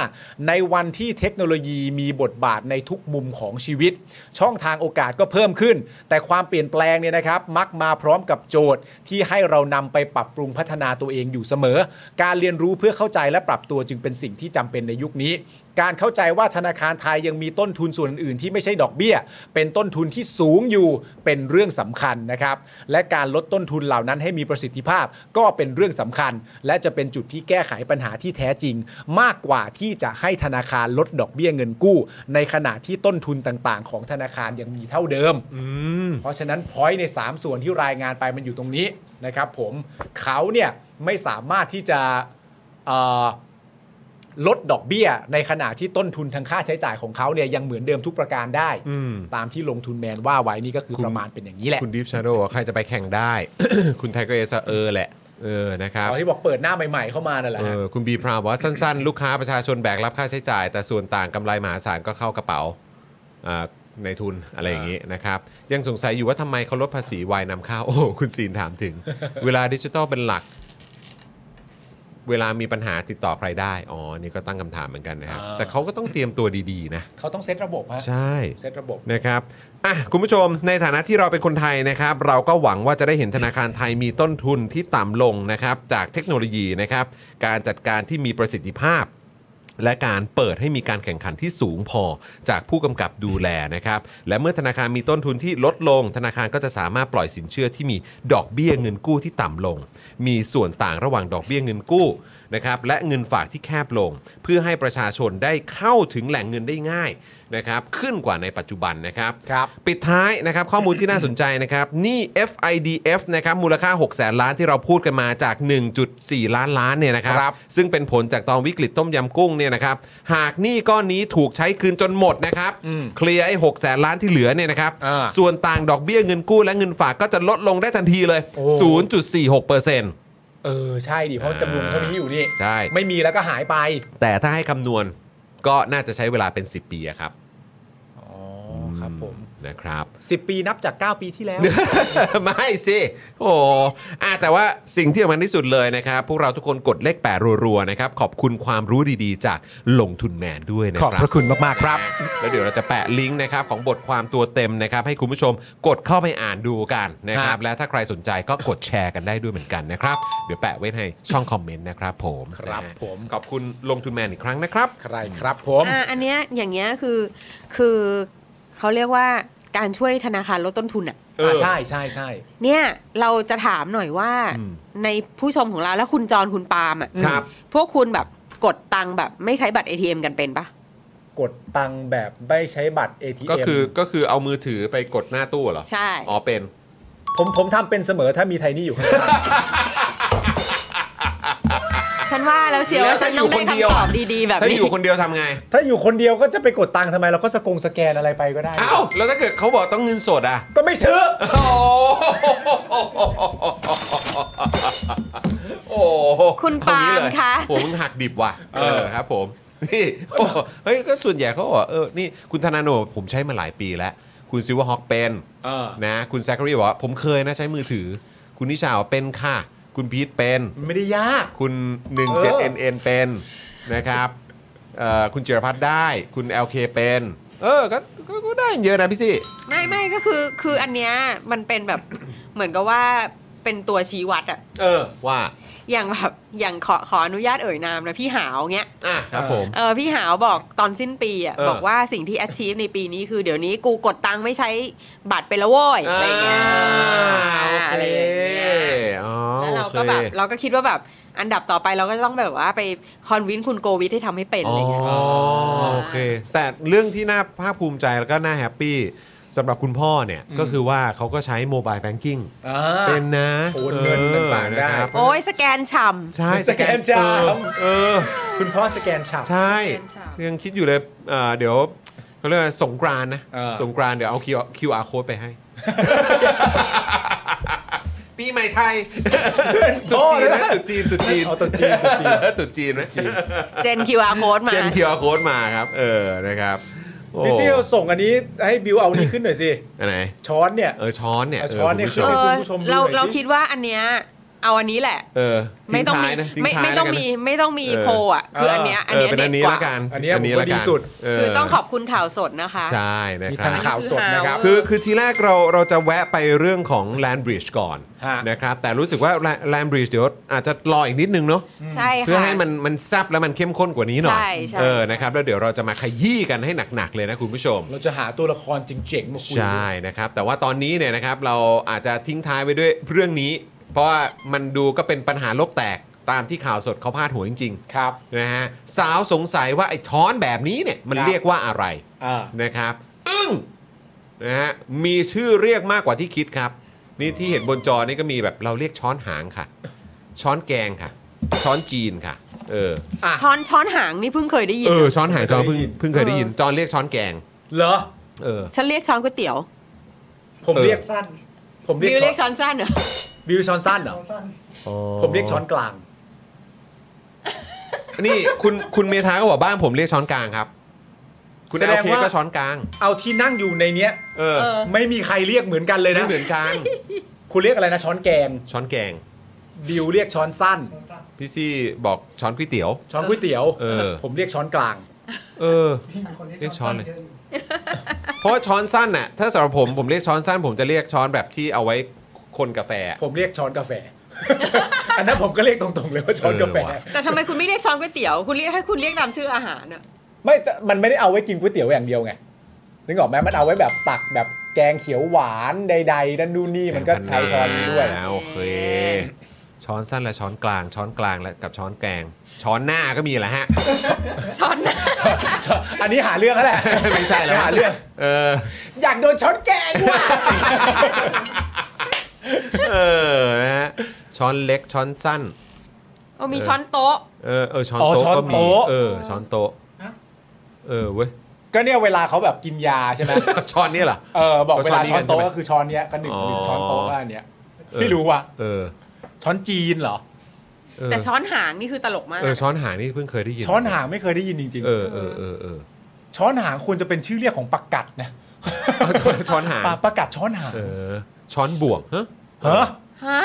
[SPEAKER 2] ในวันที่เทคโนโลยีมีบทบาทในทุกมุมของชีวิต ช่องทางโอกาสก็เพิ่มขึ้น แต่ความเปลี่ยนแปลงเนี่ยนะครับ มักมาพร้อมกับโจทย์ ที่ให้เรานำไปปรับปรุงพัฒนาตัวเองอยู่เสมอ การเรียนรู้เพื่อเข้าใจและปรับตัวจึงเป็นสิ่งที่จำเป็นในยุคนี้ การเข้าใจว่าธนาคารไทยยังมีต้นทุนส่วนอื่นๆที่ไม่ใช่ดอกเบี้ย เป็นต้นทุนที่สูงอยู่เป็นเรื่องสำคัญนะครับ และการลดต้นทุนเหล่านั้นให้มีประสิทธิภาพก็เป็นเรื่องสำคัญ และจะเป็นจุดที่แก้ไขปัญหาที่แท้จริง มากกว่าที่จะให้ธนาคารลดดอกเบี้ยเงินกู้ ในขณะที่ต้นทุนต่างๆ ของธนาคารยังมีเท่าเดิม เพราะฉะนั้นพอยใน 3 ส่วนที่รายงานไปมันอยู่ตรงนี้นะครับ ผมเขาเนี่ยไม่สามารถที่จะเอ่อ ลดดอกเบี้ย ในขณะที่ต้นทุนทางค่าใช้จ่ายของเขาเนี่ยยังเหมือนเดิมทุกประการได้ ตามที่ลงทุนแมนว่าไว้นี่ก็คือประมาณเป็นอย่างนี้แหละ
[SPEAKER 1] คุณดิฟชาโดใครจะไปแข่งได้ คุณไทเกอร์เอสเออแหละเออนะครับ
[SPEAKER 2] ตอนที่บอกเปิดหน้าใหม่ ๆ เข้ามานั่นแหละ
[SPEAKER 1] เอ
[SPEAKER 2] ฮะ
[SPEAKER 1] อคุณบีพรามบอกว่าสั้นๆ ลูกค้าประชาชนแบกรับค่าใช้จ่าย แต่ส่วนต่างกำไรมหาศาลก็เข้ากระเป๋าอ่าในทุนอะไรอย่างนี้นะครับยังสงสัยอยู่ว่าทำไมเขาลดภาษีวายนำเข้าโอ้โหคุณซีนถามถึง เวลาดิจิทัลเป็นหลัก เวลามีปัญหาติดต่อใครได้อ๋อนี่ก็ตั้งคำถามเหมือนกันนะครับแต่เขาก็ต้องเตรียมตัวดีๆนะ
[SPEAKER 2] เขาต้องเซตระบบฮะ
[SPEAKER 1] ใช่
[SPEAKER 2] เซตระบบ
[SPEAKER 1] นะครับอ่ะคุณผู้ชม ในฐานะที่เราเป็นคนไทยนะครับ เราก็หวังว่าจะได้เห็นธนาคารไทยมีต้นทุนที่ต่ำลงนะครับ จากเทคโนโลยีนะครับ การจัดการที่มีประสิทธิภาพ และการเปิดให้มีการแข่งขันที่สูงพอจากผู้กำกับดูแลนะครับ และเมื่อธนาคารมีต้นทุนที่ลดลง ธนาคารก็จะสามารถปล่อยสินเชื่อที่มีดอกเบี้ยเงินกู้ที่ต่ำลง มีส่วนต่างระหว่างดอกเบี้ยเงินกู้นะครับและเงินฝากที่แคบลง เพื่อให้ประชาชนได้เข้าถึงแหล่งเงินได้ง่ายนะครับขึ้นกว่าในปัจจุบันนะครับ
[SPEAKER 2] ครับ
[SPEAKER 1] ปิดท้ายนะครับข้อมูลที่น่าสนใจนะครับหนี่ FIDF นะครับมูลค่า 6 แสนล้านที่เราพูดกันมาจาก 1.4 ล้านล้านเนี่ยนะครับ
[SPEAKER 2] ครับ
[SPEAKER 1] ซึ่งเป็นผลจากตอนวิกฤตต้มยำกุ้งเนี่ยนะครับหากหนี้ก้อนนี้ถูกใช้คืนจนหมดนะครับเคลียร์ไอ้6แสนล้านที่เหลือเนี่ยนะครับ
[SPEAKER 2] อ่า
[SPEAKER 1] ส่วนต่างดอกเบี้ยเงินกู้และเงินฝากก็จะลดลงได้ทันทีเลย 0.46%
[SPEAKER 2] เออใช่ดิเพราะจำนวนเท่านี้อยู่นี่
[SPEAKER 1] ใช่
[SPEAKER 2] ไม่มีแล้วก็หายไป
[SPEAKER 1] แต่ถ้าให้คำนวณก็น่าจะใช้เวลาเป็น 10 ปีอะครับ
[SPEAKER 2] อ๋อครับผม
[SPEAKER 1] นะครับ
[SPEAKER 2] 10 ปีนับจาก 9 ปีที่แล้ว
[SPEAKER 1] ไม่สิ โอ้อาแต่ว่าสิ่งที่สำคัญที่สุดเลยนะครับ พวกเราทุกคนกดเลขแปดรัวๆนะครับ ขอบคุณความรู้ดีๆ จากลงทุนแมนด้วยนะ
[SPEAKER 2] ขอบ
[SPEAKER 1] ครั
[SPEAKER 2] พ
[SPEAKER 1] บ
[SPEAKER 2] ระคุณมากๆครับ
[SPEAKER 1] แล้วเดี๋ยวเราจะแปะลิงก์นะครับของบทความตัวเต็มนะครับ ให้คุณผู้ชมกดเข้าไปอ่านดูกันนะค
[SPEAKER 2] ค
[SPEAKER 1] รั
[SPEAKER 2] รับ บ
[SPEAKER 1] และถ้าใครสนใจก็กดแชร์กันได้ด้วยเหมือนกันนะครับ เดี๋ยวแปะไว้ให้ช่องคอมเมนต์นะครับผม
[SPEAKER 2] ครับ
[SPEAKER 1] นะฮะ
[SPEAKER 2] ผม
[SPEAKER 1] ขอบคุณลงทุนแมนอีกครั้งนะครับ
[SPEAKER 2] ใครครับผม
[SPEAKER 3] อ่ะอันเนี้ยอย่างเงี้ยคือคือเขาเรียกว่าการช่วยธนาคารลดต้นทุนอ่ะ
[SPEAKER 1] เออ
[SPEAKER 2] ใช่ใช่ใช่
[SPEAKER 3] เนี่ยเราจะถามหน่อยว่าในผู้ชมของเราแล้วคุณจรคุณปาล์มอ่ะ
[SPEAKER 2] ครับ
[SPEAKER 3] พวกคุณแบบกดตังค์แบบไม่ใช้บัตร ATM กันเป็นปะ
[SPEAKER 2] กดตังค์แบบไม่ใช้บัตร ATM
[SPEAKER 1] ก็คือก็คือเอามือถือไปกดหน้าตู้เหรอ
[SPEAKER 3] ใช่
[SPEAKER 1] อ๋อเป็น
[SPEAKER 2] ผมผมทำเป็นเสมอถ้ามีไทนี่อยู่ข้างๆ
[SPEAKER 3] ฉัน ฉันว่าแล้วเชียว
[SPEAKER 1] แล้ว
[SPEAKER 3] ว่าฉันต้องได้
[SPEAKER 1] ถ้าอยู่คนเดียว
[SPEAKER 3] คำตอบดีๆ แบบ
[SPEAKER 1] ถ้า
[SPEAKER 3] นี้
[SPEAKER 1] อยู่คนเดียวทำไง
[SPEAKER 2] ถ้าอยู่คนเดียวก็จะไปกดตังค์ทำไมเราก็สกงสแกนอะไรไปก็ได้
[SPEAKER 1] เอ้า แล้วถ้าเกิดเขาบอกต้องเงินสดอ่ะ
[SPEAKER 2] ก็ไม่ซื้อ
[SPEAKER 1] โอ้โห
[SPEAKER 3] คุณ
[SPEAKER 1] เองี้เล
[SPEAKER 3] ปา
[SPEAKER 1] ย
[SPEAKER 3] ล์มคะ
[SPEAKER 1] ผมหักดิบว่ะ เออครับผม นี่โอ้เฮ้ย ก็ส่วนใหญ่เขาบอกว่าเออ นี่คุณธนาโนบอกผมใช้มาหลายปีแล้ว คุณซิวฮอกเป็น
[SPEAKER 5] เออ
[SPEAKER 1] นะ คุณแซคคารีบอกว่าผมเคยนะใช้มือถือ คุณนิชาบอกเป็นค่ะ คุณพีทเป็น
[SPEAKER 2] มันไม่ได้ยาก
[SPEAKER 1] คุณ
[SPEAKER 2] เออ
[SPEAKER 1] 17NN เป็นนะครับเอ่อคุณจิรพัฒน์ได้ คุณ LK เป็น เออก็ก็ก็ได้เยอะนะพี่ซี่
[SPEAKER 3] ไม่ไม่ก็คือคืออันเนี้ยมันเป็นแบบ เหมือนกับว่าเป็นตัวชี้วัดอะ
[SPEAKER 1] เออ ว่า
[SPEAKER 3] อย่างแบบอย่างขอขออนุญาตเอ่ยนามนะพี่หาวเงี้ย
[SPEAKER 1] อ่ะครับผม
[SPEAKER 3] เออพี่หาวบอกตอนสิ้นปีอะ
[SPEAKER 1] เออ
[SPEAKER 3] บอกว่าสิ่งที่ achieve ในปีนี้คือเดี๋ยวนี้กูกดตังค์ไม่ใช้บัตรไปแล้วโว้ยอะไรเงี้ย
[SPEAKER 1] า
[SPEAKER 3] อะไรอย่างเงี้ย
[SPEAKER 1] โอค
[SPEAKER 3] แล้วเราก็แบบ
[SPEAKER 1] โอค
[SPEAKER 3] เราก็คิดว่าแบบอันดับต่อไปเราก็ต้องแบบว่าไปคอนวินคุณโกวิทให้ทำให้เป็นอะไรเงี้ย
[SPEAKER 1] อ๋อโอเค แต่เรื่องที่น่าภาคภูมิใจแล้วก็น่าแฮปปี้สำหรับคุณพ่อเนี่ย ก็คือว่าเขาก็ใช้โมบายแบงกิ้งเป็นนะ
[SPEAKER 2] โอนเงินต่างๆได้
[SPEAKER 1] เออนะครับ
[SPEAKER 3] โอ้ยสแกนฉ่
[SPEAKER 1] ใช่
[SPEAKER 2] สแกนจ่าย
[SPEAKER 1] เออเออ
[SPEAKER 2] คุณพ่อสแกนฉับ
[SPEAKER 1] ใช่
[SPEAKER 3] แฟนสาว
[SPEAKER 1] ยังคิดอยู่เลยเอ่อเดี๋ยวเขาเรียกว่าสงกรานต์นะ
[SPEAKER 2] เออ
[SPEAKER 1] สงกรานต์เดี๋ยวเอา QR QR code ไปให้ ปีใหม่ไทยตุ๊ดจีนนะตุ๊ดจีนตุ๊ดจีน
[SPEAKER 2] เอาตัวจีนตัวจีน
[SPEAKER 1] ตุ๊ดจีนไหม
[SPEAKER 3] ำเจน QR code มา
[SPEAKER 1] เจน QR code มาครับ เออนะครับโอ้
[SPEAKER 2] พี่ซี่เราส่งอันนี้ให้บิวเอาอันนี้ขึ้นหน่อยสิ
[SPEAKER 1] อันไหน
[SPEAKER 2] ช้อนเนี่ย
[SPEAKER 1] เออช้อนเนี่ย
[SPEAKER 2] เอาช้อนเนี่ย
[SPEAKER 1] คุณผู้ชม
[SPEAKER 3] เออ
[SPEAKER 2] คุณผู้ชมดูหน่
[SPEAKER 3] เรา
[SPEAKER 2] อยสิ
[SPEAKER 3] เราคิดว่าอันเนี้ยเอาอันนี้แหละ
[SPEAKER 1] เออ
[SPEAKER 3] ไม่ต้องมี
[SPEAKER 1] ทิ้ท้ายนะทิ้
[SPEAKER 3] ไม่
[SPEAKER 1] ท้าย
[SPEAKER 3] ไม่ต้อง
[SPEAKER 1] แล้วกัน
[SPEAKER 3] มี
[SPEAKER 1] นะ
[SPEAKER 3] ไม่ต้องมี
[SPEAKER 1] เออ
[SPEAKER 3] โพลอ่ะคืออันเนี้ยอัน
[SPEAKER 1] เออ
[SPEAKER 3] เนี้ย
[SPEAKER 1] เป็นอัน
[SPEAKER 3] เด็
[SPEAKER 1] นี้
[SPEAKER 3] ดก
[SPEAKER 1] ละ
[SPEAKER 3] ว่า
[SPEAKER 1] กัน
[SPEAKER 2] อันเนี้ยผมว่าดีสุด
[SPEAKER 1] เ
[SPEAKER 3] คือต้องขอบคุณข่าวสดนะคะ
[SPEAKER 1] ใช่นะ
[SPEAKER 2] มี
[SPEAKER 1] ครับ
[SPEAKER 2] ทางข่าวสดนะครับ
[SPEAKER 3] เออ
[SPEAKER 1] คือคือทีแรกเราเราจะแวะไปเรื่องของ Land Bridge ก่อน
[SPEAKER 2] ฮะ
[SPEAKER 1] นะครับแต่รู้สึกว่า Land- Land Bridge เดี๋ยวอาจจะรออีกนิดนึงเนาะ
[SPEAKER 3] ใช่ค่ะ
[SPEAKER 1] เพื่อให้มันมันแซบแล้วมันเข้มข้นกว่านี้หน่อย
[SPEAKER 3] ใช่ใช่
[SPEAKER 1] เออ
[SPEAKER 3] ใช่
[SPEAKER 1] นะครับแล้วเดี๋ยวเราจะมาขยี้กันให้หนัก ๆ เลยนะคุณผู้ชม
[SPEAKER 2] เราจะหาตัวละครเจ๋งๆมาคุย
[SPEAKER 1] ใช่นะครับแต่ว่าตอนนี้เนี่ยนะครับเราอาจจะทิ้งท้ายไว้ด้วยเรื่องนี้ เพราะว่ามันดูก็เป็นปัญหาลบแตกตามที่ข่าวสดเขาพาดหัวจริง
[SPEAKER 2] ครับ
[SPEAKER 1] ๆนะฮะสาวสงสัยว่าไอ้ช้อนแบบนี้เนี่ยมัน
[SPEAKER 2] ครับ
[SPEAKER 1] เรียกว่าอะไร
[SPEAKER 2] อ่า
[SPEAKER 1] นะครับ อึ้งนะฮะ มีชื่อเรียกมากกว่าที่คิดครับ นี่ที่เห็นบนจอนี่ก็มีแบบเราเรียกช้อนหางค่ะ ช้อนแกงค่ะ ช้อนจีนค่ะ เออ
[SPEAKER 2] อ่ะ
[SPEAKER 3] ช้อนช้อนหางนี่เพิ่งเคยได้ยิน
[SPEAKER 1] เออ ช้อนหางจอนเพิ่ง
[SPEAKER 2] เคยได้ยิน
[SPEAKER 1] เพิ่งเคยได้ยิน จอนเรียกช้อนแกง
[SPEAKER 2] เหรอ
[SPEAKER 1] เออ
[SPEAKER 3] ฉันเรียกช้อนก๋วยเตี๋ยว
[SPEAKER 2] ผม
[SPEAKER 1] เออ
[SPEAKER 2] เรียกสั้น ผม
[SPEAKER 3] บิ
[SPEAKER 2] เรี
[SPEAKER 3] วย
[SPEAKER 2] ก
[SPEAKER 3] เรียก
[SPEAKER 2] ช้อน
[SPEAKER 3] ช้อนสั้นเหรอ
[SPEAKER 2] บิวช้อนสั้นเหรอ ผมเรียกช้อนกลาง
[SPEAKER 1] นี่คุณคุณเมธาก็บอกบ้างผมเรียกช้อนกลางครับ คุณ
[SPEAKER 2] แส
[SPEAKER 1] แอ
[SPEAKER 2] ด
[SPEAKER 1] ล
[SPEAKER 2] ง
[SPEAKER 1] เค
[SPEAKER 2] ว่า
[SPEAKER 1] ก็ช้อนกลาง
[SPEAKER 2] เอาที่นั่งอยู่ในเนี้ย
[SPEAKER 1] เออ
[SPEAKER 3] เออ
[SPEAKER 2] ไม่มีใครเรียกเหมือนกันเลย
[SPEAKER 1] ไม่
[SPEAKER 2] นะ
[SPEAKER 1] เหมือนกัน
[SPEAKER 2] คุณเรียกอะไรนะช้อนแกง
[SPEAKER 1] ช้อนแกง
[SPEAKER 2] บิวเรียกช้อนสั้น
[SPEAKER 1] พี่ซี่บอกช้อนก๋วยเตี๋ยว
[SPEAKER 2] ช้อนก๋วยเตี๋ยว
[SPEAKER 1] เออ
[SPEAKER 2] ผมเรียกช้อนกลาง
[SPEAKER 1] เออ เรียกช้อนเลย เพราะว่าช้อนสั้นน่ะ ถ้าสำหรับผมผมเรียกช้อนสั้น ผมจะเรียกช้อนแบบที่เอาไว้คนกาแฟ
[SPEAKER 2] ผมเรียกช้อนกาแฟ อันนั้นผมก็เรียกตรงๆเลยว่าช้อนกาแฟ
[SPEAKER 1] เออว่ะ
[SPEAKER 3] แต่ทำไมคุณไม่เรียกช้อนก๋วยเตี๋ยวคุณเรียกให้คุณเรียกตามชื่ออาหารอะ
[SPEAKER 2] ไม่แต่มันไม่ได้เอาไว้กินก๋วยเตี๋ยวอย่างเดียวไง นึกออกไหมมันเอาไว้แบบตักแบบแกงเขียวหวานใดๆนั่นนู่นนี่มันก็ใช้ช้อนนี้ด้วย
[SPEAKER 1] อ่าโอเค ช้อนสั้นและช้อนกลาง ช้อนกลางและกับช้อนแกง ช้อนหน้าก็มีแหละฮะ
[SPEAKER 3] ช้อน
[SPEAKER 2] อันนี้หาเรื่องแล้วแหละ
[SPEAKER 1] ไม่ใช่แล้ว
[SPEAKER 2] หาเรื่อง
[SPEAKER 1] เออ
[SPEAKER 2] อยากโดนช้อนแกงว่ะ
[SPEAKER 1] เออนะฮะช้อนเล็กช้อนสั้น
[SPEAKER 3] โอ้มีช้อนโต๊ะ
[SPEAKER 1] เออเออช้อน
[SPEAKER 2] อ๋อ
[SPEAKER 1] โต๊ะ
[SPEAKER 2] ช้อน
[SPEAKER 1] ก็มี
[SPEAKER 2] โต๊ะ
[SPEAKER 1] เออช้อนโต๊ะเออเว้ย
[SPEAKER 2] ก็เนี่ยเวลาเขาแบบกินยาใช่ไหม
[SPEAKER 1] ช้อนเนี่ยเหรอ
[SPEAKER 2] เออบอก
[SPEAKER 1] ก็
[SPEAKER 2] เว
[SPEAKER 1] ช้อน
[SPEAKER 2] ลา
[SPEAKER 1] นี้
[SPEAKER 2] ช้อนโต๊ะ
[SPEAKER 1] กันใช่ไหม
[SPEAKER 2] ก็คือช้อนเนี้ยก็หนึ่ง
[SPEAKER 1] อ๋อ
[SPEAKER 2] หนึ่งช้อนโต๊ะก็อันเนี้ย
[SPEAKER 1] เออ
[SPEAKER 2] ไม่รู้ว่ะ
[SPEAKER 1] เออ
[SPEAKER 2] ช้อนจีนเหรอ
[SPEAKER 1] เออ
[SPEAKER 3] แต่ช้อนหางนี่คือตลกมาก
[SPEAKER 1] เออช้อนหางนี่เพิ่งเคยได้ยิน
[SPEAKER 2] ช้อนหางไม่เคยได้ยินจริง
[SPEAKER 1] เออเออเออเออ
[SPEAKER 2] ๆ ช้อนหางควรจะเป็นชื่อเรียกของปักกัด นะ
[SPEAKER 1] ช้อนหาง
[SPEAKER 2] ปลาปักกัดช้อนหาง
[SPEAKER 1] เออช้อนบ่วงฮะ
[SPEAKER 2] เฮ้อ
[SPEAKER 3] ฮะ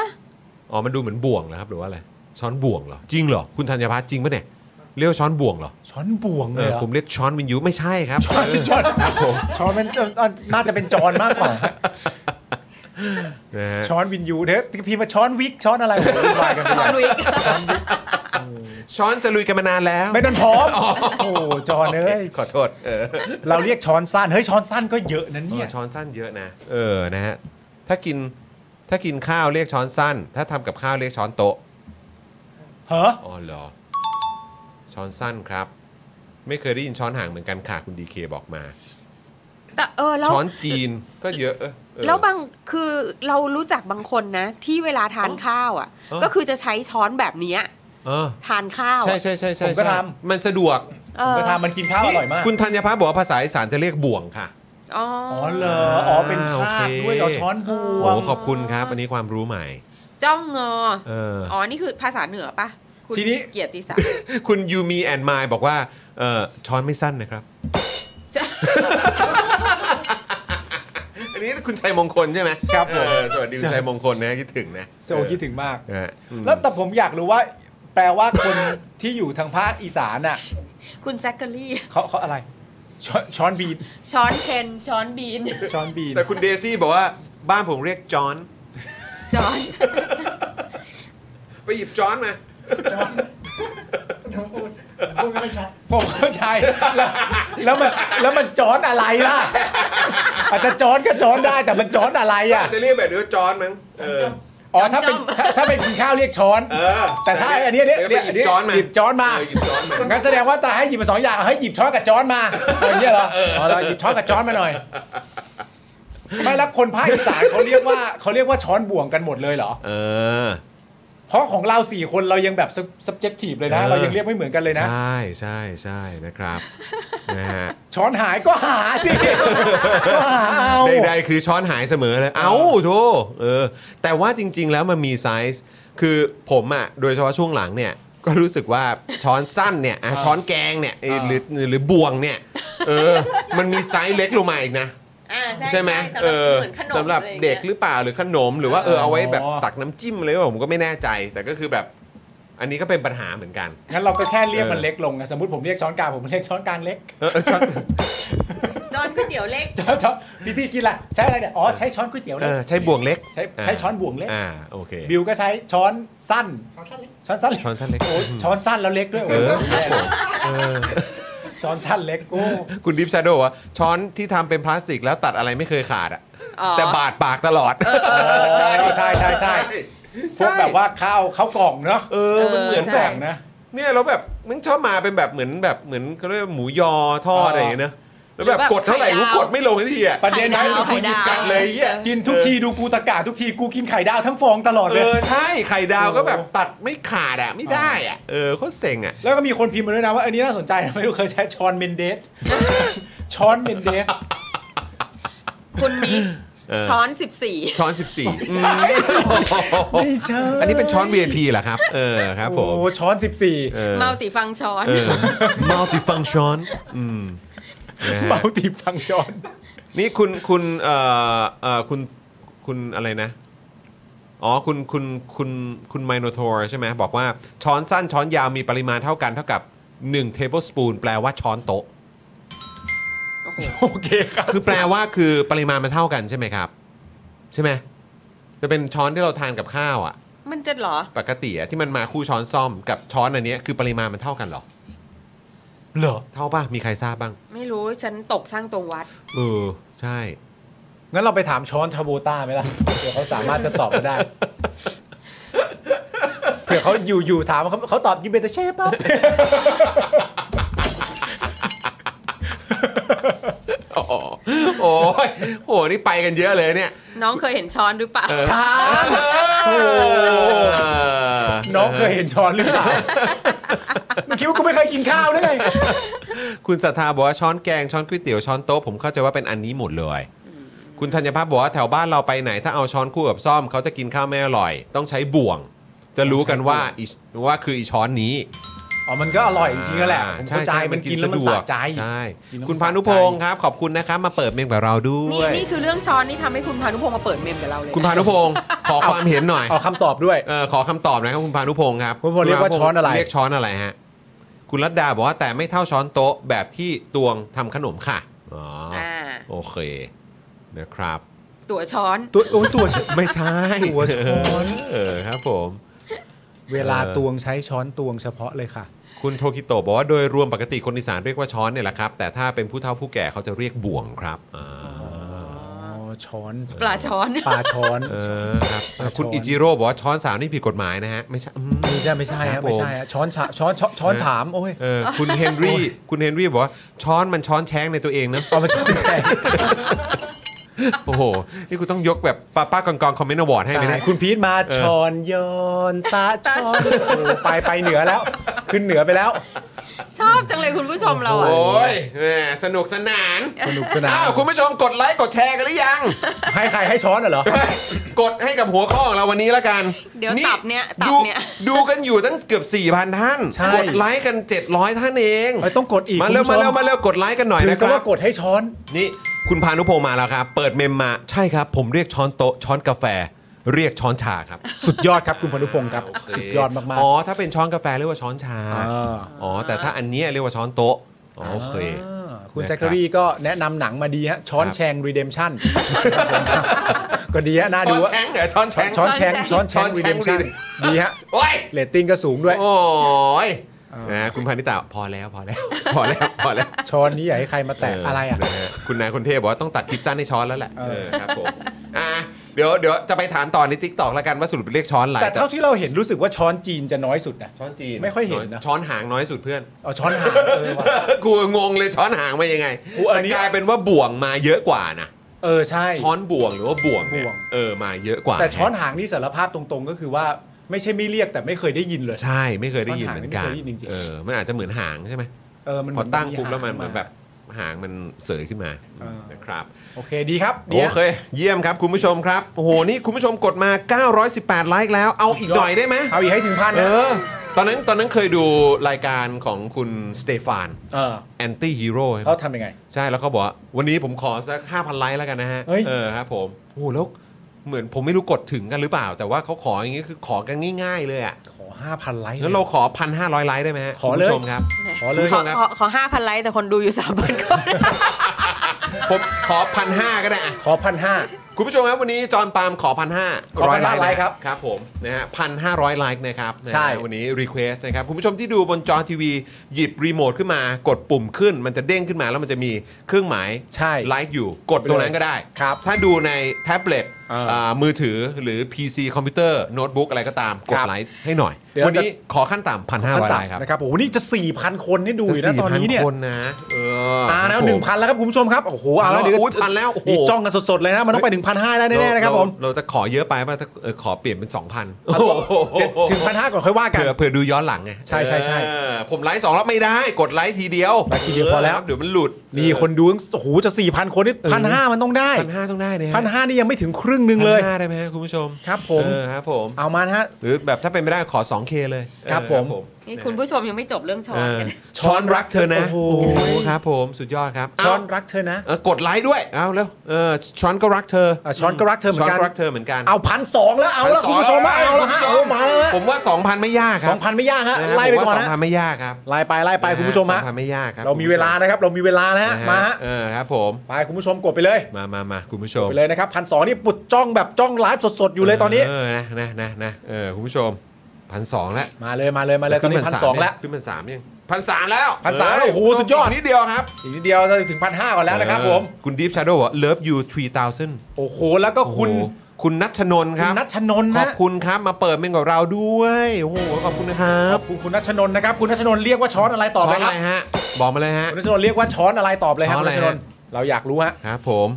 [SPEAKER 1] อ๋อมันดูเหมือนบ่วงเหรอครับหรือว่าอะไรช้อนบ่วงเหรอจริงเหรอคุณธัญพัฒน์จริงปะเนี่ยเรียกว่าช้อนบ่วงเหรอ
[SPEAKER 2] ช้อนบ่วง
[SPEAKER 1] เอ
[SPEAKER 2] เลย
[SPEAKER 1] อ
[SPEAKER 2] เหรอ
[SPEAKER 1] ผมเรียกช้อนวินยูไม่ใช่ครับ
[SPEAKER 2] ช้อน
[SPEAKER 1] ครับผม
[SPEAKER 2] ช้อนเป็นเอ่อน่าจะเป็นจอนมากก ว่า
[SPEAKER 1] นะฮะ
[SPEAKER 2] ช้อนวินยูเนี่ยพี่มาช้อนวิกช้อนอะไรผมวุ่นวายกันไป
[SPEAKER 3] ช้อนวิก
[SPEAKER 1] ช้อนจะลุยกันมานานแล้ว
[SPEAKER 2] ไม่ต้องพร้อมโอ้จอนเอ้ย
[SPEAKER 1] ขอโทษเออ
[SPEAKER 2] เราเรียกช้อนสั้นเฮ้ยช้อนสั้นก็เยอะนะ
[SPEAKER 1] เนี่
[SPEAKER 2] เนี่
[SPEAKER 1] ย
[SPEAKER 2] ย
[SPEAKER 1] ช้อนสั้นเยอะนะเออนะฮะถ้ากินถ้ากินข้าวเรียกช้อนสั้น ถ้าทำกับข้าวเรียกช้อนโต๊ะ
[SPEAKER 2] เฮ้อ
[SPEAKER 1] อ๋อเหรอช้อนสั้นครับ ไม่เคยได้ยินช้อนหางเหมือนกันค่ะคุณดีเคบอกมา
[SPEAKER 3] แต่เออแล้ว
[SPEAKER 1] ช้อนจีนก็เยอะเออเออ
[SPEAKER 3] แล้วบางคือเรารู้จักบางคนนะ ที่เวลาทานข้าวอ่ะ
[SPEAKER 1] เออ
[SPEAKER 3] ก็คือจะใช้ช้อนแบบเนี้ย
[SPEAKER 1] เออ
[SPEAKER 3] ทานข้าว
[SPEAKER 1] ใช่ใช่ใช่ใช่
[SPEAKER 2] ผมก็
[SPEAKER 1] ใช่
[SPEAKER 2] ท
[SPEAKER 1] มันสะดวก
[SPEAKER 3] เอ
[SPEAKER 2] ผ
[SPEAKER 3] อ
[SPEAKER 2] มก็ทำมันกินข้าวอร่อยมาก
[SPEAKER 1] คุณธัญภาพบอกว่าภาษาอีสานจะเรียกบ่วงค่ะ
[SPEAKER 3] อ๋อ
[SPEAKER 2] อ๋
[SPEAKER 3] อ
[SPEAKER 2] อเหรออ๋อเป็น
[SPEAKER 1] อ่าโอ
[SPEAKER 2] ข้า
[SPEAKER 1] เค
[SPEAKER 2] วด้วยเอาช้อนบ
[SPEAKER 1] โอ้
[SPEAKER 2] วง
[SPEAKER 1] โหขอบคุณครับอันนี้ความรู้ใหม่
[SPEAKER 3] จ้องงอ
[SPEAKER 1] เออ
[SPEAKER 3] อ๋อ นี่คือภาษาเหนือปะคุณ
[SPEAKER 2] ทีนี้
[SPEAKER 3] เกียรติศักดิ์
[SPEAKER 1] คุณยูมีแอนไมบอกว่าเอ่อช้อนไม่สั้นนะครับ อันนี้คุณชัยมงคลใช่ไหม
[SPEAKER 2] ครับผม
[SPEAKER 1] เออสวัสดีคุณชัยมงคลนะคิดถึงนะ
[SPEAKER 2] โซคิดถึงมาก
[SPEAKER 1] เออ
[SPEAKER 2] แล้วแต่ผมอยากรู้ว่า แปลว่าคน ที่อยู่ทางภาคอีสานอ่ะ
[SPEAKER 3] คุณแซคเกอรี่
[SPEAKER 2] เขาเขาอะไร ช้อนช้อนบีน
[SPEAKER 3] ช้อนเคนช้อนบีน
[SPEAKER 2] ช้อนบีน
[SPEAKER 1] แต่คุณเดซี่บอกว่าบ้านผมเรียกจอน
[SPEAKER 3] จอน
[SPEAKER 1] ไปหยิบจอนมา
[SPEAKER 2] ผมเข้าใจแล้ว แล้วมันแล้วมันจอนอะไรล่ะอาจจะจอนก็จอนได้แต่มันจอนอะไรอ่ะ
[SPEAKER 1] อาจจะเรียกแบบนี้ว่าจอนมั้งเออ
[SPEAKER 2] อ๋อถ้าเป็นถ้าถ้าเป็นกินข้าวเรียกช้อน
[SPEAKER 1] เออ
[SPEAKER 2] แต่ถ้าอันเนี้ยเนี้ย
[SPEAKER 1] ไป
[SPEAKER 2] เนี้ย
[SPEAKER 1] หยิบจอนมา
[SPEAKER 2] หยิบจอนมา
[SPEAKER 1] เหยิบจอนมา
[SPEAKER 2] งั้นแสดงว่าตาให้หยิบมาสองอย่างให้หยิบช้อนกับจอนมาอย่างเงี้ยเหรออ๋อเราหยิบช้อนกับจอนมาหน่อย ไม่แล้วคนภาคอีสานเขาเรียกว่าเขาเรียกว่าช้อนบ่วงกันหมดเลยเหรอ
[SPEAKER 1] เออ
[SPEAKER 2] เพราะของเราสี่คนเรายังแบบ sub- subjective เลยนะ
[SPEAKER 1] เออ
[SPEAKER 2] เรายังเรียกไม่เหมือนกันเลยนะ
[SPEAKER 1] ใช่ใช่ใช่ นะครับนะฮะ
[SPEAKER 2] ช้อนหายก็หา สิก็หาเอา
[SPEAKER 1] ใดๆคือช้อนหายเสมอเลย เอ้าโธ่เออ แต่ว่าจริง ๆ แล้วมันมีไซส์คือผมอ่ะโดยเฉพาะช่วงหลังเนี่ย ก็รู้สึกว่าช้อนสั้นเนี่ยอ่ะช้อนแกงเนี่ยเอ้ย
[SPEAKER 2] อ่า
[SPEAKER 1] หรือหรือบ่วงเนี่ย เออ มันมีไซส์เล็กลงมาอีกนะ
[SPEAKER 3] อ่าใช่
[SPEAKER 1] ใช่ไหม
[SPEAKER 3] สำห
[SPEAKER 1] เอ
[SPEAKER 3] รับเห
[SPEAKER 1] อ
[SPEAKER 3] มือนขนม
[SPEAKER 1] สำหรับ
[SPEAKER 3] ลย
[SPEAKER 1] เด็กห
[SPEAKER 3] นี่ย
[SPEAKER 1] รือเปล่าหรือขนมหรือว่าเออเอาไว้แบบ
[SPEAKER 2] อ๋อ
[SPEAKER 1] ตักน้ำจิ้มอะไรแบบผมก็ไม่แน่ใจ แต่ก็คือแบบ อันนี้ก็เป็นปัญหาเหมือนกัน
[SPEAKER 2] งั้นเราก็แค่เรียก
[SPEAKER 1] เออ
[SPEAKER 2] มันเล็กลงอะสมมติผมเรียกช้อนกลางผมเรียกช้อนกลางเล็ก
[SPEAKER 1] เออเออช้อน
[SPEAKER 3] จอนก๋วยเตี๋ยวเล็ก
[SPEAKER 2] ช้อนช้อนพี่ซี่กินอะไรใช้อะไรเนี่ยอ๋อใช้ช้อนก๋วยเตี๋ยว
[SPEAKER 1] เอ
[SPEAKER 2] เล็ก
[SPEAKER 1] อใช้บ่วงเล็ก
[SPEAKER 2] ใช้ใช้ช้อนบ่วงเล็ก
[SPEAKER 1] อ่าโอเค
[SPEAKER 2] บิวก็ใช้ช้อนสั้น ช้อนสั้นเล็ก
[SPEAKER 1] ช้อนสั้นเล็ก
[SPEAKER 2] โอ้ยช้อนสั้นแล้วเล็กด้วยโอ้ย
[SPEAKER 1] เออ
[SPEAKER 2] แย่เลยช้อนสั้นเล็กโอ้
[SPEAKER 1] คุณดิฟชาโดว่าช้อนที่ทำเป็นพลาสติกแล้วตัดอะไรไม่เคยขาดอ่ะ
[SPEAKER 3] อ๋อ
[SPEAKER 1] แต่บาดปากตลอด
[SPEAKER 2] ใช่ใช่ใช่ใช่พวกแบบว่าข้าวข้าวกล่องเนาะ
[SPEAKER 1] เออมันเหมือน
[SPEAKER 3] ใช่
[SPEAKER 1] แบบ
[SPEAKER 2] นะ
[SPEAKER 1] เนี่ยเราแบบมันชอบมาเป็นแบบเหมือนแบบเหมือนเขาเรียกว่าหมูยอทอดอะไรอย่างเงี้ยเนอะแล้วแบ
[SPEAKER 3] ห
[SPEAKER 1] บ
[SPEAKER 3] รือแบบ
[SPEAKER 1] กดเท่าไหร่
[SPEAKER 3] ไข่
[SPEAKER 1] กู
[SPEAKER 3] ดาว
[SPEAKER 1] กดไม่ลงสักทีอ่ะ
[SPEAKER 2] ประเด็น
[SPEAKER 3] ไข่
[SPEAKER 2] นั้น
[SPEAKER 3] ดาว
[SPEAKER 2] คือ
[SPEAKER 3] ไข่
[SPEAKER 2] กูหยิบ
[SPEAKER 3] ดาว
[SPEAKER 2] กั
[SPEAKER 1] ด
[SPEAKER 2] น
[SPEAKER 1] เลยเหี้ย
[SPEAKER 2] กินทุกทีดูกูตะกาทุกทีกูกินไข่ดาวทั้งฟองตลอด
[SPEAKER 1] เอ
[SPEAKER 2] เลย
[SPEAKER 1] อใช่ไข่ดาว
[SPEAKER 2] โอ้
[SPEAKER 1] ก็แบบตัดไม่ขาดอ่ะไม่ได้อ่ะเออโคตรเซ็งอ่ะ
[SPEAKER 2] แล้วก็มีคนพิมพ์มาด้วยนะว่าเอันนี้น่าสนใจนะไม่รู้เคยใช้ช้อนเมนเดสช้อนเมนเดส
[SPEAKER 3] คุณมิกซ์
[SPEAKER 1] เออ
[SPEAKER 3] ช้อน 14
[SPEAKER 1] ช้อน 14อืม
[SPEAKER 2] ไม่ใช่
[SPEAKER 1] อันนี้เป็นช้อน VIP เหรอครับ เออครับผม
[SPEAKER 2] โอ้ช้อน
[SPEAKER 1] เอ
[SPEAKER 2] 14
[SPEAKER 1] อ
[SPEAKER 3] มัลติฟังก์ช้อน
[SPEAKER 1] เออ multifunction อืมนะ
[SPEAKER 2] เมา
[SPEAKER 1] ฮะ
[SPEAKER 2] ตีฟังช้อน
[SPEAKER 1] นี่คุณคุณเอ่อเอ่อคุณคุณอะไรนะ อ๋อคุณคุณคุณคุณไมโนทอร์ใช่ไหมบอกว่าช้อนสั้นช้อนยาวมีปริมาณเท่ากันเท่ากับ1 tablespoon แปลว่าช้อนโต๊ะ
[SPEAKER 2] โอเคครับ
[SPEAKER 1] คือแปลว่าคือปริมาณมันเท่ากันใช่ไหมครับ ใช่ไหมจะเป็นช้อนที่เราทานกับข้าวอ่ะ
[SPEAKER 3] มันจะเหรอ
[SPEAKER 1] ปกติอะที่มันมาคู่ช้อนซ่อมกับช้อนอันเนี้ยคือปริมาณมันเท่ากันเหรอ เหรอ เท่าป่ะ มีใครทราบบ้าง
[SPEAKER 3] ไม่รู้ฉันตกช่างตรงวัด
[SPEAKER 1] เออ ใช่
[SPEAKER 2] งั้นเราไปถามช้อนทาโบต้าไหมล่ะ เผื่อเขาสามารถจะตอบมาได้ เผื่อเขาอยู่อยู่ถามเขาเขาตอบยูเบตเช่ปั๊บ
[SPEAKER 1] โอ้โหโอ้ยโห นี่ไปกันเยอะเลยเนี่ย
[SPEAKER 3] น้องเคยเห็นช้อนหรือเปล่า
[SPEAKER 2] ช้า
[SPEAKER 1] โอ้
[SPEAKER 2] น้องเคยเห็นช้อนหรือเปล่ามึงคิดว่ากูไม่เคยกินข้าวหรือไง
[SPEAKER 1] คุณศรัทธาบอกว่าช้อนแกงช้อนก๋วยเตี๋ยวช้อนโต๊ะผมเข้าใจว่าเป็นอันนี้หมดเลย คุณธัญภาพบอกว่าแถวบ้านเราไปไหน ถ้าเอาช้อนคู่กับซ่อมเขาจะกินข้าวไม่อร่อย ต้องใช้บ่วง จะรู้กันว่าอีว่าคืออีช้อนนี้
[SPEAKER 2] อ๋อมันก็อร่อยจริงๆนั่นแหละผมเข้าใจ
[SPEAKER 1] ช่ช่
[SPEAKER 2] มันกินแล้วมัน
[SPEAKER 1] สะดว
[SPEAKER 2] สะ
[SPEAKER 1] ก
[SPEAKER 2] ใจ
[SPEAKER 1] ใช่
[SPEAKER 2] กินแล้วมัน
[SPEAKER 1] คุณพานุพงศ์ครับ ขอบคุณนะครับ มาเปิดเมมกับเราด้
[SPEAKER 3] นี่
[SPEAKER 1] วย
[SPEAKER 3] นี่คือเรื่องช้อนนี่ทำให้คุณพานุพงศ์มาเปิดเมมกับเราเลยนะ
[SPEAKER 1] คุณพานุพงศ์ขอความเห็นหน่อย
[SPEAKER 2] เอาคำตอบด้วย
[SPEAKER 1] เออขอคำตอบนะครับคุณพานุพงศ์ครับ
[SPEAKER 2] คุณพานุพงศ์เรียกว่าช้อนอะไร
[SPEAKER 1] เรียกช้อนอะไรฮะ คุณรัตดาบอกว่าแต่ไม่เท่าช้อนโต๊ะแบบที่ตวงทำขนมค่ะอ๋ออ
[SPEAKER 3] อ่า
[SPEAKER 1] โอเคนะครับ
[SPEAKER 3] ตัวช้อน
[SPEAKER 2] ตัวโอ้ยตัว
[SPEAKER 1] ไม่ใช่
[SPEAKER 2] ตัวช้อน
[SPEAKER 1] เออครับผม
[SPEAKER 2] เวลาตวงใช้ช้อนตวงเฉพาะเลยค่ะ
[SPEAKER 1] คุณโทคิโตะบอกว่าโดยรวมปกติคนอีสานเรียกว่าช้อนเนี่ยแหละครับ แต่ถ้าเป็นผู้เฒ่าผู้แก่เขาจะเรียกบ่วงครับอ่า
[SPEAKER 2] อ๋อ ช้อน
[SPEAKER 3] ปลาช้อน
[SPEAKER 2] ปลาช้อน
[SPEAKER 1] เออครับ
[SPEAKER 2] อ่ะ
[SPEAKER 1] คุณ
[SPEAKER 2] ช้อน
[SPEAKER 1] อิจิโร่บอกว่าช้อนสามนี่ผิดกฎหมายนะฮะ ไม่ใช่อืม
[SPEAKER 2] ไม่ใช่ไม่ใช่
[SPEAKER 1] ครั
[SPEAKER 2] ฮะ
[SPEAKER 1] บ
[SPEAKER 2] ไม่ใช่
[SPEAKER 1] ผม
[SPEAKER 2] ฮะช้อนฉะช้อนช้อนช้อนถามโอ้ย
[SPEAKER 1] เออคุณเฮ นรี่ คุณเฮนรี่บอกว่าช้อนมันช้อนแช้งในตัวเองเนอะ
[SPEAKER 2] เอามาช้อนแทน
[SPEAKER 1] โอ้โห นี่กูต้องยกแบบป้าป้ากองกองคอมเมนต์อวอร์ดให้ไหม
[SPEAKER 2] ใช่
[SPEAKER 1] เนะ
[SPEAKER 2] คุณพีทมา
[SPEAKER 1] เออ
[SPEAKER 2] ชอนยอนตาชอนโอ้ไปไปเหนือแล้ว ขึ้นเหนือไปแล้ว
[SPEAKER 3] ชอบจังเลยคุณผู้ชมเราอ่ะ
[SPEAKER 1] โอ้ยแหมสนุกสนาน
[SPEAKER 2] สนุกสนาน
[SPEAKER 1] อ้าวคุณผู้ชมกดไลค์กดแชร์กันหรือยัง
[SPEAKER 2] ให้ใครให้ช้อนน่ะเหรอ
[SPEAKER 1] กดให้กับหัวข้อของเราวันนี้ละกัน
[SPEAKER 3] เดี๋ยวตับเนี้ยตับ
[SPEAKER 1] ดู
[SPEAKER 3] เนี้ย
[SPEAKER 1] ดูกันอยู่ตั้งเกือบ 4,000 ท่าน
[SPEAKER 2] ใช่
[SPEAKER 1] กดไลค์กัน 700 ท่านเอง
[SPEAKER 2] เอ้ยต้องกดอีก
[SPEAKER 1] มาเร็ว
[SPEAKER 2] คุณ
[SPEAKER 1] มา
[SPEAKER 2] ผู้ช
[SPEAKER 1] เร็วมาเร็วกดไลค์กันหน่อย
[SPEAKER 2] ถือ
[SPEAKER 1] นะค
[SPEAKER 2] ซะ
[SPEAKER 1] รั
[SPEAKER 2] ว่า
[SPEAKER 1] บ
[SPEAKER 2] กดให้ช้อน
[SPEAKER 1] นี่คุณพานุพงษ์มาแล้วครับ เปิดเมมมาใช่ครับ ผมเรียกช้อนโต๊ะช้อนกาแฟ เรียกช้อนชาครับ
[SPEAKER 2] สุดยอดครับคุณพนุพงศ์ครับ สุดยอดมาก
[SPEAKER 1] อ๋อถ้าเป็นช้อนกาแฟเรียกว่าช้อนชา
[SPEAKER 2] อ่า
[SPEAKER 1] อ๋อแต่ถ้าอันเนี้ยเรียกว่าช้อนโต๊ะอ๋อโอเค
[SPEAKER 2] อ่าคุณ
[SPEAKER 1] นะครับ
[SPEAKER 2] แซคเคอรี่ก็แนะนำหนังมาดีฮะ ช้อน
[SPEAKER 1] ครับ
[SPEAKER 2] แชงรีเดมชั่น ก็ดีฮะ น่า
[SPEAKER 1] ช้อ
[SPEAKER 2] ดู
[SPEAKER 1] น
[SPEAKER 2] ว่า
[SPEAKER 1] แชงเหรอช้อนแชง
[SPEAKER 2] ช้อนแชงช้อนแช
[SPEAKER 1] ช้อน
[SPEAKER 2] ง
[SPEAKER 1] แชง
[SPEAKER 2] รีเดมชั่
[SPEAKER 1] Redemption
[SPEAKER 2] นดีฮะ
[SPEAKER 1] โอ้ย
[SPEAKER 2] เรตติ้งก็สูงด้วย
[SPEAKER 1] โอ้ยนะคุณพานิตาพอแล้วพอแล้วพอ แล้วพอแล้ว
[SPEAKER 2] ช้อนนี้อยากให้ใครมาแตะอะไรอ่ะ
[SPEAKER 1] นฮคุณนายคนเทพบอกว่าต้องตัดคลิปสั้นให้ช้อนแล้วแหละเออครับผมอ่ะเดี๋ยวเดี๋ยวจะไปถามต่อในทิกตอกแล้วกันว่าสรุปเรียกช้อนอะไร
[SPEAKER 2] แต่เท่าที่เราเห็นรู้สึกว่าช้อนจีนจะน้อยสุดนะ
[SPEAKER 1] ช้อนจีน
[SPEAKER 2] ไม่ค่อยเห็นนะ
[SPEAKER 1] ช้อนหางน้อยสุดเพื่อน
[SPEAKER 2] เอาช้อนหางเออว่ะ
[SPEAKER 1] กูงงเลยช้อนหางมายังไง
[SPEAKER 2] กูอั
[SPEAKER 1] แต่
[SPEAKER 2] นนี้
[SPEAKER 1] กลายเป็นว่าบ่วงมาเยอะกว่านะ
[SPEAKER 2] เออใช่
[SPEAKER 1] ช้อนบ่วงหรือว่าบ่วงเนี่ย
[SPEAKER 2] บ่วง
[SPEAKER 1] เออมาเยอะกว่า
[SPEAKER 2] แต่ช้อนหางนี่สารภาพตรงๆ ก็คือว่าไม่ใช่ไม่เรียกแต่ไม่เคยได้ยินเลย
[SPEAKER 1] ใช่ไม่เคยได้ยินเหมือนกัน
[SPEAKER 2] ช้อนหางนี่ไม่เคยได้ยินจริงๆ
[SPEAKER 1] เออมันอาจจะเหมือนหางใช่ไหม
[SPEAKER 2] เออมันเห
[SPEAKER 1] พ
[SPEAKER 2] มื
[SPEAKER 1] อน ตั้งปุ๊บแล้วมัน
[SPEAKER 2] หาง
[SPEAKER 1] เหมือนแบบหางมันเสยขึ้นมานะครับ
[SPEAKER 2] โอเคดีครับดี
[SPEAKER 1] โอ
[SPEAKER 2] ฮะ
[SPEAKER 1] เคเยี่ยมครับคุณผู้ชมครับโอ้โหนี่คุณผู้ชมกดมา 918 ไลค์แล้วเอาอีกหน่อยได้ไหม
[SPEAKER 2] เอาอีกให้ถึงพัน
[SPEAKER 1] เอ
[SPEAKER 2] นะ
[SPEAKER 1] อตอนนั้นตอนนั้นเคยดูรายการของคุณสเตฟาน
[SPEAKER 2] เออ
[SPEAKER 1] แอนตี้ฮีโร่
[SPEAKER 2] เขาทำยังไง
[SPEAKER 1] ใช่แล้วเขาบอกว่าวันนี้ผมขอสัก 5,000 ไลค์แล้วกันนะฮะ
[SPEAKER 2] เฮ้ย
[SPEAKER 1] ออครับผมโอ้โหแล้วเหมือนผมไม่รู้กดถึงกันหรือเปล่า แต่ว่าเขาขออย่างงี้คือขอกันง่าย ๆ เลยอะ
[SPEAKER 2] ขอ 5,000 ไลค์
[SPEAKER 1] แล้วเราขอ 1,500 ไลค์ได้ไหมฮะ
[SPEAKER 2] ขอ
[SPEAKER 1] คุณ
[SPEAKER 2] เลย
[SPEAKER 1] ผู้ชมครับ
[SPEAKER 2] ขอเลย
[SPEAKER 1] คุณผู้ชม ครับ
[SPEAKER 3] ขอขอห้าพันไลค์แต่คนดูอยู่สามพันคน
[SPEAKER 1] ผมขอ 1,500 ก็ได้อะ
[SPEAKER 2] ขอพันห้า
[SPEAKER 1] คุณผู้ชมครับวันนี้จอห์นปาล์มขอ 1,500
[SPEAKER 2] ขอ1,500
[SPEAKER 1] นะ
[SPEAKER 2] ไลค์ครับ
[SPEAKER 1] ครับผมนะฮะ1,500 ไลค์นะครับนะฮะ
[SPEAKER 2] ใช่
[SPEAKER 1] วันนี้รีเควสต์นะครับคุณผู้ชมที่ดูบนจอทีวีหยิบรีโมทขึ้นมากดปุ่มขึ้น มันจะเด้งขึ้นมาแล้วมันจะมีเครื่องหมาย
[SPEAKER 2] ใช่
[SPEAKER 1] ไลฟ์อยู่กดตรงนั้นก็ได้
[SPEAKER 2] ครับ
[SPEAKER 1] ถ้าดูในแท็บเล็ต
[SPEAKER 2] อ่า
[SPEAKER 1] อ่ามือถือหรือ PC คอมพิวเตอร์โน้ตบุ๊กอะไรก็ตาม ก
[SPEAKER 2] ค
[SPEAKER 1] ด
[SPEAKER 2] รับ
[SPEAKER 1] ไลฟ์ให้หน่อย
[SPEAKER 2] เดี๋ยว
[SPEAKER 1] วันนี้
[SPEAKER 2] จะ
[SPEAKER 1] ขอขั้นต่ำพันห้า
[SPEAKER 2] ขั้น
[SPEAKER 1] ร้อยไลค์ค
[SPEAKER 2] ต่ำ
[SPEAKER 1] รับ
[SPEAKER 2] นะครับ โอ้โห นี่จะ 4,000 คนนี่ดูอยู่
[SPEAKER 1] จะ
[SPEAKER 2] นะตอนนี้เนี่ย
[SPEAKER 1] 4,000คนนะเออ
[SPEAKER 2] อ่าแล้ว
[SPEAKER 1] ครับผม
[SPEAKER 2] 1,000 แล้วครับ คุณผู้ชมครับ โอ้โห เอาแล้ว
[SPEAKER 1] พันแล้ว
[SPEAKER 2] เดี๋ยว
[SPEAKER 1] อุ๊ยพันแล้วโอ้โห
[SPEAKER 2] นี่จ้องกันสดๆ เลยนะ มันต้องไปถึง1,500ได้แน่ๆนะครับ
[SPEAKER 1] เา
[SPEAKER 2] ผม
[SPEAKER 1] เราจะขอเยอะไปป่ะถ้าเออขอเปลี่ยนเป็น 2,000
[SPEAKER 2] เอาตัวถึง1,500ก่อนค่อยว่ากัน
[SPEAKER 1] เผื่อเผื่อดูย้อนหลังไง
[SPEAKER 2] ใช่ใช่ใช่
[SPEAKER 1] เออผมไลฟ์สองรอบไม่ได้ กดไลฟ์ทีเดียว
[SPEAKER 2] ไลฟ์ทีเดียวพอแล้ว
[SPEAKER 1] เครับเดี๋ยวมันหลุด
[SPEAKER 2] มีคนดูตั้งโอ้โห จะ 4,000 คนนี่พันห้ามันต้องได้
[SPEAKER 1] พันห้าต้องได้เนี่ย
[SPEAKER 2] พันห้านี่ยังไม่ถึงครึ่งหนึงเลย
[SPEAKER 1] พันห้าได้ไหมฮะคุณผู้ชม
[SPEAKER 2] ครับผม
[SPEAKER 1] เออครับผม
[SPEAKER 2] เอามานะฮะ
[SPEAKER 1] หรือแบบถ้าเป็นไม่ได้ขอ 2K เลย
[SPEAKER 2] ครับ
[SPEAKER 1] เออ
[SPEAKER 2] ผม
[SPEAKER 3] นี่คุณผู้ชมยังไม่จบเรื่องช้อ
[SPEAKER 1] เอน อ
[SPEAKER 3] กัน
[SPEAKER 1] ช้อนรักเธอนะ
[SPEAKER 2] โอ้โห
[SPEAKER 1] ครับผม สุดยอดครับ
[SPEAKER 2] ช้อน
[SPEAKER 1] เา
[SPEAKER 2] รักเธอนะ
[SPEAKER 1] เออกดไลค์ด้วย เอาแล้วเออช้อนก็รักเธอ
[SPEAKER 2] อ่ะช้อนก็รักเธอเหมือ
[SPEAKER 1] ช้อน
[SPEAKER 2] นกัน
[SPEAKER 1] ก็รักเธอเหมือนกัน
[SPEAKER 2] เอาพันสองแล้วเอาแล้วคุณผู้ชมมาเอาแล้วฮะเอามาแล้วฮะ
[SPEAKER 1] ผมว่า 2,000 ไม่ยากค
[SPEAKER 2] ส
[SPEAKER 1] รั
[SPEAKER 2] องพันไม่ยากฮะ
[SPEAKER 1] นะครับ
[SPEAKER 2] ไล่ไปก่อ
[SPEAKER 1] ผ
[SPEAKER 2] น
[SPEAKER 1] มว่า
[SPEAKER 2] นะ
[SPEAKER 1] 2,000 ไม่ยากครับ
[SPEAKER 2] ไล่ไปไล่ไปคุณผู้ชมฮะ
[SPEAKER 1] 2,000 ไม่ยากครับ
[SPEAKER 2] เรามีเวลานะครับ เรามีเวลานะ
[SPEAKER 1] นะ
[SPEAKER 2] ฮะ
[SPEAKER 1] ฮะ
[SPEAKER 2] มาฮะ
[SPEAKER 1] เออครับผม
[SPEAKER 2] ไปคุณผู้ชมกดไปเลย
[SPEAKER 1] มามามาคุณผู้ชม
[SPEAKER 2] ไปเลยนะครับพันสองนี่ปุดจ้องแบบจ้องไลฟ์สดๆอยู่เลยตอนนี้
[SPEAKER 1] เออนะนะนะนะเออคุณผู้ชมพันสองแล้ว
[SPEAKER 2] มาเลยมาเลยมาเลยตอนนี้พันสองแล้ว
[SPEAKER 1] ขึ้นพันสามยังพันสามแล้ว
[SPEAKER 2] 1,300แล้วโอ้โหสุดยอด
[SPEAKER 1] นิดเดียวครับ
[SPEAKER 2] อีกนิดเดียวจะถึงพันห้าก่อนแล้วนะครับผม
[SPEAKER 1] เออคุณดีฟชาโดว์บอกว่า Love You 3000
[SPEAKER 2] โอ้โหแล้วก็คุณ
[SPEAKER 1] โอ้โหคุณนัทชนนท์ค
[SPEAKER 2] คุ
[SPEAKER 1] รับ
[SPEAKER 2] ณนัชนนท์
[SPEAKER 1] ขอ
[SPEAKER 2] นะ
[SPEAKER 1] บคุณครับมาเปิดเมนกับเราด้วย โอ้โห ขอบคุณนะครับ
[SPEAKER 2] ขอบคุณคุณนัชนนท์นะครับคุณนัชนนท์เรียกว่าช้อนอะไรตอบ
[SPEAKER 1] ช้อ
[SPEAKER 2] เล
[SPEAKER 1] น
[SPEAKER 2] ย
[SPEAKER 1] อะ
[SPEAKER 2] ครับ
[SPEAKER 1] ไรฮะ บอกมาเลยฮะ
[SPEAKER 2] คุณนัชนนท์เรียกว่าช้อนอะไรตอบเลยครับ
[SPEAKER 1] ช้อน
[SPEAKER 2] คุ
[SPEAKER 1] อะไร
[SPEAKER 2] ณนัชน
[SPEAKER 1] ฮะ
[SPEAKER 2] นท์เราอยากรู้ฮะ
[SPEAKER 1] ครับผม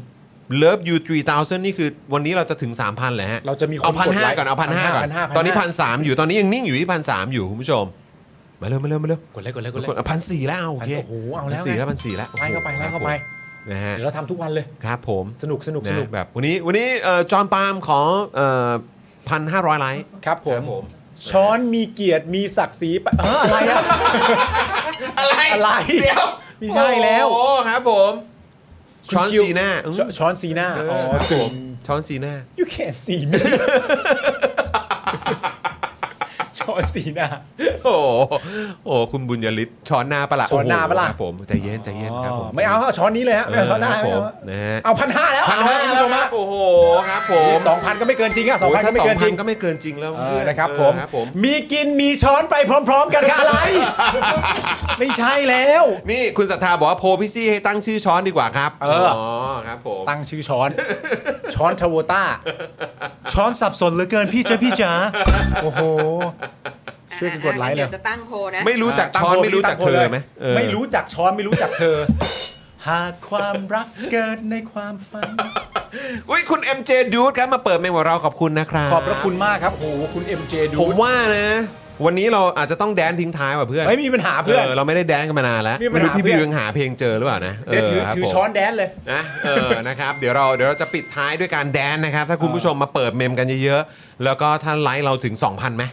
[SPEAKER 1] Love You 3000 นี่คือวันนี้เราจะถึง 3,000เลยฮะ
[SPEAKER 2] เราจะมีคน
[SPEAKER 1] เอาพัน
[SPEAKER 2] กด
[SPEAKER 1] ห้า
[SPEAKER 2] ไลค์
[SPEAKER 1] ก่อน เอาพันห้าก่อน
[SPEAKER 2] 1,500
[SPEAKER 1] ตอนนี้พันสามอยู่ ตอนนี้ยังนิ่งอยู่ที่พันสามอยู่คุณผู้ชม มาเร็วมาเร็วมาเร็ว
[SPEAKER 2] กดเลยกดเลยกดเลย
[SPEAKER 1] กดพันสี่แล้วโอเค
[SPEAKER 2] 1,400โอ้โหเอาแล้ว
[SPEAKER 1] พันสี่
[SPEAKER 2] ไง
[SPEAKER 1] แล้วพันสี่แล้วโอ้โห
[SPEAKER 2] ไล่เข้าไปไล่เข้าไป
[SPEAKER 1] นะฮะ
[SPEAKER 2] เดี๋ยวเราทำทุกวันเลย
[SPEAKER 1] ครับผม
[SPEAKER 2] สนุกสนุกสนุก
[SPEAKER 1] นะแบบวันนี้วันนี้เอ่อจอห์นปาล์มขอพันห้าร้อยไลค์
[SPEAKER 2] ครับผม
[SPEAKER 1] ผม
[SPEAKER 2] ช้อนมีเกียรติมีศักดิ์ศรีปะเอ้ออะไรอะ
[SPEAKER 1] อะไร
[SPEAKER 2] อะไร
[SPEAKER 1] เดี๋ยว
[SPEAKER 2] ไม่ใช่แล้ว
[SPEAKER 1] โอ้โหครับผมช้อน
[SPEAKER 2] คุณคิว
[SPEAKER 1] สีหน้าอืม
[SPEAKER 2] ชช้อนสีหน้า
[SPEAKER 1] เอ
[SPEAKER 2] อ๋อ
[SPEAKER 1] อครับ
[SPEAKER 2] ผ
[SPEAKER 1] ผม มช้อนสีหน้า
[SPEAKER 2] you can see me ช้อนสีหน้า
[SPEAKER 1] โอ้โหโอ้โหคุณบุญยลิศช้อนหน้าปะล่ะ
[SPEAKER 2] ช้อนหน้าปะล่ะ
[SPEAKER 1] โอ้โหครับผมใจเย็นใจเย็นครับผม
[SPEAKER 2] ไม่เอาเอาช้อนนี้เลยฮะไม่เอาช้อนหน้า
[SPEAKER 1] ครับ
[SPEAKER 2] ไม่
[SPEAKER 1] ผม
[SPEAKER 2] เอา
[SPEAKER 1] นะฮะ
[SPEAKER 2] เอาพันห้าแล้ว
[SPEAKER 1] พันห้า
[SPEAKER 2] เอ
[SPEAKER 1] แล้วค
[SPEAKER 2] ครั
[SPEAKER 1] รั
[SPEAKER 2] บบ
[SPEAKER 1] โอ้โหครับผม
[SPEAKER 2] สองพันก็ไม่เกินจริงอะสองพันก็
[SPEAKER 1] ถ้า
[SPEAKER 2] ไม่เกินจริง
[SPEAKER 1] 2,000ก็ไม่เกินจริงแล้ว
[SPEAKER 2] เออนะครับ
[SPEAKER 1] เอ
[SPEAKER 2] ผ
[SPEAKER 1] อ
[SPEAKER 2] ม
[SPEAKER 1] ครับผม
[SPEAKER 2] มีกินมีช้อนไปพร้อม ๆ กันค่ะอะไร ไม่ใช่แล้ว
[SPEAKER 1] นี่คุณศรัทธาบอกว่าโพลพี่ซี่ให้ตั้งชื่อช้อนดีกว่าครับ
[SPEAKER 2] เอออ๋
[SPEAKER 1] อครับผม
[SPEAKER 2] ตั้งชื่อช้อน ช้อนทาโวต้า ช้อนสับสนเหลือเกินพี่เจ้าพี่จ๋าโอ้โห ช่วยกันกดไลค์เลย
[SPEAKER 3] เดี๋ยวจะตั้งโพลนะ
[SPEAKER 1] ไม่รู้จักช้อน
[SPEAKER 2] ตั้งโพล
[SPEAKER 1] ไม่รู้จัก
[SPEAKER 2] ตั้งโพ
[SPEAKER 1] เธ
[SPEAKER 2] ล
[SPEAKER 1] อไหม
[SPEAKER 2] ไม่รู้จักช้อนไม่รู้จักเธอ หากความรักเกิดในความฝัน
[SPEAKER 1] อุ้ยคุณ MJ Dude ครับมาเปิดเมมของเราขอบคุณนะครับ
[SPEAKER 2] ขอบพระคุณมากครับโอ้โหคุณ MJ ดู
[SPEAKER 1] ผมว่านะ วันนี้เราอาจจะต้องแดนทิ้งท้ายว่ะเพื่อน
[SPEAKER 2] ไม่มีปัญหาเพื่อน
[SPEAKER 1] อเราไม่ได้แดนกันมานานแล้ว
[SPEAKER 2] มีปัญหา
[SPEAKER 1] รู้พี่
[SPEAKER 2] เพื่
[SPEAKER 1] บิ
[SPEAKER 2] อน
[SPEAKER 1] วยังหาเพลงเจอหรือเปล่านะ
[SPEAKER 2] เดี๋ยวถือ
[SPEAKER 1] ครับ
[SPEAKER 2] ถือ
[SPEAKER 1] ผม
[SPEAKER 2] ช้อนแดนเลย
[SPEAKER 1] นะเออ นะครับ เดี๋ยวเรา เดี๋ยวเราจะปิดท้ายด้วยการแดนนะครับ ถ้าคุณผู้ชมมาเปิดเมมกันเยอะๆ แล้วก็ถ้าไลค์เราถึง 2,000ไหม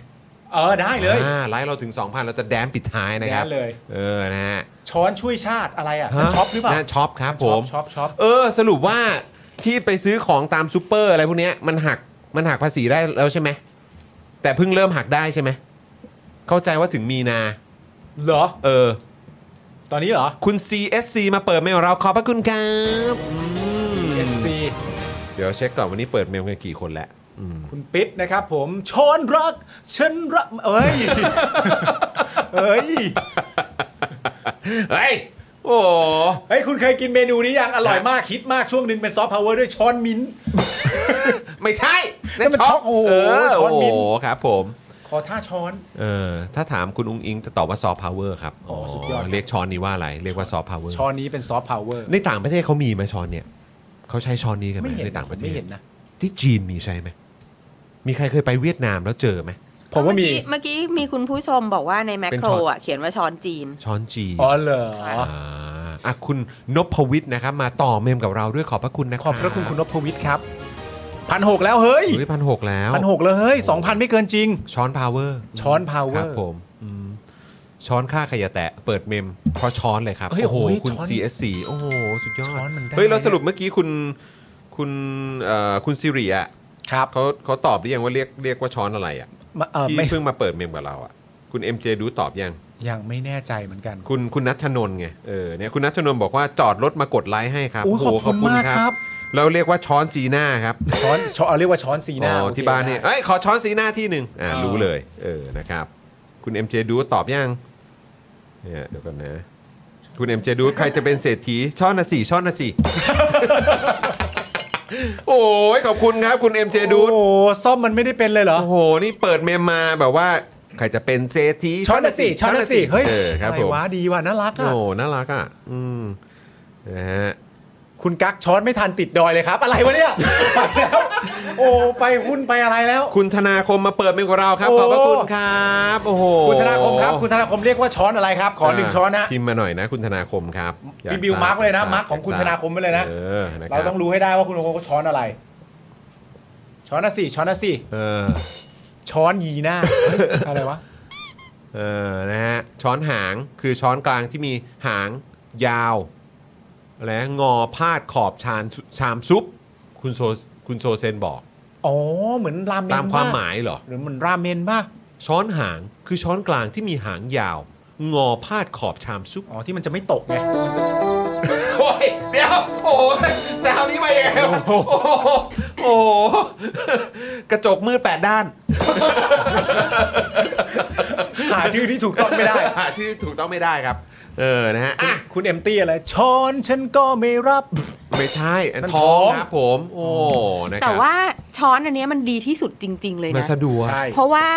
[SPEAKER 2] เออได้เลย
[SPEAKER 1] อ่าไลค์เราถึง 2,000 เราจะแดนปิดท้ายนะครับ
[SPEAKER 2] แดนเลย
[SPEAKER 1] เออ นะฮะ
[SPEAKER 2] ช้อนช่วยชาติอะไรอ่ะมันช็อปหรือเปล่า
[SPEAKER 1] นะช็อปครับผม
[SPEAKER 2] ช็อปช็อปช็อป
[SPEAKER 1] เออ สรุปว่าที่ไปซื้อของตามซูเปอร์อะไรพวกเนี้ยมันหัก มันหักภาษีได้แล้วใช่ไหม แต่เพิ่งเริ่มหักได้ใช่ไหม เข้าใจว่าถึงมีนา
[SPEAKER 2] เหรอ
[SPEAKER 1] เออ
[SPEAKER 2] ตอนนี้เหรอ
[SPEAKER 1] คุณ CSC มาเปิดเมมของเรา ขอบพระคุณครับอืม
[SPEAKER 2] SC
[SPEAKER 1] เดี๋ยวเช็คก่อนวันนี้เปิดเมมกันกี่คนแล้ว
[SPEAKER 2] คุณปิ๊ดนะครับผมช้อนรัก ฉันรัก เอ้ย เอ้ย
[SPEAKER 1] เฮ้ย โอ้โห
[SPEAKER 2] เฮ้ย คุณเคยกินเมนูนี้ยังอร่อยมากฮิตมากช่วงหนึ่งเป็นซอฟต์พาวเวอร์ด้วยช้อนมิ้นท์
[SPEAKER 1] ไม่ใช่นั่น
[SPEAKER 2] นั่นมัน
[SPEAKER 1] ช็อ
[SPEAKER 2] ช็อก กโอ้โห
[SPEAKER 1] เออ
[SPEAKER 2] ช้อนมิ้
[SPEAKER 1] โอ้
[SPEAKER 2] น
[SPEAKER 1] โหครับผม
[SPEAKER 2] ขอท่าช้อน
[SPEAKER 1] เออถ้าถามคุณอุ้งอิงจะตอบว่าซอฟต์พาวเวอร์ครับ
[SPEAKER 2] อ๋อสุดยอดครับ
[SPEAKER 1] เรียกช้อนนี้ว่าอะไร เรียกว่าซอฟต์พาวเวอร์
[SPEAKER 2] ช้อนนี้เป็นซอฟต์พาวเวอร์
[SPEAKER 1] ในต่างประเทศเขามีไหมช้อนเนี่ยเขาใช้ช้อนนี้กันไหม
[SPEAKER 2] ไม่เห็น
[SPEAKER 1] ในต่างประเทศ
[SPEAKER 2] ไม่เห็นนะ
[SPEAKER 1] ที่จีนมีใช่ไหมมีใครเคยไปเวียดนามแล้วเจอไหม
[SPEAKER 2] ผมว่ามี
[SPEAKER 3] เอกี้เมื่อกี้มีคุณผู้ชมบอกว่าในแมค
[SPEAKER 1] เป็น
[SPEAKER 3] โคร
[SPEAKER 1] ช้อน
[SPEAKER 3] อ่ะเขียนว่าช้อนจีน
[SPEAKER 1] ช้อนจีน
[SPEAKER 2] อ๋อเหรอ
[SPEAKER 1] าอ่ะคุณนพวิทย์นะครับ มาต่อเมมกับเราด้วยขอบพระคุณนะ
[SPEAKER 2] ขอบพระคุณคุณนพวิทย์ครับพันหกแล้วเฮ้ย
[SPEAKER 1] พันหกแล้ว
[SPEAKER 2] พันหกเลยเฮ้ยสองพันไม่เกินจริง
[SPEAKER 1] ช้อนพาวเวอร์
[SPEAKER 2] ช้อนพาวเว
[SPEAKER 1] ค
[SPEAKER 2] อ
[SPEAKER 1] รับ
[SPEAKER 2] ร์
[SPEAKER 1] ผมอืมช้อนค่าขยะแตะ เปิดเมมเพราะช้อนเลยครับ
[SPEAKER 2] เฮ้ย
[SPEAKER 1] โอ้โห
[SPEAKER 2] โอ้โห
[SPEAKER 1] คุณ
[SPEAKER 2] ช้อน
[SPEAKER 1] CSC โอ้โห สุดยอด
[SPEAKER 2] ช้อนมันได้
[SPEAKER 1] เฮ้ย แล้วสรุปเมื่อกี้คุณคุณเอ่อคุณซิริอ่ะ
[SPEAKER 2] ครับ
[SPEAKER 1] เขาเขาตอบหรือยังว่าเรียกเรียกว่าช้อนอะไรอ่ะ
[SPEAKER 2] มาเออ
[SPEAKER 1] ที่
[SPEAKER 2] ไม่
[SPEAKER 1] เพิ่งมาเปิดเมมกับเราอ่ะ คุณ MJ ดูตอบยัง
[SPEAKER 2] ยังไม่แน่ใจเหมือนกัน
[SPEAKER 1] คุณคุณนัชนนท์ไง เออ เนี่ยคุณนัชนนท์บอกว่าจอดรถมากดไลค์ให้ครับ
[SPEAKER 2] อุ้ยขอบคุณมากครับ
[SPEAKER 1] เราเรียกว่าช้อนซีหน้าครับ
[SPEAKER 2] ช้อนช้อนเอาเรียกว่าช้อนสีหน้า
[SPEAKER 1] อ๋อ
[SPEAKER 2] โอค
[SPEAKER 1] ที่บ้านเนี่ย
[SPEAKER 2] ได้
[SPEAKER 1] เอ้ย ขอช้อนซีหน้าที่หนึ่งอ่า
[SPEAKER 2] อ๋อ
[SPEAKER 1] รู้เลย เออ นะครับ คุณ MJ ดูตอบยัง เนี่ยเดี๋ยวก่อนนะ คุณเอ็มเจดูใครจะเป็นเศรษฐีช่อนะสี่ช่อนะสี่ โอ้ยขอบคุณครับ คุณเอ็มเจดู
[SPEAKER 2] โอ้โหซ่อมมันไม่ได้เป็นเลยเหรอ
[SPEAKER 1] โอ้โห นี่เปิดเมมมาแบบว่า ใครจะเป็นเศรษฐี
[SPEAKER 2] ช้อนน่ะสิช้อนน่ะสิเฮ้ย
[SPEAKER 1] เออครับ
[SPEAKER 2] อะไร
[SPEAKER 1] ผม
[SPEAKER 2] วะดีว่ะน่ารักอ่ะ
[SPEAKER 1] โอ้น่ารักอ่ะ อืมนะฮะ
[SPEAKER 2] คุณกักช้อนไม่ทันติดดอยเลยครับ อะไรวะเนี่ยไปแล้วโอ้ไปหุ้นไปอะไรแล้ว
[SPEAKER 1] คุณธนาคมมาเปิดเมมกับเราครับ
[SPEAKER 2] โอ้
[SPEAKER 1] ขอบพระคุณครับ โอ้โห
[SPEAKER 2] คุณธนาคมครับ คุณธนาคมเรียกว่าช้อนอะไรครับ ขอหนึ่งช้อนนะ
[SPEAKER 1] พิมพ์มาหน่อยนะ คุณธนาคมครับอย
[SPEAKER 2] พี่บิว
[SPEAKER 1] ทร
[SPEAKER 2] มาร์คไว้เลยนะ
[SPEAKER 1] ย
[SPEAKER 2] มาร์คของคุณ
[SPEAKER 1] ยกท
[SPEAKER 2] ธนาคมไว้เลยนะ
[SPEAKER 1] เออนะค
[SPEAKER 2] เรา
[SPEAKER 1] รับ
[SPEAKER 2] ต้องรู้ให้ได้ว่าคุณธนาคมเขาช้อนอะไร ช้อนนะสิช้อนนะสิ
[SPEAKER 1] เออ
[SPEAKER 2] ช้อนยี หน้าเฮ้ยอะไรวะ
[SPEAKER 1] เออ นะฮะ ช้อนหางคือช้อนกลางที่มีหางยาว และงอพาดขอบชานชามซุป คุณโซคุณโซเซนบอก
[SPEAKER 2] อ๋อ เหมือนราเมน
[SPEAKER 1] ตามความห
[SPEAKER 2] ปะ
[SPEAKER 1] มายเหรอ
[SPEAKER 2] หรือเหมือนราเมนป่ะ
[SPEAKER 1] ช้อนหางคือช้อนกลางที่มีหางยาว งอพาดขอบชามซุป
[SPEAKER 2] อ๋อ ที่มันจะไม่ตกไง
[SPEAKER 1] โอ้ยเดี๋ยว โอ้โหสาวนี้มาเองโอ้โหโอ้โห กระจกมืดแปดด้าน
[SPEAKER 2] หาชื่อที่ถูกต้องไม่ได้
[SPEAKER 1] หาชื่อถูกต้องไม่ได้ครับ เออ นะฮะอ่ะ
[SPEAKER 2] คุณเอ็มตี้อะไร ช้อนฉันก็ไม่รับ
[SPEAKER 1] ไม่ใช่ อัน
[SPEAKER 2] มัน
[SPEAKER 1] ท้อง
[SPEAKER 2] ท้อง
[SPEAKER 1] ครับผม โอ้ นะครับ
[SPEAKER 3] แต่ว่าช้อนอันเนี้ยมันดีที่สุดจริง ๆ เลย
[SPEAKER 1] มัน
[SPEAKER 3] นะ
[SPEAKER 1] สะดวก
[SPEAKER 3] เพราะว่า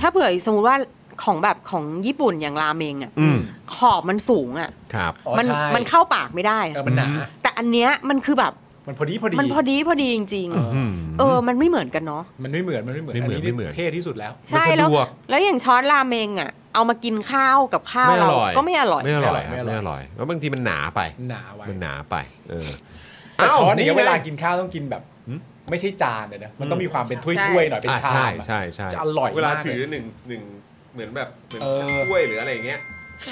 [SPEAKER 3] ถ้าเผื่อสมมติว่าของแบบของญี่ปุ่นอย่างราเมงอ่ะ
[SPEAKER 1] อืม
[SPEAKER 3] ขอบมันสูงอ่ะ
[SPEAKER 1] ครับ
[SPEAKER 2] อ๋อ
[SPEAKER 3] มั
[SPEAKER 2] ใช่
[SPEAKER 3] มันเข้าปากไม่ได้
[SPEAKER 2] เออมันหนา
[SPEAKER 3] แต่อันเนี้ยมันคือแบบ
[SPEAKER 2] มันพอดีพอดี
[SPEAKER 3] มันพอดีพอดีจริง ๆ เออ มันไม่เหมือนกันเนาะ
[SPEAKER 2] มันไม่เหมือน มันไม่เหมือน
[SPEAKER 1] ไม่เหมือน
[SPEAKER 2] น
[SPEAKER 1] ไม่เหมือน
[SPEAKER 2] เท่ที่สุดแล้ว
[SPEAKER 3] ใช่
[SPEAKER 1] มัน
[SPEAKER 3] แล้
[SPEAKER 1] สะ
[SPEAKER 3] ว
[SPEAKER 1] ดวก
[SPEAKER 3] แล้วอย่างช้อนราเมงอ่ะ เอามากินข้าวกับข้าวเราก็ไม่อร่อย
[SPEAKER 1] ไม่อร่อยครับ
[SPEAKER 2] ไม่อร่อย
[SPEAKER 1] ไม่อร่อย แล้วบางทีมันหนาไป
[SPEAKER 2] หนาไว้
[SPEAKER 1] มันหนาไป เออ
[SPEAKER 2] แต่ช้อนเนี่ย
[SPEAKER 1] ไง
[SPEAKER 2] เวลากินข้าวต้องกินแบบ ไม่ใช่จานเลยนะ มันต้องมีความเป็นถ้
[SPEAKER 3] ใช่
[SPEAKER 2] วยๆหน่อยเป็น
[SPEAKER 1] อ่ะ
[SPEAKER 2] ชา
[SPEAKER 1] ใช่
[SPEAKER 2] มอะ
[SPEAKER 1] ใช่ใช่
[SPEAKER 2] จะอร่อยมาก
[SPEAKER 1] เวลาถือหนึ่งหนึ่งเหมือนแบบเหมือน
[SPEAKER 2] เออ
[SPEAKER 1] ถ้วยหรืออะไรอย่างเงี้ย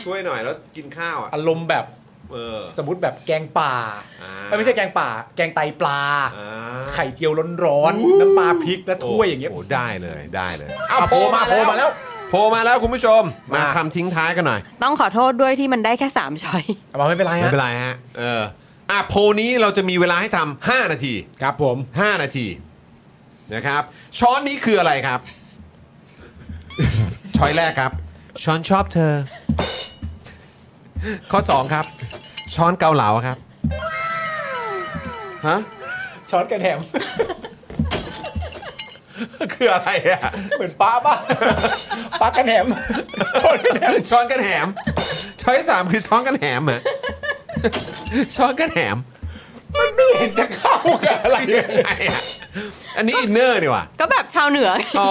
[SPEAKER 1] ถ้วยหน่อยแล้วกินข้าวอ่ะ
[SPEAKER 2] อารมณ์แบบ
[SPEAKER 1] เออ
[SPEAKER 2] สมมติแบบแกงป่า
[SPEAKER 1] อ่า
[SPEAKER 2] เอ้ยไม่ใช่แกงป่า แกงไตปลา
[SPEAKER 1] อ่า
[SPEAKER 2] ไข่เจียวร้อนๆน้ำปลาพริกและถ้วยอย่างเงี้ย
[SPEAKER 1] โอ้ได้เลยได้เลย
[SPEAKER 2] อ่ะโผล่มาโผล่มาแล้ว
[SPEAKER 1] โผล่มาแล้วคุณผู้ชม มา
[SPEAKER 2] มา
[SPEAKER 1] คำทิ้งท้ายกันหน่อย
[SPEAKER 3] ต้องขอโทษด้วยที่มันได้แค่สามช้อย
[SPEAKER 2] เอามาไม่เป็นไร
[SPEAKER 1] ไม่
[SPEAKER 2] ฮะ
[SPEAKER 1] เป็นไรฮะ เอออ่ะโพลนี้เราจะมีเวลาให้ทำ5นาที
[SPEAKER 2] ครับผม
[SPEAKER 1] 5 นาทีนะครับ ช้อนนี้คืออะไรครับ ช้อยแรกครับ ช้อนชอบเธอ ข้อ 2 ครับ ช้อนเกาเหลาครับฮะ
[SPEAKER 2] ช้อนกระแหนม
[SPEAKER 1] คืออะไรอ่ะ
[SPEAKER 2] เหมือนปลาป่ะปลากระแหนม ช้อนกระแหนม
[SPEAKER 1] ช้อนกันแหมช้อยสามคือช้อนกันแหมอ่ะ ช้อนกระแหนม
[SPEAKER 2] มันไม่เห็นจะเข้ากับอะไรเลย
[SPEAKER 1] ยังไงอะอันนี้อินเนอร์นี่ว่ะ
[SPEAKER 3] ก็แบบชาวเหนือ
[SPEAKER 1] อ๋อ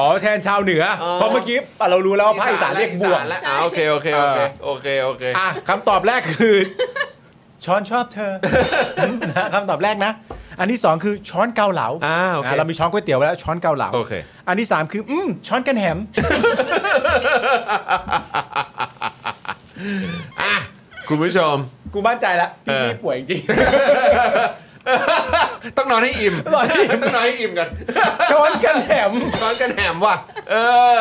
[SPEAKER 2] อ๋อแทนชาวเหนือ
[SPEAKER 1] อ๋อ
[SPEAKER 2] เพราะเมื่อกี้เรารู้แล้วว่าภาคอีสานเรียกบวก
[SPEAKER 1] แล้วอ่ะโอเคโอเคโอเคโอเคโอเค
[SPEAKER 2] อ่ะคำตอบแรกคือ ช้อนชอบเธอ นะคำตอบแรกนะ อันที่สองคือช้อนเกาเหลา
[SPEAKER 1] อ่าโอเค
[SPEAKER 2] นะเรามีช้อนก๋วยเตี๋ยวไว้แล้วช้อนเกาเหลา
[SPEAKER 1] โอเค
[SPEAKER 2] นที่สามคืออืมช้อนกันแหม
[SPEAKER 1] อ่ะคุณผู้ชม
[SPEAKER 2] กูมั่นใจแล้วพี่
[SPEAKER 1] เออ
[SPEAKER 2] ซี่ป่วยจริง
[SPEAKER 1] ต้องนอนให้อิ่ม
[SPEAKER 2] นอนให้อิ่ม
[SPEAKER 1] ต้องนอนให้อิ่มกัน
[SPEAKER 2] ช้อนกันแหม
[SPEAKER 1] ช้อนกระแหนมว่ะ เอ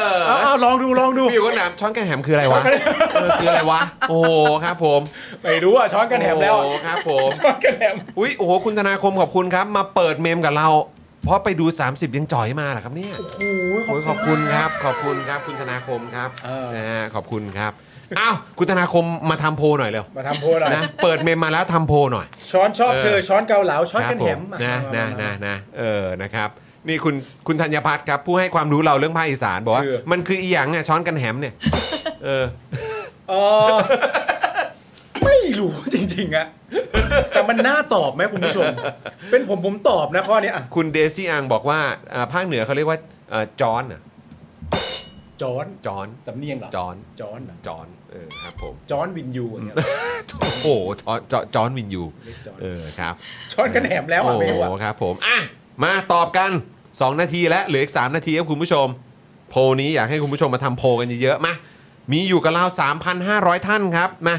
[SPEAKER 1] อ
[SPEAKER 2] เอาเอาลองดูลองดู
[SPEAKER 1] มีคนถามช้อนกระแหนมคืออะไรวะเออคืออะไรวะ โอ้โหครับผม
[SPEAKER 2] ไม่รู้อ่ะช้อนกันแหมแล้วอะ
[SPEAKER 1] โอ้โหครับผม
[SPEAKER 2] ช้อนกันแหม
[SPEAKER 1] อุ้ยโอ้โหคุณธนาคมขอบคุณครับ มาเปิดเมมกับเรา เพราะไปดู 30 ยังจ่อยมาเหรอครับเนี่ย
[SPEAKER 2] โอ้ย
[SPEAKER 1] โอ้ยขอบคุณครับ ขอบคุณครับ คุณธนาคมครับ
[SPEAKER 2] เออ
[SPEAKER 1] นะฮะขอบคุณครับอ้าวคุณธนาคมมาทำโพลหน่อยเร็ว
[SPEAKER 2] มาทำโพสหน่อย
[SPEAKER 1] นะเปิดเมมมาแล้วทำโพลหน่อย
[SPEAKER 2] ช้อนชอบเธอช้อนเกาเหลาช้อน
[SPEAKER 1] ครั
[SPEAKER 2] กับ น
[SPEAKER 1] ผ
[SPEAKER 2] แหม
[SPEAKER 1] ม
[SPEAKER 2] อ่
[SPEAKER 1] นะ
[SPEAKER 2] มา
[SPEAKER 1] นะ
[SPEAKER 2] มามา
[SPEAKER 1] นะนะเออนะครับ นี่คุณคุณธัญพัฒน์ครับ ผู้ให้ความรู้เราเรื่องภาคอีสานบอกว่า
[SPEAKER 2] คือ
[SPEAKER 1] มันคืออีหยังอ่ะช้อนกันแหม เนี่ย เออ
[SPEAKER 2] เออไม่รู้จริงๆอะแต่มันน่าตอบไหมคุณผู้ช ม เป็นผมผมตอบนะข้อนี้อ่ะ
[SPEAKER 1] คุณเดซี่อังบอกว่าอ่าภาคเหนือเขาเรียกว่าเอ่อจอนเหรอ
[SPEAKER 2] จอน
[SPEAKER 1] จอน
[SPEAKER 2] สำเนียงเหรอ
[SPEAKER 1] จอน
[SPEAKER 2] จอนเหรอ
[SPEAKER 1] จอนเออครับผม
[SPEAKER 2] จอนวินยูอย่างเงี้ย
[SPEAKER 1] โอ้โหจอนจอนจอนวินยู
[SPEAKER 2] จอน
[SPEAKER 1] เออครับ
[SPEAKER 2] ช้อนกันแหมแล้ว
[SPEAKER 1] โอ้
[SPEAKER 2] อ่ะไม่รู้อ่ะ
[SPEAKER 1] โหครับผมอ่ะมาตอบกัน 2 นาทีแล้วเหลืออีก 3 นาทีครับคุณผู้ชม โพลนี้อยากให้คุณผู้ชมมาทำโพลกันเยอะๆมามีอยู่กับเรา3,500 ท่านครับมา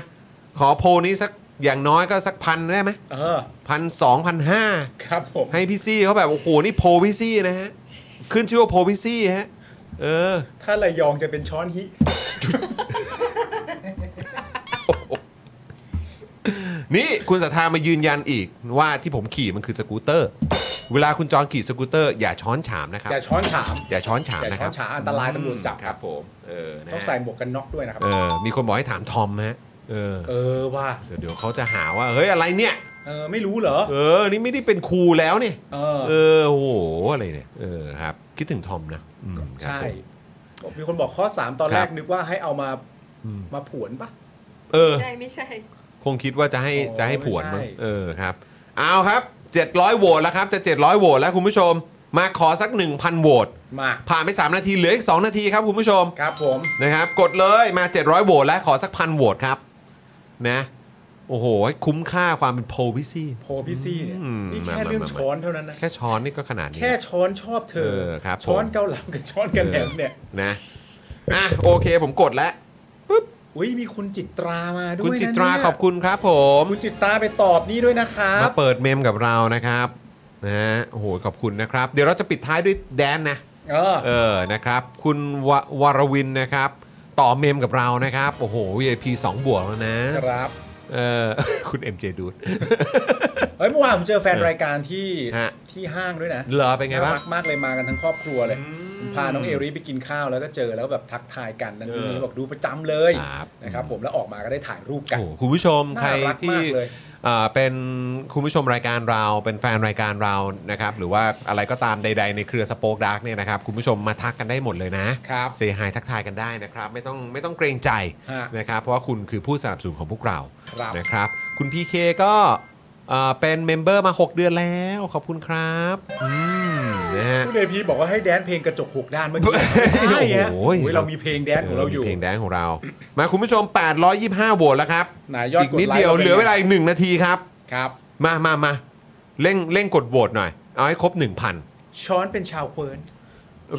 [SPEAKER 1] ขอโพลนี้สักอย่างน้อยก็สักพันได้ไหม
[SPEAKER 2] เออ
[SPEAKER 1] พันสองพันห้า
[SPEAKER 2] ครับผม
[SPEAKER 1] ให้พี่ซี่เขาแบบ โอ้โห นี่โพลพี่ซี่นะฮะ ขึ้นชื่อว่าโพลพี่ซี่ฮะ เออ
[SPEAKER 2] ถ้าระยองจะเป็นช้อนฮิ
[SPEAKER 1] นี่คุณศรัทธามายืนยันอีกว่าที่ผมขี่มันคือสกูตเตอร์ เวลาคุณจอนขี่สกูตเตอร์อย่าช้อนฉามนะครับ
[SPEAKER 2] อย่าช้อนฉาม
[SPEAKER 1] อย่าช้อนฉาม
[SPEAKER 2] อย่า
[SPEAKER 1] นะค
[SPEAKER 2] ช้
[SPEAKER 1] รั
[SPEAKER 2] อบ นฉามอันตรายตำรวจจับ
[SPEAKER 1] ครับผมเออนะ
[SPEAKER 2] ต้องใส่หมวกกันน็อกด้วยนะครับ
[SPEAKER 1] เออมีคนบอกให้ถามทอมฮะเออ
[SPEAKER 2] เออว่า
[SPEAKER 1] เดี๋ยวเขาจะหาว่าเฮ้ยอะไรเนี่ย
[SPEAKER 2] เออไม่รู้เหรอ
[SPEAKER 1] เออ นี่ไม่ได้เป็นครูแล้วเนี่ย
[SPEAKER 2] เออ
[SPEAKER 1] เออโอ้โหอะไรเนี่ยเออครับ คิดถึงทอมนะอืมครับ
[SPEAKER 2] ใช่
[SPEAKER 1] ผม
[SPEAKER 2] มีคนบอกข้อ 3 ตอนแร
[SPEAKER 1] ค
[SPEAKER 2] ก
[SPEAKER 1] รับ
[SPEAKER 2] นึกว่าให้เอามา
[SPEAKER 1] อืม
[SPEAKER 2] มาผวนปะ
[SPEAKER 1] เออ
[SPEAKER 3] ใช่ไม่ใช่
[SPEAKER 1] คงคิดว่าจะให้
[SPEAKER 2] อ๋อ
[SPEAKER 1] จะให้ผวนมั้ง
[SPEAKER 2] ไม่ใช่
[SPEAKER 1] เออครับ เอาครับ 700โหวตแล้วครับจะ 700โหวตแล้วคุณผู้ชม มาขอสัก 1,000โหวต
[SPEAKER 2] มา
[SPEAKER 1] ผ่านไป 3 นาที เหลืออีก 2 นาทีครับคุณผู้ชม
[SPEAKER 2] ครับผม
[SPEAKER 1] นะครับ กดเลยมา 700โหวตแล้วขอสักพันโหวตครับ นะ โอ้โห ให้คุ้มค่าความเป็นโพลพี่ซี่
[SPEAKER 2] โพลพี่ซี่เนี่ย
[SPEAKER 1] อืม
[SPEAKER 2] นี่
[SPEAKER 1] มา
[SPEAKER 2] แค่
[SPEAKER 1] มา
[SPEAKER 2] เรื่อง
[SPEAKER 1] มา
[SPEAKER 2] ช้อนเท่านั้นนะ
[SPEAKER 1] แค่ช้อนนี่ก็ขนาดนี้
[SPEAKER 2] แค่ช้อนชอบเธอ
[SPEAKER 1] เออครับผม
[SPEAKER 2] ช้อนเกาเหลากับช้อนกันแหนมเนี่ย
[SPEAKER 1] นะอ่ะโอเคผมกดแล้ว
[SPEAKER 2] อุ้ยมีคุณจิตรามาด้วย
[SPEAKER 1] คุณจิตรา
[SPEAKER 2] นะเนี่ย
[SPEAKER 1] ขอบคุณครับผม
[SPEAKER 2] คุณจิตราไปตอบนี่ด้วยนะครับ
[SPEAKER 1] มาเปิดเมมกับเรานะครับนะฮะโอ้โหขอบคุณนะครับ เดี๋ยวเราจะปิดท้ายด้วยแดนนะ
[SPEAKER 2] เออ
[SPEAKER 1] เออ นะครับ คุณววรวินนะครับ ต่อเมมกับเรานะครับ โอ้โห VIP 2 บวกแล้วนะ
[SPEAKER 2] ครับ
[SPEAKER 1] เออ คุณ MJ ดูด
[SPEAKER 2] เฮ้ยเมื่อวานผมเจอแฟนรายการที่
[SPEAKER 1] ฮะ
[SPEAKER 2] ที่ห้างด้วยนะ
[SPEAKER 1] เหรอเป็นไง
[SPEAKER 2] น่า
[SPEAKER 1] บ้าง
[SPEAKER 2] รักมากเลยมากันทั้งครอบครัวเลยผมพาน้องเอริไปกินข้าวแล้วก็เจอแล้วแบบทักทายกันนั่น
[SPEAKER 1] เออ
[SPEAKER 2] นี่บอกดูประจำเลย
[SPEAKER 1] ครับ
[SPEAKER 2] นะครับผมแล้วออกมาก็ได้ถ่ายรูปกัน
[SPEAKER 1] โอ้โหคุณผู้ชมใคร
[SPEAKER 2] น่ารัก
[SPEAKER 1] ที่
[SPEAKER 2] มากเลย
[SPEAKER 1] เอ่อเป็นคุณผู้ชมรายการเราเป็นแฟนรายการเรานะครับ หรือว่าอะไรก็ตามใด ๆ ในเครือสป o อ e ดาร์กเนี่ยนะครับ คุณผู้ชมมาทักกันได้หมดเลยนะครับ เซฮายทักทายกันได้นะครับ ไม่ต้องไม่ต้องเกรงใจ
[SPEAKER 2] ฮะ
[SPEAKER 1] นะครับ เพราะว่าคุณคือผู้สนับสนุนของพวกเรา
[SPEAKER 2] ครับ
[SPEAKER 1] นะครับ คุณพีเคก็เอ่อเป็นเมมเบอร์มา 6 เดือนแล้ว ขอบคุณครับอืมนะฮะ
[SPEAKER 2] คุณเดพีบอกว่าให้แดนเพลงกระจกหกด้านเมื่อกี้ใช่ฮะ
[SPEAKER 1] โอ้
[SPEAKER 2] โอ้
[SPEAKER 1] ย
[SPEAKER 2] ยเรามีเพลงแดนของเราอยู่
[SPEAKER 1] เพลงแดนของเรา มาคุณผู้ชม 825โหวตแล้วครับ
[SPEAKER 2] ไหนยอด
[SPEAKER 1] อีก
[SPEAKER 2] กดไลค์
[SPEAKER 1] นิดเดียว
[SPEAKER 2] เราเป็น
[SPEAKER 1] เหลือ
[SPEAKER 2] ไง
[SPEAKER 1] เวลาอีกหนึ่งนาทีครับ
[SPEAKER 2] ครับ
[SPEAKER 1] มามามาเร่งเร่งกดโหวตหน่อย เอาให้ครบ 1,000
[SPEAKER 2] ช้อนเป็นชาวเฟิร์น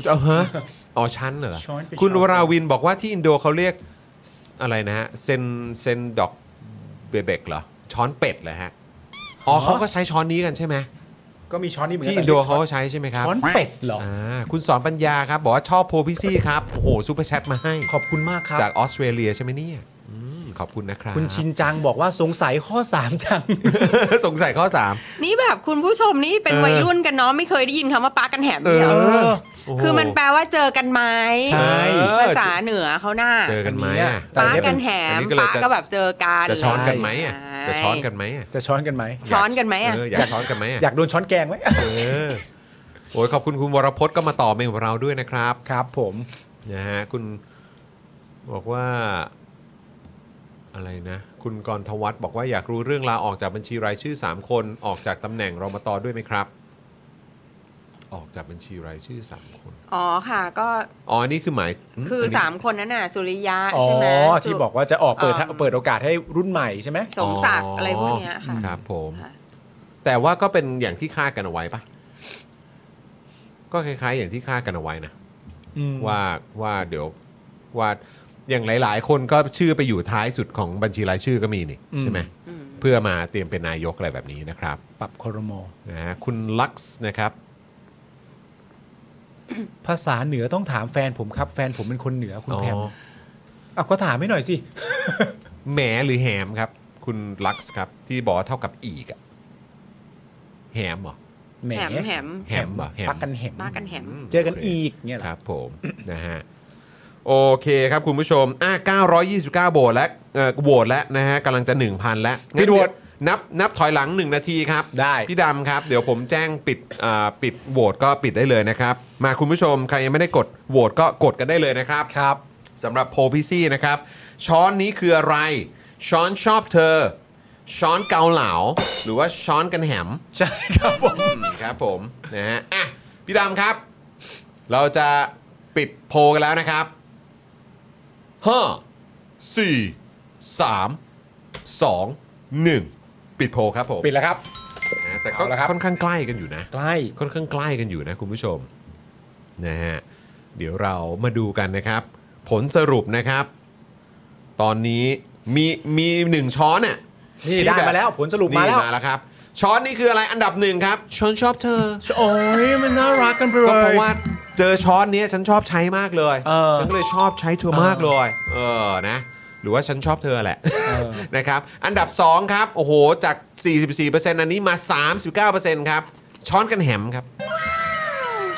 [SPEAKER 1] เอา ฮะอ๋อชั้นเหรอ
[SPEAKER 2] ช้อนเป็น
[SPEAKER 1] คุณ
[SPEAKER 2] ช้อน
[SPEAKER 1] วราวินบอกว่าที่อินโดเขาเรียกสอะไรนะฮะ เซนเซนดอกเบเบกเหรอ ช้อนเป็ดเหรอฮะ อ๋อเขาก็ใช้ช้อนนี้กันใช่ไหม
[SPEAKER 2] ก็มีช้อนนี่เหมือนกั
[SPEAKER 1] ที่
[SPEAKER 2] น
[SPEAKER 1] อินโดเขา
[SPEAKER 2] แต่
[SPEAKER 1] ก็ใช้ใช่ไหมครับ
[SPEAKER 2] ช้อนเป็ดเหรอ
[SPEAKER 1] อ่าคุณสอนปัญญาครับ บอกว่าชอบโพลพี่ซี่ครับ โอ้โหซูเปอร์แชทมาให้
[SPEAKER 2] ขอบคุณมากครับ
[SPEAKER 1] จากออสเตรเลียใช่ไหมเนี่ยอืมขอบคุณนะครับ
[SPEAKER 2] คุณชิน จังบอกว่าสงสัยข้อสาม จัง
[SPEAKER 1] สงสัยข้อสาม
[SPEAKER 3] นี่แบบคุณผู้ชมนี่เป็น
[SPEAKER 1] เออ
[SPEAKER 3] วัยรุ่นกันเนาะไม่เคยได้ยินคำว่าปากันแหม
[SPEAKER 1] เอ
[SPEAKER 3] เดียว
[SPEAKER 1] อ
[SPEAKER 3] คือมันแปลว่าเจอกันไหม
[SPEAKER 1] ใช่
[SPEAKER 3] ภาษาเหนือเขาหน้า
[SPEAKER 1] เจอกันไหมอะ
[SPEAKER 2] อัน
[SPEAKER 3] ปา
[SPEAKER 2] เนี้ย
[SPEAKER 3] กันแห
[SPEAKER 1] อัน
[SPEAKER 3] ม
[SPEAKER 1] นี้ก็เลย
[SPEAKER 3] ปา
[SPEAKER 1] จะ
[SPEAKER 3] ก็แบบเจอกัน
[SPEAKER 1] จะช้อนกันไหมอะ
[SPEAKER 3] ใช่
[SPEAKER 1] จะช้อนกันไหมอะ
[SPEAKER 2] จะช้อนกันไหม
[SPEAKER 3] ช้อนกันไหมอะ
[SPEAKER 1] เอออยากช้อนกันไหมอะ
[SPEAKER 2] อยากโดนช้อนแกงไหม
[SPEAKER 1] เออโอ้ยขอบคุณคุณวรพจน์ก็มาต่อเมลของเราด้วยนะครับ
[SPEAKER 2] ครับผม
[SPEAKER 1] นะฮะคุณบอกว่า อะไร นะ คุณกรทวัฒน์บอกว่าอยากรู้เรื่องลาออกจากบัญชีรายชื่อ 3 คน ออกจากตำแหน่งรมตด้วยไหมครับ ออกจากบัญชีรายชื่อ 3 คน
[SPEAKER 3] อ๋อค่ะ ก็
[SPEAKER 1] อ๋ออันนี่คือหมายม
[SPEAKER 3] คืออสามคนนั้นน่ะสุริยะ
[SPEAKER 2] อ๋อ
[SPEAKER 3] ใช่ไหมสุ
[SPEAKER 2] ที่บอกว่าจะออกเปิด
[SPEAKER 3] เอิ่ม
[SPEAKER 2] เปิดโอกาสให้รุ่นใหม่ใช่ไหม
[SPEAKER 3] สมศักดิ์อะไรพวกเนี้ยค่ะ
[SPEAKER 1] ครับผม
[SPEAKER 3] ค่ะ
[SPEAKER 1] แต่ว่าก็เป็นอย่างที่คาดกันเอาไว้ปะก็คล้าย ๆ อย่างที่คาดกันเอาไว้นะ ว่าว่าเดี๋ยวว่าอย่างหลาย ๆ คนก็ชื่อไปอยู่ท้ายสุดของบัญชีรายชื่อก็มีนี่ใช่ไหม
[SPEAKER 3] อืม
[SPEAKER 1] เพื่อมาเตรียมเป็นนายกอะไรแบบนี้นะครับ
[SPEAKER 2] ปรับครม
[SPEAKER 1] นะฮะคุณลักซ์นะครับ
[SPEAKER 2] ภาษาเหนือต้องถามแฟนผมครับ แฟนผมเป็นคนเหนือคุณ
[SPEAKER 1] อ๋อ
[SPEAKER 2] แพมอ่ะก็ถามให้หน่อยสิ
[SPEAKER 1] แหมหรือแหมครับ คุณลักซ์ครับ ที่บอกว่าเท่ากับอีกอะแหมเหรอ
[SPEAKER 2] แหม
[SPEAKER 3] แหมแหม
[SPEAKER 1] แหมเหรอแหม
[SPEAKER 2] ปักกันแหม
[SPEAKER 3] ป้ากันแหม
[SPEAKER 2] เจอกัน
[SPEAKER 1] โค
[SPEAKER 2] อีกเนี่ยเหรอ
[SPEAKER 1] ครับผม นะฮะโอเคครับคุณผู้ชมอ่ะ929 โหวตแล้วเอ่อโหวตแล้วนะฮะกำลังจะ 1,000 แล้ว
[SPEAKER 2] พี่โหวต
[SPEAKER 1] นับนับถอยหลัง 1 นาทีครับ
[SPEAKER 2] ได้
[SPEAKER 1] พี่ดำครับ เดี๋ยวผมแจ้งปิดอ่าปิดโหวตก็ปิดได้เลยนะครับ มาคุณผู้ชมใครยังไม่ได้กดโหวตก็กดกันได้เลยนะครับครับสำหรับโพลพี่ซี่นะครับ ช้อนนี้คืออะไร ช้อนชอบเธอ ช้อนเกาเหลาหรือว่าช้อนกันแหม
[SPEAKER 2] ใช่ครับผม
[SPEAKER 1] อืมครับผมนะฮะอ่ะพี่ดำครับ เราจะปิดโพลกันแล้วนะครับห้าสี่สามสองหนึ่งปิดโพลครับผม
[SPEAKER 2] ปิดแล้วครับ
[SPEAKER 1] นะฮะแต่ก็
[SPEAKER 2] เอาละครับ
[SPEAKER 1] ค่อนข้างใกล้กันอยู่นะ
[SPEAKER 2] ใกล้
[SPEAKER 1] ค่อนข้างใกล้กันอยู่นะคุณผู้ชมนะฮะเดี๋ยวเรามาดูกันนะครับ ผลสรุปนะครับ ตอนนี้มีมีหนึ่งช้อนน่ะ
[SPEAKER 2] นี่ได้มาแล้วผลสรุปมา
[SPEAKER 1] นี่
[SPEAKER 2] แล้ว
[SPEAKER 1] มาแล้วครับ ช้อนนี่คืออะไรอันดับหนึ่งครับช้อนชอบเธอ
[SPEAKER 2] โอ้ยมันน่ารักกันไปเล
[SPEAKER 1] ก็เพ
[SPEAKER 2] ย
[SPEAKER 1] ราะว่าเจอช้อนเนี้ยฉันชอบใช้มากเลย
[SPEAKER 2] เออ
[SPEAKER 1] ฉันก็เลยชอบใช้เธอมากเลย เออนะ หรือว่าฉันชอบเธอแหละ นะครับ อันดับ 2 ครับ โอ้โห จาก 44%อันนี้มา 39%ครับ ช้อนกันแหมครับ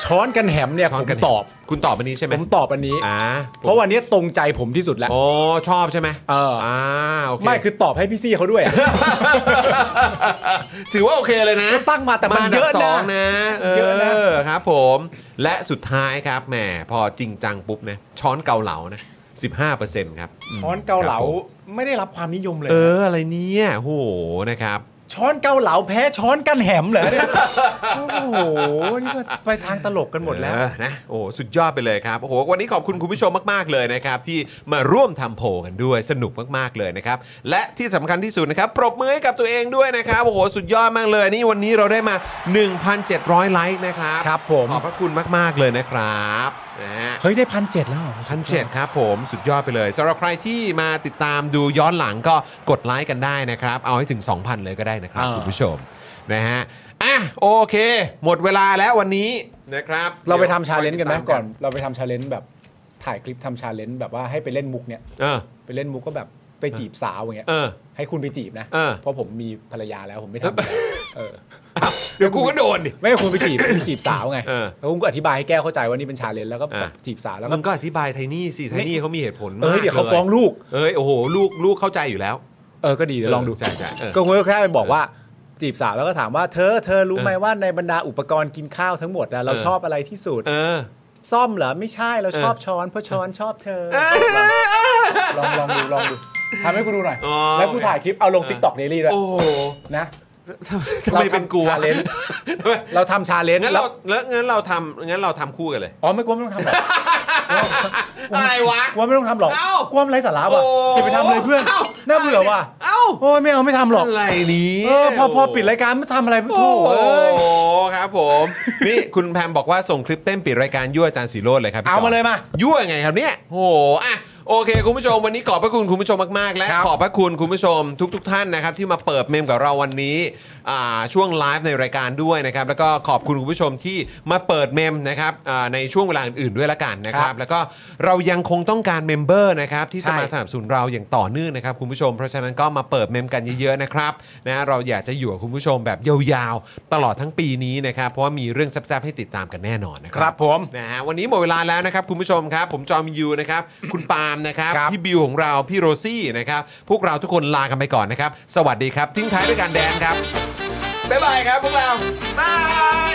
[SPEAKER 2] ช้อนกันแหมเนี่ย
[SPEAKER 1] ช้
[SPEAKER 2] ผ
[SPEAKER 1] น
[SPEAKER 2] ม
[SPEAKER 1] กันแห
[SPEAKER 2] ตอบ
[SPEAKER 1] คุณตอบอันนี้ใช่ไหม
[SPEAKER 2] ผมตอบอันนี้
[SPEAKER 1] อ่า
[SPEAKER 2] เพราะวันนี้ตรงใจผมที่สุดแล้ว
[SPEAKER 1] โอ้ชอบใช่ไหม
[SPEAKER 2] เอออ่
[SPEAKER 1] อ่าโอเค
[SPEAKER 2] ไม่คือตอบให้พี่ซี่เขาด้วยอะ
[SPEAKER 1] ถือว่าโอเคเลยนะ
[SPEAKER 2] ตั้งมาแต่มัน
[SPEAKER 1] ดับ
[SPEAKER 2] เยอะนะ
[SPEAKER 1] สองนะเอ
[SPEAKER 2] เยอะนะ
[SPEAKER 1] อครับผมและสุดท้ายครับแหมพอจริงจังปุ๊บนะช้อนเกาเหลานะ15%ครับ
[SPEAKER 2] ช้อนเกาเหลา
[SPEAKER 1] ครับผม
[SPEAKER 2] ไม่ได้รับความนิยมเลย
[SPEAKER 1] เอออะไรเนี่ยโหนะครับ
[SPEAKER 2] ช้อนเกาเหลาแพ้ช้อนกันแหมเหรอเนี่ย โอ้โหนี่ก็ไปทางตลกกันหมดแล้ว
[SPEAKER 1] เออนะโอ้สุดยอดไปเลยครับโอ้โหวันนี้ขอบคุณคุณผู้ชมมากๆเลยนะครับที่มาร่วมทำโพลกันด้วยสนุกมากๆเลยนะครับและที่สำคัญที่สุดนะครับปรบมือให้กับตัวเองด้วยนะครับโอ้โหสุดยอดมากเลยนี่วันนี้เราได้มา 1,700 ไลค์นะครับ
[SPEAKER 2] ครับผม
[SPEAKER 1] ขอบพระคุณมาก ๆ เลยนะครับนะฮะ
[SPEAKER 2] เฮ้ยได้พันเจ็ดแล้วหรอ
[SPEAKER 1] พันเจ็ดครับผมสุดยอดไปเลยสำหรับใครที่มาติดตามดูย้อนหลังก็กดไลค์กันได้นะครับ เอาให้ถึง 2,000 เลยก็ได้นะครับ
[SPEAKER 2] อ่า
[SPEAKER 1] คุณผู้ชมนะฮะอ่ะโอเค หมดเวลาแล้ววันนี้นะครับ
[SPEAKER 2] เราไปทำชาเลนจ์กันไหม
[SPEAKER 1] ดี๋ยว
[SPEAKER 2] ก่อน เราไปทำชาเลนจ์แบบถ่ายคลิปทำชาเลนจ์แบบว่าให้ไปเล่นมุกเนี่ย
[SPEAKER 1] เออ
[SPEAKER 2] ไปเล่นมุกก็แบบไปจีบสาวอย่างเงี้ย
[SPEAKER 1] เออ
[SPEAKER 2] ให้คุณไปจีบนะ
[SPEAKER 1] เออ
[SPEAKER 2] เพราะผมมีภรรยาแล้วผมไม่ทำเออ
[SPEAKER 1] เดี๋ยวกูก็โดนดิ
[SPEAKER 2] ไม่ให้คุณไปจีบ คุณจีบสาวไง
[SPEAKER 1] เออ
[SPEAKER 2] แล้วคุณก็อธิบายให้แก้วเข้าใจว่านี่เป็นชาเลนจ์แล้วก็แบบ
[SPEAKER 1] อ่ะ
[SPEAKER 2] จีบสาวแล้ว
[SPEAKER 1] มึ
[SPEAKER 2] ก็
[SPEAKER 1] งก็อธิบายไทนี่สิไทนี่เขามีเหตุผลมาก
[SPEAKER 2] เออเดี๋ยวเขาฟ้องลูก
[SPEAKER 1] เอ้ยโอ้โหลูกลูกเข้าใจอยู่แล้ว
[SPEAKER 2] เออ ก็ดีเดี๋ยวลองดู
[SPEAKER 1] ใช่ใช่เออ
[SPEAKER 2] ก็คุณก็แค่ไปบอกว่าจีบสาวแล้วก็ถามว่าเธอเธอรู้ไหมว่าในบรรดาอุปกรณ์กินข้าวทั้งหมดอะเรา
[SPEAKER 1] เออ
[SPEAKER 2] ชอบอะไรที่สุด
[SPEAKER 1] เออ
[SPEAKER 2] ซ่อมเหรอ ไม่ใช่เราชอบ
[SPEAKER 1] เออ
[SPEAKER 2] ช้อนเพราะช้อนชอบเธอ ลองลองดูลองดูทำให้กูดูหน่อย
[SPEAKER 1] อ๋อ
[SPEAKER 2] แล้วกูถ่ายคลิปเอาลง TikTok Daily ด้วย
[SPEAKER 1] โอ้โห
[SPEAKER 2] นะ
[SPEAKER 1] ทำทำไมเป็นกูวะ
[SPEAKER 2] เราทำ challenge เราทำชาเลนจ์
[SPEAKER 1] งั้นเราแล้วงั้นเราทำงั้นเราทำคู่กันเลย
[SPEAKER 2] อ๋อไม่กลัวไม่ต้อง ทำหรอก
[SPEAKER 1] อะไรวะ
[SPEAKER 2] กลัวไม่ต้องทำหรอก
[SPEAKER 1] เอ้า
[SPEAKER 2] กลัวมันไร้สาระ
[SPEAKER 1] โอ้
[SPEAKER 2] ว่ะอย่าไปทำเลยเพื่อน
[SPEAKER 1] อ้
[SPEAKER 2] น่าเบื่อว่ะ
[SPEAKER 1] เอ้า
[SPEAKER 2] โอ้ยไม่เอาไม่ทำหรอก
[SPEAKER 1] อะไรนี้
[SPEAKER 2] เออพอพอปิดรายการไม่ทำอะไรไม่
[SPEAKER 1] โอ้
[SPEAKER 2] ถูก
[SPEAKER 1] โห
[SPEAKER 2] เอ้ย
[SPEAKER 1] ครับผม นี่คุณแพมบอกว่าส่งคลิปเต้นปิดรายการยั่วอาจารย์สีโรดเลยครับพี่
[SPEAKER 2] เอามาเลยมา
[SPEAKER 1] ยั่วยังไงครับเนี่ยโอ้โหอ่ะโอเค คุณผู้ชมวันนี้ขอบพระคุณคุณผู้ชมมาก ๆ และ
[SPEAKER 2] ครับ
[SPEAKER 1] ขอบพระคุณคุณผู้ชมทุก ๆ ท่านนะครับ ที่มาเปิดเมมกับเราวันนี้อ่าช่วงไลฟ์ในรายการด้วยนะครับ แล้วก็ขอบคุณคุณผู้ชมที่มาเปิดเมมนะครับอ่าในช่วงเวลาอื่นๆด้วยละกันนะค
[SPEAKER 2] ครั
[SPEAKER 1] รับ
[SPEAKER 2] บ
[SPEAKER 1] แล้วก็เรายังคงต้องการเมมเบอร์นะครับที่จะ
[SPEAKER 2] ใช่
[SPEAKER 1] มาสนับสนุนเราอย่างต่อเนื่องนะครับคุณผู้ชม เพราะฉะนั้นก็มาเปิดเมมกันเยอะๆนะครับนะเราอยากจะอยู่กับคุณผู้ชมแบบยาวๆ ตลอดทั้งปีนี้นะครับเพราะว่ามีเรื่องแซ่บๆให้ติดตามกันแน่นอนนะค
[SPEAKER 2] ค
[SPEAKER 1] รั
[SPEAKER 2] รับ บผม
[SPEAKER 1] นะฮะวันนี้หมดเวลาแล้วนะครับ คุณผู้ชมครับ ผมจอมยูนะครับ คุณปาล์มนะครับ
[SPEAKER 2] ครับ
[SPEAKER 1] พี่บิวของเรา พี่โรซี่นะครับ พวกเราทุกคนลากันไปก่อนนะครับ สวัสดีครับ ทิ้งท้ายด้วยการแดนครับ บ๊ายบายครับพวกเราบาย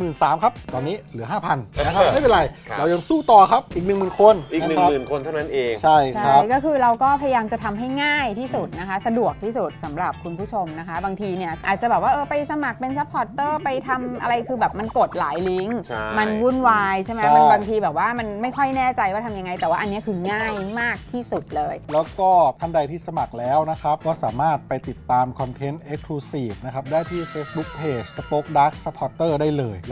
[SPEAKER 6] มื่นสามครับ ตอนนี้เหลือ 5,000นะครับไม่เป็นไร
[SPEAKER 1] ครับ
[SPEAKER 6] เรายังสู้ต่อครับอีก 1 0,000 คน
[SPEAKER 1] อีก 1
[SPEAKER 6] ะครับ
[SPEAKER 1] 0,000 คนเท่านั้นเอง
[SPEAKER 6] ใช่ค
[SPEAKER 3] ใช่
[SPEAKER 6] รับ
[SPEAKER 3] ก็คือเราก็พยายามจะทำให้ง่ายที่สุดนะคะ สะดวกที่สุดสำหรับคุณผู้ชมนะคะ บางทีเนี่ยอาจจะแบบว่าเออไปสมัครเป็นซัพพอร์ตเตอร์ไปทำอะไรคือแบบมันกดหลายลิงก์
[SPEAKER 1] ใช่
[SPEAKER 3] มันวุ่นวายใช่ไหม
[SPEAKER 6] ใช่
[SPEAKER 3] มันบางทีแบบว่ามันไม่ค่อยแน่ใจว่าทำยังไง แต่ว่าอันเนี้ยคือง่ายมากที่สุดเลย
[SPEAKER 6] แล้วก็ท่านใดที่สมัครแล้วนะครับ ก็สามารถไปติดตามคอนเทนต์ Exclusive นะครับ ได้ที่ Facebook Page Spoke Dark Supporter ได้เลย แ